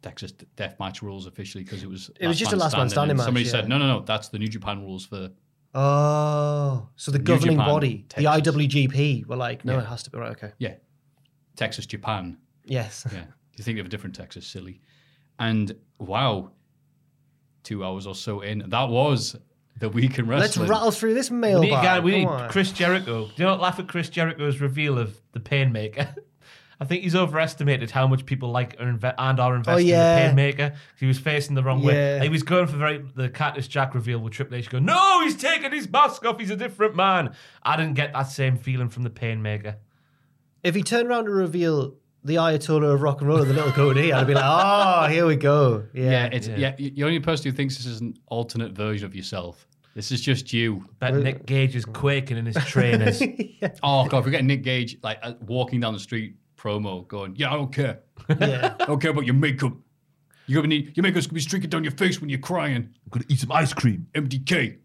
Speaker 2: Texas death match rules officially because it was
Speaker 3: It was just a last man standing
Speaker 2: and
Speaker 3: match,
Speaker 2: Somebody said
Speaker 3: yeah.
Speaker 2: no, no, no, that's the New Japan rules for
Speaker 3: Oh, so the governing
Speaker 2: Japan,
Speaker 3: body,
Speaker 2: Texas.
Speaker 3: the IWGP, were like, no,
Speaker 2: Yeah.
Speaker 3: it has to be right. Okay.
Speaker 2: yeah Texas Japan.
Speaker 3: Yes.
Speaker 2: Yeah, do you think of a different Texas, silly? And wow, two hours or so in, that was the week in
Speaker 3: Let's
Speaker 2: wrestling.
Speaker 3: rattle through this
Speaker 4: We
Speaker 3: mailbag.
Speaker 4: need, a guy, we
Speaker 3: Come
Speaker 4: need
Speaker 3: on.
Speaker 4: Chris Jericho. Do you not laugh at Chris Jericho's reveal of the Painmaker? I think he's overestimated how much people like or inve- and are invested
Speaker 3: yeah.
Speaker 4: in the Painmaker. He was facing the wrong way.
Speaker 3: Yeah.
Speaker 4: He was going for very the Cactus Jack reveal with Triple H going, No, he's taking his mask off. He's a different man. I didn't get that same feeling from the Painmaker.
Speaker 3: If he turned around to reveal the Ayatollah of rock and roll, the little Cody, I'd be like, oh, here we go. Yeah.
Speaker 2: Yeah, it's yeah. y The only person who thinks this is an alternate version of yourself. This is just you.
Speaker 4: But Nick Gage is quaking in his trainers.
Speaker 2: Oh god, if we get Nick Gage like uh, walking down the street promo, going, "Yeah, I don't care.
Speaker 3: yeah.
Speaker 2: I don't care about your makeup. You're gonna need your makeup's gonna be streaking down your face when you're crying."
Speaker 4: gonna eat some ice cream.
Speaker 2: MDK.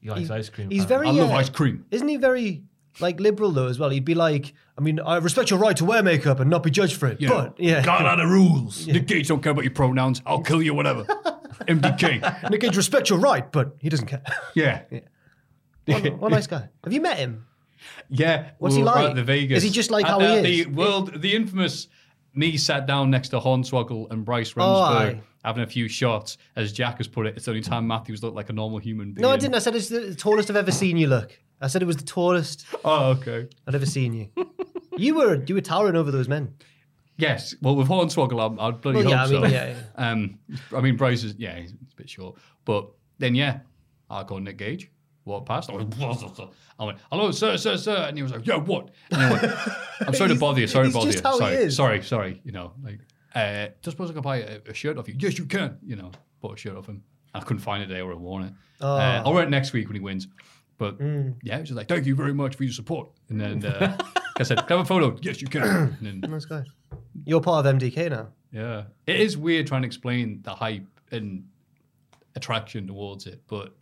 Speaker 4: He likes ice cream.
Speaker 3: He's
Speaker 4: apparently.
Speaker 3: very.
Speaker 2: I love
Speaker 3: uh,
Speaker 2: ice cream.
Speaker 3: Isn't he very like liberal though as well? He'd be like, I mean, I respect your right to wear makeup and not be judged for it.
Speaker 2: Yeah.
Speaker 3: But yeah,
Speaker 2: God out of rules. Nick Gage don't care about your pronouns. I'll kill you, whatever. MDK.
Speaker 3: Nick Cage respect your right, but he doesn't care.
Speaker 2: Yeah.
Speaker 3: what, what a nice guy. Have you met him?
Speaker 2: Yeah.
Speaker 3: What's he
Speaker 2: we were
Speaker 3: like?
Speaker 2: At the Vegas.
Speaker 3: Is he just like
Speaker 2: At
Speaker 3: how
Speaker 2: the,
Speaker 3: he is?
Speaker 2: The world, the infamous me sat down next to Hornswoggle and Bryce Ramsberg
Speaker 3: Oh, aye.
Speaker 2: having a few shots. As Jack has put it, it's the only time Matthews looked like a normal human being.
Speaker 3: No, I didn't. I said it's the tallest I've ever seen you look. I said it was the tallest
Speaker 2: Oh, okay.
Speaker 3: I'd ever seen you. you were you were towering over those men.
Speaker 2: Yes. Well, with Hornswoggle, I'm, I'd bloody
Speaker 3: Well, yeah,
Speaker 2: hope
Speaker 3: I mean,
Speaker 2: so.
Speaker 3: yeah,
Speaker 2: Um, I mean, Bryce is yeah, he's a bit short, but then yeah, I called Nick Gage, walked past. I went, I went, hello, sir, sir, sir, and he was like, yo, what? And I went, I'm sorry to bother you. Sorry to bother
Speaker 3: he's just
Speaker 2: you.
Speaker 3: how he
Speaker 2: sorry,
Speaker 3: is.
Speaker 2: sorry, sorry. You know, like, uh, just suppose I can buy a, a shirt off you. Yes, you can. You know, bought a shirt off him. I couldn't find it today or I worn it. Uh,
Speaker 3: Oh.
Speaker 2: I'll wear it next week when he wins. But
Speaker 3: Hmm.
Speaker 2: yeah, he was just like, thank you very much for your support. And then uh, I said, can I have a photo? Yes, you can. And then
Speaker 3: Nice guy. You're part of MDK now.
Speaker 2: yeah. It is weird trying to explain the hype and attraction towards it, but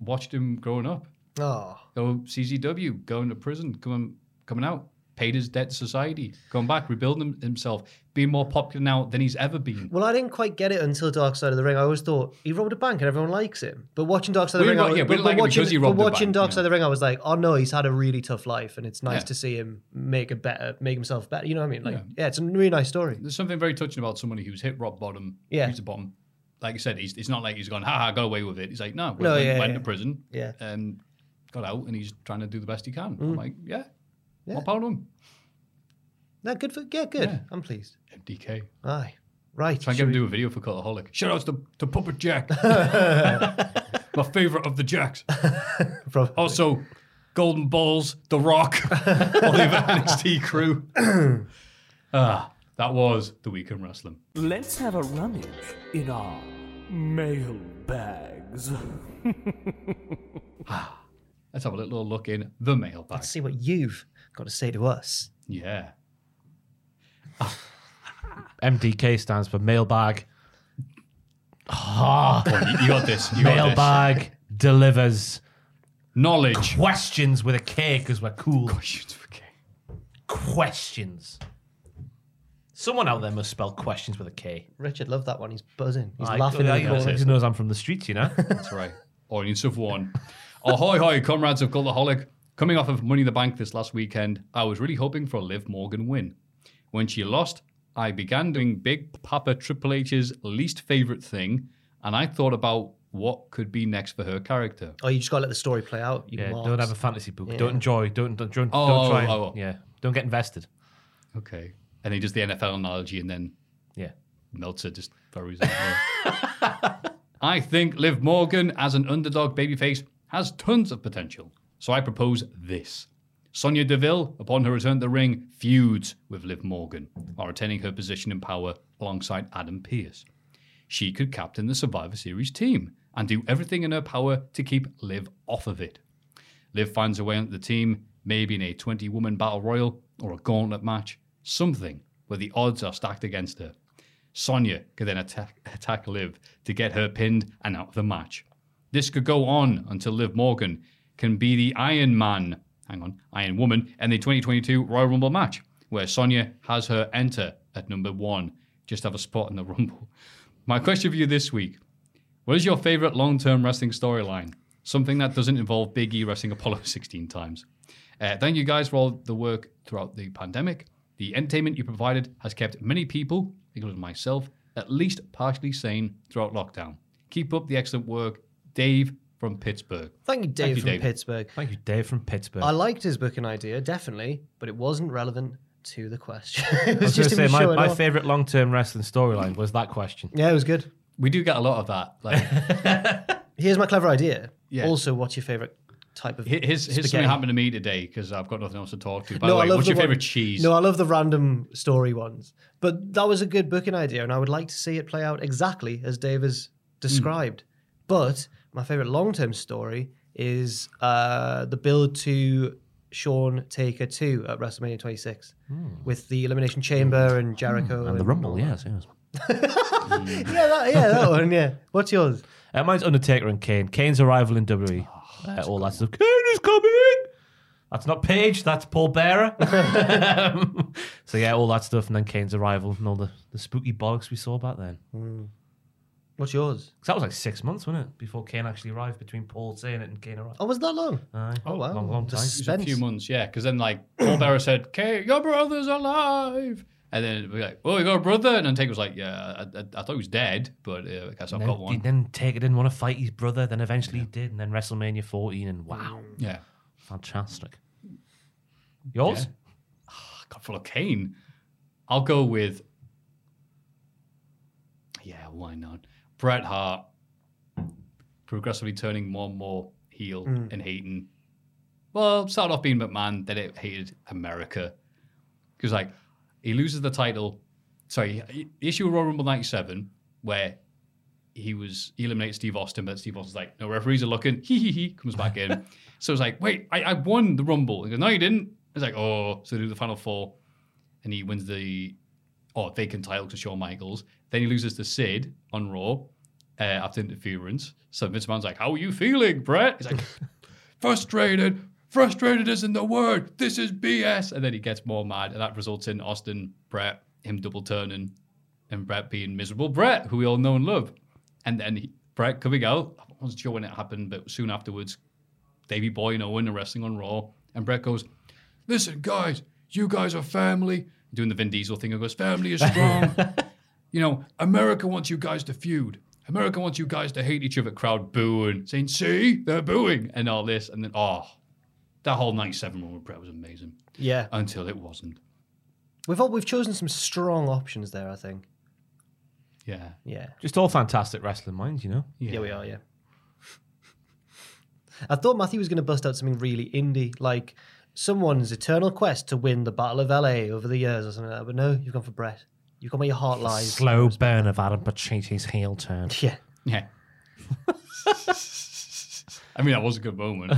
Speaker 2: watched him growing up.
Speaker 3: Oh,
Speaker 2: Go CZW, going to prison, coming coming out, paid his debt to society, going back, rebuilding him- himself, being more popular now than he's ever been.
Speaker 3: well, I didn't quite get it until Dark Side of the Ring. I always thought he robbed a bank and everyone likes him. But watching Dark Side of
Speaker 2: We
Speaker 3: the Ring,
Speaker 2: didn't like-
Speaker 3: I was,
Speaker 2: yeah, we
Speaker 3: but,
Speaker 2: didn't like him
Speaker 3: watching,
Speaker 2: because he
Speaker 3: but
Speaker 2: robbed a
Speaker 3: watching
Speaker 2: bank,
Speaker 3: Dark
Speaker 2: yeah.
Speaker 3: Side of the Ring, I was like, oh no, he's had a really tough life, and it's
Speaker 2: Yeah.
Speaker 3: nice to see him make a better, make himself better. You know what I mean? Like, yeah, it's a really nice story.
Speaker 2: There's something very touching about somebody who's hit rock bottom,
Speaker 3: Yeah.
Speaker 2: reached the bottom. Like I said, he's, it's not like he's gone, ha ha, got away with it. He's like, no,
Speaker 3: No,
Speaker 2: went,
Speaker 3: yeah,
Speaker 2: went
Speaker 3: yeah.
Speaker 2: to prison,
Speaker 3: Yeah.
Speaker 2: and got out, and he's trying to do the best he can.
Speaker 3: Mm.
Speaker 2: I'm like, yeah, yeah. more power to him.
Speaker 3: No, good for yeah, good.
Speaker 2: Yeah.
Speaker 3: I'm pleased.
Speaker 2: MDK.
Speaker 3: Aye, right.
Speaker 2: Try and
Speaker 3: should
Speaker 2: get him
Speaker 3: we-
Speaker 2: to do a video for Cultaholic. Shout outs to, to Puppet Jack. My favourite of the Jacks.
Speaker 3: Probably.
Speaker 2: Also, Golden Balls, The Rock, all the other NXT crew. ah, that was The Week in Wrestling.
Speaker 1: Let's have a rummage in our mail bags.
Speaker 2: Let's have a little look in the mailbag.
Speaker 3: Let's see what you've got to say to us.
Speaker 2: Yeah.
Speaker 4: MDK stands for mailbag. Ah,
Speaker 2: Come on, Oh, you, you got this. You got this.
Speaker 4: mailbag delivers
Speaker 2: Knowledge.
Speaker 4: questions with a K because we're cool.
Speaker 2: Questions for K.
Speaker 4: Questions. Someone out there must spell questions with a K.
Speaker 3: Richard loved that one. He's buzzing. He's
Speaker 4: I-
Speaker 3: laughing.
Speaker 4: I-
Speaker 3: in the
Speaker 4: I-
Speaker 3: corner.
Speaker 4: He knows I'm from the streets, you know.
Speaker 2: That's right. Audience of one. Ahoy, hoy, comrades of Cultaholic. Coming off of Money in the Bank this last weekend, I was really hoping for a Liv Morgan win. When she lost, I began doing Big Papa Triple H's least favorite thing, and I thought about what could be next for her character.
Speaker 3: Oh, you just got to let the story play out. You
Speaker 4: yeah,
Speaker 3: marks.
Speaker 4: don't have a fantasy book. Don't enjoy. Don't don't don't,
Speaker 2: Oh,
Speaker 4: don't try.
Speaker 2: oh, oh.
Speaker 4: Yeah, don't get invested.
Speaker 2: Okay. And he does the NFL analogy and then
Speaker 4: Yeah.
Speaker 2: Meltzer just throws it. away. I think Liv Morgan as an underdog babyface has tons of potential. So I propose this. Sonia Deville, upon her return to the ring, feuds with Liv Morgan while retaining her position in power alongside Adam Pearce. She could captain the Survivor Series team and do everything in her power to keep Liv off of it. Liv finds a way onto the team, maybe in a 20 woman battle royal or a gauntlet match, something where the odds are stacked against her. Sonya could then attack, attack Liv to get her pinned and out of the match. This could go on until Liv Morgan can be the Iron Man, hang on, Iron Woman, in the 2022 Royal Rumble match, where Sonya has her enter at number one, just have a spot in the Rumble. My question for you this week what is your favorite long term wrestling storyline? Something that doesn't involve Big E wrestling Apollo 16 times. Uh, thank you guys for all the work throughout the pandemic. The entertainment you provided has kept many people, including myself, at least partially sane throughout lockdown. Keep up the excellent work. Dave from Pittsburgh.
Speaker 3: Thank you, Dave
Speaker 2: you,
Speaker 3: from
Speaker 2: Dave.
Speaker 3: Pittsburgh.
Speaker 4: Thank you, Dave from Pittsburgh.
Speaker 3: I liked his booking idea, definitely, but it wasn't relevant to the question. it
Speaker 4: I
Speaker 3: was,
Speaker 4: was going
Speaker 3: just
Speaker 4: to
Speaker 3: him
Speaker 4: say my,
Speaker 3: showing
Speaker 4: my
Speaker 3: off.
Speaker 4: favorite long term wrestling storyline was that question.
Speaker 3: Yeah, it was good.
Speaker 2: We do get a lot of that. Like,
Speaker 3: Here's my clever idea.
Speaker 2: Yeah.
Speaker 3: Also, what's your favorite type of
Speaker 2: hi- here's, here's something
Speaker 3: spaghetti?
Speaker 2: happened to me today because I've got nothing else to talk to. By
Speaker 3: No,
Speaker 2: the
Speaker 3: I
Speaker 2: way,
Speaker 3: love
Speaker 2: what's
Speaker 3: the
Speaker 2: your
Speaker 3: one-
Speaker 2: favorite cheese?
Speaker 3: No, I love the random story ones. But that was a good booking idea, and I would like to see it play out exactly as Dave has described. But my favorite long term story is uh, the build to Sean Taker 2 at WrestleMania 26
Speaker 2: Hmm.
Speaker 3: with the Elimination Chamber and Jericho.
Speaker 4: And the Rumble,
Speaker 3: all
Speaker 4: yes, yes.
Speaker 3: that. Yeah, that, yeah, that one, yeah. What's yours?
Speaker 4: Uh, mine's Undertaker and Kane. Kane's arrival in WWE.
Speaker 3: Oh,
Speaker 4: Uh, all that stuff. Kane is coming! That's not Paige, that's Paul Bearer. Um, so, yeah, all that stuff. And then Kane's arrival and all the, the spooky bollocks we saw back then. Because
Speaker 3: What's yours?
Speaker 4: that was like six months, wasn't it? Before Kane actually arrived, between Paul saying it and Kane arrived.
Speaker 3: Oh, was that long?
Speaker 2: Uh,
Speaker 4: Aye.
Speaker 3: oh, wow.
Speaker 4: Long, long time.
Speaker 2: It was a
Speaker 3: Spence.
Speaker 2: few months, yeah. Because then, like, Paul Bearer said, "Kate, your brother's alive," and then it'd be like, "Oh, you got a brother?" And then Taker was like, "Yeah, I, I, I thought he was dead, but uh, I guess I've
Speaker 4: Then,
Speaker 2: got
Speaker 4: he-
Speaker 2: one."
Speaker 4: then Taker didn't want to fight his brother. Then eventually he did. And then WrestleMania 14. And wow,
Speaker 2: Yeah,
Speaker 4: fantastic. Yours?
Speaker 2: Yeah. God, full of Kane. I'll go with. Yeah, why not? Bret Hart progressively turning more and more heel
Speaker 7: Mm.
Speaker 2: and hating. Well, started off being McMahon, then it hated America. Because, like, he loses the title. Sorry, he- the issue of Royal Rumble 97, where he was he eliminates Steve Austin, but Steve Austin's like, no referees are looking. He he he comes back in. so it's like, wait, I, I won the Rumble. He goes, no, you didn't. It's like, oh, so they do the final four, and he wins the oh vacant title to Shawn Michaels. Then he loses to Sid on Raw uh, after interference. So Vince McMahon's like, how are you feeling, Brett? He's like, frustrated. Frustrated isn't the word. This is BS. And then he gets more mad, and that results in Austin, Brett, him double turning, and Brett being miserable. Brett, who we all know and love. And then he, Brett coming out. I wasn't sure when it happened, but soon afterwards, Davey Boy and Owen are wrestling on Raw. And Brett goes, Listen, guys, you guys are family. Doing the Vin Diesel thing and goes, Family is strong. you know, America wants you guys to feud. America wants you guys to hate each other. Crowd booing, saying, See, they're booing, and all this. And then, oh, that whole 97 run with Brett was amazing.
Speaker 3: Yeah.
Speaker 2: Until it wasn't.
Speaker 3: We've all, we've chosen some strong options there, I think.
Speaker 2: Yeah.
Speaker 3: Yeah.
Speaker 4: Just all fantastic wrestling minds, you know?
Speaker 3: Yeah, we are, yeah. I thought Matthew was going to bust out something really indie, like someone's eternal quest to win the Battle of LA over the years or something like that. But no, you've gone for Brett. You've gone where your heart lies.
Speaker 4: Slow burn of Adam Pacitti's heel turn.
Speaker 3: Yeah.
Speaker 2: Yeah. I mean, that was a good moment.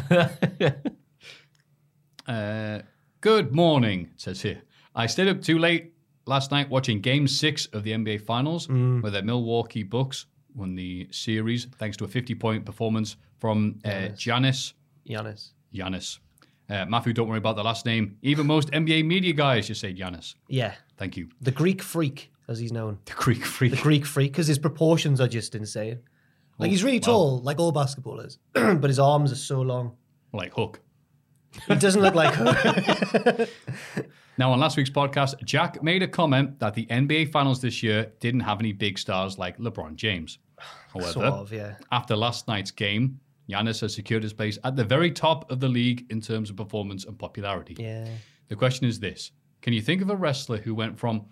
Speaker 2: uh, good morning, it says here. I stayed up too late last night watching Game 6 of the NBA Finals, where the Milwaukee Bucks won the series thanks to a 50-point performance from uh, Giannis.
Speaker 3: Giannis.
Speaker 2: Giannis. Uh, Matthew, don't worry about the last name. Even most NBA media guys just say Giannis.
Speaker 3: Yeah.
Speaker 2: Thank you.
Speaker 3: The Greek freak, as he's known. The
Speaker 2: Greek freak.
Speaker 3: The Greek freak, because his proportions are just insane. Like
Speaker 2: Oh,
Speaker 3: he's really
Speaker 2: wow.
Speaker 3: tall, like all basketballers, but his arms are so long.
Speaker 2: Like Hook.
Speaker 3: He doesn't look like
Speaker 2: Now, on last week's podcast, Jack made a comment that the NBA Finals this year didn't have any big stars like LeBron James. However,
Speaker 3: sort of, yeah.
Speaker 2: after last night's game, Giannis has secured his place at the very top of the league in terms of performance and popularity.
Speaker 3: Yeah.
Speaker 2: The question is this Can you think of a wrestler who went from,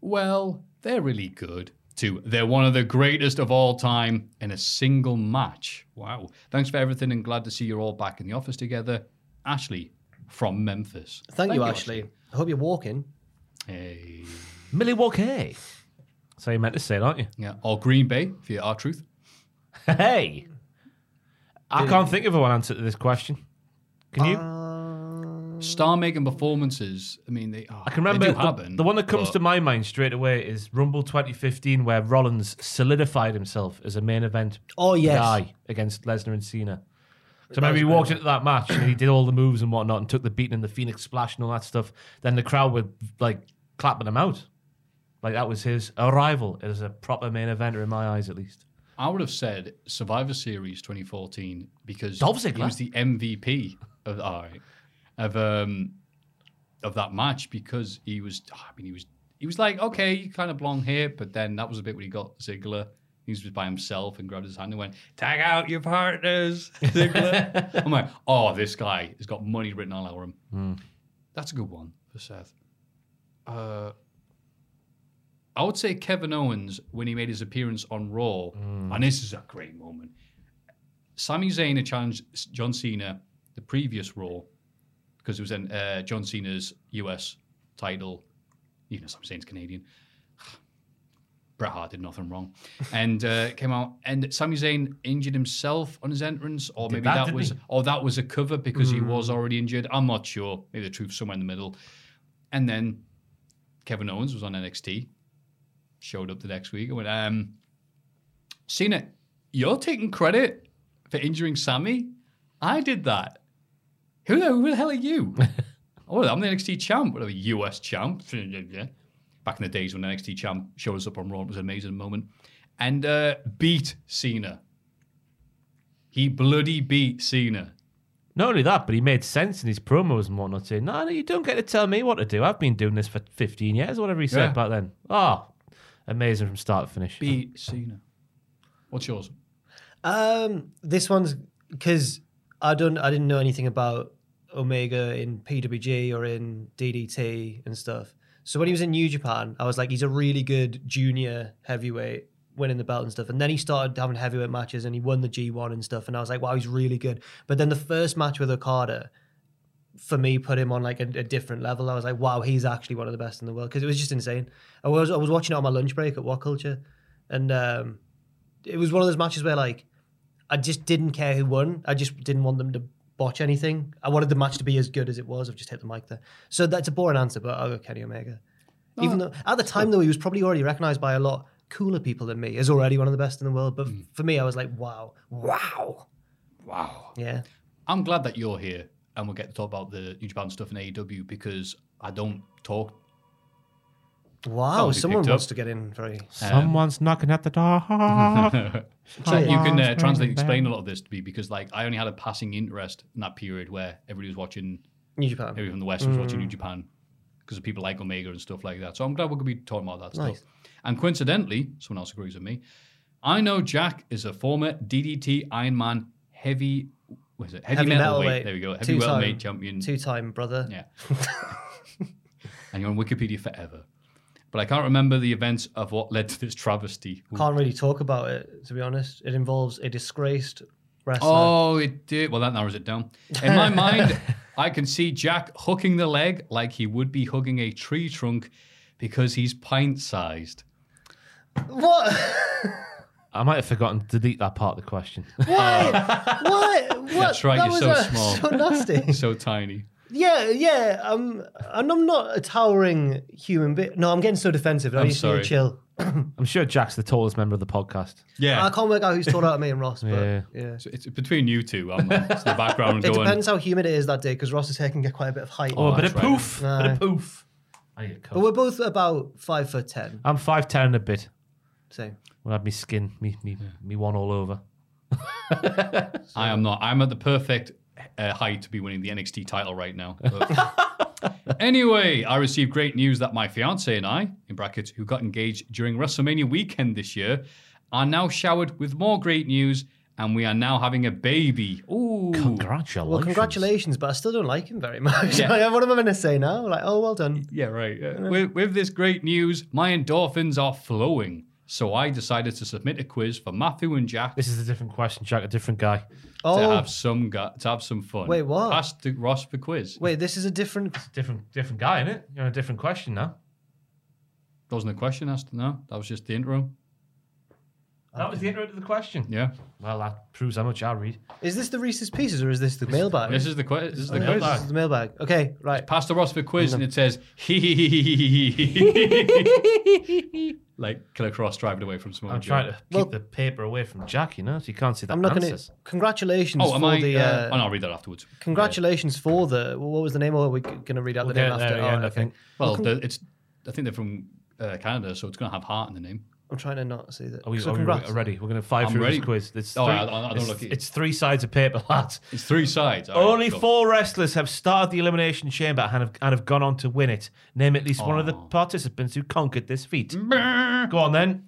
Speaker 2: well, they're really good, to they're one of the greatest of all time in a single match? Wow. Thanks for everything and glad to see you're all back in the office together. Ashley from Memphis.
Speaker 3: Thank, you, Ashley. I hope you're walking.
Speaker 2: Hey.
Speaker 4: Milwaukee. So you meant to say, it, aren't you?
Speaker 2: Yeah. Or Green Bay for your R Truth.
Speaker 4: Hey. I
Speaker 2: Did-
Speaker 4: can't think of an answer to this question. Can you?
Speaker 3: Uh,
Speaker 2: Star making performances. I mean, they. Oh,
Speaker 4: I can remember
Speaker 2: they do
Speaker 4: the,
Speaker 2: happen,
Speaker 4: the one that comes
Speaker 2: but-
Speaker 4: to my mind straight away is Rumble 2015, where Rollins solidified himself as a main event
Speaker 3: Oh, yes.
Speaker 4: guy against Lesnar and Cena. So
Speaker 3: That
Speaker 4: maybe
Speaker 3: was
Speaker 4: he
Speaker 3: a
Speaker 4: walked
Speaker 3: great
Speaker 4: into that match and he did all the moves and whatnot and took the beating and the Phoenix splash and all that stuff. Then the crowd were like clapping him out. Like that was his arrival as a proper main eventer in my eyes, at least.
Speaker 2: I would have said Survivor Series 2014 because
Speaker 4: Dolph Ziggler?
Speaker 2: he was the MVP of all right, of um of that match because he was. ah, I mean, he was he was like okay, you kind of belong here, but then that was a bit when he got Ziggler. He was by himself and grabbed his hand and went, "Tag out your partners, Ziggler." I'm like, "Oh, this guy has got money written all over him."
Speaker 4: Hmm.
Speaker 2: That's a good one for Seth. Uh, I would say Kevin Owens when he made his appearance on Raw, and this is a great moment. Sami Zayn had challenged John Cena the previous Raw because it was in uh, John Cena's US title. You know, Sami Zayn's Canadian. Bret Hart did nothing wrong, and uh, came out. And Sami Zayn injured himself on his entrance, or
Speaker 4: Did
Speaker 2: maybe
Speaker 4: that,
Speaker 2: that,
Speaker 4: didn't
Speaker 2: was,
Speaker 4: he?
Speaker 2: or that was a cover because he
Speaker 4: Mm.
Speaker 2: was already injured. I'm not sure. Maybe the truth somewhere in the middle. And then Kevin Owens was on NXT, showed up the next week and went, um, Cena, you're taking credit for injuring Sammy? I did that. Who the, who the hell are you? oh, I'm the NXT champ, whatever, US champ. Back in the days when NXT champ showed us up on Raw, it was an amazing moment. And uh, beat Cena. He bloody beat Cena.
Speaker 4: Not only that, but he made sense in his promos and whatnot, saying, No, no, you don't get to tell me what to do. I've been doing this for 15 years, or whatever he said
Speaker 2: Yeah.
Speaker 4: back then. Oh, amazing from start to finish.
Speaker 2: Beat Cena. What's yours?
Speaker 3: Um, this one's because I don't, I didn't know anything about Omega in PWG or in DDT and stuff. So when he was in New Japan, I was like, he's a really good junior heavyweight, winning the belt and stuff. And then he started having heavyweight matches and he won the G1 and stuff. And I was like, wow, he's really good. But then the first match with Okada, for me, put him on like a, a different level. I was like, wow, he's actually one of the best in the world because it was just insane. I was I was watching it on my lunch break at What Culture, and um, it was one of those matches where like I just didn't care who won. I just didn't want them to botch anything. I wanted the match to be as good as it was. I've just hit the mic there. So that's a boring answer, but I'll go Kenny Omega. Even though at the time though he was probably already recognized by a lot cooler people than me as already one of the best in the world. But
Speaker 2: Hmm.
Speaker 3: f- for me, I was like, wow, wow,
Speaker 2: wow.
Speaker 3: yeah.
Speaker 2: I'm glad that you're here and we'll get to talk about the New Japan stuff in AEW because I don't talk. That'll
Speaker 3: Wow,
Speaker 2: be
Speaker 3: someone
Speaker 2: picked
Speaker 3: wants
Speaker 2: up.
Speaker 3: to get in very.
Speaker 4: Someone's knocking at the door. Mm-hmm.
Speaker 2: so you can uh, translate, explain a
Speaker 4: lot.
Speaker 2: lot of this to me because, like, I only had a passing interest in that period where everybody was watching
Speaker 3: New Japan.
Speaker 2: Everybody from the West was watching New
Speaker 3: Mm.
Speaker 2: Japan because of people like Omega and stuff like that. So I'm glad we're going to be talking about that
Speaker 3: Nice.
Speaker 2: stuff. And coincidentally, someone else agrees with me. I know Jack is a former DDT Iron Man heavy, what is it? Heavy, metal, weight. There we go. Heavy metal weight champion.
Speaker 3: Two time brother.
Speaker 2: Yeah. and you're on Wikipedia forever. But I can't remember the events of what led to this travesty.
Speaker 3: Can't really talk about it, to be honest. It involves a disgraced wrestler.
Speaker 2: Oh, it did. Well, that narrows it down. In my mind, I can see Jack hooking the leg like he would be hugging a tree trunk because he's pint sized.
Speaker 3: What?
Speaker 4: I might have forgotten to delete that part of the question.
Speaker 3: What? what? What?
Speaker 2: That's right, you're
Speaker 3: That was,
Speaker 2: so
Speaker 3: uh,
Speaker 2: small.
Speaker 3: So nasty.
Speaker 2: so tiny.
Speaker 3: Yeah, yeah. Um, and I'm not a towering human bit. No, I'm getting so defensive. I
Speaker 4: I'm
Speaker 3: just need
Speaker 4: sorry.
Speaker 3: to chill.
Speaker 4: I'm sure Jack's the tallest member of the podcast.
Speaker 2: Yeah.
Speaker 3: I can't work out who's taller out of me and Ross, but
Speaker 4: Yeah.
Speaker 3: yeah.
Speaker 2: So it's between you two. I'm I'm just in the background
Speaker 3: It
Speaker 2: going.
Speaker 3: depends how humid it is that day because Ross's hair can get quite a bit of height.
Speaker 4: Oh, a bit of poof.
Speaker 3: Aye.
Speaker 4: Bit of poof. I need a
Speaker 3: But
Speaker 4: coat.
Speaker 3: we're both about five foot ten.
Speaker 4: I'm 5'10 and a bit.
Speaker 3: Same.
Speaker 4: Well, I had me skin, me, me, me one all over.
Speaker 2: I am not. I'm at the perfect uh, height to be winning the NXT title right now. But- anyway, I received great news that my fiance and I, in brackets, who got engaged during WrestleMania weekend this year, are now showered with more great news, and we are now having a baby. Ooh,
Speaker 4: congratulations!
Speaker 3: Well, congratulations, but I still don't like him very much.
Speaker 2: Yeah.
Speaker 3: Like, what am I going to say now? Like, oh, well done.
Speaker 2: Yeah, right. Uh, with, with this great news, my endorphins are flowing. So I decided to submit a quiz for Matthew and Jack
Speaker 4: This is a different question, Jack. A different guy.
Speaker 2: to
Speaker 3: Oh,
Speaker 2: have some gu- to have some fun.
Speaker 3: Wait, what?
Speaker 2: Pass to Ross for quiz.
Speaker 3: wait, this is a different.
Speaker 4: Different, different guy, innit? You're on a different question now.
Speaker 2: That wasn't a question asked. No, that was just the intro.
Speaker 4: That was the intro to the question.
Speaker 2: Yeah.
Speaker 4: Well, that proves how much I read.
Speaker 3: Is this the Reese's Pieces or is this the mailbag?
Speaker 2: This is the quiz. This is the
Speaker 3: Oh,
Speaker 2: quiz.
Speaker 3: This is the mailbag. Okay, right.
Speaker 2: Pass the Ross for quiz, and it says hee like Killer Cross driving away from someone.
Speaker 4: I'm trying to keep
Speaker 3: Well-
Speaker 4: the paper away from Jack, you know, so you can't see the
Speaker 3: I'm not going
Speaker 4: answers.
Speaker 3: to. Congratulations
Speaker 2: Oh, am
Speaker 3: for
Speaker 2: I?
Speaker 3: the.
Speaker 2: uh,
Speaker 3: uh,
Speaker 2: oh, no, I'll read that afterwards.
Speaker 3: Congratulations for the what was the name? Or we're going to read out
Speaker 4: We'll
Speaker 3: the
Speaker 4: get
Speaker 3: name
Speaker 4: it
Speaker 3: after.
Speaker 4: there at the
Speaker 3: Oh,
Speaker 4: end, I
Speaker 3: okay.
Speaker 4: think.
Speaker 2: Well, the, it's. I think they're from uh, Canada, so it's going to have heart in the name.
Speaker 3: I'm trying to not see that.
Speaker 4: Are Oh, we,
Speaker 3: so
Speaker 4: are we
Speaker 3: congrats.
Speaker 4: ready? We're going to fly
Speaker 2: I'm
Speaker 4: through
Speaker 2: ready.
Speaker 4: this quiz. It's
Speaker 2: Oh,
Speaker 4: three-
Speaker 2: I- I don't
Speaker 4: it's-
Speaker 2: look at it.
Speaker 4: It's three sides of paper, lads.
Speaker 2: It's three sides. All right,
Speaker 4: Only
Speaker 2: go.
Speaker 4: four wrestlers have started the Elimination Chamber and have, and have gone on to win it. Name at least one of the participants who conquered this feat.
Speaker 2: Mm.
Speaker 4: Go on then.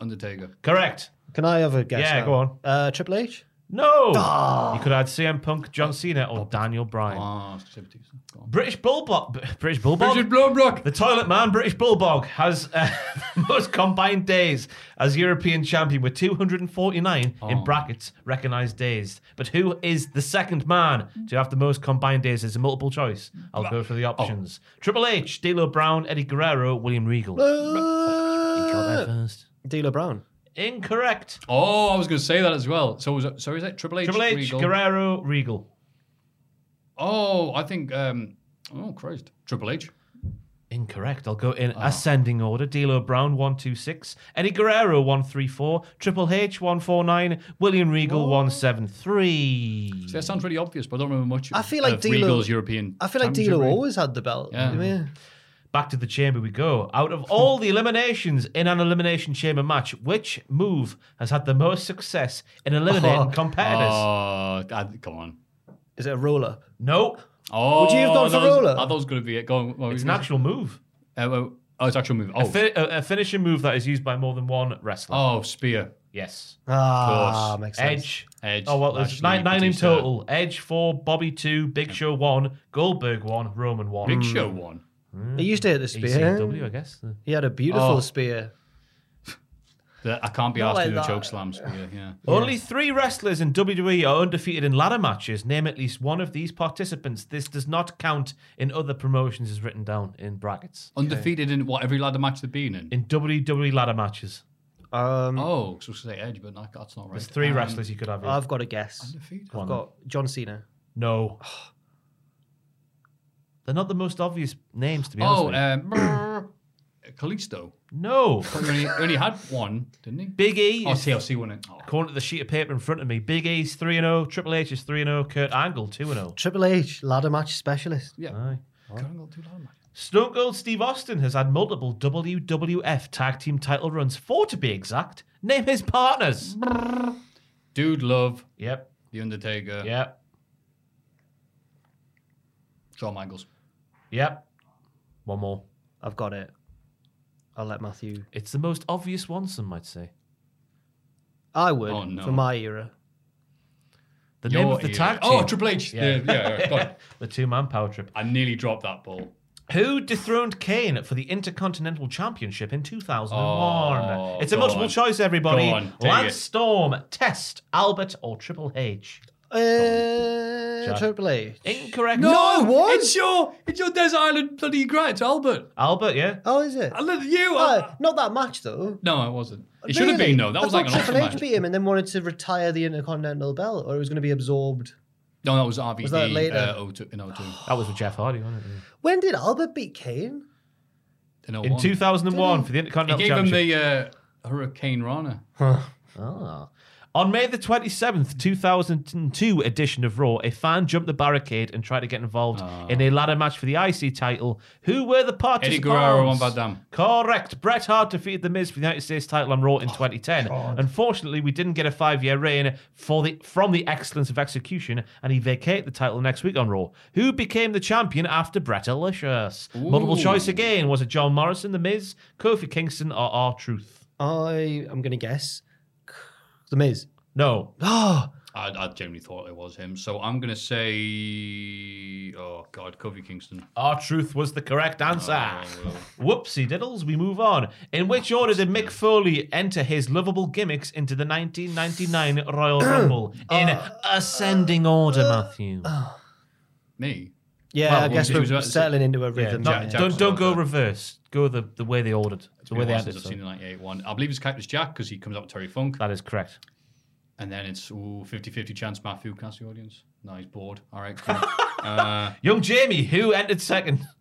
Speaker 2: Undertaker.
Speaker 4: Correct.
Speaker 3: Can I have a guess?
Speaker 4: Yeah,
Speaker 3: now?
Speaker 4: go on.
Speaker 3: Uh, Triple H.
Speaker 4: No.
Speaker 3: Ah.
Speaker 4: You could add CM Punk, John Cena, or Daniel Bryan.
Speaker 2: Ah, activities. Go on.
Speaker 4: British Bulldog. British Bulldog.
Speaker 2: Richard Blowbrock.
Speaker 4: The toilet man, British Bulldog, has uh, the most combined days as European champion with 249
Speaker 2: Oh.
Speaker 4: in brackets recognized days. But who is the second man to have the most combined days? It's a multiple choice. I'll go for the
Speaker 2: Oh.
Speaker 4: options: Triple H, D'Lo Brown, Eddie Guerrero, William Regal. You got there first.
Speaker 3: Dealer Uh, Brown.
Speaker 4: Incorrect.
Speaker 2: Oh, I was going to say that as well. So, was it, so is it Triple H?
Speaker 4: Triple H,
Speaker 2: Regal?
Speaker 4: Guerrero, Regal.
Speaker 2: Oh, I think. Um, oh Christ, Triple H.
Speaker 4: Incorrect. I'll go in
Speaker 2: Ah.
Speaker 4: ascending order. D'Lo Brown one two six, Eddie Guerrero one three four, Triple H one four nine, William Regal one seven three.
Speaker 2: See, that sounds really obvious, but I don't remember much.
Speaker 3: I feel like
Speaker 2: of
Speaker 3: D'Lo-
Speaker 2: Regal's European.
Speaker 3: I feel like
Speaker 2: Championship
Speaker 3: Dealer
Speaker 2: reign.
Speaker 3: always had the belt.
Speaker 2: Yeah.
Speaker 4: Back to the chamber we go. Out of all the eliminations in an elimination chamber match, which move has had the most success in eliminating
Speaker 3: Oh.
Speaker 4: competitors?
Speaker 2: Oh, God, come on.
Speaker 3: Is it a roll up?
Speaker 4: no,
Speaker 2: Oh,
Speaker 3: you have gone for
Speaker 2: that was-
Speaker 3: roller?
Speaker 2: I thought it was going to be it. Go on. what
Speaker 4: it's
Speaker 2: was
Speaker 4: an
Speaker 2: it?
Speaker 4: actual move.
Speaker 2: Uh, well, oh, it's actual move.
Speaker 4: A,
Speaker 2: Oh,
Speaker 4: fi- a, a finishing move that is used by more than one wrestler.
Speaker 2: oh, spear,
Speaker 4: Yes.
Speaker 3: Ah,
Speaker 2: Close.
Speaker 3: makes sense.
Speaker 4: Edge.
Speaker 2: edge.
Speaker 4: Oh well, there's
Speaker 2: Lashley,
Speaker 4: nine, nine in
Speaker 2: Batista.
Speaker 4: total. Edge four, Bobby two, Big Show one, Goldberg one, Roman one.
Speaker 3: Mm.
Speaker 2: Hmm. Big Show one.
Speaker 3: He used to hit the spear.
Speaker 4: ECW, I guess.
Speaker 3: He had a beautiful
Speaker 2: Oh.
Speaker 3: spear.
Speaker 2: The- I can't be
Speaker 3: Not
Speaker 2: asked
Speaker 3: like
Speaker 2: to do a
Speaker 3: that.
Speaker 2: choke slam spear. Yeah.
Speaker 4: Only three wrestlers in WWE are undefeated in ladder matches. Name at least one of these participants. This does not count in other promotions, is written down in brackets.
Speaker 2: Undefeated in what every ladder match they've been in.
Speaker 4: In WWE ladder matches,
Speaker 3: Um,
Speaker 2: oh, so I was gonna say Edge, but no, that's not right.
Speaker 4: there's three
Speaker 2: Um,
Speaker 4: wrestlers you could have. in.
Speaker 3: I've got a guess.
Speaker 2: Undefeated.
Speaker 4: One.
Speaker 3: I've got John Cena.
Speaker 4: No. They're not the most obvious names, to be honest.
Speaker 2: Oh,
Speaker 4: with you.
Speaker 2: um, brr, Kalisto.
Speaker 4: no.
Speaker 2: But he only, only had one, didn't he?
Speaker 4: Big E.
Speaker 2: Oh,
Speaker 4: is-
Speaker 2: TLC won it. Oh,
Speaker 4: According to the sheet of paper in front of me, Big E's 3 0, Triple H is 3 0, Kurt Angle 2 0.
Speaker 3: Triple H, ladder match specialist.
Speaker 4: Aye.
Speaker 2: Kurt too long.
Speaker 4: Stone Cold Steve Austin has had multiple WWF tag team title runs, four to be exact. Name his partners.
Speaker 2: Dude Love,
Speaker 4: Yep.
Speaker 2: The Undertaker,
Speaker 4: Yep.
Speaker 2: Shawn Michaels.
Speaker 4: Yep. One more.
Speaker 3: I've got it. I'll let Matthew.
Speaker 4: It's the most obvious one, some might say.
Speaker 3: I would
Speaker 2: Oh, no.
Speaker 3: for my era.
Speaker 4: The
Speaker 2: Your
Speaker 4: name of the
Speaker 2: ear.
Speaker 4: tag team.
Speaker 2: Oh, Triple H. Yeah, yeah, yeah, got it.
Speaker 4: the two man power trip.
Speaker 2: I nearly dropped that ball.
Speaker 4: Who dethroned Kane for the Intercontinental Championship in 2001?
Speaker 2: Oh,
Speaker 4: it's a
Speaker 2: go
Speaker 4: multiple
Speaker 2: on.
Speaker 4: choice, everybody.
Speaker 2: Go on, take
Speaker 4: Lance
Speaker 2: it.
Speaker 4: Storm, Test, Albert, or Triple H?
Speaker 3: Uh, Triple H.
Speaker 4: Incorrect.
Speaker 3: No, it was.
Speaker 2: It's your, it's your Desert Island bloody grant, it's Albert.
Speaker 4: Albert, yeah.
Speaker 3: Oh, is it?
Speaker 2: I love you.
Speaker 3: Oh, not that match though.
Speaker 2: no, I wasn't. It should have
Speaker 3: Really?
Speaker 2: been, though. That
Speaker 3: I
Speaker 2: was like an
Speaker 3: thought
Speaker 2: awesome
Speaker 3: Triple H
Speaker 2: match.
Speaker 3: beat him and then wanted to retire the Intercontinental belt, or it was going to be absorbed.
Speaker 2: No, that was RVD
Speaker 3: Was that later?
Speaker 2: Uh, 02, in 02.
Speaker 4: That was with Jeff Hardy, wasn't it?
Speaker 3: When did Albert beat Kane?
Speaker 2: In, 01.
Speaker 4: In 2001 for the
Speaker 2: He
Speaker 4: Intercontinental
Speaker 2: gave him
Speaker 4: Championship.
Speaker 2: the uh, Hurricane Rana.
Speaker 4: Ah. On May the 27th, 2002 edition of Raw, a fan jumped the barricade and tried to get involved in a ladder match for the IC title. Who were the participants?
Speaker 2: Ah. Eddie Guerrero and Van Damme.
Speaker 4: Correct. Bret Hart defeated The Miz for the United States title on Raw in 2010. Unfortunately, we didn't get a five-year reign for the from the excellence of execution, and he vacated the title next week on Raw. Who became the champion after Bret Alicious? Multiple
Speaker 2: Ooh.
Speaker 4: choice again. Was it John Morrison, The Miz, Kofi Kingston, or R Truth?
Speaker 3: I am going to guess the Miz.
Speaker 4: No.
Speaker 3: Oh,
Speaker 2: I, I genuinely thought it was him. So I'm going to say, oh, God, Covey Kingston.
Speaker 4: Our truth was the correct answer. Oh, Whoopsie diddles, we move on. In which order did Mick Foley enter his lovable gimmicks into the 1999 Royal Rumble? In ascending order, Matthew.
Speaker 2: Me?
Speaker 3: yeah.
Speaker 2: Well,
Speaker 3: I guess
Speaker 2: he
Speaker 3: we're
Speaker 2: was about to say-
Speaker 3: settling into a
Speaker 4: Yeah,
Speaker 3: rhythm.
Speaker 4: not-
Speaker 3: now.
Speaker 2: Jack-
Speaker 4: don't don't go
Speaker 2: Jackson.
Speaker 4: reverse. Go the, the way they ordered. The way they
Speaker 2: I've
Speaker 4: entered.
Speaker 2: seen the
Speaker 4: sorry.
Speaker 2: 98 one. I believe it's Cactus Jack because he comes out with Terry Funk.
Speaker 4: That is correct.
Speaker 2: And then it's ooh, 50-50 chance Matthew cast the audience. No, he's bored. All right, cool. uh,
Speaker 4: Young Jamie, who entered second?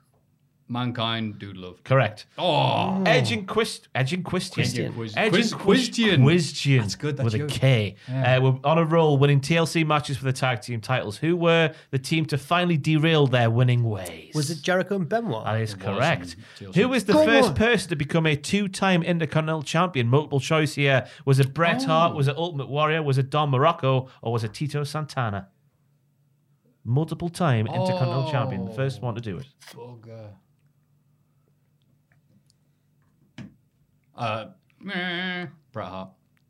Speaker 2: Mankind, Dude Love.
Speaker 4: Correct.
Speaker 2: Oh,
Speaker 4: Edge and Quist, Edge and
Speaker 2: Christian.
Speaker 4: Christian,
Speaker 2: Quiz-
Speaker 4: Edge
Speaker 2: Quiz-
Speaker 4: and Quist-
Speaker 2: Quistian.
Speaker 4: Quistian
Speaker 2: That's good, that
Speaker 4: with
Speaker 2: you.
Speaker 4: a K. Uh, were on a roll, winning TLC matches for the tag team titles. Who were the team to finally derail their winning ways?
Speaker 3: Was it Jericho and Benoit?
Speaker 4: That is
Speaker 2: It was
Speaker 4: correct.
Speaker 2: in TLC.
Speaker 4: Who was the
Speaker 3: Go
Speaker 4: first
Speaker 3: on.
Speaker 4: person to become a two-time Intercontinental Champion? Multiple choice here. Was it Bret
Speaker 3: Oh.
Speaker 4: Hart? Was it Ultimate Warrior? Was it Don Morocco? Or was it Tito Santana? Multiple time Intercontinental Champion, the first one to do it.
Speaker 2: bugger. Uh, meh, Bret Hart.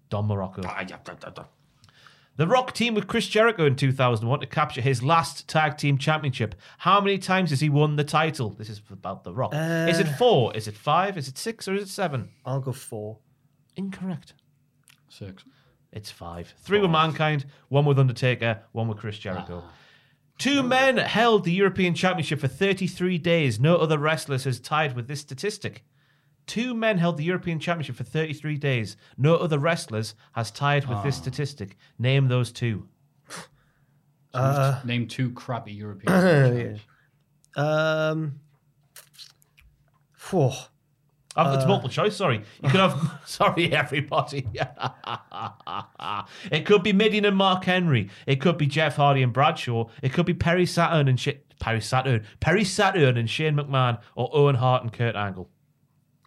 Speaker 4: Don Morocco. The Rock team with Chris Jericho in 2001 to capture his last tag team championship. How many times has he won the title? This is about The Rock. is it four? Is it five? Is it six? Or is it seven?
Speaker 3: I'll go four.
Speaker 4: Incorrect.
Speaker 2: Six.
Speaker 4: It's five. Three with Mankind, one with Undertaker, one with Chris Jericho. Ah. Two men held the European Championship for 33 days. No other wrestlers has tied with this statistic. Two men held the European Championship for 33 days. No other wrestlers has tied with this statistic. Name those two. Uh,
Speaker 2: Name two crappy European champions.
Speaker 3: Um, four.
Speaker 4: Oh, it's multiple choice, sorry. You could have, sorry, everybody. it could be Midian and Mark Henry. It could be Jeff Hardy and Bradshaw. It could be Perry Saturn and Sh- Perry Saturn. Perry Saturn and Shane McMahon or Owen Hart and Kurt Angle.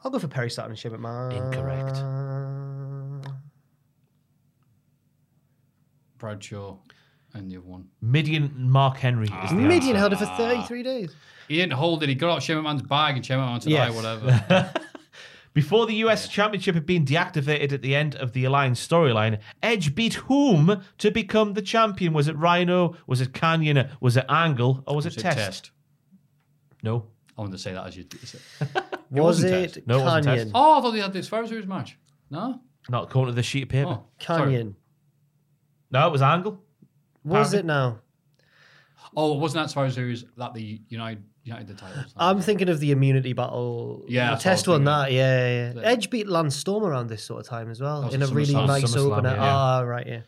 Speaker 3: I'll go for Perry Saturn and Shane McMahon.
Speaker 4: Incorrect.
Speaker 2: Bradshaw and the other one.
Speaker 4: Midian and Mark Henry is the answer.
Speaker 3: Midian held it for 33 days.
Speaker 2: He didn't hold it. He got out Shane McMahon's bag and Shane McMahon said,
Speaker 3: Yes.
Speaker 2: "Aye, whatever.
Speaker 4: Before the US Championship had been deactivated at the end of the Alliance storyline, Edge beat whom to become the champion? Was it Rhino? Was it Canyon? Was it Angle? Or was,
Speaker 2: Was
Speaker 4: it,
Speaker 2: it
Speaker 4: Test?
Speaker 2: test.
Speaker 4: No.
Speaker 2: I wanted to say that as you did say.
Speaker 3: Was
Speaker 2: wasn't
Speaker 3: it
Speaker 2: Test.
Speaker 4: No, it wasn't Test.
Speaker 3: Canyon?
Speaker 2: Oh, I thought they had this Ferris Wheels match. No?
Speaker 4: Not according to the sheet of paper.
Speaker 2: Oh, sorry.
Speaker 3: Canyon.
Speaker 4: No, it was Angle.
Speaker 3: Was
Speaker 4: Apparently.
Speaker 3: it now?
Speaker 2: Oh, it wasn't that Survivor Series that the United United the titles?
Speaker 3: I'm thinking of the immunity battle.
Speaker 2: Yeah, that's
Speaker 3: the
Speaker 2: what I was
Speaker 3: test one
Speaker 2: thinking.
Speaker 3: that. Yeah, yeah, yeah.
Speaker 2: Yeah.
Speaker 3: Edge beat Lance Storm around this sort of time as well
Speaker 2: That was
Speaker 3: in a
Speaker 2: at
Speaker 3: really
Speaker 2: SummerSlam.
Speaker 3: nice
Speaker 4: SummerSlam,
Speaker 3: opener.
Speaker 4: yeah.
Speaker 3: Ah, right, yeah.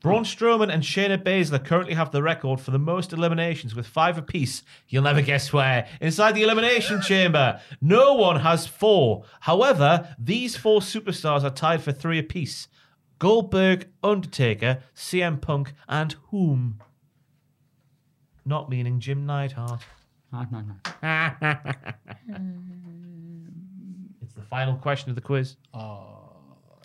Speaker 4: Braun Strowman and Shayna Baszler currently have the record for the most eliminations with five apiece. You'll never guess where. Inside the Elimination Chamber. No one has four. However, these four superstars are tied for three apiece Goldberg, Undertaker, CM Punk, and whom? Not meaning Jim Neidhart.
Speaker 2: No, no, no.
Speaker 4: It's the final question of the quiz.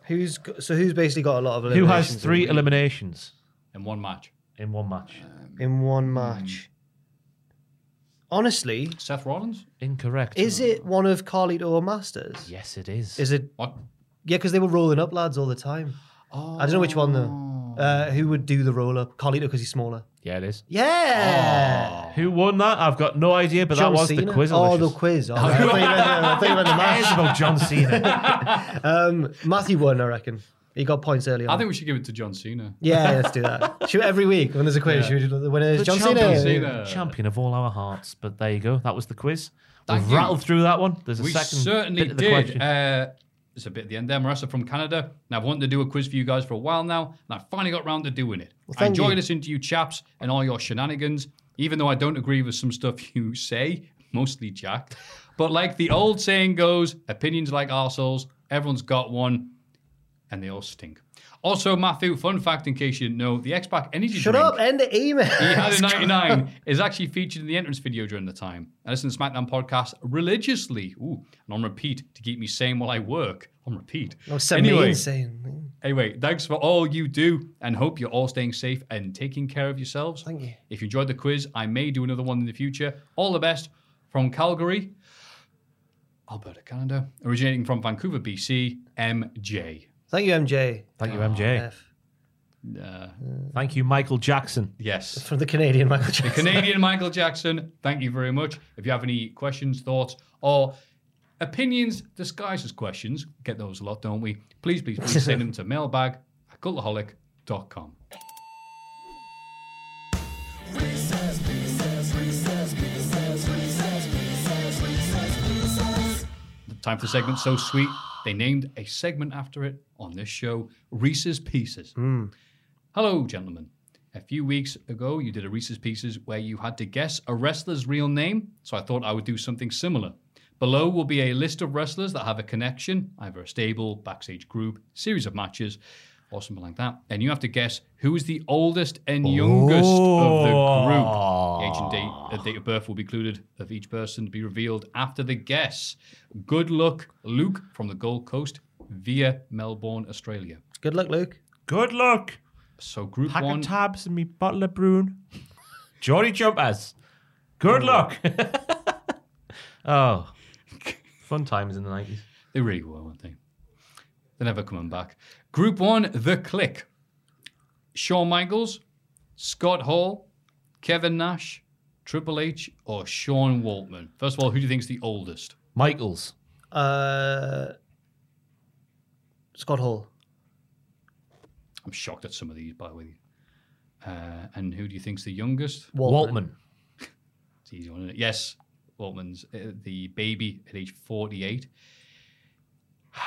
Speaker 3: Who's go- so who's basically got a lot of
Speaker 4: Who
Speaker 3: eliminations
Speaker 4: has three eliminations
Speaker 2: In one match.
Speaker 4: in one match?
Speaker 3: in one match?
Speaker 4: Hmm.
Speaker 3: Honestly,
Speaker 2: Seth Rollins?
Speaker 4: Incorrect.
Speaker 3: is it one of Carlito or Masters?
Speaker 4: Yes, it is.
Speaker 3: Is it?
Speaker 2: What?
Speaker 3: Yeah, because they were rolling up lads all the time.
Speaker 2: Oh.
Speaker 3: I don't know which one though. Uh, who would do the roll up? Carlito because he's smaller.
Speaker 4: yeah, it is.
Speaker 2: Oh.
Speaker 3: Yeah.
Speaker 4: Who won that? I've got no idea, but
Speaker 3: John
Speaker 4: that was
Speaker 3: Cena?
Speaker 4: the quiz.
Speaker 3: Oh, the quiz. Oh, I thought you meant the- I thought you meant the match.
Speaker 4: about John Cena.
Speaker 3: Um, Matthew won, I reckon. He got points early on.
Speaker 2: I think we should give it to John Cena.
Speaker 3: yeah, let's do that. Shoot every week when there's a quiz. Shoot the winner is
Speaker 4: The
Speaker 3: John
Speaker 4: champion.
Speaker 3: Cena.
Speaker 2: Cena.
Speaker 4: Champion of all our hearts. But there you go. That was the quiz.
Speaker 2: Thank
Speaker 4: We've
Speaker 2: you.
Speaker 4: rattled through that one. There's a
Speaker 2: We
Speaker 4: second
Speaker 2: certainly
Speaker 4: bit of the
Speaker 2: did.
Speaker 4: question.
Speaker 2: Uh, it's a bit at the end there. Marissa from Canada. And I've wanted to do a quiz for you guys for a while now, and I finally got round to doing it. I
Speaker 3: thank
Speaker 2: enjoy
Speaker 3: you.
Speaker 2: listening to you chaps and all your shenanigans, even though I don't agree with some stuff you say, mostly Jack. But like the old saying goes, opinions like arseholes, everyone's got one, and they all stink. Also, Matthew, fun fact in case you didn't know, the X-Pac Energy
Speaker 3: Shut
Speaker 2: drink
Speaker 3: up, end the email.
Speaker 2: he had a 99 is actually featured in the entrance video during the time. I listen to SmackDown podcast religiously, ooh, and on repeat to keep me sane while I work. On repeat.
Speaker 3: Oh, send me
Speaker 2: anyway,
Speaker 3: insane.
Speaker 2: anyway, thanks for all you do, and hope you're all staying safe and taking care of yourselves.
Speaker 3: Thank you.
Speaker 2: If you enjoyed the quiz, I may do another one in the future. All the best from Calgary, Alberta, Canada, originating from Vancouver, BC. MJ.
Speaker 3: Thank you, MJ.
Speaker 4: Thank you, MJ.
Speaker 3: Oh, F.
Speaker 2: Uh,
Speaker 4: Thank you, Michael Jackson.
Speaker 2: yes.
Speaker 3: From the Canadian Michael Jackson.
Speaker 2: Canadian Michael Jackson, thank you very much. If you have any questions, thoughts, or opinions disguised as questions, get those a lot, don't we? Please, please, please send them to mailbag at cultaholic.com. Time for the segment So Sweet. They named a segment after it on this show Reese's Pieces. Hello, gentlemen. A few weeks ago, you did a Reese's Pieces where you had to guess a wrestler's real name, so I thought I would do something similar. Below will be a list of wrestlers that have a connection, either a stable, backstage group, series of matches, or something like that. And you have to guess who is the oldest and youngest of the group. The age and date, uh, date of birth will be included of each person to be revealed after the guess. Good luck, Luke from the Gold Coast via Melbourne, Australia.
Speaker 3: Good luck, Luke.
Speaker 4: Good luck.
Speaker 2: So, group
Speaker 4: Pack
Speaker 2: one.
Speaker 4: of tabs and me bottle of brewing. Geordie Jumpers. Good luck. oh. Fun times in the 90s.
Speaker 2: They really were, weren't they? They're never coming back. Group one, The Click. Shawn Michaels, Scott Hall, Kevin Nash, Triple H, or Sean Waltman? First of all, who do you think's the oldest?
Speaker 4: Michaels.
Speaker 3: Uh, Scott Hall.
Speaker 2: I'm shocked at some of these, by the way. Uh, and who do you think's the youngest?
Speaker 4: Waltman.
Speaker 2: It's an easy one, isn't it? Yes, Waltman's uh, the baby at age 48. I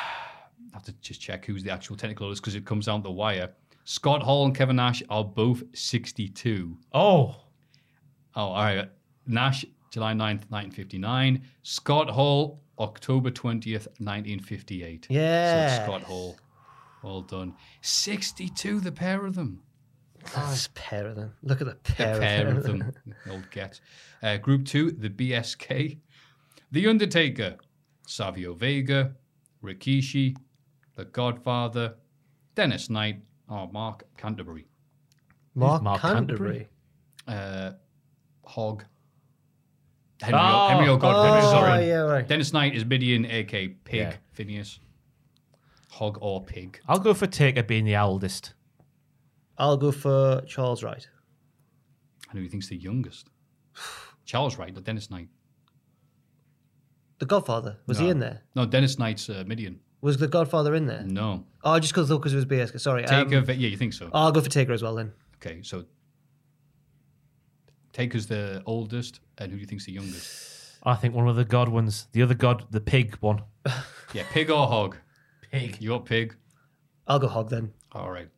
Speaker 2: have to just check who's the actual technical oldest because it comes down the wire. Scott Hall and Kevin Nash are both 62.
Speaker 4: Oh.
Speaker 2: Oh, all right. Nash, July 9th, 1959. Scott Hall, October 20th, 1958. So
Speaker 3: Yes.
Speaker 2: Scott Hall. Well done. 62, the pair of them.
Speaker 3: That's a Ah, pair of them. Look at the
Speaker 2: The
Speaker 3: pair,
Speaker 2: pair of them. Old get. Uh, group two, the BSK. The Undertaker, Savio Vega, Rikishi, The Godfather, Dennis Knight, or Mark Canterbury.
Speaker 3: Mark,
Speaker 4: Mark
Speaker 3: Canterbury.
Speaker 4: Canterbury?
Speaker 2: Uh, Hog. Henry,
Speaker 4: Oh.
Speaker 2: oh, Henry O'Godfrey,
Speaker 3: Oh,
Speaker 2: sorry.
Speaker 3: yeah, right.
Speaker 2: Dennis Knight is Midian, aka Pig
Speaker 4: Yeah.
Speaker 2: Phineas. Hog or Pig.
Speaker 4: I'll go for Taker being the oldest.
Speaker 3: I'll go for Charles Wright.
Speaker 2: I know he thinks the youngest. Charles Wright, the Dennis Knight.
Speaker 3: The Godfather was he
Speaker 2: No.
Speaker 3: in there?
Speaker 2: No, Dennis Knight's uh, Midian.
Speaker 3: Was The Godfather in there?
Speaker 2: No.
Speaker 3: Oh, just because because it was Bielsa. Sorry,
Speaker 2: Taker,
Speaker 3: um,
Speaker 2: va- yeah, you think so?
Speaker 3: I'll go for Taker as well then.
Speaker 2: Okay, so Taker's the oldest, and who do you think's the youngest?
Speaker 4: I think one of the god ones. The other god, the pig one.
Speaker 2: Yeah, pig or hog? Pig. You got pig.
Speaker 3: I'll go hog then.
Speaker 2: All right.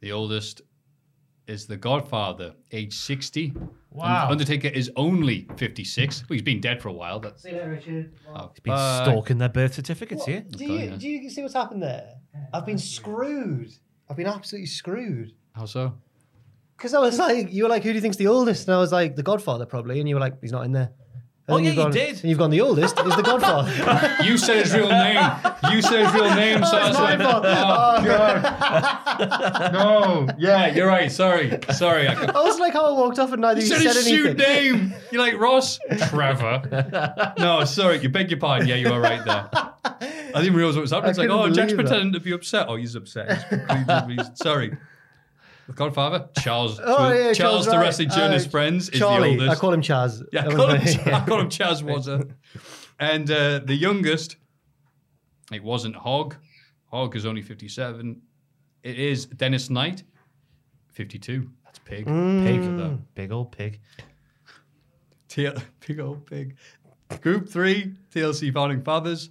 Speaker 2: The oldest is the Godfather, age 60. Und-
Speaker 4: Wow.
Speaker 2: Undertaker is only 56. Well, he's been dead for a while. That's
Speaker 3: See you later, Richard.
Speaker 2: oh,
Speaker 4: Been
Speaker 2: bye.
Speaker 4: stalking their birth certificates here.
Speaker 3: Do you do you see what's happened there? I've been screwed. I've been absolutely screwed.
Speaker 2: How so?
Speaker 3: Because I was like, you were like, who do you think's the oldest? And I was like, the Godfather probably. And you were like, he's not in there. And
Speaker 4: Oh,
Speaker 3: then
Speaker 4: yeah,
Speaker 3: you've
Speaker 4: you
Speaker 3: gone-
Speaker 4: did.
Speaker 3: And you've gone, the oldest is the Godfather.
Speaker 2: You said his real name. You said his real name. So
Speaker 3: it's
Speaker 2: I
Speaker 3: my
Speaker 2: said,
Speaker 3: fault. Uh,
Speaker 2: oh, God. No. Yeah, you're right. Sorry. Sorry. I
Speaker 3: I was like, how I walked off and neither
Speaker 2: You
Speaker 3: you
Speaker 2: said
Speaker 3: said,
Speaker 2: his shoot
Speaker 3: anything.
Speaker 2: name. You're like Ross Trevor. No, sorry, you beg your pardon. Yeah, you are right there. I didn't realize what was happening.
Speaker 3: I
Speaker 2: It's like,
Speaker 3: couldn't
Speaker 2: oh, Jack's
Speaker 3: believe that.
Speaker 2: pretending to be upset. Oh, he's upset. He's completely- he's- sorry. The Godfather, Charles.
Speaker 3: Oh, yeah,
Speaker 2: Charles,
Speaker 3: Charles,
Speaker 2: the
Speaker 3: right.
Speaker 2: wrestling journey's
Speaker 3: Uh,
Speaker 2: friends, is
Speaker 3: Charlie,
Speaker 2: the oldest.
Speaker 3: I call him Chaz.
Speaker 2: yeah, I
Speaker 3: That
Speaker 2: call him,
Speaker 3: was my-
Speaker 2: I call him Chaz Wazza. And uh, the youngest, it wasn't Hog. Hog is only 57. It is Dennis Knight, 52. That's pig. Pig
Speaker 3: Mm.
Speaker 2: of them.
Speaker 4: Big old pig.
Speaker 2: T- big old pig. Group three, TLC Founding Fathers.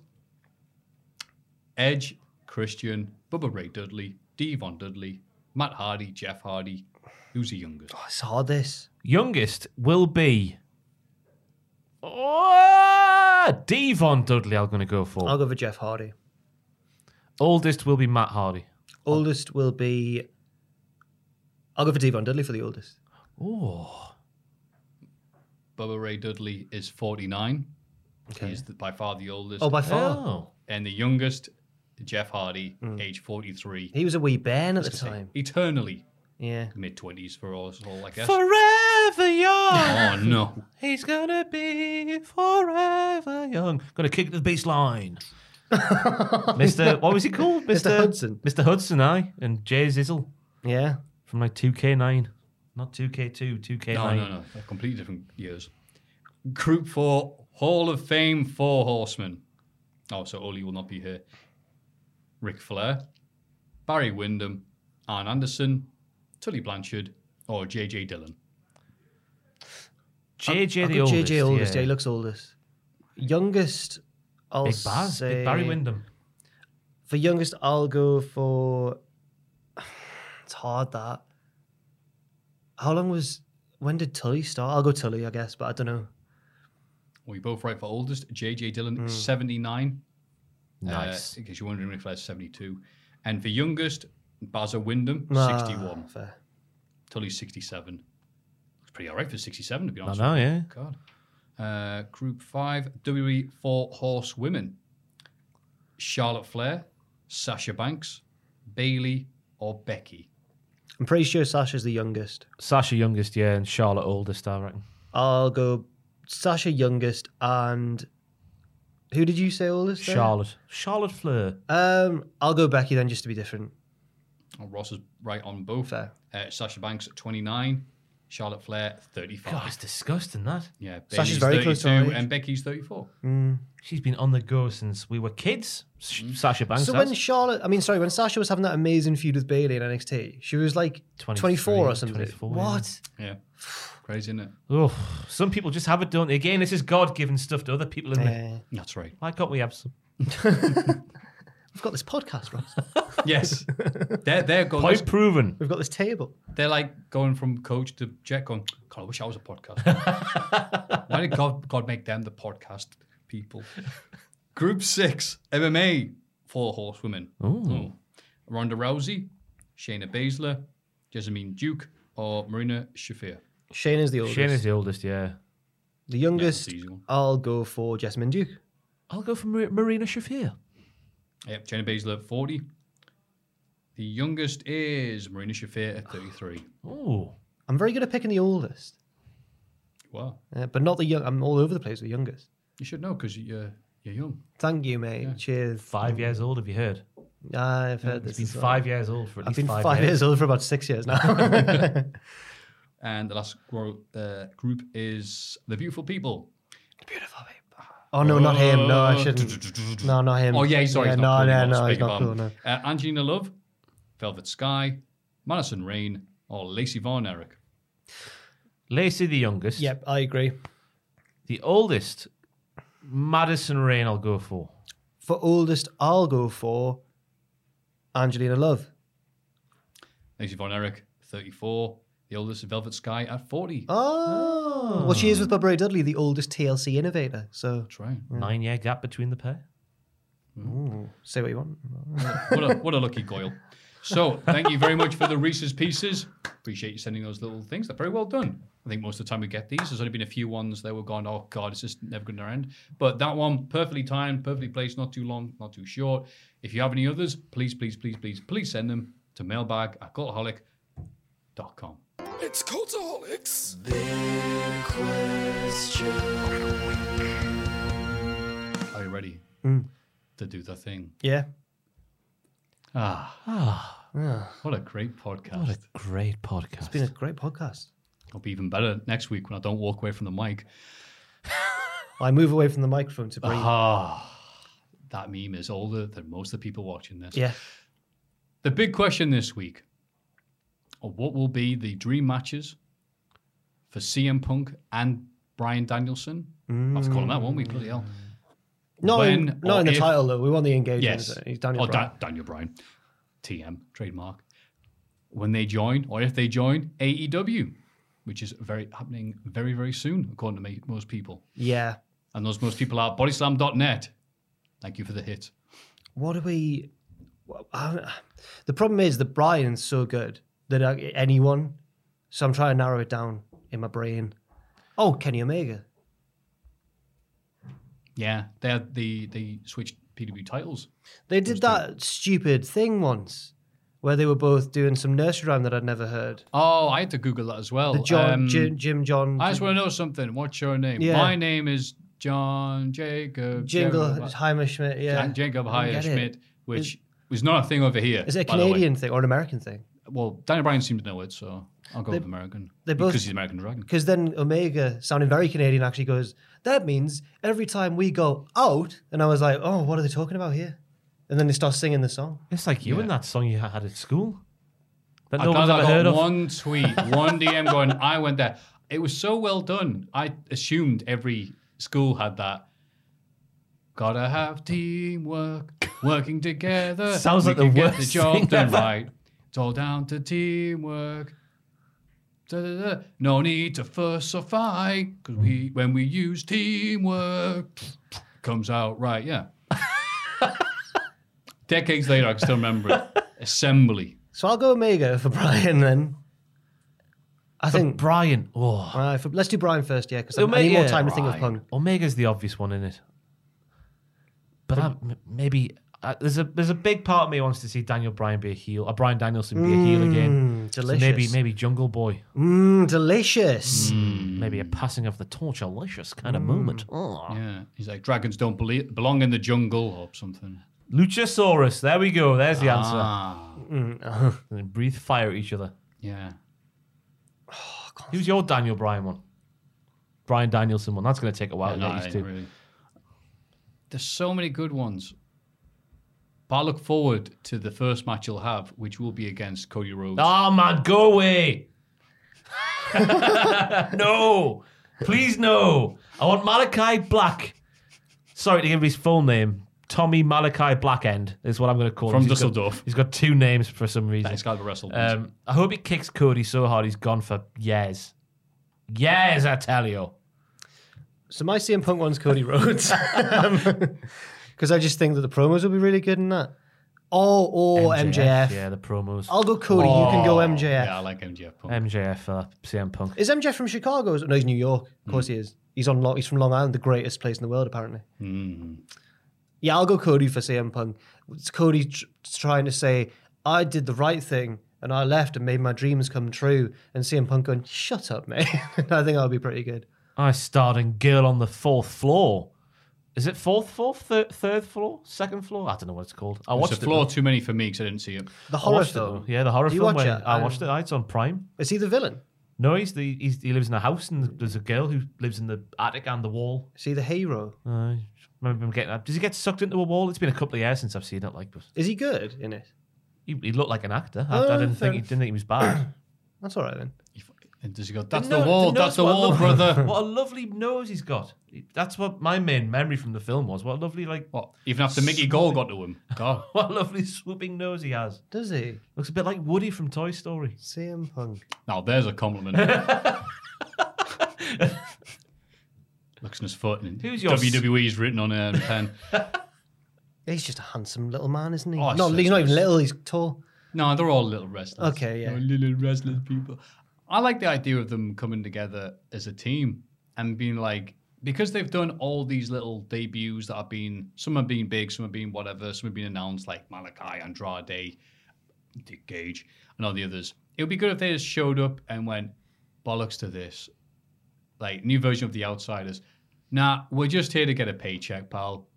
Speaker 2: Edge, Christian, Bubba Ray Dudley, D. Von Dudley, Matt Hardy, Jeff Hardy. Who's the youngest?
Speaker 3: I saw this.
Speaker 4: Youngest will be. Oh, Devon Dudley, I'm going to go for.
Speaker 3: I'll go for Jeff Hardy.
Speaker 4: Oldest will be Matt Hardy.
Speaker 3: Oldest will be. I'll go for Devon Dudley for the oldest.
Speaker 4: Oh.
Speaker 2: Bubba Ray Dudley is 49.
Speaker 3: Okay.
Speaker 2: He's the, by far the oldest.
Speaker 3: Oh, by far.
Speaker 4: Oh.
Speaker 2: and the youngest, Jeff Hardy,
Speaker 3: Mm.
Speaker 2: age 43.
Speaker 3: He was a wee bairn at the time.
Speaker 2: Eternally
Speaker 3: Yeah.
Speaker 2: mid 20s for us all, I guess.
Speaker 4: Forever
Speaker 2: oh,
Speaker 4: young.
Speaker 2: no.
Speaker 4: He's going to be forever young. Going to kick the baseline. Mr. What was he called?
Speaker 3: Mr. Hudson.
Speaker 4: Mr. Hudson, aye. And Jay Zizzle
Speaker 3: Yeah.
Speaker 4: from like 2K9. Not 2K2, 2K9.
Speaker 2: No, no, no. They're completely different years. Group four, Hall of Fame, four horsemen. Oh, so Oli will not be here. Ric Flair, Barry Windham, Arn Anderson, Tully Blanchard, or JJ Dillon.
Speaker 4: JJ
Speaker 3: I'll
Speaker 4: the
Speaker 3: go
Speaker 4: oldest.
Speaker 3: JJ oldest. Yeah.
Speaker 4: yeah.
Speaker 3: he looks oldest. Youngest, I'll
Speaker 4: Big Baz,
Speaker 3: say
Speaker 4: Big Barry Windham.
Speaker 3: for youngest. I'll go for. It's hard that. How long was? When did Tully start? I'll go Tully, I guess, but I don't know.
Speaker 2: Were you both right for oldest? JJ Dillon, 79.
Speaker 4: Hmm. Nice.
Speaker 2: Uh, in case you're wondering, Ric Flair's 72. And for youngest, Baza Windham,
Speaker 3: Ah,
Speaker 2: 61.
Speaker 3: fair.
Speaker 2: Tully's 67. It's pretty all right for 67, to be
Speaker 4: I
Speaker 2: honest.
Speaker 4: know, yeah.
Speaker 2: God. Uh, group five, WWE Four Horse Women. Charlotte Flair, Sasha Banks, Bailey, or Becky.
Speaker 3: I'm pretty sure Sasha's the youngest.
Speaker 4: Sasha youngest, yeah, and Charlotte oldest, I reckon.
Speaker 3: I'll go Sasha youngest and who did you say oldest? there?
Speaker 4: Charlotte. Charlotte Fleur.
Speaker 3: Um, I'll go Becky then, just to be different.
Speaker 2: Oh, Ross is right on both.
Speaker 3: Fair.
Speaker 2: Uh, Sasha Banks at 29, Charlotte Flair 35.
Speaker 4: God, it's disgusting that.
Speaker 2: Yeah, Bailey's
Speaker 3: Sasha's very
Speaker 2: 32
Speaker 3: close to our age.
Speaker 2: and Becky's 34.
Speaker 4: She's been on the go since we were kids. Sh- Sasha Banks.
Speaker 3: So
Speaker 4: has.
Speaker 3: when Charlotte, I mean, sorry, when Sasha was having that amazing feud with Bailey in NXT, she was like
Speaker 4: 23,
Speaker 3: 24 or something.
Speaker 4: 24, yeah.
Speaker 3: what?
Speaker 2: Yeah. Crazy, isn't it?
Speaker 4: Ugh, some people just have it, don't they? Again, this is God giving stuff to other people. Isn't it?
Speaker 3: Yeah.
Speaker 2: That's right.
Speaker 4: Why can't we have some?
Speaker 3: We've got this podcast, Ross.
Speaker 2: Yes. they're, they're, going,
Speaker 4: Point proven.
Speaker 3: We've got this table.
Speaker 2: they're like going from coach to jet going, God, I wish I was a podcast. Why did God, God make them the podcast people? Group six, MMA, four horsewomen. Oh. Ronda Rousey, Shayna Baszler, Jessamine Duke, or Marina Shafir.
Speaker 3: Shayna's the oldest.
Speaker 4: Shane is the oldest, yeah.
Speaker 3: the youngest,
Speaker 2: Yeah, that's the easy one.
Speaker 3: I'll go for Jessamine Duke.
Speaker 4: I'll go for Mar- Marina Shafir.
Speaker 2: Yep, Shayna Baszler, 40. The youngest is Marina Shafir at 33.
Speaker 4: Oh,
Speaker 3: I'm very good at picking the oldest,
Speaker 2: Wow.
Speaker 3: uh, but not the young. I'm all over the place with the youngest.
Speaker 2: You should know because you're, you're young.
Speaker 3: Thank you, mate. Cheers.
Speaker 4: five years old, have you heard?
Speaker 3: I've heard Hmm. this.
Speaker 4: He's been
Speaker 3: as well.
Speaker 4: five years old for at
Speaker 3: I've
Speaker 4: least
Speaker 3: been
Speaker 4: five,
Speaker 3: five,
Speaker 4: years.
Speaker 3: years old for about six years now.
Speaker 2: And the last gro- uh, group is The Beautiful People.
Speaker 3: Oh no, not him. No, I shouldn't. No, not him.
Speaker 2: Oh yeah, sorry,
Speaker 3: Yeah,
Speaker 2: he's not
Speaker 3: no,
Speaker 2: cool.
Speaker 3: no, no,
Speaker 2: Beg
Speaker 3: he's
Speaker 2: your
Speaker 3: not cool.
Speaker 2: pardon.
Speaker 3: No.
Speaker 2: Uh, Angelina Love, Velvet Sky, Madison Rain, or Lacey Von Eric.
Speaker 4: Lacey the youngest.
Speaker 3: Yep, I agree.
Speaker 4: The oldest, Madison Rain, I'll go for.
Speaker 3: For oldest, I'll go for Angelina Love.
Speaker 2: Lacey Von Eric, 34. The oldest of Velvet Sky at 40.
Speaker 3: Oh, well, she is with Barbara Dudley, the oldest TLC innovator. So
Speaker 2: That's right.
Speaker 4: Nine year gap between the pair.
Speaker 3: Ooh, say what you want.
Speaker 2: what, a, what a lucky goil. So, thank you very much for the Reese's Pieces. Appreciate you sending those little things. They're very well done. I think most of the time we get these. There's only been a few ones that were gone, oh God, it's just never going to end. But that one, perfectly timed, perfectly placed, not too long, not too short. If you have any others, please, please, please, please, please send them to mailbag at cultaholic.com.
Speaker 7: It's Cultaholics. Big question.
Speaker 2: Are you ready to do the thing?
Speaker 3: Yeah.
Speaker 2: Ah.
Speaker 4: Ah.
Speaker 2: What a great podcast.
Speaker 4: What a great podcast.
Speaker 3: It's been a great podcast.
Speaker 2: It'll be even better next week when I don't walk away from the mic.
Speaker 3: I move away from the microphone to breathe.
Speaker 2: Ah, that meme is older than most of the people watching this.
Speaker 3: Yeah.
Speaker 2: The big question this week or what will be the dream matches for CM Punk and Brian Danielson? I have to call him that, won't we? Bloody hell.
Speaker 3: Not in,
Speaker 2: When
Speaker 3: not
Speaker 2: or
Speaker 3: in the
Speaker 2: if-
Speaker 3: title though. We want the engagement.
Speaker 2: Yes.
Speaker 3: He's Daniel
Speaker 2: oh,
Speaker 3: Bryan.
Speaker 2: Da- Daniel Bryan. TM, trademark. When they join, or if they join, AEW, which is very happening very, very soon, according to me, most people.
Speaker 3: Yeah.
Speaker 2: And those most people are bodyslam.net. Thank you for the hit.
Speaker 3: What do we? well, I- The problem is that Brian's so good that uh, anyone. So I'm trying to narrow it down in my brain. Oh, Kenny Omega.
Speaker 2: Yeah, they had the they switched PW titles.
Speaker 3: They did that stupid thing once where they were both doing some nursery rhyme that I'd never heard.
Speaker 2: Oh, I had to Google that as well.
Speaker 3: The John
Speaker 2: Um,
Speaker 3: Jim, Jim John
Speaker 2: I just want to know something. What's your name?
Speaker 3: Yeah.
Speaker 2: My name is John Jacob
Speaker 3: Jingle
Speaker 2: Jacob-
Speaker 3: Heimer Schmidt. Yeah,
Speaker 2: Jan- Jacob
Speaker 3: I
Speaker 2: Heyer
Speaker 3: don't get it.
Speaker 2: Schmidt, which was not a thing over here.
Speaker 3: Is it a
Speaker 2: by the way.
Speaker 3: Canadian thing or an American thing?
Speaker 2: Well, Daniel Bryan seemed to know it, so I'll go
Speaker 3: They-
Speaker 2: with American.
Speaker 3: they both-
Speaker 2: because he's American Dragon.
Speaker 3: Because then Omega, sounding very Canadian, actually goes, That means every time we go out. And I was like, Oh, what are they talking about here? And then they start singing the song.
Speaker 4: It's like you
Speaker 2: Yeah.
Speaker 4: and that song you had at school that
Speaker 2: I
Speaker 4: no one's
Speaker 2: got, I
Speaker 4: ever
Speaker 2: got
Speaker 4: heard of.
Speaker 2: one tweet, one DM going, I went there. It was so well done. I assumed every school had that. Gotta have teamwork, working together.
Speaker 4: Sounds
Speaker 2: we
Speaker 4: like the
Speaker 2: can get
Speaker 4: worst
Speaker 2: the job
Speaker 4: thing
Speaker 2: done
Speaker 4: ever.
Speaker 2: right. It's all down to teamwork. Da, da, da. No need to fuss or fight, because we, when we use teamwork, comes out right. Yeah. Decades later, I can still remember it. Assembly.
Speaker 3: So I'll go Omega for Brian then. I think.
Speaker 4: Brian. Oh.
Speaker 3: Uh, for- let's do Brian first, yeah, because I, I need more time to think of Punk.
Speaker 4: Omega's the obvious one in it. But I, m- maybe uh, there's a there's a big part of me wants to see Daniel Bryan be a heel, or Brian Danielson be a heel again.
Speaker 3: Mm,
Speaker 4: So maybe Hmm.
Speaker 3: delicious.
Speaker 4: maybe Jungle Boy,
Speaker 3: Mmm, delicious.
Speaker 4: maybe a passing of the torch, delicious kind
Speaker 3: Mm.
Speaker 4: of moment. Oh.
Speaker 2: Yeah, he's like dragons don't belie- belong in the jungle or something.
Speaker 4: Luchasaurus. There we go. There's the answer.
Speaker 2: Ah,
Speaker 4: And then breathe fire at each other.
Speaker 2: yeah.
Speaker 4: Who's your Daniel Bryan one? Brian Danielson one. That's going to take a while to
Speaker 2: Yeah,
Speaker 4: get
Speaker 2: no,
Speaker 4: used
Speaker 2: I
Speaker 4: to.
Speaker 2: really- There's so many good ones. But I look forward to the first match you'll have, which will be against Cody Rhodes.
Speaker 4: Oh man, go away. no. Please no. I want Malachi Black. Sorry to give his full name. Tommy Malachi Blackend is what I'm going to call
Speaker 2: From
Speaker 4: him. He's got-
Speaker 2: Dusseldorf.
Speaker 4: he's got two names for some reason.
Speaker 2: He's got to wrestle.
Speaker 4: Um, I hope he kicks Cody so hard he's gone for years. Years, I tell you.
Speaker 3: So my CM Punk one's Cody Rhodes. Because I just think that the promos will be really good in that. Oh, oh, MJF.
Speaker 4: Yeah, Oh, the promos.
Speaker 3: I'll go Cody. you can go MJF.
Speaker 2: Yeah, I like MJF. Punk.
Speaker 4: MJF for uh, CM Punk.
Speaker 3: Is MJF from Chicago? No, he's New York. Of
Speaker 4: Hmm.
Speaker 3: course he is. He's on. Lo- He's from Long Island, the greatest place in the world, apparently.
Speaker 4: Hmm.
Speaker 3: Yeah, I'll go Cody for CM Punk. It's Cody tr- trying to say, "I did the right thing and I left and made my dreams come true," and CM Punk going, "Shut up, mate." I think that'll be pretty good.
Speaker 4: I starred in Girl on the Fourth Floor. Is it fourth floor, thir- third floor, second floor? I don't know what it's called. I
Speaker 2: It's
Speaker 4: watched
Speaker 2: a floor too many for me because I didn't see it.
Speaker 3: The
Speaker 4: It. though. I
Speaker 3: horror
Speaker 4: watched it, though.
Speaker 3: film.
Speaker 4: Yeah, the horror
Speaker 2: um,
Speaker 3: Do you
Speaker 4: film.
Speaker 3: watch
Speaker 4: where-
Speaker 3: it?
Speaker 4: I
Speaker 3: I-
Speaker 4: watched it. It's on Prime.
Speaker 3: Is he the villain?
Speaker 4: No, he's the he's, he lives in a house, and there's a girl who lives in the attic and the wall.
Speaker 3: See the hero.
Speaker 4: I remember him getting up. Does he get sucked into a wall? It's been a couple of years since I've seen it. Like, but
Speaker 3: is he good in it?
Speaker 4: He, he looked like an actor. I,
Speaker 3: Oh,
Speaker 4: I didn't
Speaker 3: fair
Speaker 4: think he
Speaker 3: enough.
Speaker 4: didn't think he was bad.
Speaker 3: That's all right then.
Speaker 2: And does he go? That's
Speaker 4: no-
Speaker 2: the wall.
Speaker 4: nose-
Speaker 2: That's the
Speaker 4: what a
Speaker 2: wall,
Speaker 4: lovely-
Speaker 2: brother.
Speaker 4: What a lovely nose he's got. That's what my main memory from the film was. What a lovely like.
Speaker 2: What even after Mickey Gall got to him? God.
Speaker 4: what a lovely swooping nose he has.
Speaker 3: Does he?
Speaker 4: Looks a bit like Woody from Toy Story.
Speaker 3: CM Punk.
Speaker 2: Now there's a compliment. Looks in his foot. And
Speaker 4: Who's your s-
Speaker 2: WWE's written on a pen.
Speaker 3: He's just a handsome little man, isn't he?
Speaker 2: Oh,
Speaker 3: no,
Speaker 2: so
Speaker 3: he's not even
Speaker 2: nice.
Speaker 3: little. He's tall.
Speaker 2: No, they're all little wrestlers.
Speaker 3: Okay,
Speaker 2: They're
Speaker 3: yeah.
Speaker 2: little wrestlers people. I like the idea of them coming together as a team and being like, because they've done all these little debuts that have been, some have been big, some have been whatever, some have been announced, like Malachi, Andrade, Dick Gage, and all the others. It would be good if they just showed up and went, bollocks to this. Like, new version of The Outsiders. Nah, we're just here to get a paycheck, pal.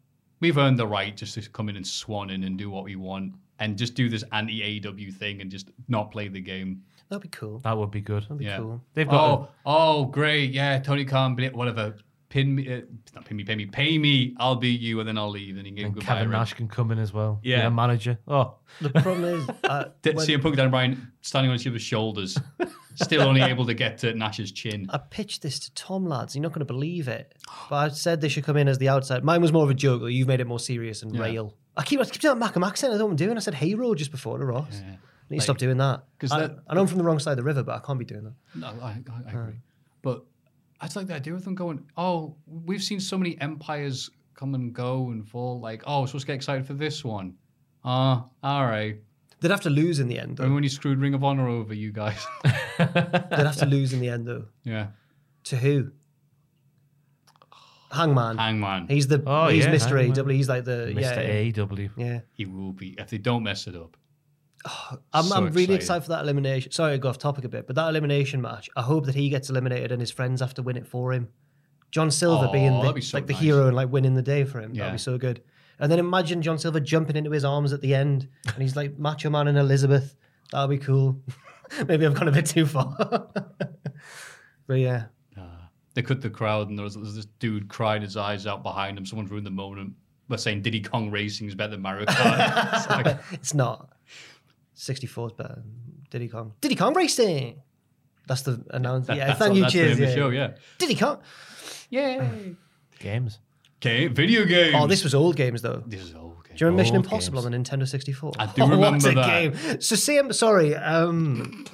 Speaker 2: We've earned the right just to come in and swan in and do what we want and just do this anti AEW thing and just not play the game.
Speaker 3: That'd be cool.
Speaker 4: That would be good.
Speaker 3: That'd be
Speaker 2: yeah.
Speaker 3: cool.
Speaker 4: They've got
Speaker 2: oh, oh, great. Yeah, Tony Khan, but it- whatever. Pin me, uh, not pin me, pay me, pay me. I'll beat you and then I'll leave and then you can
Speaker 4: And
Speaker 2: go
Speaker 4: Kevin Nash can come in as well.
Speaker 2: Yeah.
Speaker 4: Be a manager. Oh,
Speaker 3: The problem is, uh,
Speaker 2: Did
Speaker 3: when-
Speaker 2: CM Punk Dan Bryan standing on each other's shoulders, still only able to get to Nash's chin.
Speaker 3: I pitched this to Tom, lads. You're not going to believe it. But I said they should come in as the outside. Mine was more of a joke. You've made it more serious and
Speaker 2: Yeah.
Speaker 3: real. I keep, I keep doing that Macam accent. I don't know what I'm doing. I said hero just before to Ross. I need to
Speaker 2: Like-
Speaker 3: stop doing that.
Speaker 2: 'Cause
Speaker 3: I,
Speaker 2: that-
Speaker 3: I know I'm from the wrong side of the river, but I can't be doing that.
Speaker 2: No, I, I, I agree. But I just like the idea of them going, oh, we've seen so many empires come and go and fall. Like, oh, we're supposed to get excited for this one. Ah, all right.
Speaker 3: They'd have to lose in the end, though.
Speaker 2: Remember when you screwed Ring of Honor over, you guys?
Speaker 3: They'd have to lose in the end, though.
Speaker 2: yeah.
Speaker 3: To who? Hangman.
Speaker 2: Hangman.
Speaker 3: He's the
Speaker 4: Oh,
Speaker 3: he's
Speaker 4: yeah,
Speaker 3: Mr.
Speaker 4: Hangman.
Speaker 3: AW. E. He's like the yeah,
Speaker 4: Mr. AW.
Speaker 3: Yeah.
Speaker 2: He will be, if they don't mess it up.
Speaker 3: I'm,
Speaker 2: So
Speaker 3: I'm really
Speaker 2: excited.
Speaker 3: excited for that elimination. Sorry, I go off topic a bit, but that elimination match, I hope that he gets eliminated and his friends have to win it for him. John Silver
Speaker 2: Aw,
Speaker 3: being the,
Speaker 2: that'd be so
Speaker 3: like the
Speaker 2: nice.
Speaker 3: hero and like winning the day for him.
Speaker 2: Yeah.
Speaker 3: That'd be so good. And then imagine John Silver jumping into his arms at the end and he's like Macho Man and Elizabeth. That'd be cool. Maybe I've gone a bit too far. but yeah.
Speaker 2: They cut the crowd, and there was, there was this dude crying his eyes out behind him. Someone's ruined the moment by saying Diddy Kong Racing is better than Mario Kart. it's like,
Speaker 3: It's not. 64 is better. Diddy Kong. Diddy Kong Racing! That's the announcement. Yeah,
Speaker 2: that's
Speaker 3: thank
Speaker 2: what-
Speaker 3: you,
Speaker 2: that's the
Speaker 3: cheers.
Speaker 2: name
Speaker 3: Yeah.
Speaker 2: of the show, yeah.
Speaker 3: Diddy Kong.
Speaker 2: Yay.
Speaker 4: Games.
Speaker 2: Okay, video games.
Speaker 3: Oh, this was old games though.
Speaker 2: This is oh, old game.
Speaker 3: Do you remember Mission
Speaker 4: Old
Speaker 3: Impossible on the Nintendo 64?
Speaker 2: I do
Speaker 3: Oh, what
Speaker 2: remember
Speaker 3: a
Speaker 2: that.
Speaker 3: game. So CM, sorry, um,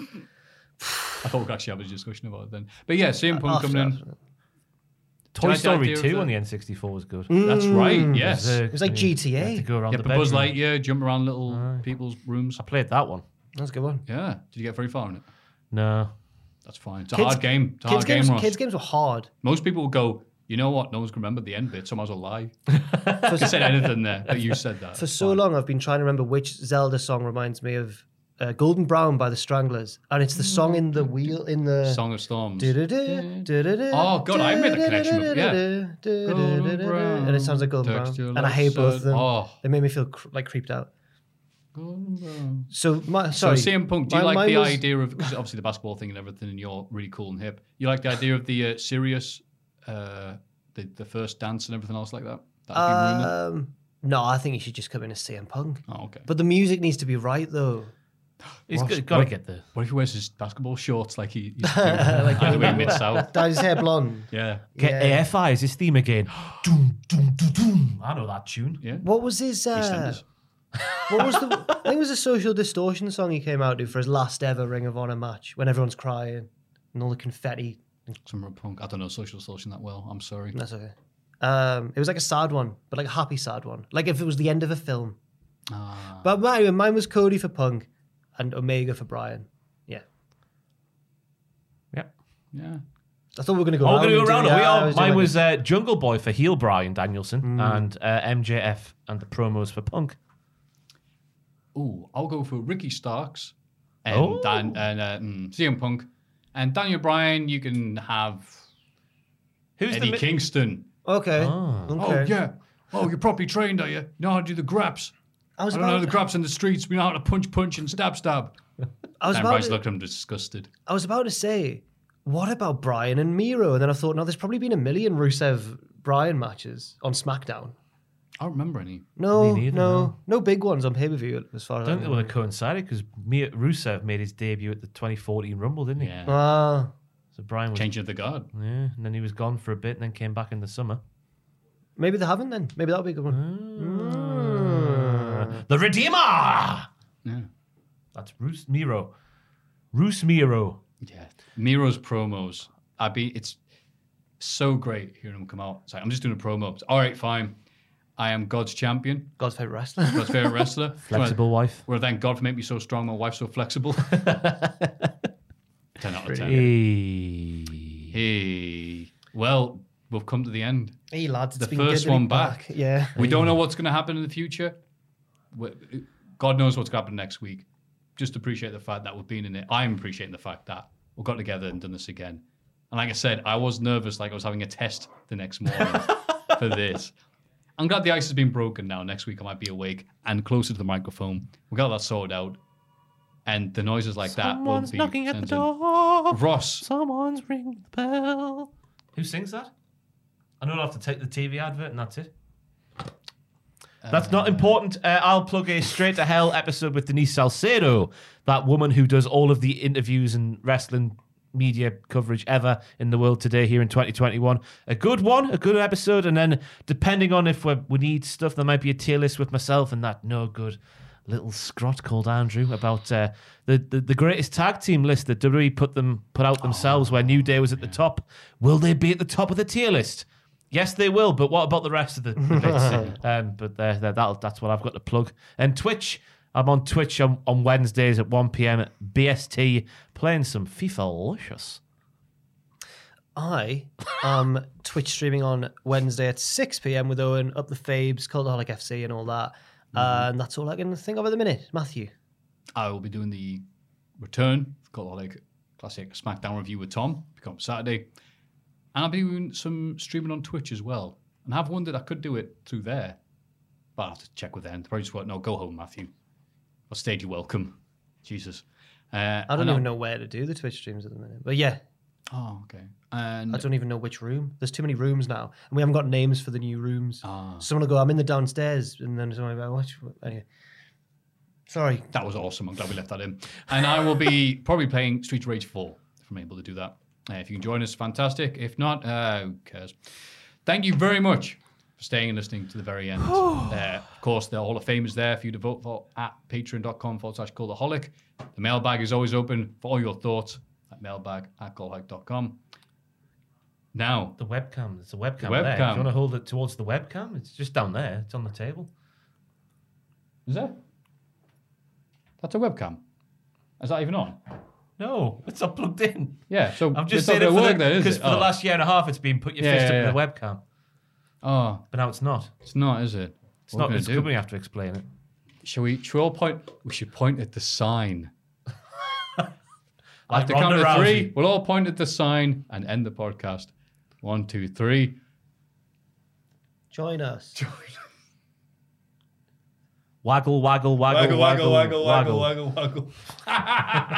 Speaker 2: I thought actually I was discussing about it then. But yeah, CM Punk
Speaker 3: after-
Speaker 2: coming in.
Speaker 4: Toy
Speaker 2: like the
Speaker 4: Story
Speaker 2: idea of
Speaker 4: 2
Speaker 2: the-
Speaker 4: on the N64 was good.
Speaker 2: That's right, yes.
Speaker 4: Uh,
Speaker 2: Yeah,
Speaker 3: Mm. it was like
Speaker 4: you- you had
Speaker 3: GTA.
Speaker 4: to go around the
Speaker 2: but Buzz
Speaker 4: bedroom.
Speaker 2: Lightyear, jump around little people's rooms.
Speaker 4: I played that one.
Speaker 3: That's a good one.
Speaker 2: Yeah. Did you get very far in it?
Speaker 4: No.
Speaker 2: That's fine. It's a
Speaker 3: Kids-
Speaker 2: hard game. It's a
Speaker 3: Kids
Speaker 2: hard game,
Speaker 3: games,
Speaker 2: Ross.
Speaker 3: kids games were hard.
Speaker 2: Most people will go, you know what? No one's going to remember the end bit, so I might as well lie. I said anything there, but you said that.
Speaker 3: For so long, I've been trying to remember which Zelda song reminds me of uh, "Golden Brown" by the Stranglers, and it's the song in the wheel in the.
Speaker 2: Song of Storms.
Speaker 3: Du-du-du, du-du-du,
Speaker 2: Oh, God, I made a connection with- yeah.
Speaker 3: du-du-du, du-du-du,
Speaker 2: Golden
Speaker 3: du-du-du,
Speaker 2: Brown,
Speaker 3: And it sounds like Golden Brown.
Speaker 2: texture
Speaker 3: And
Speaker 2: like
Speaker 3: I hate both of them.
Speaker 2: Oh.
Speaker 3: They made me feel cr- like creeped out. So, my,
Speaker 2: So
Speaker 3: sorry.
Speaker 2: CM Punk, do you
Speaker 3: My-
Speaker 2: like
Speaker 3: mine
Speaker 2: the
Speaker 3: was-
Speaker 2: idea of because obviously the basketball thing and everything, and you're really cool and hip. You like the idea of the uh, serious, uh, the the first dance and everything else like that. That'd be rumored.
Speaker 3: Um, no, I think you should just come in as CM Punk.
Speaker 2: Oh, okay.
Speaker 3: But the music needs to be right though.
Speaker 4: He's
Speaker 2: Ross,
Speaker 4: got to
Speaker 2: what-
Speaker 4: get the.
Speaker 2: What if he wears his basketball shorts like he, he's like either way mid south?
Speaker 3: Dyed his hair blonde.
Speaker 2: Yeah,
Speaker 4: Get
Speaker 3: Yeah.
Speaker 4: AFI is his theme again. doom, doom, doom, doom. I know that tune.
Speaker 2: yeah.
Speaker 3: What was his? Uh,
Speaker 2: EastEnders.
Speaker 3: what was the? I think it was a social distortion song he came out to for his last ever Ring of Honor match when everyone's crying and all the confetti.
Speaker 2: Some rock punk. I don't know social distortion that well. I'm sorry.
Speaker 3: That's okay. Um, it was like a sad one, but like a happy sad one. Like if it was the end of a film.
Speaker 2: Ah.
Speaker 3: But mine, mine was Cody for Punk and Omega for Brian. Yeah,
Speaker 4: Yep.
Speaker 2: Yeah.
Speaker 3: I thought we were gonna go.
Speaker 4: Oh, we're going to go
Speaker 3: and do-
Speaker 4: around.
Speaker 3: yeah,
Speaker 4: we
Speaker 3: I
Speaker 4: are.
Speaker 3: was doing Mm.
Speaker 4: Mine
Speaker 3: like-
Speaker 4: was uh, Jungle Boy for heel Brian Danielson and uh, MJF and the promos for Punk.
Speaker 2: Ooh, I'll go for Ricky Starks and
Speaker 4: Oh.
Speaker 2: Dan and uh, mm, CM Punk and Daniel Bryan. You can have
Speaker 4: Who's
Speaker 2: Eddie
Speaker 4: the mi-
Speaker 2: Kingston.
Speaker 3: Okay. okay.
Speaker 2: Oh yeah. Oh, you're properly trained, are you? You know how to do the graps.
Speaker 3: I was
Speaker 2: I don't know
Speaker 3: about.
Speaker 2: the graps in the streets. We know how to punch, punch, and stab, stab.
Speaker 3: I was about.
Speaker 2: Everybody's
Speaker 3: to-
Speaker 2: looking at him disgusted.
Speaker 3: I was about to say what about Brian and Miro? And then I thought, no, there's probably been a million Rusev Brian matches on SmackDown.
Speaker 2: I don't remember any.
Speaker 3: No,
Speaker 4: Me neither,
Speaker 3: no, no big ones on pay per view as far
Speaker 4: I
Speaker 3: as
Speaker 4: don't think
Speaker 3: I
Speaker 4: they would have coincided because Rusev made his debut at the 2014 Rumble, didn't he?
Speaker 2: Yeah.
Speaker 3: Ah,
Speaker 4: so Brian was
Speaker 2: Changing of the guard.
Speaker 4: Yeah, and then he was gone for a bit, and then came back in the summer.
Speaker 3: maybe they haven't. Then maybe that'll be a good
Speaker 4: Hmm.
Speaker 3: one.
Speaker 4: The Redeemer.
Speaker 2: Yeah.
Speaker 4: That's Roos Miro. Roos Miro.
Speaker 2: Yeah. Miro's promos. I be it's so great hearing him come out. It's like, I'm just doing a promo. It's, All right, fine. I am God's champion.
Speaker 3: God's favorite wrestler.
Speaker 2: God's favorite wrestler.
Speaker 4: Flexible wife.
Speaker 2: Well, thank God for making me so strong. My wife so flexible. ten out of ten.
Speaker 4: Hey.
Speaker 2: Hey. Well, we've come to the end.
Speaker 3: Hey lads, it's
Speaker 2: The
Speaker 3: been
Speaker 2: first
Speaker 3: good to be
Speaker 2: one back.
Speaker 3: Yeah,
Speaker 2: We don't know what's going to happen in the future. We- God knows what's going to happen next week. Just appreciate the fact that we've been in it. I'm appreciating the fact that we got together and done this again. And like I said, I was nervous, like I was having a test the next morning for this. I'm glad the ice has been broken now. Next week I might be awake and closer to the microphone. We got that sorted out. And the noises like that. won't
Speaker 4: Someone's
Speaker 2: be
Speaker 4: knocking at the
Speaker 2: sent in.
Speaker 4: door.
Speaker 2: Ross.
Speaker 4: Someone's ringing the bell. Who sings that? I know I'll have to take the TV advert, and that's it. That's not important. Uh, I'll plug a straight to hell episode with Denise Salcedo, that woman who does all of the interviews and wrestling media coverage ever in the world today here in 2021. A good one, a good episode, and then depending on if we're, we need stuff, there might be a tier list with myself and that no good little scrot called Andrew about uh, the, the the greatest tag team list that WWE put them put out themselves, where New Day was at the top. Will they be at the top of the tier list? Yes, they will. But what about the rest of the, the bits? um, but there, there, that'll, that's what I've got to plug. And Twitch, I'm on Twitch on, on Wednesdays at 1 p.m. at BST, playing some FIFA Licious.
Speaker 3: I am Twitch streaming on Wednesday at 6 p.m. with Owen, Up the Fabes, Cultaholic FC, and all that.
Speaker 4: Mm-hmm.
Speaker 3: And that's all I can think of at the minute. Matthew,
Speaker 2: I will be doing the return, got like classic SmackDown review with Tom, become Saturday. And I'll be doing some streaming on Twitch as well. And I've wondered I could do it through there. But I'll have to check with them. They probably just won't know. Go home, Matthew. I'll stage you welcome. Jesus. Uh,
Speaker 3: I don't
Speaker 2: and I'll-
Speaker 3: even know where to do the Twitch streams at the minute. But yeah,
Speaker 2: Oh, okay. And
Speaker 3: I don't even know which room. There's too many rooms now, and we haven't got names for the new rooms.
Speaker 2: Ah.
Speaker 3: Someone will go, I'm in the downstairs, and then someone will go, "Which one?" Anyway. Sorry.
Speaker 2: That was awesome. I'm glad we left that in. And I will be probably playing Street Rage 4 if I'm able to do that. Uh, if you can join us, fantastic. If not, uh, who cares? Thank you very much for staying and listening to the very end. uh, of course, the Hall of Fame is there for you to vote for at patreon.com forward slash calltheholic. The mailbag is always open for all your thoughts at mailbag at callholic.com. Now,
Speaker 4: The webcam, there's a webcam,
Speaker 2: The
Speaker 4: there. If you
Speaker 2: webcam.
Speaker 4: want to hold it towards the webcam, it's just down there. It's on the table.
Speaker 2: is that? That's a webcam. Is that even on?
Speaker 4: No, it's not plugged in.
Speaker 2: Yeah, so
Speaker 4: I'm
Speaker 2: it's
Speaker 4: just
Speaker 2: not
Speaker 4: saying it
Speaker 2: gonna
Speaker 4: for,
Speaker 2: work
Speaker 4: the,
Speaker 2: then, is
Speaker 4: 'cause
Speaker 2: it?
Speaker 4: for the
Speaker 2: Oh.
Speaker 4: last year and a half, it's been put your
Speaker 2: Yeah,
Speaker 4: fist
Speaker 2: yeah,
Speaker 4: up in the webcam,
Speaker 2: Oh,
Speaker 4: but now it's not.
Speaker 2: it's not, is it?
Speaker 4: It's not. It's good when you have to explain it.
Speaker 2: Shall we? Should we all point? We should point at the sign.
Speaker 4: Like
Speaker 2: at the
Speaker 4: Ronda
Speaker 2: count of
Speaker 4: Rousey.
Speaker 2: three, we'll all point at the sign and end the podcast. One, two, three.
Speaker 3: Join us.
Speaker 4: Waggle, waggle, waggle, waggle, waggle, waggle, waggle,
Speaker 7: waggle, waggle.